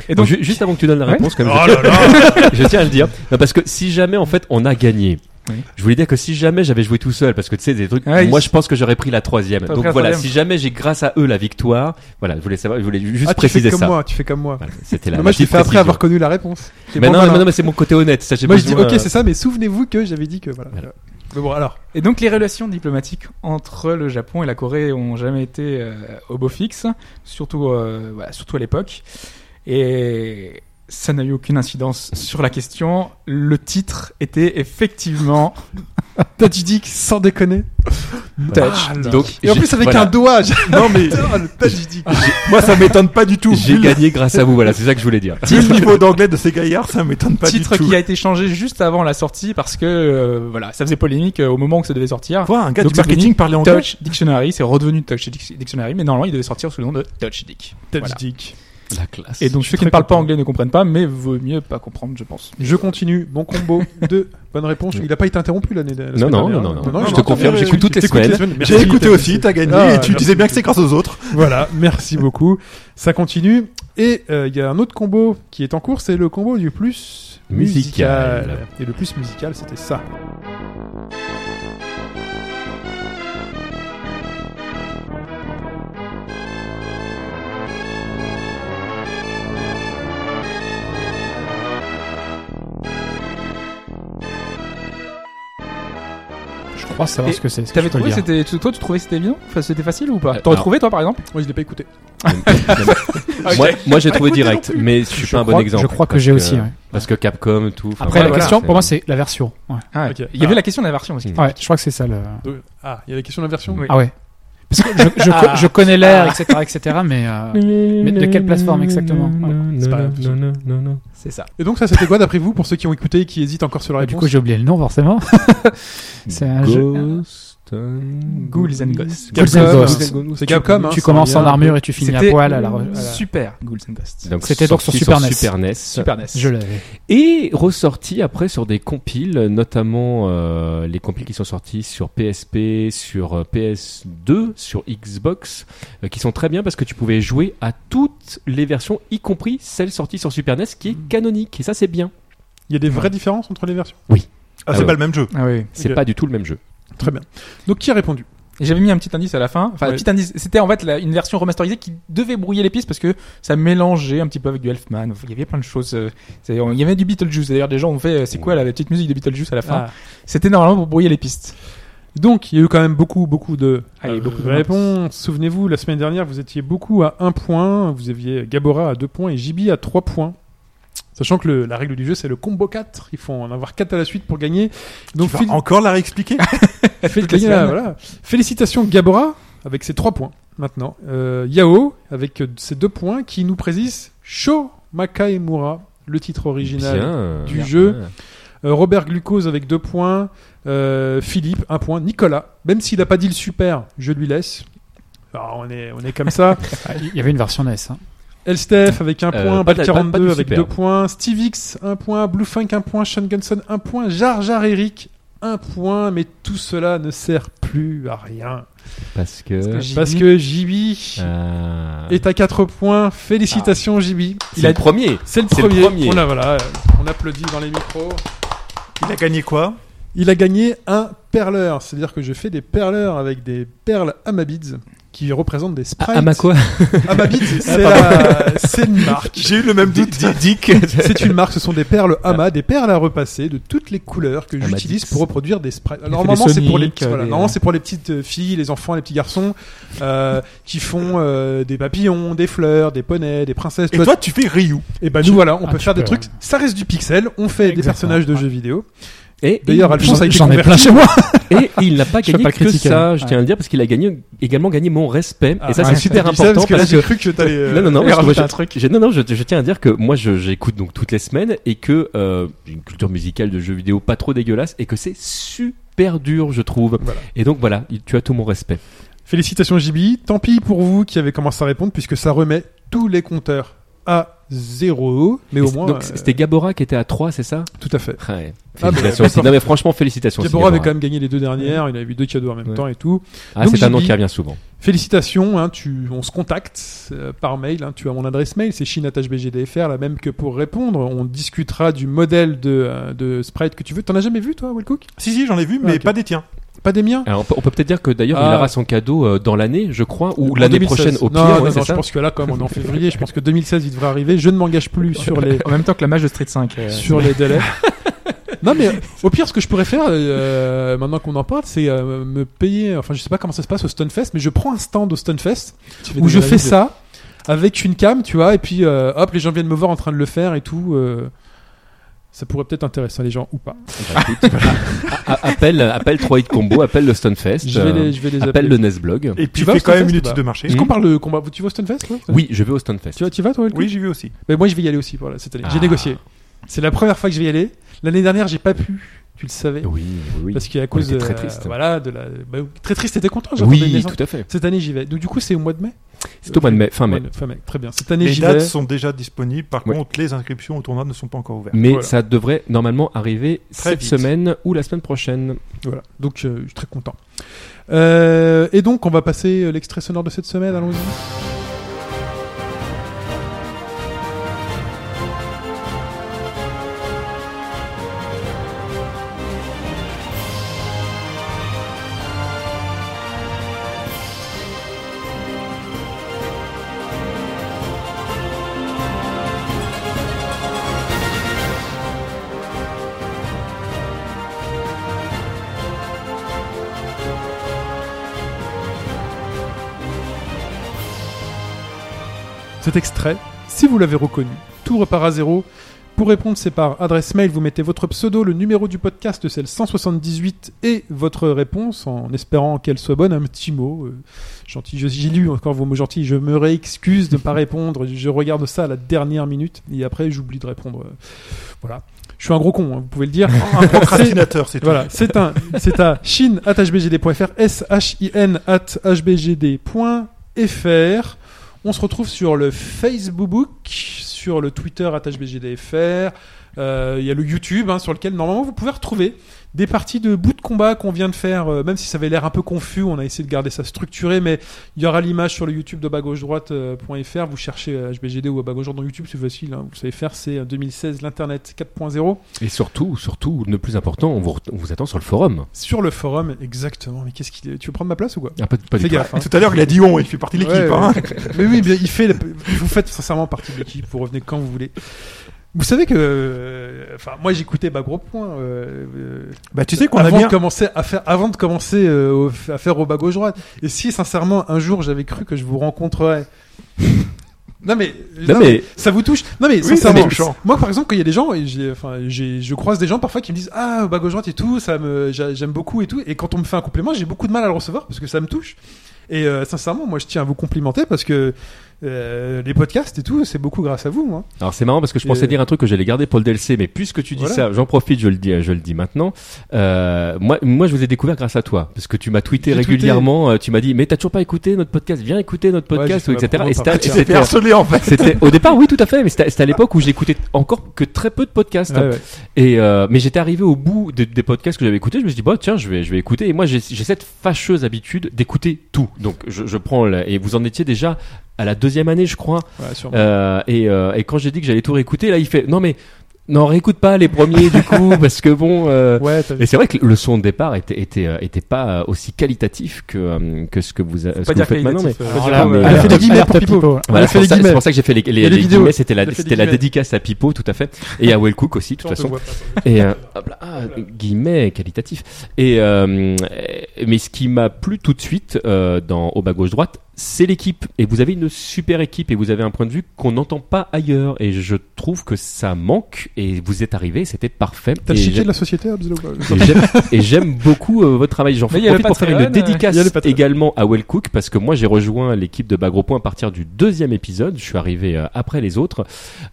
C: Et
E: Donc,
C: donc,
E: ju- juste avant que tu donnes la
C: Ouais.
E: réponse, quand même, je, tiens, je tiens à le dire. Non, parce que si jamais, en fait, on a gagné,
C: Oui.
E: je voulais dire que si jamais j'avais joué tout seul, parce que tu sais, des trucs,
C: Ouais,
E: moi
C: ils-
E: je pense que j'aurais pris la troisième.
C: T'aurais
E: Donc
C: pris la
E: voilà,
C: troisième.
E: si jamais j'ai grâce à eux la victoire, voilà, je voulais savoir, je voulais juste
B: Ah, tu fais
E: préciser
B: comme
E: ça.
B: moi, tu fais comme moi.
E: Voilà, C'était la
B: Mais moi, je
E: petite
B: l'ai fait après
E: précision.
B: avoir connu la réponse. J'ai
E: Mais
B: pas
E: non,
B: mal,
E: mais
B: hein.
E: non, mais c'est mon côté honnête. Ça, j'ai
B: moi,
E: pas
B: je dis,
E: besoin,
B: ok,
E: euh,
B: c'est ça, mais souvenez-vous que j'avais dit que voilà.
E: Voilà.
B: Mais bon, alors,
C: Et donc les relations diplomatiques entre le Japon et la Corée ont jamais été euh, au beau fixe, surtout, euh, voilà, surtout à l'époque. Et ça n'a eu aucune incidence sur la question. Le titre était effectivement
B: Touch Dick, sans déconner.
C: Touch.
B: Ah, là.
E: Donc,
B: Et en
E: j'ai-
B: plus, avec
E: voilà.
B: un doigt.
F: Non mais
B: Ah, le Touch Dick.
F: moi ça m'étonne pas du tout.
E: J'ai
F: Vu le-
E: gagné grâce à vous, voilà, c'est ça que je voulais dire.
F: vu le niveau d'anglais de ces gaillards, ça m'étonne pas
C: titre
F: du tout.
C: qui a été changé juste avant la sortie parce que euh, voilà, ça faisait polémique euh, au moment où ça devait sortir.
F: Quoi, un gars
C: Donc,
F: du
C: c'est devenu
F: marketing parlait anglais
C: Touch Dictionary, c'est redevenu Touch Dic- Dictionary, mais normalement il devait sortir sous le nom de Touch Dick.
B: Touch
C: Voilà.
B: Dick.
E: La classe.
C: Et donc ceux qui ne parlent pas anglais ne comprennent pas, mais vaut mieux pas comprendre, je pense.
B: Je continue. Bon combo. Deux. Bonne réponse. Il n'a pas été interrompu l'année la semaine
E: Non, non,
B: dernière.
E: non, non, non. Je
B: il
E: te
B: t'a
E: confirme,
B: bien
E: j'écoute
B: réussi.
E: toutes les
B: T'écoutes
E: semaines.
B: Merci,
H: J'ai écouté
B: t'as-
H: aussi, t'as gagné,
B: Ah,
H: et tu disais bien que c'est grâce aux autres.
B: Voilà, merci beaucoup. Ça continue. Et euh, il y a un autre combo qui est en cours, c'est le combo du plus musical.
E: Musical.
B: Et le plus musical, c'était ça.
D: Je crois savoir
C: Et
D: ce que c'est. ce que
C: T'avais
D: je peux
C: trouvé,
D: le dire.
C: c'était, toi, tu trouvais que c'était évident Enfin, c'était facile ou pas
E: Euh,
C: T'aurais
E: non.
C: trouvé, toi, par exemple
B: Moi, je l'ai pas écouté.
E: Moi, moi, j'ai trouvé direct, mais je suis
D: Je
E: pas un bon
D: crois-
E: exemple.
D: Je crois que
E: parce
D: j'ai aussi. ouais.
E: Parce que Capcom, tout. enfin,
D: Après,
C: ouais,
D: la
C: voilà,
D: question, pour moi, c'est la version. Ouais,
B: Ok.
C: Il y avait la question de la version aussi.
E: Mm.
D: Ouais, je crois que c'est ça le.
B: Deux. Ah, il y a la question de la version
C: Oui.
D: Ah ouais. Parce que je, je, co- je connais l'air, etc., etc., mais euh, Mais de quelle plateforme exactement
B: C'est pas grave.
C: C'est ça.
B: Et donc, ça, c'était quoi d'après vous pour ceux qui ont écouté et qui hésitent encore
E: Ah,
B: sur la
D: Ah, du
B: réponse
D: coup j'ai oublié le nom forcément. c'est un jeu.
E: Ghost and-
C: Ghouls and Ghosts.
D: Ghouls and Ghosts.
B: C'est Capcom. hein,
D: tu
B: c'est
D: commences
B: bien.
D: en armure et tu finis à
C: C'était
D: poil à la. re- à la-
C: Super Ghouls and Ghosts.
E: hein. Donc,
D: C'était donc sur
E: sorti
D: Super NES.
E: Super NES.
C: Super E NES.
D: Je l'avais.
E: Et ressorti après sur des compiles, notamment euh, les compiles qui sont sortis sur PSP, sur euh, PS2, sur Xbox, euh, qui sont très bien parce que tu pouvais jouer à toutes les versions, y compris celle sortie sur Super NES qui est
D: Mm.
E: canonique. Et ça, c'est bien.
B: Il y a des vraies différences entre les versions.
F: Ah,
E: Ah
F: c'est
E: ouais.
F: pas le même jeu.
C: Ah oui.
E: C'est
B: Ok.
E: pas du tout le même jeu.
B: Très bien. Donc, qui a répondu
C: Et j'avais mis un petit indice à la fin. Enfin, un
B: Ouais.
C: petit indice. C'était en fait la- une version remasterisée qui devait brouiller les pistes parce que ça mélangeait un petit peu avec du Elfman. Enfin, Il y avait plein de choses. euh, c'est- on- Il y avait du Beetlejuice. D'ailleurs, des gens ont fait euh, c'est quoi la petite musique de Beetlejuice à la fin C'était normalement pour brouiller les pistes.
B: Donc, il y a eu quand même beaucoup, beaucoup de,
C: Ah, il y a eu beaucoup de
B: Euh, réponses. Souvenez-vous, la semaine dernière, vous étiez beaucoup à 1 point. Vous aviez Gabora à 2 points et Jibi à 3 points. Sachant que le- la règle du jeu, c'est le combo 4. Il faut en avoir 4 à la suite pour gagner. Donc,
F: Tu vas
B: Phil-
F: encore la réexpliquer
B: Fél-
C: Toutes les
B: voilà,
C: semaines.
B: voilà. Félicitations Gabora avec ses trois points maintenant. Euh, Yao avec euh, ses deux points qui nous précisent Sho Makaemura, le titre original.
E: Bien.
B: du jeu. Euh, Robert Glucose avec deux points. Euh, Philippe, un point. Nicolas, même s'il n'a pas dit le super, je lui laisse. Alors, on, est, on est comme ça.
D: Ah, Il y avait une version NES. hein.
B: Elstef avec un
E: Euh,
B: point.
E: pas de- pas- pas
B: Bad42
E: du
B: avec
E: super.
B: deux points. Steve X, un point. Blue Funk, un point. Sean Gunson, un point. Jar Jar Eric, un point. Mais tout cela ne sert plus à rien.
E: Euh, Parce que.
C: Jibi.
B: Parce que JB
E: Ah.
B: est à 4 points. Félicitations, JB.
E: Il a le premier.
B: C'est le
E: C'est le
B: premier.
E: premier.
B: On, a, voilà, euh, on applaudit dans les micros.
F: Il a gagné quoi
B: Il a gagné un perleur. C'est-à-dire que je fais des perleurs avec des perles Amabids qui représentent des sprites.
E: quoi
B: Amabids, Ah bah, c'est la- c'est une marque.
F: Ah, J'ai eu le même doute. Ah.
E: Dick.
B: C'est une marque, ce sont des perles Ama, des perles à repasser de toutes les couleurs que
E: Amadix.
B: j'utilise pour reproduire des sprites. Alors,
C: fait
B: Normalement,
C: des
B: c'est pour les
C: Sonic,
B: petits- voilà,
C: des-
B: normalement, c'est pour les petites euh, filles, les enfants, les petits garçons euh, qui font euh, des papillons, des fleurs, des poneys, des princesses.
F: Et
B: Tu vois,
F: toi, tu fais Ryu.
B: Et ben nous voilà, on
D: Ah,
B: peut
D: tu
B: faire des
D: peux,
B: trucs.
D: ouais.
B: Ça reste du pixel, on fait des
D: Exactement,
B: personnages de
D: ouais.
B: jeux vidéo.
E: Et
B: D'ailleurs,
D: J'en
B: Alphonse a été
D: j'en ai
B: converti.
D: plein chez moi.
E: Et il n'a pas
D: Je peux
E: gagné
D: pas
E: que
D: critiquer,
E: ça,
D: hein.
E: je tiens à le dire, parce qu'il a gagné, également gagné mon respect.
B: Ah,
E: et ça,
B: ouais,
E: c'est super
B: je dis ça
E: important.
B: parce que là, j'ai
E: que-
B: cru que t'allais. euh,
E: Non, non, non,
B: aller
E: parce que
B: rajouter
E: je-
B: un truc.
E: j'ai- non, non, je, je tiens à dire que moi, je- j'écoute donc toutes les semaines et que euh, j'ai une culture musicale de jeux vidéo pas trop dégueulasse et que c'est super dur, je trouve.
B: Voilà.
E: Et donc voilà, il- tu as tout mon respect.
B: Félicitations JB. Tant pis pour vous qui avez commencé à répondre puisque ça remet tous les compteurs à zéro. Mais
E: Et
B: au
E: c-
B: moins,
E: donc
B: euh,
E: c'était Gabora qui était à 3, c'est ça
B: tout à fait.
E: Ouais.
B: Ah, mais-
E: Félicitations aussi. Non mais franchement, félicitations.
B: Gabora
E: aussi,
B: avait quand même gagné les deux dernières. Il avait eu deux cadeaux en même
E: hein. Ouais.
B: temps et tout.
E: Ah,
B: Donc,
E: c'est un nom
B: Gibi.
E: qui revient souvent.
B: Félicitations. hein, tu, on se contacte euh, par mail. hein, tu as mon adresse mail, c'est chinatachbgdfr, la même que pour répondre. On discutera du modèle de, euh, de sprite que tu veux. T'en as jamais vu toi, Wellcook
F: Si, si, j'en ai vu, mais
B: Ah, ok.
F: pas des tiens.
B: Pas des miens
E: Alors, on peut, on peut peut-être dire que d'ailleurs,
B: Ah.
E: il aura son cadeau euh, dans l'année, je crois, ou
B: En
E: l'année
B: 2016.
E: prochaine au
B: Non,
E: pire.
B: non,
E: ouais,
B: non,
E: c'est
B: je
E: ça
B: pense que là, comme on est en février, je pense que 2016, il devrait arriver. Je ne m'engage plus sur les,
C: En même temps que la match de Street 5. euh,
B: sur les délais. Non mais au pire ce que je pourrais faire euh, maintenant qu'on en parle c'est euh, me payer enfin je sais pas comment ça se passe au Stunfest mais je prends un stand au Stunfest
C: tu fais
B: où
C: des
B: je fais
C: analyses.
B: ça avec une cam tu vois et puis euh, hop les gens viennent me voir en train de le faire et tout euh, ça pourrait peut-être intéresser les gens ou pas
E: Bah, écoute, a- a- appelle, appelle 3 hit combo, appelle le Stunfest,
B: je vais
E: euh,
B: les, je vais les
E: appelle
B: appeler
E: le Nesblog.
F: Et puis,
B: vas
F: fais
B: au
F: quand même
B: Stunfest
F: une
B: ou
F: étude
B: pas
F: de marché.
B: Est-ce qu'on parle de combat tu vas au Stunfest toi
E: Oui, je vais au Stunfest.
B: tu vas tu vas toi Elko
F: Oui, j'y vais aussi.
B: Mais moi, je vais y aller aussi voilà, cette année. J'ai
E: Ah.
B: négocié. C'est la première fois que je vais y aller. L'année dernière, j'ai pas pu. Tu le savais.
E: Oui, oui,
B: Parce qu'à cause
E: était très
B: euh,
E: triste.
B: voilà, de la. bah, très triste, t'étais content,
E: oui.
B: j'attendais une
E: Oui,
B: naissance.
E: tout à fait.
B: Cette année, j'y vais. Donc, du coup, c'est au mois de mai.
E: C'est au mois de mai, fin mai.
B: Ouais, Fin mai. Très bien. Cette année,
F: Les
B: j'y vais.
F: dates sont déjà disponibles. Par
E: Ouais.
F: contre, les inscriptions au tournoi ne sont pas encore ouvertes.
E: Mais
B: Voilà.
E: ça devrait normalement arriver
F: Très
E: cette
F: vite.
E: semaine ou la semaine prochaine.
B: Voilà. Donc, euh, je suis très content. Euh, et donc, on va passer euh, l'extrait sonore de cette semaine. Allons-y. Cet extrait, si vous l'avez reconnu, tout repart à zéro. Pour répondre, c'est par adresse mail, vous mettez votre pseudo, le numéro du podcast, c'est le 178, et votre réponse, en espérant qu'elle soit bonne, un petit mot. euh, gentil, Je- j'ai lu encore vos mots gentils, je me réexcuse de ne pas répondre, je regarde ça à la dernière minute, et après j'oublie de répondre. euh, Voilà. Je suis un gros con, hein, vous pouvez le dire.
F: Oh, Un procrastinateur, c'est tout.
B: Voilà, c'est un, c'est à chine@hbgd.fr, s h i n at hbgd.fr. On se retrouve sur le Facebook, sur le Twitter at hbgdfr. Euh, Il y a le YouTube hein, sur lequel normalement vous pouvez retrouver des parties de bout de combat qu'on vient de faire, euh, même si ça avait l'air un peu confus, on a essayé de garder ça structuré, mais il y aura l'image sur le YouTube de euh, bas-gauche-droite.fr. Vous cherchez euh, HBGD ou bas gauche droite dans YouTube, c'est facile, hein, vous savez faire, c'est euh, 2016 l'Internet 4.0.
E: Et surtout, surtout, le plus important, on vous, re- on vous attend sur le forum.
B: Sur le forum, exactement. Mais qu'est-ce qu'il est Tu veux prendre ma place ou quoi
E: Ah, pas, pas du
B: Fais
E: tout.
B: gaffe. hein.
F: Tout à l'heure, il a dit on, il fait partie de l'équipe.
B: Ouais, ouais.
F: hein.
B: Mais oui, bien, il fait. la- Vous faites sincèrement partie de l'équipe. Vous revenez quand vous voulez. Vous savez que, euh, enfin, moi j'écoutais bah, gros point. euh, euh,
F: Bah, tu sais qu'on a
B: avant
F: bien.
B: de commencer à faire, avant de commencer euh, au- à faire au bas gauche droite. Et si sincèrement un jour j'avais cru que je vous rencontrerais. Non mais,
E: Non, mais
B: ça vous touche. Non mais
F: Oui, c'est
B: sincèrement,
F: touchant.
B: moi, par exemple, quand il y a des gens, et j'ai, enfin, j'ai, je croise des gens parfois qui me disent ah bas gauche droite et tout, ça me, j'a- j'aime beaucoup et tout. Et quand on me fait un compliment, j'ai beaucoup de mal à le recevoir parce que ça me touche. Et euh, sincèrement, moi, je tiens à vous complimenter parce que euh, les podcasts et tout, c'est beaucoup grâce à vous. hein. Moi.
E: Alors c'est marrant parce que je
B: Et-
E: pensais dire un truc que j'allais garder pour le DLC, mais puisque tu dis
B: Voilà.
E: ça, j'en profite, je le dis, je le dis maintenant. Euh, moi, moi, je vous ai découvert grâce à toi, parce que tu m'as tweeté
B: J'ai tweeté.
E: régulièrement. euh, Tu m'as dit, mais t'as toujours pas écouté notre podcast Viens écouter notre
B: Ouais,
E: podcast,
B: j'ai
E: ou
B: fait hein.
E: etc.
B: ma
E: Et
B: promo
E: c'était-
B: par
F: Tu t'es fait
E: c'était,
F: harceler en fait.
E: c'était- au départ, oui, tout à fait, mais c'était c'était à l'époque où j'écoutais encore que très peu de podcasts.
B: Ouais, ouais.
E: Et euh, mais j'étais arrivé au bout de- des podcasts que j'avais écoutés. Je me suis dit bah tiens, je vais je vais écouter. Et moi j'ai j'ai cette fâcheuse habitude d'écouter tout. Donc je, je prends la- et vous en étiez déjà à la deuxième année, je crois.
B: Voilà, sûrement.
E: Euh, et, euh, et quand j'ai dit que j'allais tout réécouter, là il fait non mais non réécoute pas les premiers du coup parce que bon. euh,
B: ouais, t'as vu.
E: Et c'est vrai que le son de départ était était euh, était pas aussi qualitatif que euh, que ce que vous a- ce
C: Pas
E: que vous
C: dire
E: faites maintenant. Mais
C: qualitatif, euh,
B: Voilà,
C: voilà,
E: mais-
C: mais-
D: Ah,
E: Elle a fait
B: des guillemets pour
D: Alerte à
B: Pipo.
D: Pipo, ouais.
E: voilà,
B: Elle fait
E: c'est pour
B: les
E: ça- c'est
B: guillemets.
E: pour ça que j'ai fait les,
B: Et
E: les,
B: les
E: les
B: vidéos.
E: guillemets, c'était la,
B: Elle a fait des
E: c'était la
B: guillemets.
E: dédicace à Pipo, tout à fait, et à Wellcook aussi, de toute
B: On te
E: façon.
B: voit pas, ça.
E: Et euh, hop là, ah, guillemets qualitatif. Et euh, euh, mais ce qui m'a plu tout de suite euh, dans au bas gauche droite, c'est l'équipe. Et vous avez une super équipe et vous avez un point de vue qu'on n'entend pas ailleurs. Et je trouve que ça manque. Et vous êtes arrivés, c'était parfait.
B: T'as
E: Et
B: le chiquet
E: j'aime-
B: de la société, Hobbs, là, ou pas
E: et j'aime- et j'aime beaucoup euh, votre travail. J'en
C: Mais il y a
E: profite
C: le
E: pour faire une
C: Patreon, euh,
E: dédicace
B: il y a le Patreon.
E: également à Wellcook parce que moi j'ai rejoint l'équipe de Bagro Point à partir du deuxième épisode. Je suis arrivé euh, après les autres.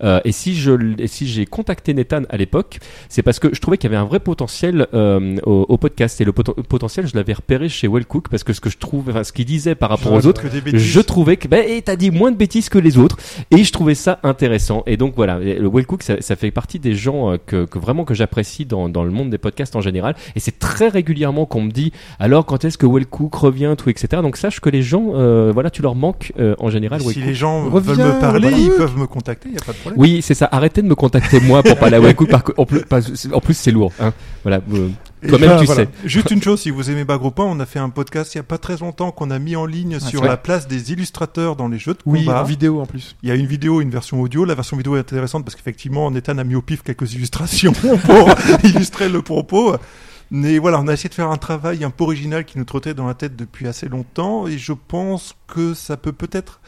E: Euh, et si je l- et si j'ai contacté Nathan à l'époque, c'est parce que je trouvais qu'il y avait un vrai potentiel euh, au, au podcast et le poten- potentiel je l'avais repéré chez Wellcook parce que ce que je trouve, enfin, ce qu'il disait par rapport aux autres
F: Que des bêtises.
E: je trouvais que ben et t'as dit moins de bêtises que les autres et je trouvais ça intéressant et donc voilà et le Will Cook ça, ça fait partie des gens euh, que, que vraiment que j'apprécie dans, dans le monde des podcasts en général et c'est très régulièrement qu'on me dit alors quand est-ce que Will Cook revient tout etc donc sache que les gens euh, voilà tu leur manques euh, en général Will
F: Si
E: Cook.
F: les gens
B: Reviens,
F: veulent me parler,
B: Luc.
F: ils peuvent me contacter, il n'y a pas de problème.
E: oui c'est ça arrêtez de me contacter moi pour parler à Will Cook par co- en plus, pas- en plus, c'est lourd hein. voilà euh,
F: Et
E: toi-même
F: voilà,
E: tu
F: voilà.
E: sais
F: Juste une chose, si vous aimez Bagropin, on a fait un podcast il n'y a pas très longtemps qu'on a mis en ligne sur
E: vrai.
F: la place des illustrateurs dans les jeux de
B: Ah, Oui, en
F: combat.
B: vidéo en plus.
F: il y a une vidéo, une version audio. La version vidéo est intéressante parce qu'effectivement, Nathan a mis au pif quelques illustrations pour illustrer le propos. Mais voilà, on a essayé de faire un travail un peu original qui nous trottait dans la tête depuis assez longtemps et je pense que ça peut peut-être...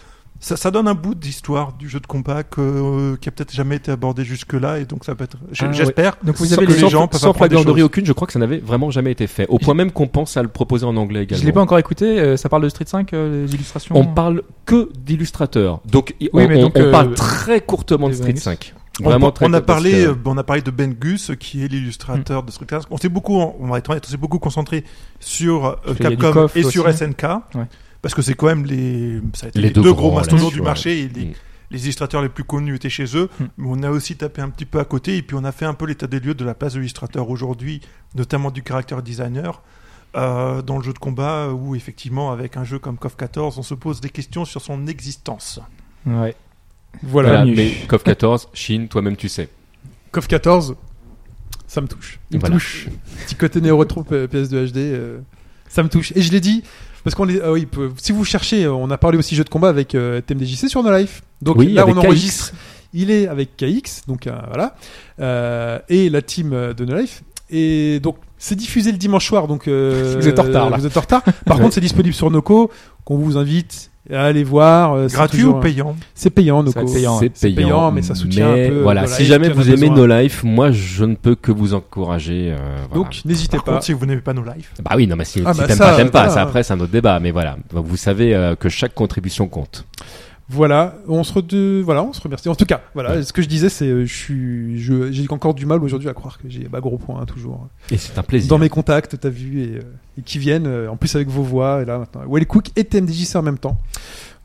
F: Ça, ça donne un bout d'histoire du jeu de combat que, euh, qui a peut-être jamais été abordé jusque-là et donc ça peut être... j-
E: Ah, ouais.
F: J'espère
C: Donc vous
F: sans
C: avez
F: que
C: les
F: les
C: gens
F: gens peuvent
E: sans
F: apprendre des
E: flagornerie
F: choses.
E: aucune je crois que ça n'avait vraiment jamais été fait au point même qu'on pense à le proposer en anglais également
C: Je l'ai pas encore écouté, euh, ça parle de Street 5, euh, les illustrations.
B: Mmh.
E: On parle que d'illustrateurs. Donc, i-
C: Oui,
E: on,
C: mais
E: on-
C: donc,
E: on
C: euh,
E: parle très courtement de
C: des
E: Street
C: bonus.
E: 5.
F: On-
E: Vraiment
F: on,
E: très
F: a
E: court- parce
F: parlé,
E: que-
F: euh, on a parlé de Ben Gus, qui est l'illustrateur de Street Fighter. On s'est beaucoup, on va être honnête, on s'est beaucoup concentré sur euh,
C: qu'il y a du
F: Capcom
C: coffre
F: et sur
C: aussi.
F: SNK.
C: Ouais.
F: Parce que c'est quand même les, ça a été
E: Les
F: les
E: deux
F: deux, gros
E: grands, là,
F: mastodontes
E: tu
F: du
E: vois.
F: marché. et les,
E: Mm.
F: les illustrateurs les plus connus étaient chez eux,
C: Mm.
F: mais on a aussi tapé un petit peu à côté. Et puis on a fait un peu l'état des lieux de la place de l'illustrateur aujourd'hui, notamment du caractère designer. euh, dans le jeu de combat, où effectivement, avec un jeu comme KOF 14, on se pose des questions sur son existence.
C: Ouais.
B: Voilà.
E: Voilà,
C: Bienvenue.
E: mais COF 14, Chine, toi-même tu sais.
B: CoF 14, ça me touche. Il me
E: Voilà.
B: touche. Petit côté néo-retro P- PS2 HD, euh, ça me touche. Et je l'ai dit, parce qu'on les. ah oui, peu- si vous cherchez, euh, on a parlé aussi jeux de combat avec euh, TMDJC sur No Life. Donc
E: Oui,
B: là,
E: avec
B: on
E: KX.
B: enregistre. Il est avec KX, donc euh, voilà, euh, et la team euh, de No Life. Et donc, c'est diffusé le dimanche soir, donc. euh,
C: Vous êtes en retard, là.
B: Vous êtes en retard. Par contre, c'est disponible sur Noco, qu'on vous invite à aller voir. euh, c'est
F: Gratuit
B: toujours-
F: ou payant
B: C'est payant, Noco.
C: C'est payant,
E: C'est
B: C'est
E: payant,
B: payant, mais ça soutient
E: mais
B: un peu,
E: Voilà,
B: No
E: si
B: Life,
E: jamais
B: qui en a
E: vous aimez
B: besoin.
E: No Life, moi je ne peux que vous encourager. euh, voilà.
B: Donc, n'hésitez
F: Par
B: pas.
F: contre, si vous n'aimez pas nos lives,
E: bah oui, non, mais si,
B: Ah,
E: si
B: bah
E: t'aimes
B: ça,
E: pas, t'aimes pas.
B: voilà.
E: Ça, après, c'est un autre débat, mais voilà. Vous savez euh, que chaque contribution compte.
B: Voilà, on se re- voilà, on se remercie. En tout cas, voilà, ce que je disais, c'est euh, je suis, je- j'ai encore du mal aujourd'hui à croire que j'ai bah, gros point toujours
E: Et c'est un plaisir.
B: dans mes contacts, t'as vu et, euh, et qui viennent euh, en plus avec vos voix et là maintenant. Well Cook et TMDJC en même temps.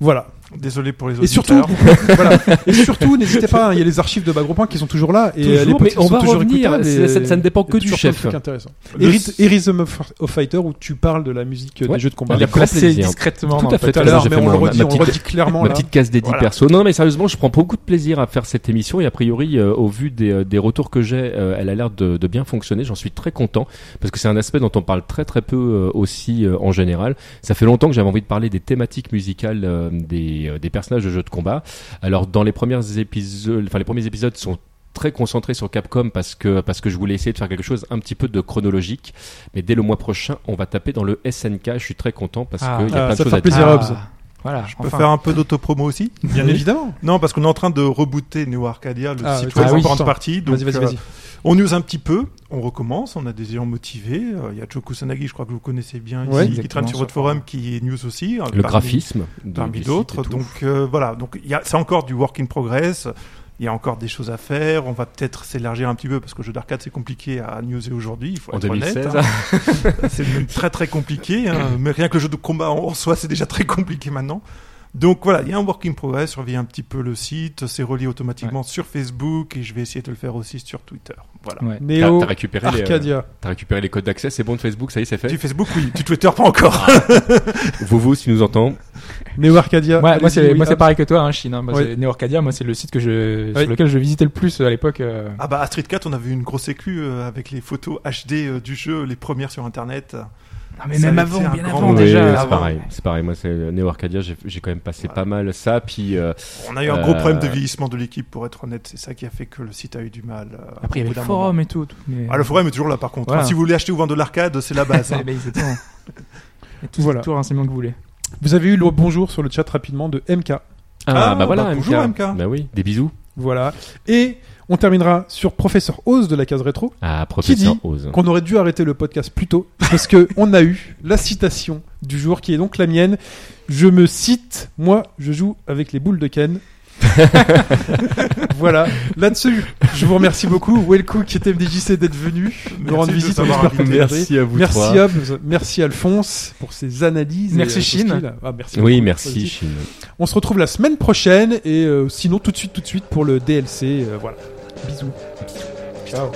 B: Voilà.
F: désolé pour les autres.
B: Et surtout, voilà. Et surtout, n'hésitez pas. hein, Il y a les archives de bah, gros point qui sont toujours là et euh, les
E: Toujours, mais
B: podcasts
E: on
B: sont
E: va
B: toujours
E: revenir.
B: écoutables,
E: c'est-
B: et-
E: Ça, ça ne dépend
B: il y a
E: Oh, que du
B: toujours plein de
E: chef.
B: trucs intéressants.
F: Le-
B: Eri- Erism of, of Fighter où tu parles de la musique euh,
E: Ouais.
B: des jeux de combat.
E: Avec
C: Il a
E: grand
C: placé
E: plaisir.
C: discrètement.
E: Tout
C: dans
E: à
C: le
E: fait.
B: tout à
E: Tout à l'heure,
B: l'heure,
E: j'ai
B: mais
E: fait
B: on
E: mon-
B: le redit,
E: ma
B: on
E: petite-
B: redit clairement
E: Ma
B: là.
E: petite case des 10
F: Voilà.
E: persos. Non, non, mais sérieusement, je prends beaucoup de plaisir à faire cette émission et a priori, euh, au vu des, euh, des retours que j'ai, euh, elle a l'air de, de bien fonctionner. J'en suis très content parce que c'est un aspect dont on parle très très peu euh, aussi euh, en général. Ça fait longtemps que j'avais envie de parler des thématiques musicales euh, des, euh, des personnages de jeux de combat. Alors, dans les premiers épisodes, enfin les premiers épisodes sont très concentrés sur Capcom parce que parce que je voulais essayer de faire quelque chose un petit peu de chronologique mais dès le mois prochain on va taper dans le SNK je suis très content parce
C: Ah.
E: qu'il y a
B: Ah,
E: plein de
B: ça
E: choses
B: fait
E: à dire
B: plaisir. Hobbs.
C: Voilà.
F: On peut faire un peu d'autopromo aussi
B: Bien évidemment.
F: Non, parce qu'on est en train de rebooter Neo Arcadia, le
B: Ah,
F: site
B: ah
F: web
B: oui,
F: en grande
B: attends.
F: partie. Donc,
B: Vas-y, vas-y,
F: euh,
B: vas-y.
F: on use un petit peu, on recommence, on a des gens motivés. Euh, Il y a Joe Sanagi, je crois que vous connaissez bien,
B: Ouais,
F: ici, qui
C: exactement,
F: traîne sur
C: sur-
F: votre forum, qui est news aussi. euh,
E: le
F: parmi-
E: graphisme de-
F: Parmi
E: du site et
F: d'autres.
E: tout.
F: Donc euh, voilà, donc il y a- c'est encore du work in progress. Il y a encore des choses à faire. On va peut-être s'élargir un petit peu parce que jeu d'arcade c'est compliqué à newser aujourd'hui. Il faut
E: en
F: être honnête,
E: 2016
F: hein. c'est devenu très très compliqué. hein. Mais rien que le jeu de combat en soi, c'est déjà très compliqué maintenant. Donc voilà, il y a un work in progress. Surveillez un petit peu le site. C'est relié automatiquement sur Facebook et je vais essayer de le faire aussi sur Twitter. Voilà.
C: Ouais.
E: T'as
B: Néo
E: t'as récupéré, les, euh,
B: Arcadia.
E: t'as récupéré les codes d'accès, c'est bon de Facebook, ça y est, c'est
F: Du
E: fait.
F: Facebook, oui. Du Twitter, pas encore.
E: Vous, vous, si nous entend.
B: Néo Arcadia.
C: Ouais, moi
B: allez-y,
C: c'est
B: oui,
C: moi c'est
B: Hobbs.
C: pareil que toi, hein, Chine. Hein. Moi,
B: Ouais.
C: c'est Neo Arcadia, moi c'est le site que je
B: Ouais.
C: sur lequel je visitais le plus euh, à l'époque. euh.
F: Ah bah à Street 4, on a vu une grosse éclue euh, avec les photos HD euh, du jeu, les premières sur Internet.
C: Non mais
F: Ça
C: même
F: avait été
C: avant,
F: un
C: bien
F: grand
C: avant
F: moment.
E: Oui,
C: déjà.
E: c'est
F: avant.
E: pareil. C'est pareil. Moi, c'est euh, Neo Arcadia, j'ai j'ai quand même passé pas mal ça. Puis, euh,
F: On a eu un gros
E: Euh,
F: problème de vieillissement de l'équipe, pour être honnête. C'est ça qui a fait que le site a eu du mal. euh,
C: Après il y avait
F: au bout
C: le
F: d'un moment.
C: forum et tout. tout, mais-
F: Ah, le forum est toujours là, par contre.
C: Voilà.
F: Hein, si vous voulez acheter ou vendre de l'arcade, c'est la base. hein.
C: Eh ben, exactement. Et tout
B: Voilà.
C: tout renseignement que vous voulez.
B: Vous avez eu le bonjour sur le chat rapidement de MK.
E: ah, bah voilà,
F: bonjour, MK.
E: Bah oui, des bisous.
B: Voilà. Et on terminera sur Professeur Oz de la case rétro,
E: Ah, professeur
B: dit
E: Oz.
B: qu'on aurait dû arrêter le podcast plus tôt, parce que on a eu la citation du jour qui est donc la mienne. Je me cite, moi, je joue avec les boules de Ken. voilà, là-dessus, je vous remercie beaucoup. Wellcook et TMDJC d'être venus
F: Merci
B: nous rendre
F: de
B: visite. on
F: t'avoir
B: espère que vous
F: invité.
B: les adorez.
E: Merci à vous
B: Merci
E: trois.
B: Hobbs, merci Alphonse pour ses analyses. et,
C: Merci
B: euh,
C: Chine.
B: tout ce qu'il a. Ah, merci
E: Oui,
B: beaucoup.
E: merci, Chine.
B: On se retrouve la semaine prochaine et euh, sinon tout de suite tout de suite pour le DLC. euh, voilà. Bisous. Ciao.